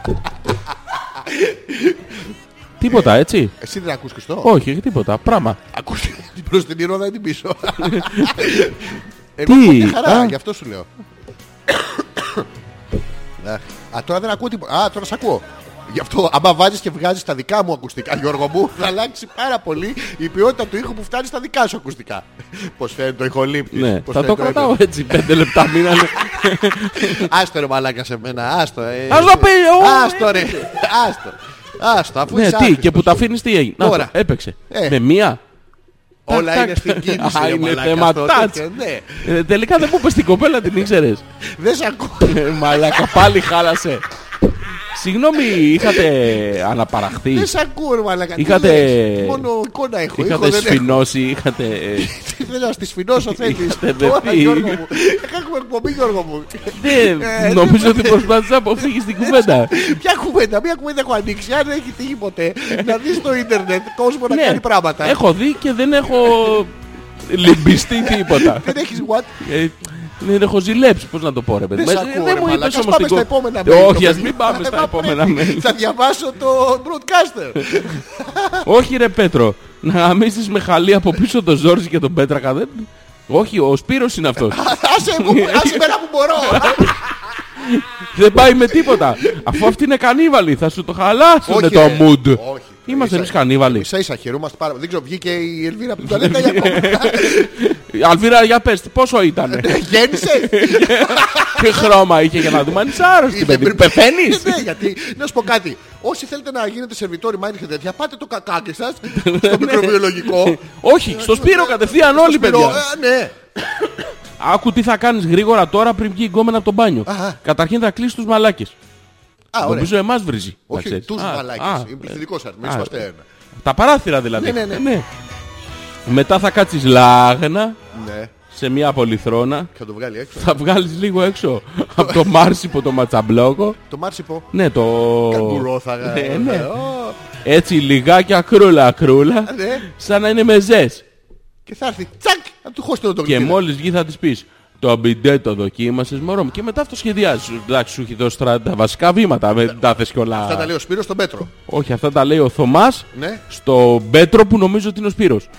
Speaker 3: Τίποτα, έτσι.
Speaker 4: Εσύ δεν ακούς Χριστό.
Speaker 3: Όχι, όχι, τίποτα. Πράγμα.
Speaker 4: Ακούς την προς την ηρώδα ή την πίσω. Εγώ
Speaker 3: Τι,
Speaker 4: έχω μια χαρά,
Speaker 3: α?
Speaker 4: γι' αυτό σου λέω. Αχ, Α, τώρα δεν ακούω τίποτα. Α, τώρα σ' ακούω. Γι' αυτό, άμα βάζεις και βγάζεις τα δικά μου ακουστικά, Γιώργο μου, θα αλλάξει πάρα πολύ η ποιότητα του ήχου που φτάνει στα δικά σου ακουστικά. Πώς φαίνεται το ηχολήπτη.
Speaker 3: Ναι, θα το κρατάω έτσι. Πέντε λεπτά μήνα.
Speaker 4: Άστο ρε μαλάκα σε μένα, άστο. ε.
Speaker 3: Ας το πει, ου,
Speaker 4: Άστο ρε, άστο. Άστα, αφού
Speaker 3: Ναι,
Speaker 4: είσαι
Speaker 3: τι, και
Speaker 4: άχρηστος.
Speaker 3: που τα αφήνεις τι έγινε. Να,
Speaker 4: Τώρα.
Speaker 3: το, έπαιξε.
Speaker 4: Ε.
Speaker 3: Με μία.
Speaker 4: Όλα
Speaker 3: Τακ,
Speaker 4: είναι στην
Speaker 3: τακ.
Speaker 4: κίνηση.
Speaker 3: Α,
Speaker 4: ρε
Speaker 3: είναι
Speaker 4: μαλάκα,
Speaker 3: θέμα
Speaker 4: αυτό,
Speaker 3: touch.
Speaker 4: τέτοιο, Ναι,
Speaker 3: Ε, τελικά δεν μου είπες την κοπέλα, την ήξερες.
Speaker 4: δεν σε ακούω.
Speaker 3: Ε, Μαλάκα, πάλι χάλασε. Συγγνώμη, είχατε αναπαραχθεί.
Speaker 4: Δεν σε ακούω, ρε μαλάκα. Τι
Speaker 3: Είχατε-
Speaker 4: λες, Μόνο εικόνα έχω.
Speaker 3: Είχατε
Speaker 4: ήχο δεν έχω.
Speaker 3: σφινώσει, είχατε... ε,
Speaker 4: Τι θέλει να στη σφινώσω θέλεις.
Speaker 3: Είχατε
Speaker 4: Τώρα,
Speaker 3: δεθεί.
Speaker 4: Γιώργο μου. Έχουμε εκπομπή Γιώργο μου.
Speaker 3: Δεν,
Speaker 4: Ε,
Speaker 3: νομίζω ότι προσπάθησα να αποφύγεις την κουβέντα.
Speaker 4: Ποια κουβέντα, μια κουβέντα έχω ανοίξει. Αν έχει τύχει ποτέ να δεις στο ίντερνετ κόσμο να
Speaker 3: Ναι,
Speaker 4: κάνει πράγματα.
Speaker 3: Έχω δει και δεν έχω λυμπιστεί τίποτα.
Speaker 4: Δεν έχεις what.
Speaker 3: Ε, Δεν έχω ζηλέψει, πώς να το πω ρε παιδί.
Speaker 4: Δεν σε
Speaker 3: Μα, ε,
Speaker 4: ακούω,
Speaker 3: δεν
Speaker 4: ρε
Speaker 3: μου
Speaker 4: μαλάκα.
Speaker 3: είπες
Speaker 4: Ας
Speaker 3: όμως
Speaker 4: πάμε
Speaker 3: την
Speaker 4: στα
Speaker 3: κο-
Speaker 4: επόμενα mail,
Speaker 3: Όχι,
Speaker 4: το
Speaker 3: ας
Speaker 4: παιδί. Ε,
Speaker 3: μην πάμε στα επόμενα mail.
Speaker 4: Θα διαβάσω το broadcaster.
Speaker 3: Όχι ρε Πέτρο, να γαμίσεις με χαλί από πίσω τον Ζόρζι και τον Πέτρακα. δεν- Όχι, ο Σπύρος είναι αυτός.
Speaker 4: Άσε μου, άσε μένα που μπορώ.
Speaker 3: Δεν πάει με τίποτα. Αφού αυτή είναι κανίβαλη, θα σου το χαλάσουνε
Speaker 4: Όχι,
Speaker 3: το
Speaker 4: ρε.
Speaker 3: mood.
Speaker 4: Όχι.
Speaker 3: Είμαστε
Speaker 4: Ίσα-
Speaker 3: εμείς κανίβαλοι.
Speaker 4: Ίσα ίσα χαιρόμαστε πάρα πολύ. Δεν ξέρω, βγήκε η Ελβίρα από την τουαλέτα για ακόμα.
Speaker 3: Αλβίρα, για πες, πόσο ήτανε.
Speaker 4: Γέννησε.
Speaker 3: Τι χρώμα είχε για να δούμε αν είσαι άρρωστη,
Speaker 4: Είχε
Speaker 3: παιδί.
Speaker 4: πριν-
Speaker 3: Πεθαίνεις.
Speaker 4: Ναι, γιατί να σου πω κάτι. Όσοι θέλετε να γίνετε σερβιτόροι, μάιντε και τέτοια, πάτε το κακάκι σας στο μικροβιολογικό.
Speaker 3: Όχι, Ναι. Ε, στο Σπύρο κατευθείαν όλοι,
Speaker 4: Πυρο-
Speaker 3: παιδιά.
Speaker 4: ε, Ναι,
Speaker 3: Άκου τι θα κάνεις γρήγορα τώρα πριν βγει η γκόμενα από το μπάνιο.
Speaker 4: Αχα.
Speaker 3: Καταρχήν θα κλείσεις τους μαλάκες.
Speaker 4: α, ωραία.
Speaker 3: Νομίζω εμάς βρίζει. να
Speaker 4: Όχι,
Speaker 3: ξέρεις.
Speaker 4: τους
Speaker 3: Α, α, ε.
Speaker 4: μαλάκες. Είναι πληθυντικό σας. Μην
Speaker 3: α,
Speaker 4: σπάστε ένα.
Speaker 3: Τα παράθυρα δηλαδή.
Speaker 4: Ναι, ναι, ναι.
Speaker 3: Μετά θα κάτσεις λάγνα
Speaker 4: Ναι,
Speaker 3: σε μια πολυθρόνα.
Speaker 4: θα το βγάλει έξω.
Speaker 3: Θα βγάλεις λίγο έξω από το μάρσιπο το ματσαμπλόκο.
Speaker 4: Το μάρσιπο.
Speaker 3: Ναι, το...
Speaker 4: Καγκουρό θα
Speaker 3: Ναι, ναι.
Speaker 4: Ω,
Speaker 3: Έτσι λιγάκι ακρούλα ακρούλα.
Speaker 4: ναι.
Speaker 3: Σαν να είναι μεζές.
Speaker 4: Και θα έρθει τσακ να του χώσετε το
Speaker 3: Και
Speaker 4: γλυκίδι.
Speaker 3: μόλις βγει θα της πεις το μπιντέ το δοκίμασες μωρό μου και μετά αυτό σχεδιάζει. Εντάξει σου έχει δώσει τώρα τα βασικά βήματα με τα θες και όλα.
Speaker 4: Θα τα λέει ο Σπύρος στον Πέτρο.
Speaker 3: Όχι αυτά τα λέει ο Θωμάς
Speaker 4: Ναι.
Speaker 3: στο Πέτρο που νομίζω ότι είναι ο Σπύρος.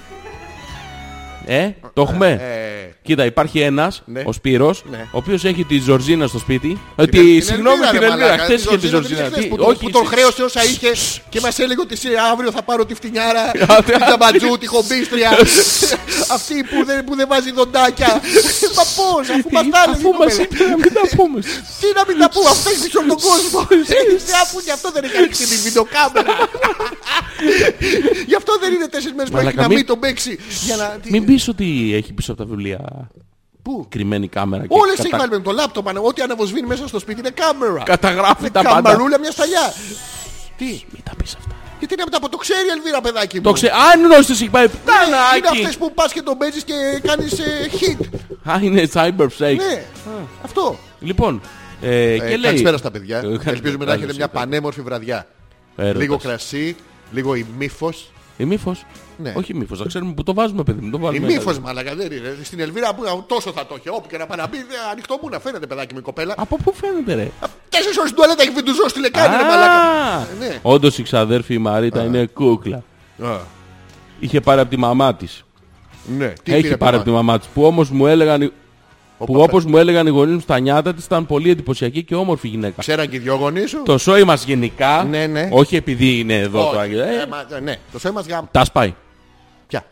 Speaker 3: Ε, το έχουμε.
Speaker 4: Ε,
Speaker 3: Κοίτα υπάρχει ένας,
Speaker 4: Ναι.
Speaker 3: ο Σπύρος,
Speaker 4: Ναι.
Speaker 3: ο οποίος έχει τη Ζορζίνα στο σπίτι. Ε,
Speaker 4: την-
Speaker 3: Τη,
Speaker 4: την
Speaker 3: συγγνώμη
Speaker 4: Ελβίρα,
Speaker 3: την
Speaker 4: ρε
Speaker 3: Ελβίρα,
Speaker 4: μαλάκα,
Speaker 3: χθες
Speaker 4: την
Speaker 3: είχε τη
Speaker 4: Ζορζίνα την
Speaker 3: Ζορζίνα.
Speaker 4: χθες
Speaker 3: Τι,
Speaker 4: που τον- Που τον
Speaker 3: σε-
Speaker 4: χρέωσε όσα είχε και μας έλεγε ότι «Σε αύριο θα πάρω τη φτηνιάρα, την τζαμπατζού, τη χομπίστρια. Αυτή που δεν, που δεν βάζει δοντάκια. Μα πώς, αφού μας τα έλεγε η
Speaker 3: Αφού μας
Speaker 4: κοπέλα.
Speaker 3: είπε να μην τα πούμε.
Speaker 4: Τι να μην τα πούμε, αυτά έχει όλο τον κόσμο. Ε, Αφού γι' αυτό δεν έχει ανοίξει την βιντεοκάμερα. Γι' αυτό δεν είναι τέσσερις μέρες που έχει
Speaker 3: Μαλάκα,
Speaker 4: να
Speaker 3: μην-
Speaker 4: μην τον παίξει. Για να...
Speaker 3: Μην πεις ότι έχει πίσω από τα βιβλία
Speaker 4: Πού?
Speaker 3: κρυμμένη κάμερα. και
Speaker 4: Όλες έχει
Speaker 3: κατα-
Speaker 4: βάλει με το λάπτοπ, ανα- ό,τι αναβοσβήνει μέσα στο σπίτι είναι κάμερα.
Speaker 3: Καταγράφει τα πάντα.
Speaker 4: Καμπαρούλα μια σταλιά. Τι,
Speaker 3: Μην τα πεις αυτά.
Speaker 4: γιατί είναι από τα που το ξέρει η Ελβίρα, παιδάκι μου.
Speaker 3: Το ξέ... Α, είναι γνώστης, έχει πάει
Speaker 4: Ναι, Είναι
Speaker 3: πτανάκι.
Speaker 4: αυτές που πας και τον παίζεις και κάνεις ε, hit.
Speaker 3: Α, είναι cyber fake.
Speaker 4: Ναι, αυτό.
Speaker 3: Λοιπόν, ε, και λέει...
Speaker 4: Καλησπέρα στα παιδιά.
Speaker 3: Ε, κα-
Speaker 4: Ελπίζουμε να
Speaker 3: καλώς
Speaker 4: έχετε μια
Speaker 3: ήρθατε.
Speaker 4: πανέμορφη βραδιά.
Speaker 3: Έρωτας.
Speaker 4: Λίγο κρασί, λίγο ημίφος.
Speaker 3: Η μύφος.
Speaker 4: Ναι. Ε,
Speaker 3: Όχι μύφος, να ξέρουμε που το βάζουμε παιδί μου. Το
Speaker 4: Η
Speaker 3: βάλουμε
Speaker 4: μύφος μαλακα δεν είναι. Στην Ελβίρα που τόσο θα το είχε. Όπου και να πάει να μπει, ε, ανοιχτό μου να φαίνεται παιδάκι μου η κοπέλα.
Speaker 3: Από πού φαίνεται ρε.
Speaker 4: Τέσσερις ώρες στην τουαλέτα έχει βιντουζό στη λεκάνη ρε
Speaker 3: Α,
Speaker 4: μαλακα. Ναι.
Speaker 3: Όντως η ξαδέρφη η Μαρίτα είναι κούκλα. Είχε πάρει από τη μαμά της.
Speaker 4: Ναι. Τι πήρε
Speaker 3: Έχει πάρει από τη μαμά της. Που όμως μου έλεγαν... οι- Που
Speaker 4: παπά-
Speaker 3: όπως μου έλεγαν οι γονείς μου στα νιάτα της ήταν πολύ εντυπωσιακή και όμορφη γυναίκα.
Speaker 4: Ξέραν και οι δυο γονείς σου.
Speaker 3: Το σόι μας γενικά,
Speaker 4: Ναι, ναι.
Speaker 3: όχι επειδή είναι εδώ το
Speaker 4: Όχι.
Speaker 3: άγγελο, ε,
Speaker 4: Ε, μα- Ναι, το σώμα μας γάμ.
Speaker 3: τα σπάει.
Speaker 4: Πια.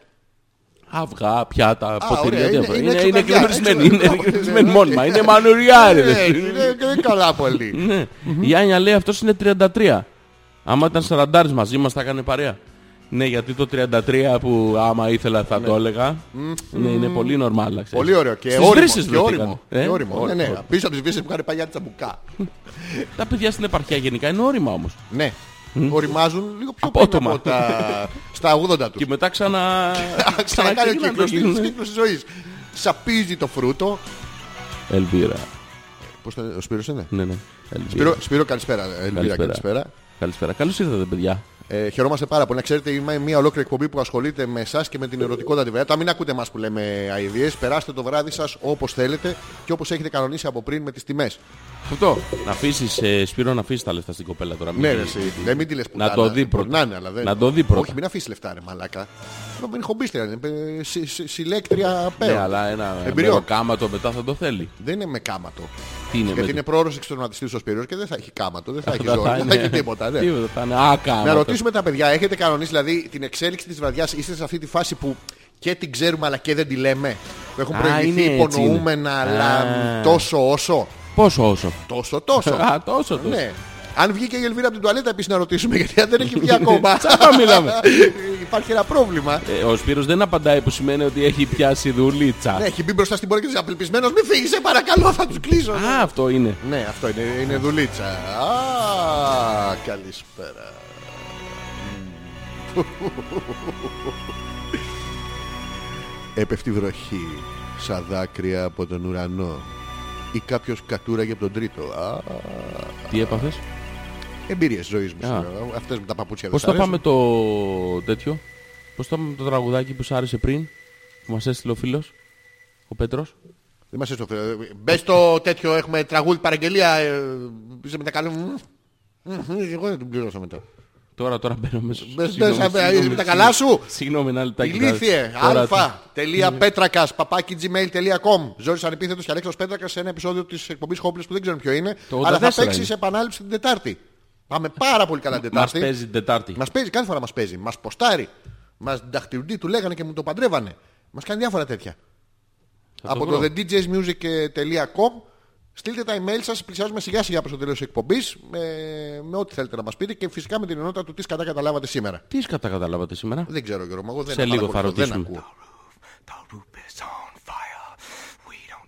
Speaker 3: Αυγά, πιάτα, ποτήρια,
Speaker 4: ωραία,
Speaker 3: διάφορα.
Speaker 4: είναι-
Speaker 3: Είναι,
Speaker 4: είναι
Speaker 3: είναι
Speaker 4: εξωκαρδιά,
Speaker 3: εκνευρισμένη, είναι
Speaker 4: εξωκαρδιά.
Speaker 3: εκνευρισμένη
Speaker 4: Ναι,
Speaker 3: μόνιμα,
Speaker 4: ναι.
Speaker 3: είναι μανουριάρες.
Speaker 4: Ε, είναι- Δεν καλά πολύ.
Speaker 3: Ναι. Η Άνια λέει αυτός είναι 33. Άμα ήταν 40 μαζί μας θα έκανε παρέα. Ναι, γιατί το 33 που άμα ήθελα θα το έλεγα. Ναι, είναι πολύ normal. ξέρεις.
Speaker 4: Πολύ ωραίο και
Speaker 3: Στις
Speaker 4: όριμο.
Speaker 3: βρύσες
Speaker 4: Και
Speaker 3: βρεθήκαν.
Speaker 4: όριμο.
Speaker 3: Ε,
Speaker 4: Και όριμο. Ναι,
Speaker 3: όριμο.
Speaker 4: ναι. Πίσω από τις βίσεις που κάνει παλιά τσαμπουκά.
Speaker 3: Τα παιδιά στην επαρχία γενικά είναι όριμα όμως.
Speaker 4: Ναι. Οριμάζουν λίγο πιο πριν
Speaker 3: Απότομα.
Speaker 4: από τα... στα 80
Speaker 3: Και
Speaker 4: τους.
Speaker 3: μετά ξανα...
Speaker 4: Ξανακάνει ο
Speaker 3: ξαναγυρνάνε,
Speaker 4: κύκλος της
Speaker 3: γίνουνε.
Speaker 4: κύκλος της ζωής. Σαπίζει το φρούτο.
Speaker 3: Ελβίρα.
Speaker 4: Πώς το ο Σπύρος είναι.
Speaker 3: Ναι, ναι. Ελβίρα.
Speaker 4: Σπύρο, Σπύρο, καλησπέρα. Ελβίρα, καλησπέρα.
Speaker 3: Καλησπέρα. Καλώς ήρθατε, παιδιά.
Speaker 4: Ε, χαιρόμαστε πάρα πολύ. Να ξέρετε, είμαι μια ολόκληρη εκπομπή που ασχολείται με εσάς και με την ερωτικότητα τη βραδιά. Μην ακούτε εμά που λέμε αειδίε. Περάστε το βράδυ σας όπως θέλετε και όπως έχετε κανονίσει από πριν με τις τιμές.
Speaker 3: Αυτό. Να αφήσεις, ε, Σπύρο, να αφήσεις τα λεφτά στην κοπέλα τώρα. Μην
Speaker 4: Ναι, ρε,
Speaker 3: τη-
Speaker 4: εσύ. Δεν μην τη λες που
Speaker 3: Να το δει πρώτα.
Speaker 4: Να, ναι, αλλά δεν...
Speaker 3: Να το δει πρώτα.
Speaker 4: Όχι, μην αφήσεις λεφτά, ρε μαλάκα. Να μην χομπίστρια. είναι, ε, συ- συ- Συλλέκτρια
Speaker 3: Ναι,
Speaker 4: πέρα.
Speaker 3: αλλά ένα
Speaker 4: Εμπειριό.
Speaker 3: μεροκάματο μετά θα το θέλει.
Speaker 4: Δεν είναι με κάματο.
Speaker 3: Τι είναι
Speaker 4: Γιατί
Speaker 3: Ναι, με
Speaker 4: είναι πρόωρο εξτροματιστή ο Σπύριο και δεν θα έχει κάματο, δεν θα έχει
Speaker 3: το-
Speaker 4: ζόρι, δεν θα έχει τίποτα. ναι.
Speaker 3: Τίποτα, θα είναι άκαμα.
Speaker 4: Να ρωτήσουμε τα παιδιά, έχετε κανονίσει δηλαδή την εξέλιξη της βραδιάς, είστε σε αυτή τη φάση που και την ξέρουμε αλλά και δεν τη λέμε. Που έχουν
Speaker 3: Α,
Speaker 4: προηγηθεί
Speaker 3: είναι έτσι,
Speaker 4: υπονοούμενα
Speaker 3: είναι.
Speaker 4: αλλά
Speaker 3: Α.
Speaker 4: τόσο όσο.
Speaker 3: Πόσο όσο.
Speaker 4: Τόσο τόσο.
Speaker 3: Α, τόσο το.
Speaker 4: ναι. Αν βγήκε η Ελβίρα από την τουαλέτα επίσης να ρωτήσουμε γιατί δεν έχει βγει ακόμα.
Speaker 3: Τσάμπα Ναι. μιλάμε.
Speaker 4: Υπάρχει ένα πρόβλημα.
Speaker 3: Ε, ο Σπύρος δεν απαντάει που σημαίνει ότι έχει πιάσει δουλίτσα.
Speaker 4: Ναι, έχει μπει μπροστά στην πόρτα και της απελπισμένος. Μην φύγεις, σε παρακαλώ, θα τους κλείσω.
Speaker 3: Α, αυτό είναι.
Speaker 4: Ναι, αυτό είναι, είναι δουλίτσα. Α, καλησπέρα. Έπεφτη βροχή σαν δάκρυα από τον ουρανό ή κάποιος κατούραγε από τον τρίτο. Α,
Speaker 3: Τι έπαθες.
Speaker 4: Ε, εμπειρίες ζωής μου.
Speaker 3: Α.
Speaker 4: σήμερα. Αυτές με τα παπούτσια
Speaker 3: Πώς
Speaker 4: δεν
Speaker 3: θα
Speaker 4: σ' αρέσουν.
Speaker 3: πάμε το τέτοιο. Πώς θα πάμε το τραγουδάκι που σ' άρεσε πριν. Που μας έστειλε ο φίλος. Ο Πέτρος.
Speaker 4: Δεν μας έστω. ε, Μπες στο τέτοιο, έχουμε τραγούδι παραγγελία. ε, Είσαι με τα καλά. Μμμ. Μμμ, Εγώ δεν την πληρώσα μετά.
Speaker 3: Τώρα, τώρα μπαίνω μέσα.
Speaker 4: Μπες, μπες, α, είσαι με τα καλά σου.
Speaker 3: Συγγνώμη, ένα λεπτάκι.
Speaker 4: Ηλίθιε,
Speaker 3: Τώρα- Ναι.
Speaker 4: αλφα.πέτρακα, παπάκι gmail.com. Ζόρι ανεπίθετος και Αλέξανδρος Πέτρακας σε ένα επεισόδιο της εκπομπής Χόπλε που δεν ξέρουμε ποιο είναι.
Speaker 3: Το
Speaker 4: Αλλά θα
Speaker 3: 84
Speaker 4: παίξει
Speaker 3: είναι.
Speaker 4: σε επανάληψη την Τετάρτη. Πάμε πάρα πολύ καλά την
Speaker 3: Μας
Speaker 4: Τετάρτη.
Speaker 3: παίζει την Τετάρτη.
Speaker 4: Μας παίζει, κάθε φορά μας παίζει. Μας ποστάρει. Μας δαχτυλντή του λέγανε και μου το παντρεύανε. Μας κάνει διάφορα τέτοια.
Speaker 3: Θα
Speaker 4: από
Speaker 3: βρω.
Speaker 4: το thedjsmusic.com στείλτε τα email σας, πλησιάζουμε σιγά σιγά προς το τέλος της εκπομπής ε, με ό,τι θέλετε να μας πείτε και φυσικά με την ενότητα του τι κατά καταλάβατε σήμερα.
Speaker 3: Τι κατά καταλάβατε σήμερα.
Speaker 4: Δεν ξέρω Γιώργο, μα εγώ δεν
Speaker 3: Σε λίγο θα
Speaker 4: παρακολουθώ, δεν
Speaker 3: ρωτήσουμε.
Speaker 4: ακούω.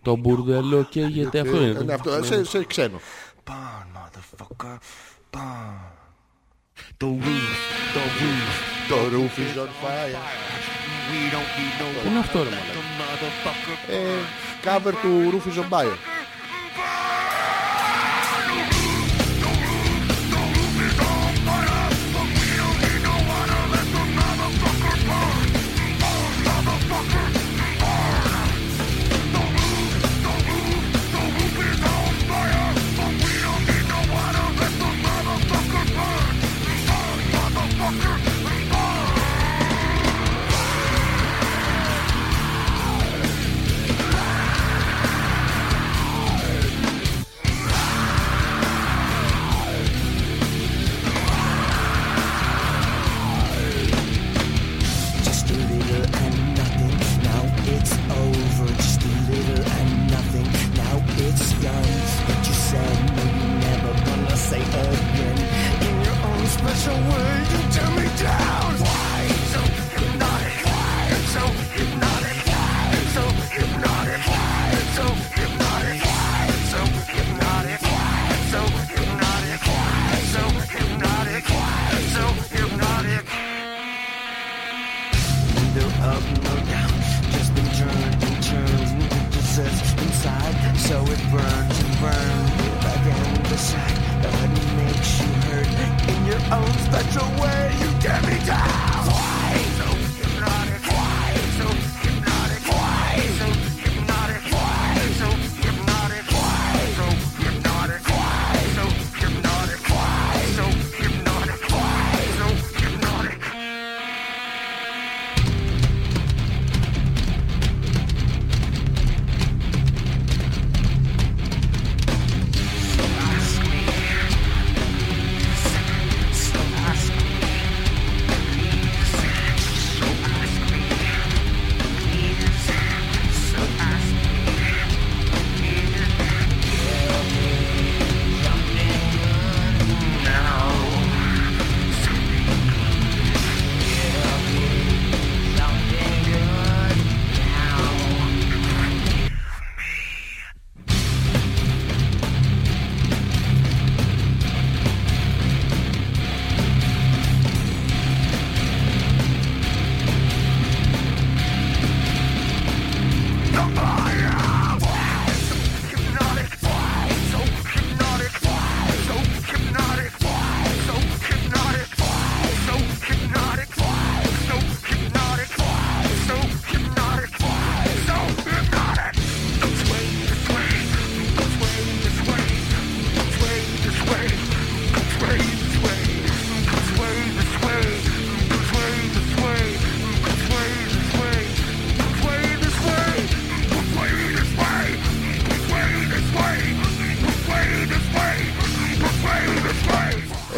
Speaker 3: Το μπουρδελό καίγεται. Αυτό
Speaker 4: Ε, ναι,
Speaker 3: είναι.
Speaker 4: αυτό, σε, σε ξένο. Το roof is on fire.
Speaker 3: Πού είναι αυτό, ρε μαλάκα.
Speaker 4: Ε, cover του roof is on fire.
Speaker 8: Just a little and nothing, now it's over. Just a little and nothing, now it's done. What you said, maybe never gonna say again. In your own special way, you tear me down. Why so hypnotic? Why so hypnotic? Why so hypnotic? Why so hypnotic? Why so hypnotic? Why so hypnotic? Why so hypnotic? Why so hypnotic? They're up, no down, just been turned and turned. And it just inside, so it burns and burns. Back on the side, the honey makes you hurt. In your own special way, you tear me down. Why so hypnotic? Why so hypnotic? Why so hypnotic? Why so hypnotic? Why so hypnotic? Why so hypnotic? Why so hypnotic? Why so hypnotic?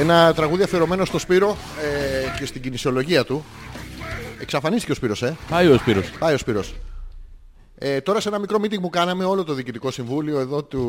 Speaker 4: Ένα τραγούδι αφιερωμένο στο Σπύρο ε, και στην κινησιολογία του. Εξαφανίστηκε ο Σπύρος, ε.
Speaker 3: Πάει ο Σπύρος.
Speaker 4: Πάει ο Σπύρος. Ε, τώρα σε ένα μικρό meeting που κάναμε όλο το διοικητικό συμβούλιο εδώ του...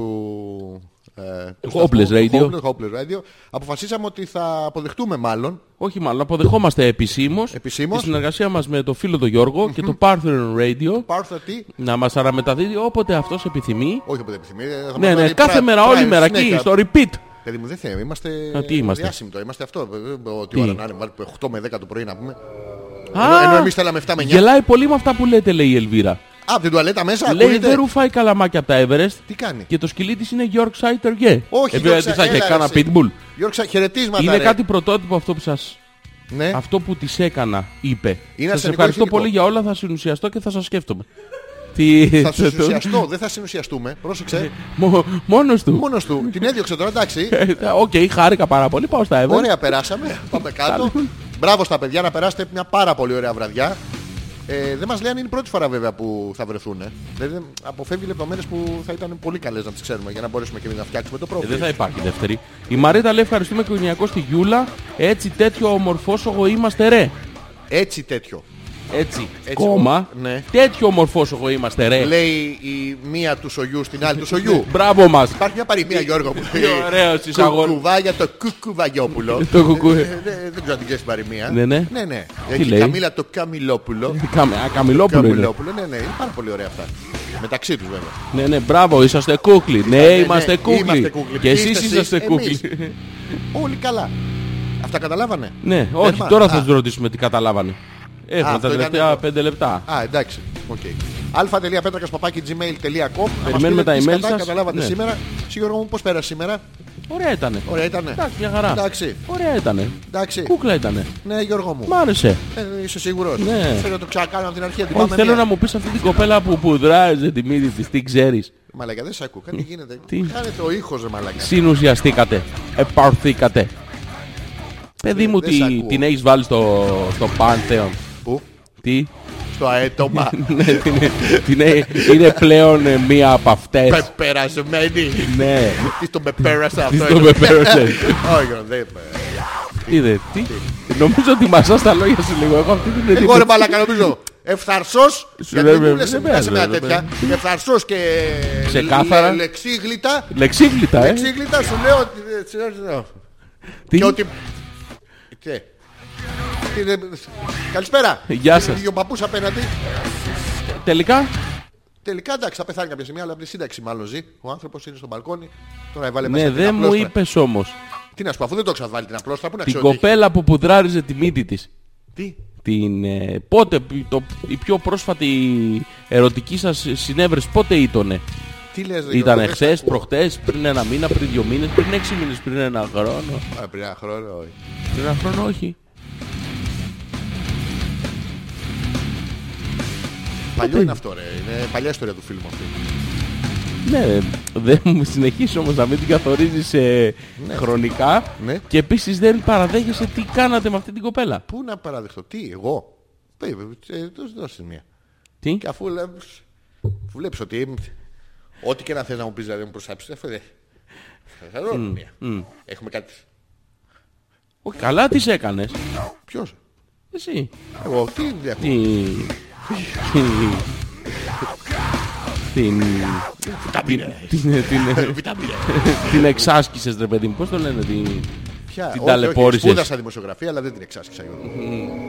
Speaker 4: Ε, του
Speaker 3: Hopeless
Speaker 4: σταθμού,
Speaker 3: Radio.
Speaker 4: Hopeless, Hopeless Radio. Αποφασίσαμε ότι θα αποδεχτούμε μάλλον
Speaker 3: Όχι μάλλον, αποδεχόμαστε επισήμως,
Speaker 4: Επισήμως.
Speaker 3: τη συνεργασία μας με το φίλο τον Γιώργο και το Parthenon Radio
Speaker 4: Πάρθα τι...
Speaker 3: να μας αναμεταδίδει όποτε αυτός επιθυμεί.
Speaker 4: Όχι όποτε επιθυμεί. ε, θα
Speaker 3: Ναι,
Speaker 4: μας
Speaker 3: ναι,
Speaker 4: βάλει
Speaker 3: κάθε
Speaker 4: πρα-
Speaker 3: μέρα,
Speaker 4: πρα-
Speaker 3: όλη μέρα εκεί,
Speaker 4: συνέχεια.
Speaker 3: στο repeat.
Speaker 4: Παιδί μου, δεν θέλει. Είμαστε,
Speaker 3: Α, τι είμαστε.
Speaker 4: διάσημοι τώρα. Είμαστε αυτό. ε, Ό,τι ώρα να είναι. βάλτε 8 με 10 το πρωί να πούμε.
Speaker 3: Α,
Speaker 4: ενώ εμείς θέλαμε 7 με 9.
Speaker 3: Γελάει πολύ με αυτά που λέτε, λέει η Ελβίρα.
Speaker 4: Α, από την τουαλέτα μέσα.
Speaker 3: Λέει
Speaker 4: ακούγεται.
Speaker 3: δεν ρουφάει καλαμάκια από τα Everest.
Speaker 4: Τι κάνει.
Speaker 3: Και το σκυλί της είναι Yorkshire Terrier.
Speaker 4: Όχι,
Speaker 3: Ε, βέβαια,
Speaker 4: Yorkshire,
Speaker 3: τι θα είχε
Speaker 4: έλα,
Speaker 3: κάνα
Speaker 4: ρε, εσύ.
Speaker 3: pitbull.
Speaker 4: Γιώργο, ξα- χαιρετίσματα.
Speaker 3: Είναι
Speaker 4: ρε.
Speaker 3: κάτι πρωτότυπο αυτό που σας...
Speaker 4: Ναι.
Speaker 3: Αυτό που της έκανα, είπε.
Speaker 4: Είναι
Speaker 3: σας
Speaker 4: αρσενικό
Speaker 3: ευχαριστώ
Speaker 4: ηθικό.
Speaker 3: πολύ για όλα, θα συνουσιαστώ και θα σας σκέφτομαι. Τι...
Speaker 4: Θα συνουσιαστώ, δεν θα συνουσιαστούμε. Πρόσεξε.
Speaker 3: Μο- Μόνος του.
Speaker 4: Μόνος του. Την έδιωξε τώρα, εντάξει.
Speaker 3: Ε, Οκ, χάρηκα πάρα πολύ, πάω στα Everest.
Speaker 4: Ωραία, περάσαμε. Πάμε κάτω. Μπράβο στα παιδιά να περάσετε μια πάρα πολύ ωραία βραδιά. Ε, δεν μας λέει αν είναι η πρώτη φορά βέβαια που θα βρεθούν. ε. Δηλαδή αποφεύγει λεπτομέρειες που θα ήταν πολύ καλές να τις ξέρουμε για να μπορέσουμε και εμείς να φτιάξουμε το
Speaker 3: Ε,
Speaker 4: πρόβλημα.
Speaker 3: Δεν θα υπάρχει δεύτερη. Η Μαρίτα λέει ευχαριστούμε οικογενειακό στη Γιούλα. Έτσι τέτοιο ομορφόσογο είμαστε ρε.
Speaker 4: Έτσι τέτοιο.
Speaker 3: Έτσι.
Speaker 4: Έτσι,
Speaker 3: Κόμμα.
Speaker 4: ναι.
Speaker 3: Τέτοιο ομορφόσογο είμαστε ρε. Ναι,
Speaker 4: Λέει η μία του σογιού στην
Speaker 3: Ε.
Speaker 4: άλλη του σογιού.
Speaker 3: Μπράβο μας.
Speaker 4: Υπάρχει μια
Speaker 3: Ε.
Speaker 4: παροιμία Γιώργο που λέει
Speaker 3: ωραίος της αγόρας.
Speaker 4: Κουκουβά για το κουκουβαγιόπουλο.
Speaker 3: Το κουκού.
Speaker 4: Ε, ε, ε, Δεν ξέρω αν την ξέρεις την παροιμία.
Speaker 3: Ναι, ναι.
Speaker 4: ναι, ναι.
Speaker 3: Τι
Speaker 4: Έχει η
Speaker 3: λέει?
Speaker 4: Καμίλα το Καμιλόπουλο.
Speaker 3: Καμε, α, καμιλόπουλο είναι.
Speaker 4: Καμιλόπουλο, ναι, ναι. Είναι πάρα πολύ ωραία αυτά. Μεταξύ τους βέβαια.
Speaker 3: Ναι, ναι, μπράβο, είσαστε κούκλοι. Ναι,
Speaker 4: ναι,
Speaker 3: είμαστε
Speaker 4: ναι, είμαστε
Speaker 3: κούκλοι.
Speaker 4: κούκλοι.
Speaker 3: Και
Speaker 4: Ποιοι
Speaker 3: εσείς
Speaker 4: είστε
Speaker 3: είσαστε
Speaker 4: εσείς,
Speaker 3: κούκλοι.
Speaker 4: εμείς. Όλοι καλά. Αυτά καταλάβανε.
Speaker 3: Ναι,
Speaker 4: Τέρμα.
Speaker 3: όχι, τώρα θα
Speaker 4: Ε, Α,
Speaker 3: τους ρωτήσουμε τι καταλάβανε. Έχουμε
Speaker 4: αυτό
Speaker 3: τα
Speaker 4: ήταν
Speaker 3: τελευταία
Speaker 4: εδώ.
Speaker 3: 5 λεπτά.
Speaker 4: Α, εντάξει. Οκ. αλφα.πέτρακα.gmail.com
Speaker 3: Περιμένουμε τα email σας.
Speaker 4: Καταλάβατε
Speaker 3: Ναι.
Speaker 4: σήμερα. Εσύ Γιώργο μου πώς πέρασε σήμερα.
Speaker 3: Ωραία ήτανε.
Speaker 4: Ωραία ήτανε.
Speaker 3: Εντάξει, μια χαρά.
Speaker 4: Εντάξει.
Speaker 3: Ωραία ήτανε.
Speaker 4: Εντάξει.
Speaker 3: Κούκλα ήτανε.
Speaker 4: Ναι, Γιώργο μου.
Speaker 3: Μ' άρεσε.
Speaker 4: Ε, είσαι σίγουρος.
Speaker 3: Ναι.
Speaker 4: Θέλω να το ξανακάνω από την αρχή. να την
Speaker 3: Όχι,
Speaker 4: πάμε
Speaker 3: θέλω
Speaker 4: μία.
Speaker 3: να μου πεις αυτή την κοπέλα που πουδράζει τη μύτη της, τι ξέρεις.
Speaker 4: Μαλάκα, δεν σε ακούω. Κάτι γίνεται.
Speaker 3: Τι?
Speaker 4: Κάνετε ο ήχος, ρε μαλάκα.
Speaker 3: Συνουσιαστήκατε. Επαρθήκατε. Παιδί μου,
Speaker 4: δεν σ'
Speaker 3: τι,
Speaker 4: ακούω.
Speaker 3: την έχεις βάλει στο, στο Pantheon.
Speaker 4: Πού?
Speaker 3: Τι,
Speaker 4: Στο αέτομα.
Speaker 3: ναι, την, την, ε- είναι πλέον ε, μία από αυτές.
Speaker 4: Πεπερασμένη.
Speaker 3: ναι,
Speaker 4: Τι τον πεπέρασε αυτό.
Speaker 3: στον
Speaker 4: εδώ.
Speaker 3: πεπέρασε.
Speaker 4: Όχι, Γιώργο, δεν.
Speaker 3: τι δε, τι. Νομίζω ότι μασάς τα λόγια σου λίγο. Έχω αυτή την
Speaker 4: Εγώ ρε
Speaker 3: εντύπωση.
Speaker 4: μαλάκα νομίζω. Ευθαρσός, γιατί
Speaker 3: λέει,
Speaker 4: μου
Speaker 3: δεν
Speaker 4: λες σε
Speaker 3: πειράζει,
Speaker 4: μια
Speaker 3: ρε,
Speaker 4: τέτοια. Ευθαρσός και
Speaker 3: Ξεκάθαρα.
Speaker 4: λε- λεξίγλυτα.
Speaker 3: Λεξίγλυτα, ε.
Speaker 4: Λεξίγλυτα σου λέω ότι... ε, έτσι, έτσι, έτσι.
Speaker 3: Τι?
Speaker 4: Και ότι... Τι. Τι, δεν- Καλησπέρα.
Speaker 3: Γεια σας.
Speaker 4: Είναι Ο παππούς απέναντι.
Speaker 3: Τελικά,
Speaker 4: Τελικά εντάξει θα πεθάνει κάποια στιγμή, αλλά από τη σύνταξη μάλλον ζει. Ο άνθρωπος είναι στο μπαλκόνι. Τώρα έβαλε
Speaker 3: ναι,
Speaker 4: μέσα την
Speaker 3: δεν μου
Speaker 4: απλόστρα.
Speaker 3: είπες όμως.
Speaker 4: Τι να σου πω, αφού δεν το ξαναβάλει την απλόστρα, πού να
Speaker 3: Την
Speaker 4: ξέρω τι έχει.
Speaker 3: κοπέλα που πουδράριζε τη μύτη της.
Speaker 4: Τι.
Speaker 3: Την, ε, πότε, π- το, η πιο πρόσφατη ερωτική σας συνέβρεση, πότε ήτονε.
Speaker 4: Τι λες ρε Γιώργο,
Speaker 3: Ήταν
Speaker 4: δεν
Speaker 3: χθε,
Speaker 4: σ' ακούω.
Speaker 3: προχτές, πριν ένα μήνα, πριν δύο μήνες, πριν έξι μήνες, πριν ένα χρόνο.
Speaker 4: Α, Πριν ένα χρόνο, όχι.
Speaker 3: Πριν ένα χρόνο, όχι.
Speaker 4: Παλιό είναι αυτό ρε, είναι παλιά ιστορία του φίλου μου αυτή.
Speaker 3: Ναι, δεν μου συνεχίσει όμως να μην την καθορίζεις χρονικά.
Speaker 4: Ναι.
Speaker 3: Και επίσης δεν παραδέχεσαι τι κάνατε με αυτή την κοπέλα.
Speaker 4: Πού να παραδεχτώ, τι, εγώ. Βέβαια, δώσ' δώσεις μία.
Speaker 3: Τι,
Speaker 4: Και αφού λέ- βλέπεις ότι ό,τι και να θες να μου πεις δηλαδή μου προσάψεις, αφού δεν- θα δώσω μία. Έχουμε κάτι.
Speaker 3: όχι, καλά τις έκανες.
Speaker 4: Ποιος,
Speaker 3: Εσύ.
Speaker 4: εγώ, τι δεν έχω.
Speaker 3: Τι. Την. Την. Την.
Speaker 4: Βιταμίνα.
Speaker 3: Την εξάσκησες ρε παιδί μου. Πώς το λένε. την-
Speaker 4: Ποια,
Speaker 3: Την
Speaker 4: όχι, όχι,
Speaker 3: ταλαιπώρησες.
Speaker 4: Σπούδασα δημοσιογραφία, αλλά δεν την εξάσκησα. Γιώργο.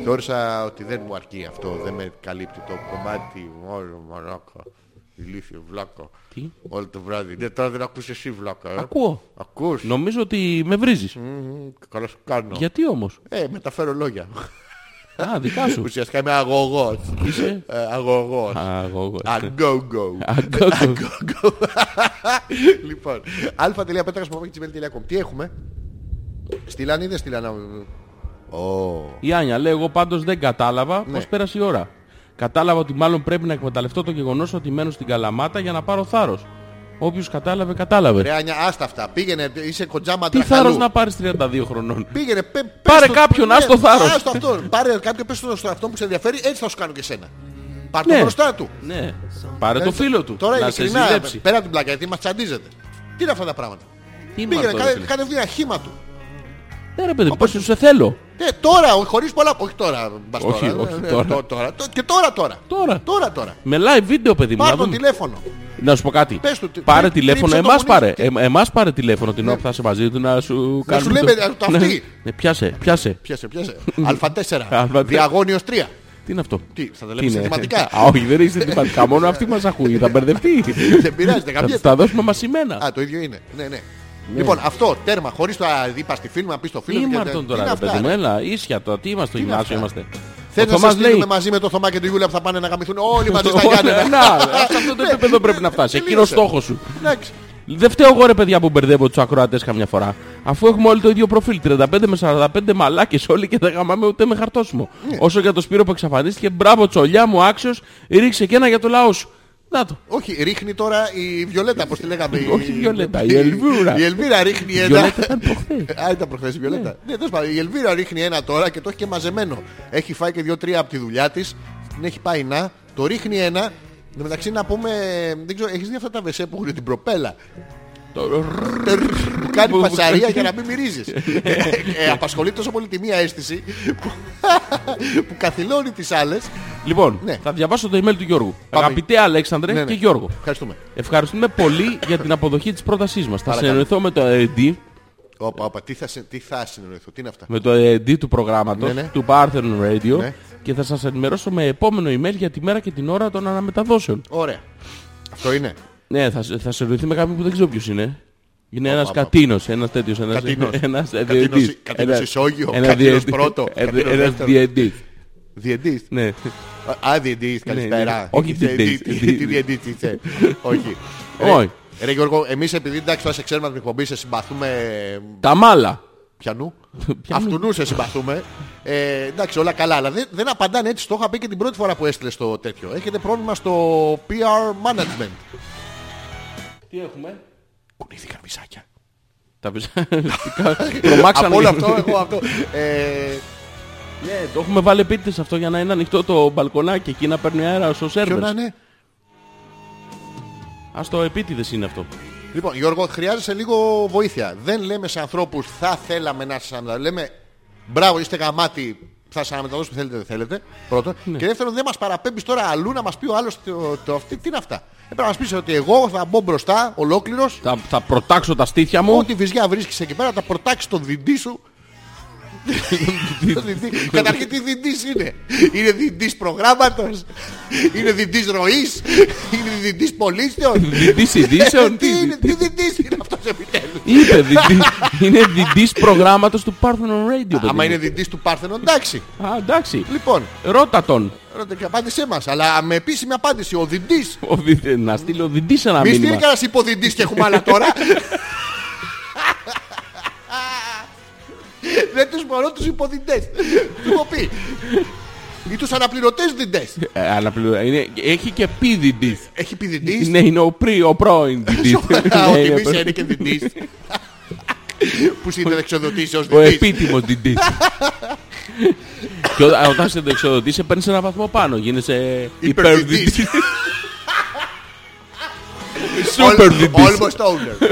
Speaker 4: Θεώρησα ότι δεν μου αρκεί αυτό. Δεν με καλύπτει το κομμάτι. Μόνο μαλάκα. Ηλίθιο βλάκα.
Speaker 3: Τι?
Speaker 4: Όλο το βράδυ. Ναι, τώρα δεν ακούς εσύ βλάκα. Ε.
Speaker 3: Ακούω.
Speaker 4: Ακούς.
Speaker 3: Νομίζω ότι με βρίζεις.
Speaker 4: Μμμ, Καλά σου κάνω.
Speaker 3: Γιατί όμως.
Speaker 4: Ε, μεταφέρω λόγια.
Speaker 3: Α, δικά σου.
Speaker 4: Ουσιαστικά είμαι αγωγός.
Speaker 3: Είσαι.
Speaker 4: Ε, αγωγός.
Speaker 3: Αγώγο.
Speaker 4: Αγκόγκο.
Speaker 3: Αγκόγκο.
Speaker 4: Λοιπόν, α.πέτρας.gmail.com Τι έχουμε? Στείλαν ή δεν στείλαν. Ω.
Speaker 3: Η Άνια λέει, εγώ πάντως δεν κατάλαβα
Speaker 4: Ναι.
Speaker 3: πώς πέρασε η ώρα. Κατάλαβα ότι μάλλον πρέπει να εκμεταλλευτώ το γεγονός ότι μένω στην Καλαμάτα για να πάρω θάρρος. Όποιος κατάλαβε,
Speaker 4: Ρε
Speaker 3: κατάλαβε.
Speaker 4: Άνια, άστα αυτά. Πήγαινε, είσαι κοντζάμα
Speaker 3: Τι θάρρος
Speaker 4: τραχαλού.
Speaker 3: να πάρεις 32 χρονών.
Speaker 4: Πήγαινε, πε, πες
Speaker 3: Πάρε
Speaker 4: το-
Speaker 3: κάποιον,
Speaker 4: ναι,
Speaker 3: άστο θάρρος.
Speaker 4: άστο αυτό. Πάρε κάποιον, πες το στον αυτόν που σε ενδιαφέρει, έτσι θα σου κάνω και σένα. Πάρ το
Speaker 3: Ναι.
Speaker 4: μπροστά του.
Speaker 3: Ναι. Πάρε το φίλο του.
Speaker 4: Ε, Τώρα
Speaker 3: να σε
Speaker 4: ειλικρινά,
Speaker 3: ζηλέψει.
Speaker 4: πέρα από την πλάκα, γιατί μας τσαντίζετε. Τι είναι αυτά τα πράγματα.
Speaker 3: Τι είναι
Speaker 4: Πήγαινε,
Speaker 3: αυτό, ρε
Speaker 4: κάνε,
Speaker 3: φίλε.
Speaker 4: κάνε μια χήμα του.
Speaker 3: Ναι ρε παιδί, πώς σε θέλω.
Speaker 4: Ναι, τώρα, χωρίς πολλά. Όχι τώρα. μπας
Speaker 3: Όχι,
Speaker 4: τώρα.
Speaker 3: όχι
Speaker 4: Ε,
Speaker 3: τώρα.
Speaker 4: το- τώρα. Το- Και τώρα τώρα.
Speaker 3: Τώρα. Δηλαδή-
Speaker 4: Τώρα τώρα.
Speaker 3: Με live βίντεο, παιδί μου.
Speaker 4: Πάρ
Speaker 3: να
Speaker 4: το
Speaker 3: δούμε.
Speaker 4: τηλέφωνο.
Speaker 3: Να σου πω κάτι.
Speaker 4: Πες του τι-
Speaker 3: πάρε
Speaker 4: κρύψε
Speaker 3: τηλέφωνο,
Speaker 4: το
Speaker 3: εμά
Speaker 4: γονίδι.
Speaker 3: πάρε. Ε, εμάς πάρε τηλέφωνο την ώρα που θα σε μαζί του να σου
Speaker 4: Να
Speaker 3: κάνει.
Speaker 4: σου λέμε, α, το
Speaker 3: Ναι,
Speaker 4: αυτή.
Speaker 3: Ναι, πιάσε, πιάσε.
Speaker 4: Πιάσε, πιάσε. Α4.
Speaker 3: Α4.
Speaker 4: Διαγώνιο 3.
Speaker 3: Τι είναι αυτό.
Speaker 4: Τι, θα τα λέμε
Speaker 3: είναι?
Speaker 4: συνθηματικά.
Speaker 3: Α, όχι, δεν είναι συντηματικά. Μόνο αυτή μας ακούει. Θα μπερδευτεί.
Speaker 4: Δεν πειράζει,
Speaker 3: Θα
Speaker 4: δεν καμπιέται.
Speaker 3: της τα δώσουμε μασημένα.
Speaker 4: Α, το ίδιο είναι. Ναι, ναι. Λοιπόν, αυτό τέρμα. Χωρίς το α, είπα στη φίλη μου, να πεις στο
Speaker 3: Τι
Speaker 4: φίλο
Speaker 3: ήμαρτον τώρα, ρε παιδί μου, έλα, ίσια τώρα. Τι είμαστε, στο γυμνάσιο
Speaker 4: αυτά?
Speaker 3: είμαστε.
Speaker 4: Θε
Speaker 3: Ο
Speaker 4: να σα
Speaker 3: Θωμάς λέει,
Speaker 4: στείλουμε μαζί με το Θωμά και τη Γιούλα που θα πάνε να γαμηθούν όλοι μαζί στα
Speaker 3: Ωραία,
Speaker 4: Γιάννενα.
Speaker 3: να, σε αυτό το επίπεδο πρέπει να φτάσει. Εκείνος ο
Speaker 4: τελείωσε.
Speaker 3: στόχος σου.
Speaker 4: Εντάξει.
Speaker 3: Δεν φταίω εγώ ρε παιδιά που μπερδεύω τους ακροατές καμιά φορά. Αφού έχουμε όλοι το ίδιο προφίλ, 35 με 45 μαλάκες όλοι και δεν γαμάμε ούτε με χαρτόσημο.
Speaker 4: Ναι.
Speaker 3: Όσο για το Σπύρο που εξαφανίστηκε, μπράβο τσολιά μου άξιος, ρίξε και ένα για το λαό σου. Να το.
Speaker 4: Όχι, ρίχνει τώρα η Βιολέτα, πώς τη λέγαμε.
Speaker 3: Όχι η Βιολέτα, η Ελβίρα.
Speaker 4: Η Ελβίρα ρίχνει
Speaker 3: Η
Speaker 4: ένα.
Speaker 3: Βιολέτα ήταν προχθές.
Speaker 4: Α, ήταν προχθές η Βιολέτα. Ναι, τέλος πάντων, η Ελβίρα ρίχνει ένα τώρα και το έχει και μαζεμένο. Έχει φάει και δύο-τρία από τη δουλειά της. Την έχει πάει να. Το ρίχνει ένα. Εν τω μεταξύ να πούμε, δεν ξέρω, έχεις δει αυτά τα βεσέ που έχουν την προπέλα. που κάνει φασαρία για να μην Ε, μυρίζει. απασχολεί τόσο πολύ τη μία αίσθηση που, που καθυλώνει τις άλλες.
Speaker 3: Λοιπόν,
Speaker 4: Ναι.
Speaker 3: θα διαβάσω το email του Γιώργου.
Speaker 4: Πάμε. Ναι,
Speaker 3: Αγαπητέ Αλέξανδρε και Γιώργο.
Speaker 4: Ευχαριστούμε.
Speaker 3: Ευχαριστούμε πολύ για την αποδοχή της πρότασής μας. Θα
Speaker 4: Παρακαλώ.
Speaker 3: συνεννοηθώ με το AD,
Speaker 4: Όπα, όπα, τι θα, συ- τι θα συνεννοηθώ, τι είναι αυτά.
Speaker 3: με το AD του προγράμματος,
Speaker 4: Ναι, ναι.
Speaker 3: του Parthenon Radio
Speaker 4: Ναι.
Speaker 3: και θα σας ενημερώσω με επόμενο email για τη μέρα και την ώρα των αναμεταδόσεων.
Speaker 4: Ωραία. Αυτό είναι.
Speaker 3: Ναι, θα, θα σε ρωτηθεί με κάποιον που δεν ξέρω ποιος είναι. Είναι ένας
Speaker 4: οπα, οπα.
Speaker 3: κατίνος, ένας τέτοιος, ένας,
Speaker 4: Κατίνος.
Speaker 3: ένας
Speaker 4: Κατίνος-
Speaker 3: διαιτής.
Speaker 4: κατίνος
Speaker 3: Ένα-
Speaker 4: ισόγειο,
Speaker 3: ένας
Speaker 4: κατίνος
Speaker 3: διαιτή-
Speaker 4: πρώτο,
Speaker 3: ένα-
Speaker 4: κατίνος
Speaker 3: Ένας
Speaker 4: δεύτερο.
Speaker 3: διαιτής.
Speaker 4: Διεντή.
Speaker 3: Ναι.
Speaker 4: Α, διεντή,
Speaker 3: ναι.
Speaker 4: καλησπέρα.
Speaker 3: Όχι
Speaker 4: Είσαι
Speaker 3: διεντής.
Speaker 4: δι- Τι διεντή, τι είσαι. Όχι. Ρε-
Speaker 3: Όχι.
Speaker 4: Ρε Γιώργο, εμείς επειδή εντάξει τώρα σε ξέρουμε από την εκπομπή, σε συμπαθούμε
Speaker 3: Τα μάλα.
Speaker 4: πιανού. Αυτού σε συμπαθούμε. Ε, εντάξει, όλα καλά, αλλά δεν, δεν απαντάνε έτσι. Το είχα πει και την πρώτη φορά που έστειλε το τέτοιο. Έχετε πρόβλημα στο PR management.
Speaker 3: Τι έχουμε.
Speaker 4: Κουνήθηκαν μισάκια.
Speaker 3: Τα Τρομάξαμε.
Speaker 4: Από όλο αυτό, έχω αυτό. Ε,
Speaker 3: Ναι, το έχουμε βάλει επίτηδες αυτό για να είναι ανοιχτό το μπαλκονάκι εκεί να παίρνει αέρα ο
Speaker 4: ποιο
Speaker 3: σερβερ.
Speaker 4: να είναι.
Speaker 3: Ας το επίτηδες είναι αυτό.
Speaker 4: Λοιπόν, Γιώργο, χρειάζεσαι λίγο βοήθεια. Δεν λέμε σε ανθρώπους θα θέλαμε να σας αναμεταδώσουμε. Λέμε μπράβο, είστε γαμάτι, θα σα αναμεταδώσουμε θέλετε, δεν θέλετε. Πρώτον. Και δεύτερον, δεν μας παραπέμπεις τώρα αλλού να μας πει ο άλλος το, το αυτή. Τι είναι αυτά. Έπρεπε να μας πεις ότι εγώ θα μπω μπροστά ολόκληρος.
Speaker 3: Θα, θα προτάξω τα στήθια μου.
Speaker 4: Ό,τι βυζιά βρίσκεις εκεί πέρα, τα προτάξεις τον διντή σου. Το δινδύ- Καταρχήν τι διντής είναι Είναι διντής προγράμματος Είναι διντής ροής Είναι διντής πολίσεων
Speaker 3: Διντής ειδήσεων,
Speaker 4: Ε, Τι
Speaker 3: τι-
Speaker 4: είναι, τι διντής είναι αυτός επιτέλους
Speaker 3: Είπε, δι- είναι διντής προγράμματος του Parthenon Radio. παιδί μου.
Speaker 4: Άμα είναι διντής του Πάρθενον, εντάξει.
Speaker 3: Α, εντάξει.
Speaker 4: Λοιπόν,
Speaker 3: Ρώτα τον.
Speaker 4: ρώτα και απάντησέ μας. Αλλά με επίσημη απάντηση, ο διντής.
Speaker 3: Ο δι- Να στείλει ο διντής ένα
Speaker 4: Μη στείλει
Speaker 3: μήνυμα.
Speaker 4: κανένας υποδιντής και έχουμε άλλα τώρα. Δεν τους μπορώ τους υποδιντές. Του έχω πει. Ή τους αναπληρωτές διντές.
Speaker 3: Ε, αναπληρω- είναι- Έχει και πει διντής.
Speaker 4: Έχει πει διντής.
Speaker 3: Ναι, είναι ο, πρι, ο πρώην διντής.
Speaker 4: Σοβαρά,
Speaker 3: Ναι,
Speaker 4: ο
Speaker 3: είναι
Speaker 4: Τιμής
Speaker 3: πρώην-
Speaker 4: είναι και διντής. Που συνδεξιοδοτήσει ως
Speaker 3: Ο
Speaker 4: διντής.
Speaker 3: επίτιμος διντής. Και ό- όταν σε δεξιοδοτήσει, παίρνεις ένα βαθμό πάνω. Γίνεσαι
Speaker 4: Υπερδιντής.
Speaker 3: υπερδιντής.
Speaker 4: Al-
Speaker 3: Σούπερ διντής.
Speaker 4: Almost owner.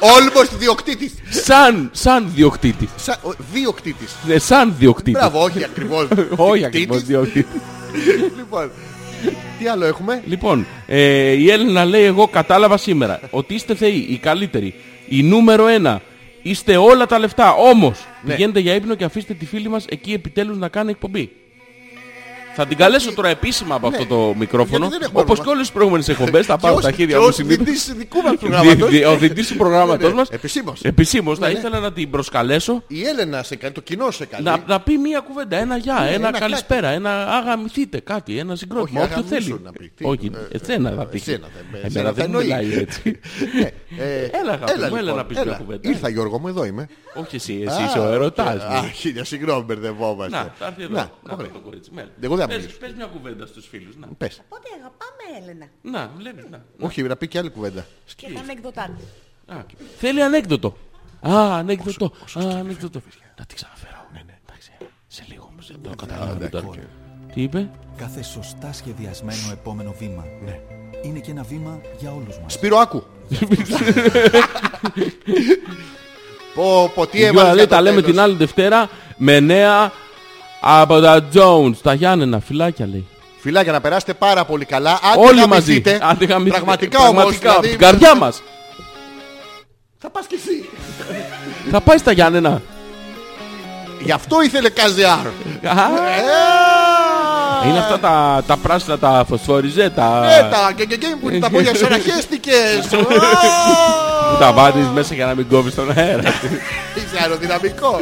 Speaker 4: Almost διοκτήτης.
Speaker 3: Σαν, σαν διοκτήτης.
Speaker 4: Σα- ο- Διοκτήτης.
Speaker 3: Ναι, σαν διοκτήτης.
Speaker 4: Μπράβο, όχι ακριβώς.
Speaker 3: Όχι
Speaker 4: Διοκτήτης.
Speaker 3: ακριβώς διοκτήτης.
Speaker 4: Λοιπόν, τι άλλο έχουμε.
Speaker 3: Λοιπόν, ε, η Έλληνα λέει: Εγώ κατάλαβα σήμερα ότι είστε θεοί, οι καλύτεροι. Η νούμερο ένα. Είστε όλα τα λεφτά. Όμως,
Speaker 4: Ναι.
Speaker 3: πηγαίνετε για ύπνο και αφήστε τη φίλη μας εκεί επιτέλους να κάνει εκπομπή. Θα την καλέσω τώρα επίσημα από αυτό το μικρόφωνο.
Speaker 4: Ναι. Γιατί δεν έχουμε
Speaker 3: Όπω
Speaker 4: όνομα.
Speaker 3: και όλες τις προηγούμενες εκπομπές, θα
Speaker 4: Και
Speaker 3: πάρω
Speaker 4: ως-
Speaker 3: τα χέρια
Speaker 4: και
Speaker 3: μου
Speaker 4: ως
Speaker 3: συνήθως.
Speaker 4: διντής δικού μας
Speaker 3: Δι-
Speaker 4: προγράμματος.
Speaker 3: δι- Ο διδής του προγράμματός
Speaker 4: Ναι,
Speaker 3: μας
Speaker 4: επισήμως.
Speaker 3: Επισήμως θα
Speaker 4: Ναι, ναι.
Speaker 3: ήθελα να την προσκαλέσω
Speaker 4: Η Έλενα σε κάνει, το κοινό σε κάνει.
Speaker 3: να, να πει μία κουβέντα, ένα γεια, ένα,
Speaker 4: Δηλαδή- Ναι, ένα
Speaker 3: καλησπέρα, ένα αγαμηθείτε κάτι, ένα συγκρότημα,
Speaker 4: Όχι,
Speaker 3: όποιο
Speaker 4: αγαμίσου
Speaker 3: θέλει.
Speaker 4: να πει. Τι,
Speaker 3: Όχι,
Speaker 4: ε,
Speaker 3: εσένα θα πει.
Speaker 4: εσένα θα- με- εσένα
Speaker 3: Εμένα
Speaker 4: θα
Speaker 3: δεν
Speaker 4: εννοεί.
Speaker 3: μιλάει έτσι.
Speaker 4: Ε,
Speaker 3: Έλα, αγάπη μου, έλα
Speaker 4: λοιπόν,
Speaker 3: να πεις μια κουβέντα.
Speaker 4: Ήρθα Γιώργο μου, εδώ είμαι.
Speaker 3: Όχι εσύ, εσύ είσαι
Speaker 4: Α,
Speaker 3: ο
Speaker 4: και-
Speaker 3: ερωτάς
Speaker 4: Α,
Speaker 3: μου.
Speaker 4: χίλια, συγγνώμη, μπερδευόμαστε.
Speaker 3: Να, θα έρθει εδώ.
Speaker 4: Να,
Speaker 3: Να,
Speaker 4: ωραία.
Speaker 3: το κορίτσι, με έλα.
Speaker 4: Εγώ δεν θα
Speaker 3: Πες-
Speaker 4: μιλήσω.
Speaker 3: Πες μια κουβέντα στους φίλους. Να,
Speaker 4: Πες.
Speaker 9: Πότε αγαπάμε, Έλενα.
Speaker 3: να βλέπεις. να.
Speaker 4: Όχι, να πει και άλλη κουβέντα.
Speaker 9: Και τα ανεκδοτά.
Speaker 3: Α, Θέλει ανέκδοτο. Α, ανέκδοτο. Α, ανέκδοτο. Να τη ξαναφέρω.
Speaker 4: Ναι,
Speaker 3: Εντάξει, Σε λίγο όμως δεν το καταλάβω τώρα. Τι είπε.
Speaker 10: Κάθε σωστά σχεδιασμένο επόμενο βήμα είναι και ένα βήμα για όλους μας.
Speaker 4: Σπύρο, άκου. Πω, πω, τι
Speaker 3: Η
Speaker 4: έβαλες
Speaker 3: Γιώρα λέει
Speaker 4: για το
Speaker 3: τα λέμε
Speaker 4: τέλος.
Speaker 3: την άλλη Δευτέρα με νέα από τα Jones. Τα Γιάννενα, φυλάκια λέει.
Speaker 4: Φιλάκια να περάσετε πάρα πολύ καλά. Άντε
Speaker 3: Όλοι μαζί.
Speaker 4: γαμηθείτε.
Speaker 3: Άντε γαμηθείτε.
Speaker 4: Πραγματικά όμως.
Speaker 3: Πραγματικά, από
Speaker 4: Δηλαδή,
Speaker 3: την καρδιά μας.
Speaker 4: θα πας κι εσύ.
Speaker 3: Θα πάει στα Γιάννενα.
Speaker 4: Γι' αυτό ήθελε KZR.
Speaker 3: Α,
Speaker 4: Ε,
Speaker 3: Είναι αυτά τα, τα πράσινα, τα φωσφοριζέ, τα...
Speaker 4: ε, τα και- και- και που τα πόδια σου αναχέστηκες. Ω,
Speaker 3: Ε. που τα βάζεις μέσα για να μην κόβεις τον αέρα.
Speaker 4: Είσαι αεροδυναμικό.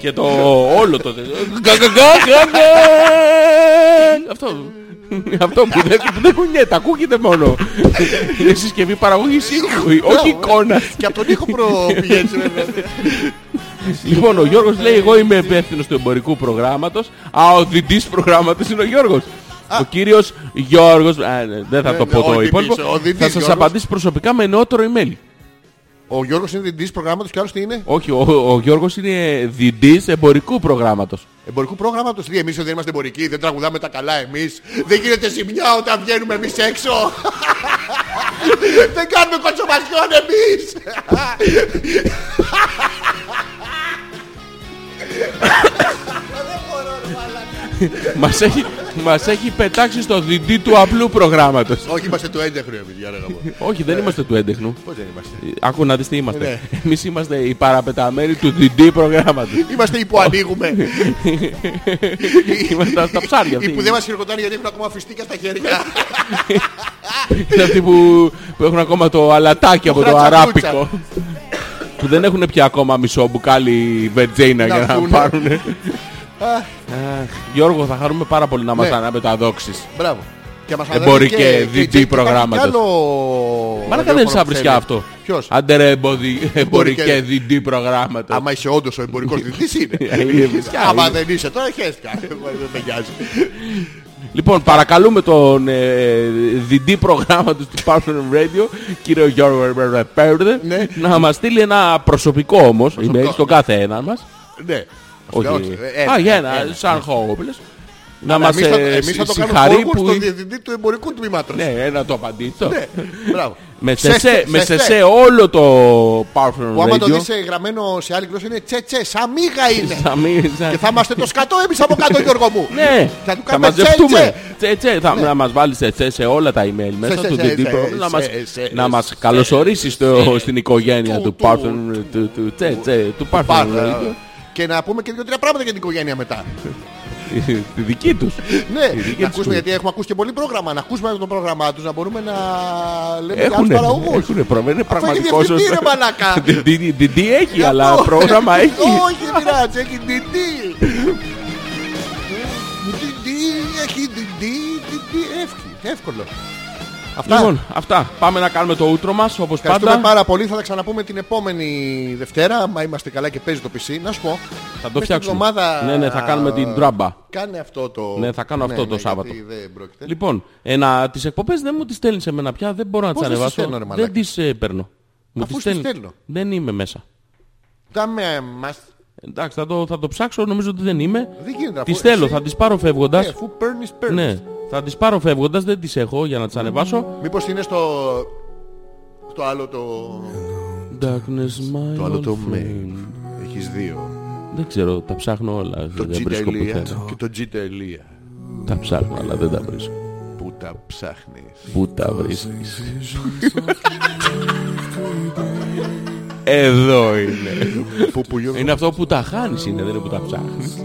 Speaker 3: Και το όλο το... Γκα, γκα, γκα, γκα, γκα. Αυτό... Αυτό που δεν, που δεν κουνιέται, ακούγεται μόνο. Είναι συσκευή παραγωγής ήχου, όχι εικόνα.
Speaker 4: Και από τον ήχο προπηγαίνεις. ρε, βέβαια.
Speaker 3: Λοιπόν, ο Γιώργος λέει: Εγώ είμαι υπεύθυνος του εμπορικού προγράμματος Α, ο διτής προγράμματος είναι ο Γιώργος Ο κύριος Γιώργος α, ναι, Δεν θα
Speaker 4: Ναι,
Speaker 3: το
Speaker 4: ναι,
Speaker 3: πω
Speaker 4: ο
Speaker 3: το
Speaker 4: διτής,
Speaker 3: υπόλοιπο.
Speaker 4: ο διτής
Speaker 3: Θα σας
Speaker 4: Γιώργος.
Speaker 3: απαντήσει προσωπικά με νεότερο email.
Speaker 4: Ο Γιώργος είναι διευθυντής προγράμματος και ο άλλος τι είναι.
Speaker 3: Όχι, ο, ο Γιώργος είναι διτής εμπορικού προγράμματος
Speaker 4: Εμπορικού προγράμματος. Τι εμείς δεν είμαστε εμπορικοί, δεν τραγουδάμε τα καλά εμείς. Δεν γίνεται ζημιά όταν βγαίνουμε εμείς έξω. δεν κάνουμε κοτσομασιόν εμείς.
Speaker 3: μας, έχει, μας έχει πετάξει στο διτή του απλού προγράμματος
Speaker 4: Όχι, είμαστε του έντεχνου εμείς, για να γαμώ.
Speaker 3: Όχι, δεν είμαστε του έντεχνου.
Speaker 4: Πώς δεν είμαστε.
Speaker 3: Ε, Άκου να δεις τι είμαστε.
Speaker 4: Ναι.
Speaker 3: Εμείς είμαστε οι παραπεταμένοι του διτή προγράμματος
Speaker 4: Είμαστε οι που ανοίγουμε.
Speaker 3: Είμαστε τα- τα ψάρια
Speaker 4: Οι
Speaker 3: αυτοί.
Speaker 4: που δεν μας χειροκροτάνε γιατί έχουν ακόμα φιστίκια στα χέρια.
Speaker 3: Είναι αυτοί που, που έχουν ακόμα το αλατάκι από το
Speaker 4: χρατσαπλούτσα.
Speaker 3: αράπικο. που δεν έχουν πια ακόμα μισό μπουκάλι βετζέινα
Speaker 4: Να
Speaker 3: για να
Speaker 4: βγουνε.
Speaker 3: πάρουν. Γιώργο, θα χαρούμε πάρα πολύ να μας
Speaker 4: Ναι.
Speaker 3: αναμεταδόξεις.
Speaker 4: Μπράβο. Και
Speaker 3: Ε,
Speaker 4: μας
Speaker 3: Εμπορικέ
Speaker 4: ανέβηκε και-
Speaker 3: DD
Speaker 4: και- και
Speaker 3: προγράμματος.
Speaker 4: υπάρχει κι άλλο
Speaker 3: Μαλάκα
Speaker 4: ραδιόφωνο
Speaker 3: δεν
Speaker 4: που
Speaker 3: θα βρεις
Speaker 4: θέλει.
Speaker 3: και αυτό.
Speaker 4: Ποιος.
Speaker 3: Άντε ρε εμποδι- εμπορικέ
Speaker 4: Εμπορικές.
Speaker 3: διντή προγράμματα.
Speaker 4: Άμα είσαι όντως ο εμπορικός διευθυντής
Speaker 3: Ε, είναι
Speaker 4: είναι.
Speaker 3: φυσικά,
Speaker 4: Άμα
Speaker 3: είναι.
Speaker 4: δεν είσαι τώρα χέστηκα. Δεν με νοιάζει.
Speaker 3: Λοιπόν, παρακαλούμε τον ε, διντή προγράμματος του Parthenon Radio, κύριο Γιώργο Πέρδε,
Speaker 4: Ναι.
Speaker 3: να μας στείλει ένα προσωπικό όμως, email στον κάθε έναν μας.
Speaker 4: Ναι.
Speaker 3: Όχι.
Speaker 4: ε,
Speaker 3: Α, για ένα, σαν Χόμπλες. Να μας
Speaker 4: ναι, Εμείς θα-
Speaker 3: ε,
Speaker 4: εμείς θα το κάνουμε
Speaker 3: συγχαρεί
Speaker 4: forward
Speaker 3: που...
Speaker 4: στον διευθυντή του εμπορικού τμήματος.
Speaker 3: Ναι, ένα το απαντήσω.
Speaker 4: Ναι, Μπράβο.
Speaker 3: Με
Speaker 4: Σε-
Speaker 3: σεσέ,
Speaker 4: σε-
Speaker 3: με
Speaker 4: σε-
Speaker 3: σεσέ όλο το Parthenon
Speaker 4: Που άμα το
Speaker 3: Radio.
Speaker 4: δεις ε, γραμμένο σε άλλη γλώσσα είναι τσε τσε, σαμίγα είναι.
Speaker 3: θα μην- θα-
Speaker 4: Και θα είμαστε το σκατό εμείς από κάτω Γιώργο μου.
Speaker 3: Ναι,
Speaker 4: Θα του
Speaker 3: θα
Speaker 4: κάνουμε τσε
Speaker 3: μαζευτούμε. Τσε,
Speaker 4: τσε.
Speaker 3: τσε, θα να μας βάλεις τσε σε όλα τα email μέσα
Speaker 4: σε,
Speaker 3: του
Speaker 4: σε,
Speaker 3: DD
Speaker 4: σε,
Speaker 3: Program, να
Speaker 4: σε,
Speaker 3: μας-
Speaker 4: σε,
Speaker 3: να
Speaker 4: σε, Ε,
Speaker 3: μας καλωσορίσεις στο- στην οικογένεια
Speaker 4: του-
Speaker 3: του
Speaker 4: του- ε.
Speaker 3: Parthenon του- του- τσε, τσε, του ε, Parthenon
Speaker 4: Πάρτα.
Speaker 3: Radio.
Speaker 4: Και να πούμε και δύο-τρία πράγματα για την οικογένεια μετά.
Speaker 3: Τη δική τους.
Speaker 4: ναι,
Speaker 3: δική
Speaker 4: να
Speaker 3: τους
Speaker 4: ακούσουμε,
Speaker 3: του.
Speaker 4: γιατί έχουμε ακούσει και πολύ πρόγραμμα. Να ακούσουμε το πρόγραμμά τους, να μπορούμε να λέμε για άλλους
Speaker 3: Έχουνε,
Speaker 4: παραγωγούς.
Speaker 3: έχουνε πρόβλημα, είναι πραγματικό
Speaker 4: έχει διευθυντή, ρε μαλάκα.
Speaker 3: DD έχει,
Speaker 4: Γι'
Speaker 3: αλλά
Speaker 4: αυτό.
Speaker 3: πρόγραμμα έχει.
Speaker 4: Όχι, δεν πειράζει, έχει DD. DD, έχει DD, DD, εύκολο, εύκολο. Αυτά.
Speaker 3: Λοιπόν, αυτά. Πάμε να κάνουμε το ούτρο μας όπως
Speaker 4: Ευχαριστούμε
Speaker 3: πάντα.
Speaker 4: πάρα πολύ. Θα τα ξαναπούμε την επόμενη Δευτέρα. Μα είμαστε καλά και παίζει το PC. Να σου πω.
Speaker 3: Θα το
Speaker 4: μες
Speaker 3: φτιάξουμε.
Speaker 4: Την εβδομάδα...
Speaker 3: Ναι, ναι, θα κάνουμε την τράμπα.
Speaker 4: Κάνε αυτό το.
Speaker 3: Ναι, θα κάνω αυτό το
Speaker 4: γιατί
Speaker 3: Σάββατο.
Speaker 4: δεν πρόκειται.
Speaker 3: Λοιπόν, ένα, τις εκπομπές δεν μου τις στέλνεις εμένα πια, δεν μπορώ να
Speaker 4: Πώς
Speaker 3: τις
Speaker 4: δεν τις
Speaker 3: ανεβάσω.
Speaker 4: στέλνω, ρε μαλάκα.
Speaker 3: δεν τις ε, παίρνω. Μου
Speaker 4: Αφού
Speaker 3: στέλνει.
Speaker 4: τις στέλνω.
Speaker 3: Δεν είμαι μέσα.
Speaker 4: Τα με μας.
Speaker 3: Εντάξει, θα το, θα το ψάξω, νομίζω ότι δεν είμαι.
Speaker 4: Δεν γίνεται,
Speaker 3: Τις
Speaker 4: αφού
Speaker 3: θέλω,
Speaker 4: εσύ-
Speaker 3: θα τις πάρω φεύγοντας.
Speaker 4: Ε, αφού παίρνεις, παίρνεις.
Speaker 3: ναι, θα τις πάρω φεύγοντας, δεν τις έχω για να τις ανεβάσω.
Speaker 4: Μήπως είναι στο. Το άλλο το.
Speaker 3: Darkness, my old friend.
Speaker 4: Έχεις δύο.
Speaker 3: Δεν ξέρω, τα ψάχνω όλα.
Speaker 4: Το
Speaker 3: δεν
Speaker 4: G
Speaker 3: βρίσκω
Speaker 4: τελεία
Speaker 3: πουθενά.
Speaker 4: και το G τελεία.
Speaker 3: Τα ψάχνω, αλλά δεν τα βρίσκω.
Speaker 4: Που τα ψάχνεις.
Speaker 3: Πού τα βρίσκεις. Εδώ είναι.
Speaker 4: Που, που, Γιώργο,
Speaker 3: Είναι αυτό που τα χάνεις είναι, δεν είναι που τα ψάχνεις.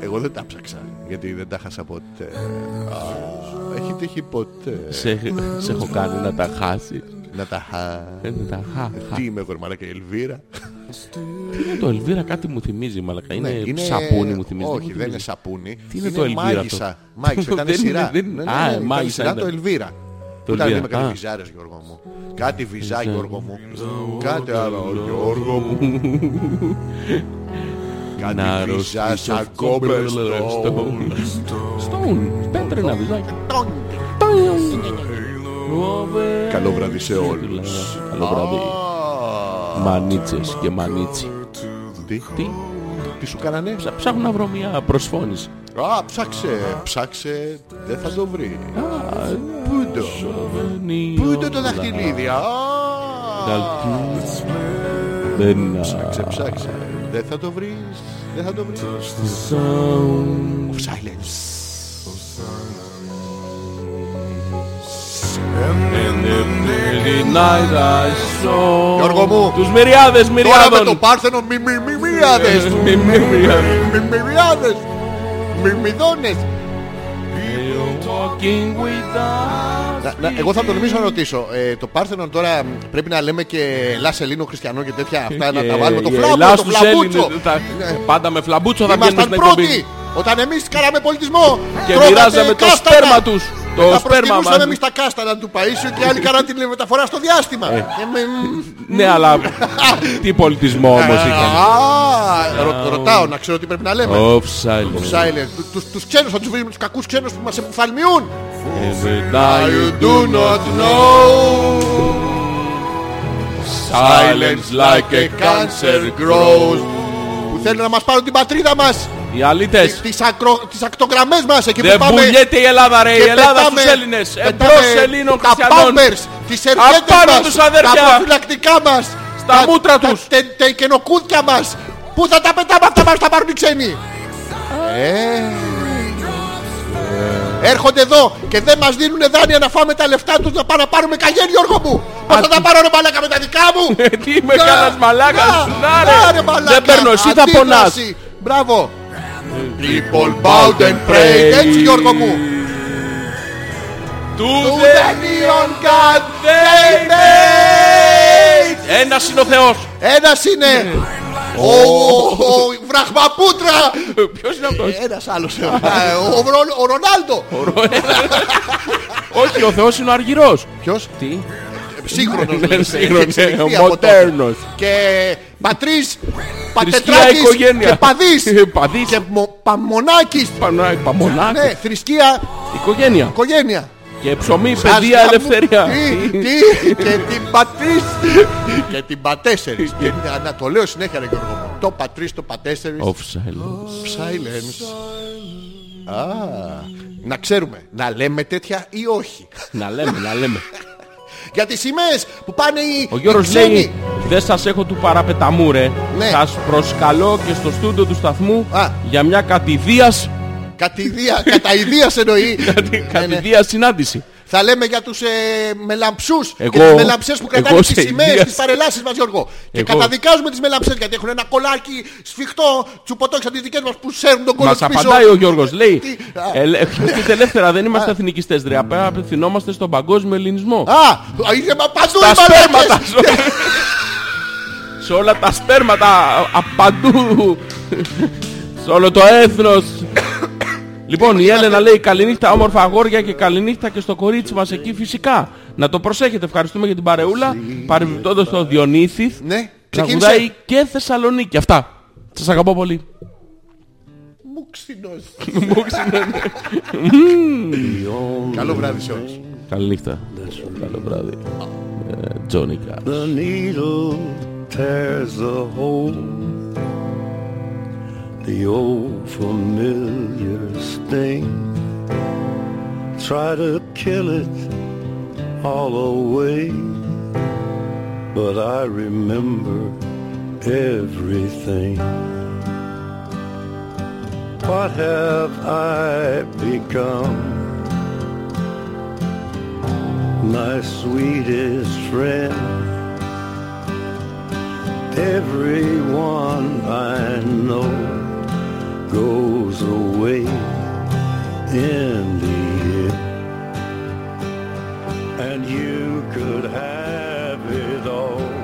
Speaker 4: Εγώ δεν τα ψάξα. Γιατί δεν τα χάσα ποτέ. Α, Έχει τύχει ποτέ.
Speaker 3: σε,
Speaker 4: Ε.
Speaker 3: σε έχω κάνει να τα χάσεις.
Speaker 4: Να τα χα.
Speaker 3: Ε, να τα χά, χά.
Speaker 4: Τι είμαι εγώ, ρε μαλάκα, η Ελβίρα.
Speaker 3: Το Ελβίρα κάτι μου θυμίζει, μαλακά. Είναι,
Speaker 4: Ναι, είναι-
Speaker 3: σαπούνι μου θυμίζει.
Speaker 4: Όχι,
Speaker 3: μου
Speaker 4: δεν είναι
Speaker 3: θυμίζει.
Speaker 4: σαπούνι.
Speaker 3: είναι το Ελβίρα
Speaker 4: Μάγισσα.
Speaker 3: αυτό?
Speaker 4: Μάγισσα, ήταν
Speaker 3: Δεν είναι-
Speaker 4: σειρά.
Speaker 3: δεν είναι-
Speaker 4: Ναι, ναι,
Speaker 3: Α,
Speaker 4: ναι, ήταν
Speaker 3: μάγισσα
Speaker 4: σειρά
Speaker 3: ήταν.
Speaker 4: το Ελβίρα.
Speaker 3: Το
Speaker 4: Που ήταν
Speaker 3: Ελβίρα,
Speaker 4: με
Speaker 3: α.
Speaker 4: κάτι βυζάρες Γιώργο μου. Κάτι βυζά Γιώργο μου. Κάτι άλλο Γιώργο μου.
Speaker 3: Να
Speaker 4: Κάτι βυζά
Speaker 3: αρρωστήσω
Speaker 4: σαν κόμπερ στο.
Speaker 3: Cobblestone. Stone, πέτρινα βυζάκια.
Speaker 4: Καλό βράδυ σε όλους.
Speaker 3: Καλό βράδυ. Μανίτσες και μανίτσι.
Speaker 4: Τι,
Speaker 3: Τι,
Speaker 4: τι σου κάνανε.
Speaker 3: ψα- ψάχνω να βρω μια προσφώνηση.
Speaker 4: Α, ψάξε, ψάξε, δεν θα το βρει. Πού είναι το, πού είναι το δαχτυλίδι, α.
Speaker 3: πουθενά.
Speaker 4: Ψάξε, ψάξε. Δεν θα το βρεις. Δεν θα το βρεις. Of silence. Γιώργο μου.
Speaker 3: Τους μυριάδες
Speaker 4: Τώρα με το
Speaker 3: μυριάδων.
Speaker 4: Πάρθενο μι- μι- μι- μυριάδες.
Speaker 3: Μυ- μυριάδες.
Speaker 4: Μι- Μυριάδες. Μυρμηδόνες. Να- να- Εγώ θα τολμήσω να ρωτήσω. Ε, το Πάρθενο τώρα μ, πρέπει να λέμε και Ελλάς Ελλήνων Χριστιανών και τέτοια αυτά να τα βάλουμε. Το
Speaker 3: Ε,
Speaker 4: φλάμπο, το
Speaker 3: ελάς τους
Speaker 4: φλαμπούτσο.
Speaker 3: Έλληνες, τα- Πάντα με φλαμπούτσο θα βγαίνουμε
Speaker 4: Ήμασταν
Speaker 3: στην εκπομπή.
Speaker 4: πρώτοι. Όταν εμείς κάναμε πολιτισμό.
Speaker 3: Και
Speaker 4: τρώγατε
Speaker 3: μοιράζαμε το
Speaker 4: κάστανα.
Speaker 3: σπέρμα τους. Το
Speaker 4: Τα
Speaker 3: σπέρμα
Speaker 4: προτιμούσαμε
Speaker 3: μας.
Speaker 4: εμείς τα κάστανα του Παΐσιου και οι άλλοι κάναν την μεταφορά στο διάστημα. Ε, με-
Speaker 3: Ναι, αλλά τι πολιτισμό όμως είχαν.
Speaker 4: Α, ρω- Ρωτάω να ξέρω τι πρέπει να λέμε.
Speaker 3: Of silence.
Speaker 4: Silence. Του- Τους, τους ξένους θα τους βρούμε τους κακούς ξένους που μας εμφαλμιούν.
Speaker 3: And now you
Speaker 4: You
Speaker 3: do
Speaker 4: do
Speaker 3: not
Speaker 4: not
Speaker 3: silence like a cancer grows.
Speaker 4: Που θέλουν να μας πάρουν την πατρίδα μας.
Speaker 3: Οι αλήτες.
Speaker 4: Τις, ακρο, τις ακτογραμμές μας εκεί
Speaker 3: Δεν
Speaker 4: που πάμε.
Speaker 3: πουλιέται η Ελλάδα ρε. Ε, Η
Speaker 4: και
Speaker 3: Ελλάδα
Speaker 4: πετάμε-
Speaker 3: στους Έλληνες.
Speaker 4: πετάμε
Speaker 3: Εμπρός Ελλήνων
Speaker 4: Τα
Speaker 3: χριστιανών.
Speaker 4: πάμπερς, τις σερβιέτες
Speaker 3: Απάνω
Speaker 4: μας,
Speaker 3: τους
Speaker 4: τα
Speaker 3: αδέρφια.
Speaker 4: προφυλακτικά μας.
Speaker 3: Στα μούτρα τους.
Speaker 4: Τα, τε- τα κενοκούδια μας. Πού θα τα πετάμε αυτά μας τα πάρουν οι ξένοι. Ε, Έρχονται εδώ και δεν μας δίνουν δάνεια να φάμε τα λεφτά τους να πάμε να πάρουμε καγέν Γιώργο μου. Πώς θα τα πάρω ρε μαλάκα με τα δικά μου.
Speaker 3: Τι είμαι
Speaker 4: Να,
Speaker 3: καλός μαλάκας. Να
Speaker 4: να,
Speaker 3: ρε.
Speaker 4: μαλάκα.
Speaker 3: Δεν παίρνω εσύ θα πονάς.
Speaker 4: Αντίδραση. Μπράβο. People bowed and prayed. Έτσι Γιώργο μου.
Speaker 3: Του
Speaker 4: Who
Speaker 3: δε-
Speaker 4: the neon god they made.
Speaker 3: Ένας είναι ο Θεός.
Speaker 4: Ένας
Speaker 3: Ναι.
Speaker 4: είναι ο Βραχμαπούτρα.
Speaker 3: Ποιος είναι αυτός.
Speaker 4: Ένας άλλος. Α, ο Ρο- Ο Ρονάλντο.
Speaker 3: Όχι ο Θεός είναι ο Αργυρός.
Speaker 4: Ποιος?
Speaker 3: Τι.
Speaker 4: Σύγχρονος.
Speaker 3: Ναι,
Speaker 4: λες,
Speaker 3: σύγχρονος,
Speaker 4: έχει εξελιχθεί
Speaker 3: ναι, ο
Speaker 4: από τότε.
Speaker 3: μοντέρνος.
Speaker 4: Και πατρίς,
Speaker 3: Θρησκεία
Speaker 4: πατετράκης
Speaker 3: οικογένεια.
Speaker 4: και παδής.
Speaker 3: Ε, Παδής.
Speaker 4: Και μο- παμονάκης.
Speaker 3: Πανά- Παμονάκης.
Speaker 4: Ναι, θρησκεία,
Speaker 3: Οικογένεια.
Speaker 4: οικογένεια.
Speaker 3: Και ψωμί, παιδεία,
Speaker 4: Ας τα μου-
Speaker 3: ελευθερία.
Speaker 4: Τι, τι, και την πατρίς. Και την πατέσσερις. Και- Να το λέω συνέχεια, ρε Γιώργο μου. Το πατρίς, το πατέσσερις.
Speaker 3: Of silence.
Speaker 4: Silence. Α, να ξέρουμε, να λέμε τέτοια ή όχι.
Speaker 3: Να λέμε, να λέμε.
Speaker 4: Για τις σημαίες που πάνε οι,
Speaker 3: Ο Γιώργος
Speaker 4: οι ξένοι.
Speaker 3: λέει, δεν σας έχω του παραπεταμού ρε.
Speaker 4: Ναι.
Speaker 3: Σας προσκαλώ και στο στούντο του σταθμού
Speaker 4: Α.
Speaker 3: για μια κατηδίας,
Speaker 4: Κατηδία, κατά ιδίας εννοεί. Ναι, ναι.
Speaker 3: κατηδίας συνάντηση.
Speaker 4: Θα λέμε για τους ε, μελαμψούς και
Speaker 3: Εγώ-
Speaker 4: τις μελαμψές που κρατάνε
Speaker 3: εγώ
Speaker 4: τις
Speaker 3: σε
Speaker 4: σημαίες
Speaker 3: ιδίας.
Speaker 4: τις παρελάσεις μας Γιώργο. Και
Speaker 3: Εγώ-
Speaker 4: καταδικάζουμε τις μελαμψές γιατί έχουν ένα κολάκι σφιχτό τσουποτό σαν τις δικές μας που σέρνουν τον κόλλο
Speaker 3: Μας
Speaker 4: της πίσω.
Speaker 3: απαντάει ο Γιώργος, λέει,
Speaker 4: Τι-
Speaker 3: «Ελε- «Σκεφτείτε ελεύθερα, δεν είμαστε εθνικιστές ρε, απέ- απευθυνόμαστε στον παγκόσμιο ελληνισμό.
Speaker 4: Α, είναι μα παντού
Speaker 3: Τα
Speaker 4: οι μαλάκες.
Speaker 3: σπέρματα! Σε όλα τα σπέρματα, α- παντού, σε όλο το έθνος. Λοιπόν, η Έλενα λέει καληνύχτα όμορφα αγόρια και καληνύχτα και στο κορίτσι μας εκεί φυσικά. Να το προσέχετε, ευχαριστούμε για την παρεούλα. Παρεμπιπτόντως το Διονύθιθ,
Speaker 4: Ναι,
Speaker 3: τραγουδάει
Speaker 4: ξεκίνησε.
Speaker 3: και Θεσσαλονίκη. Αυτά. Σας αγαπώ πολύ.
Speaker 4: Μουξινός. ναι. Καλό βράδυ σε όλους.
Speaker 3: Καληνύχτα. Καλό βράδυ. Ε, Τζόνι
Speaker 6: The needle tears a hole. The old familiar sting. Try to kill it all away. But I remember everything. What have I become? my sweetest friend. Everyone I know goes away in the end. And you could have it all.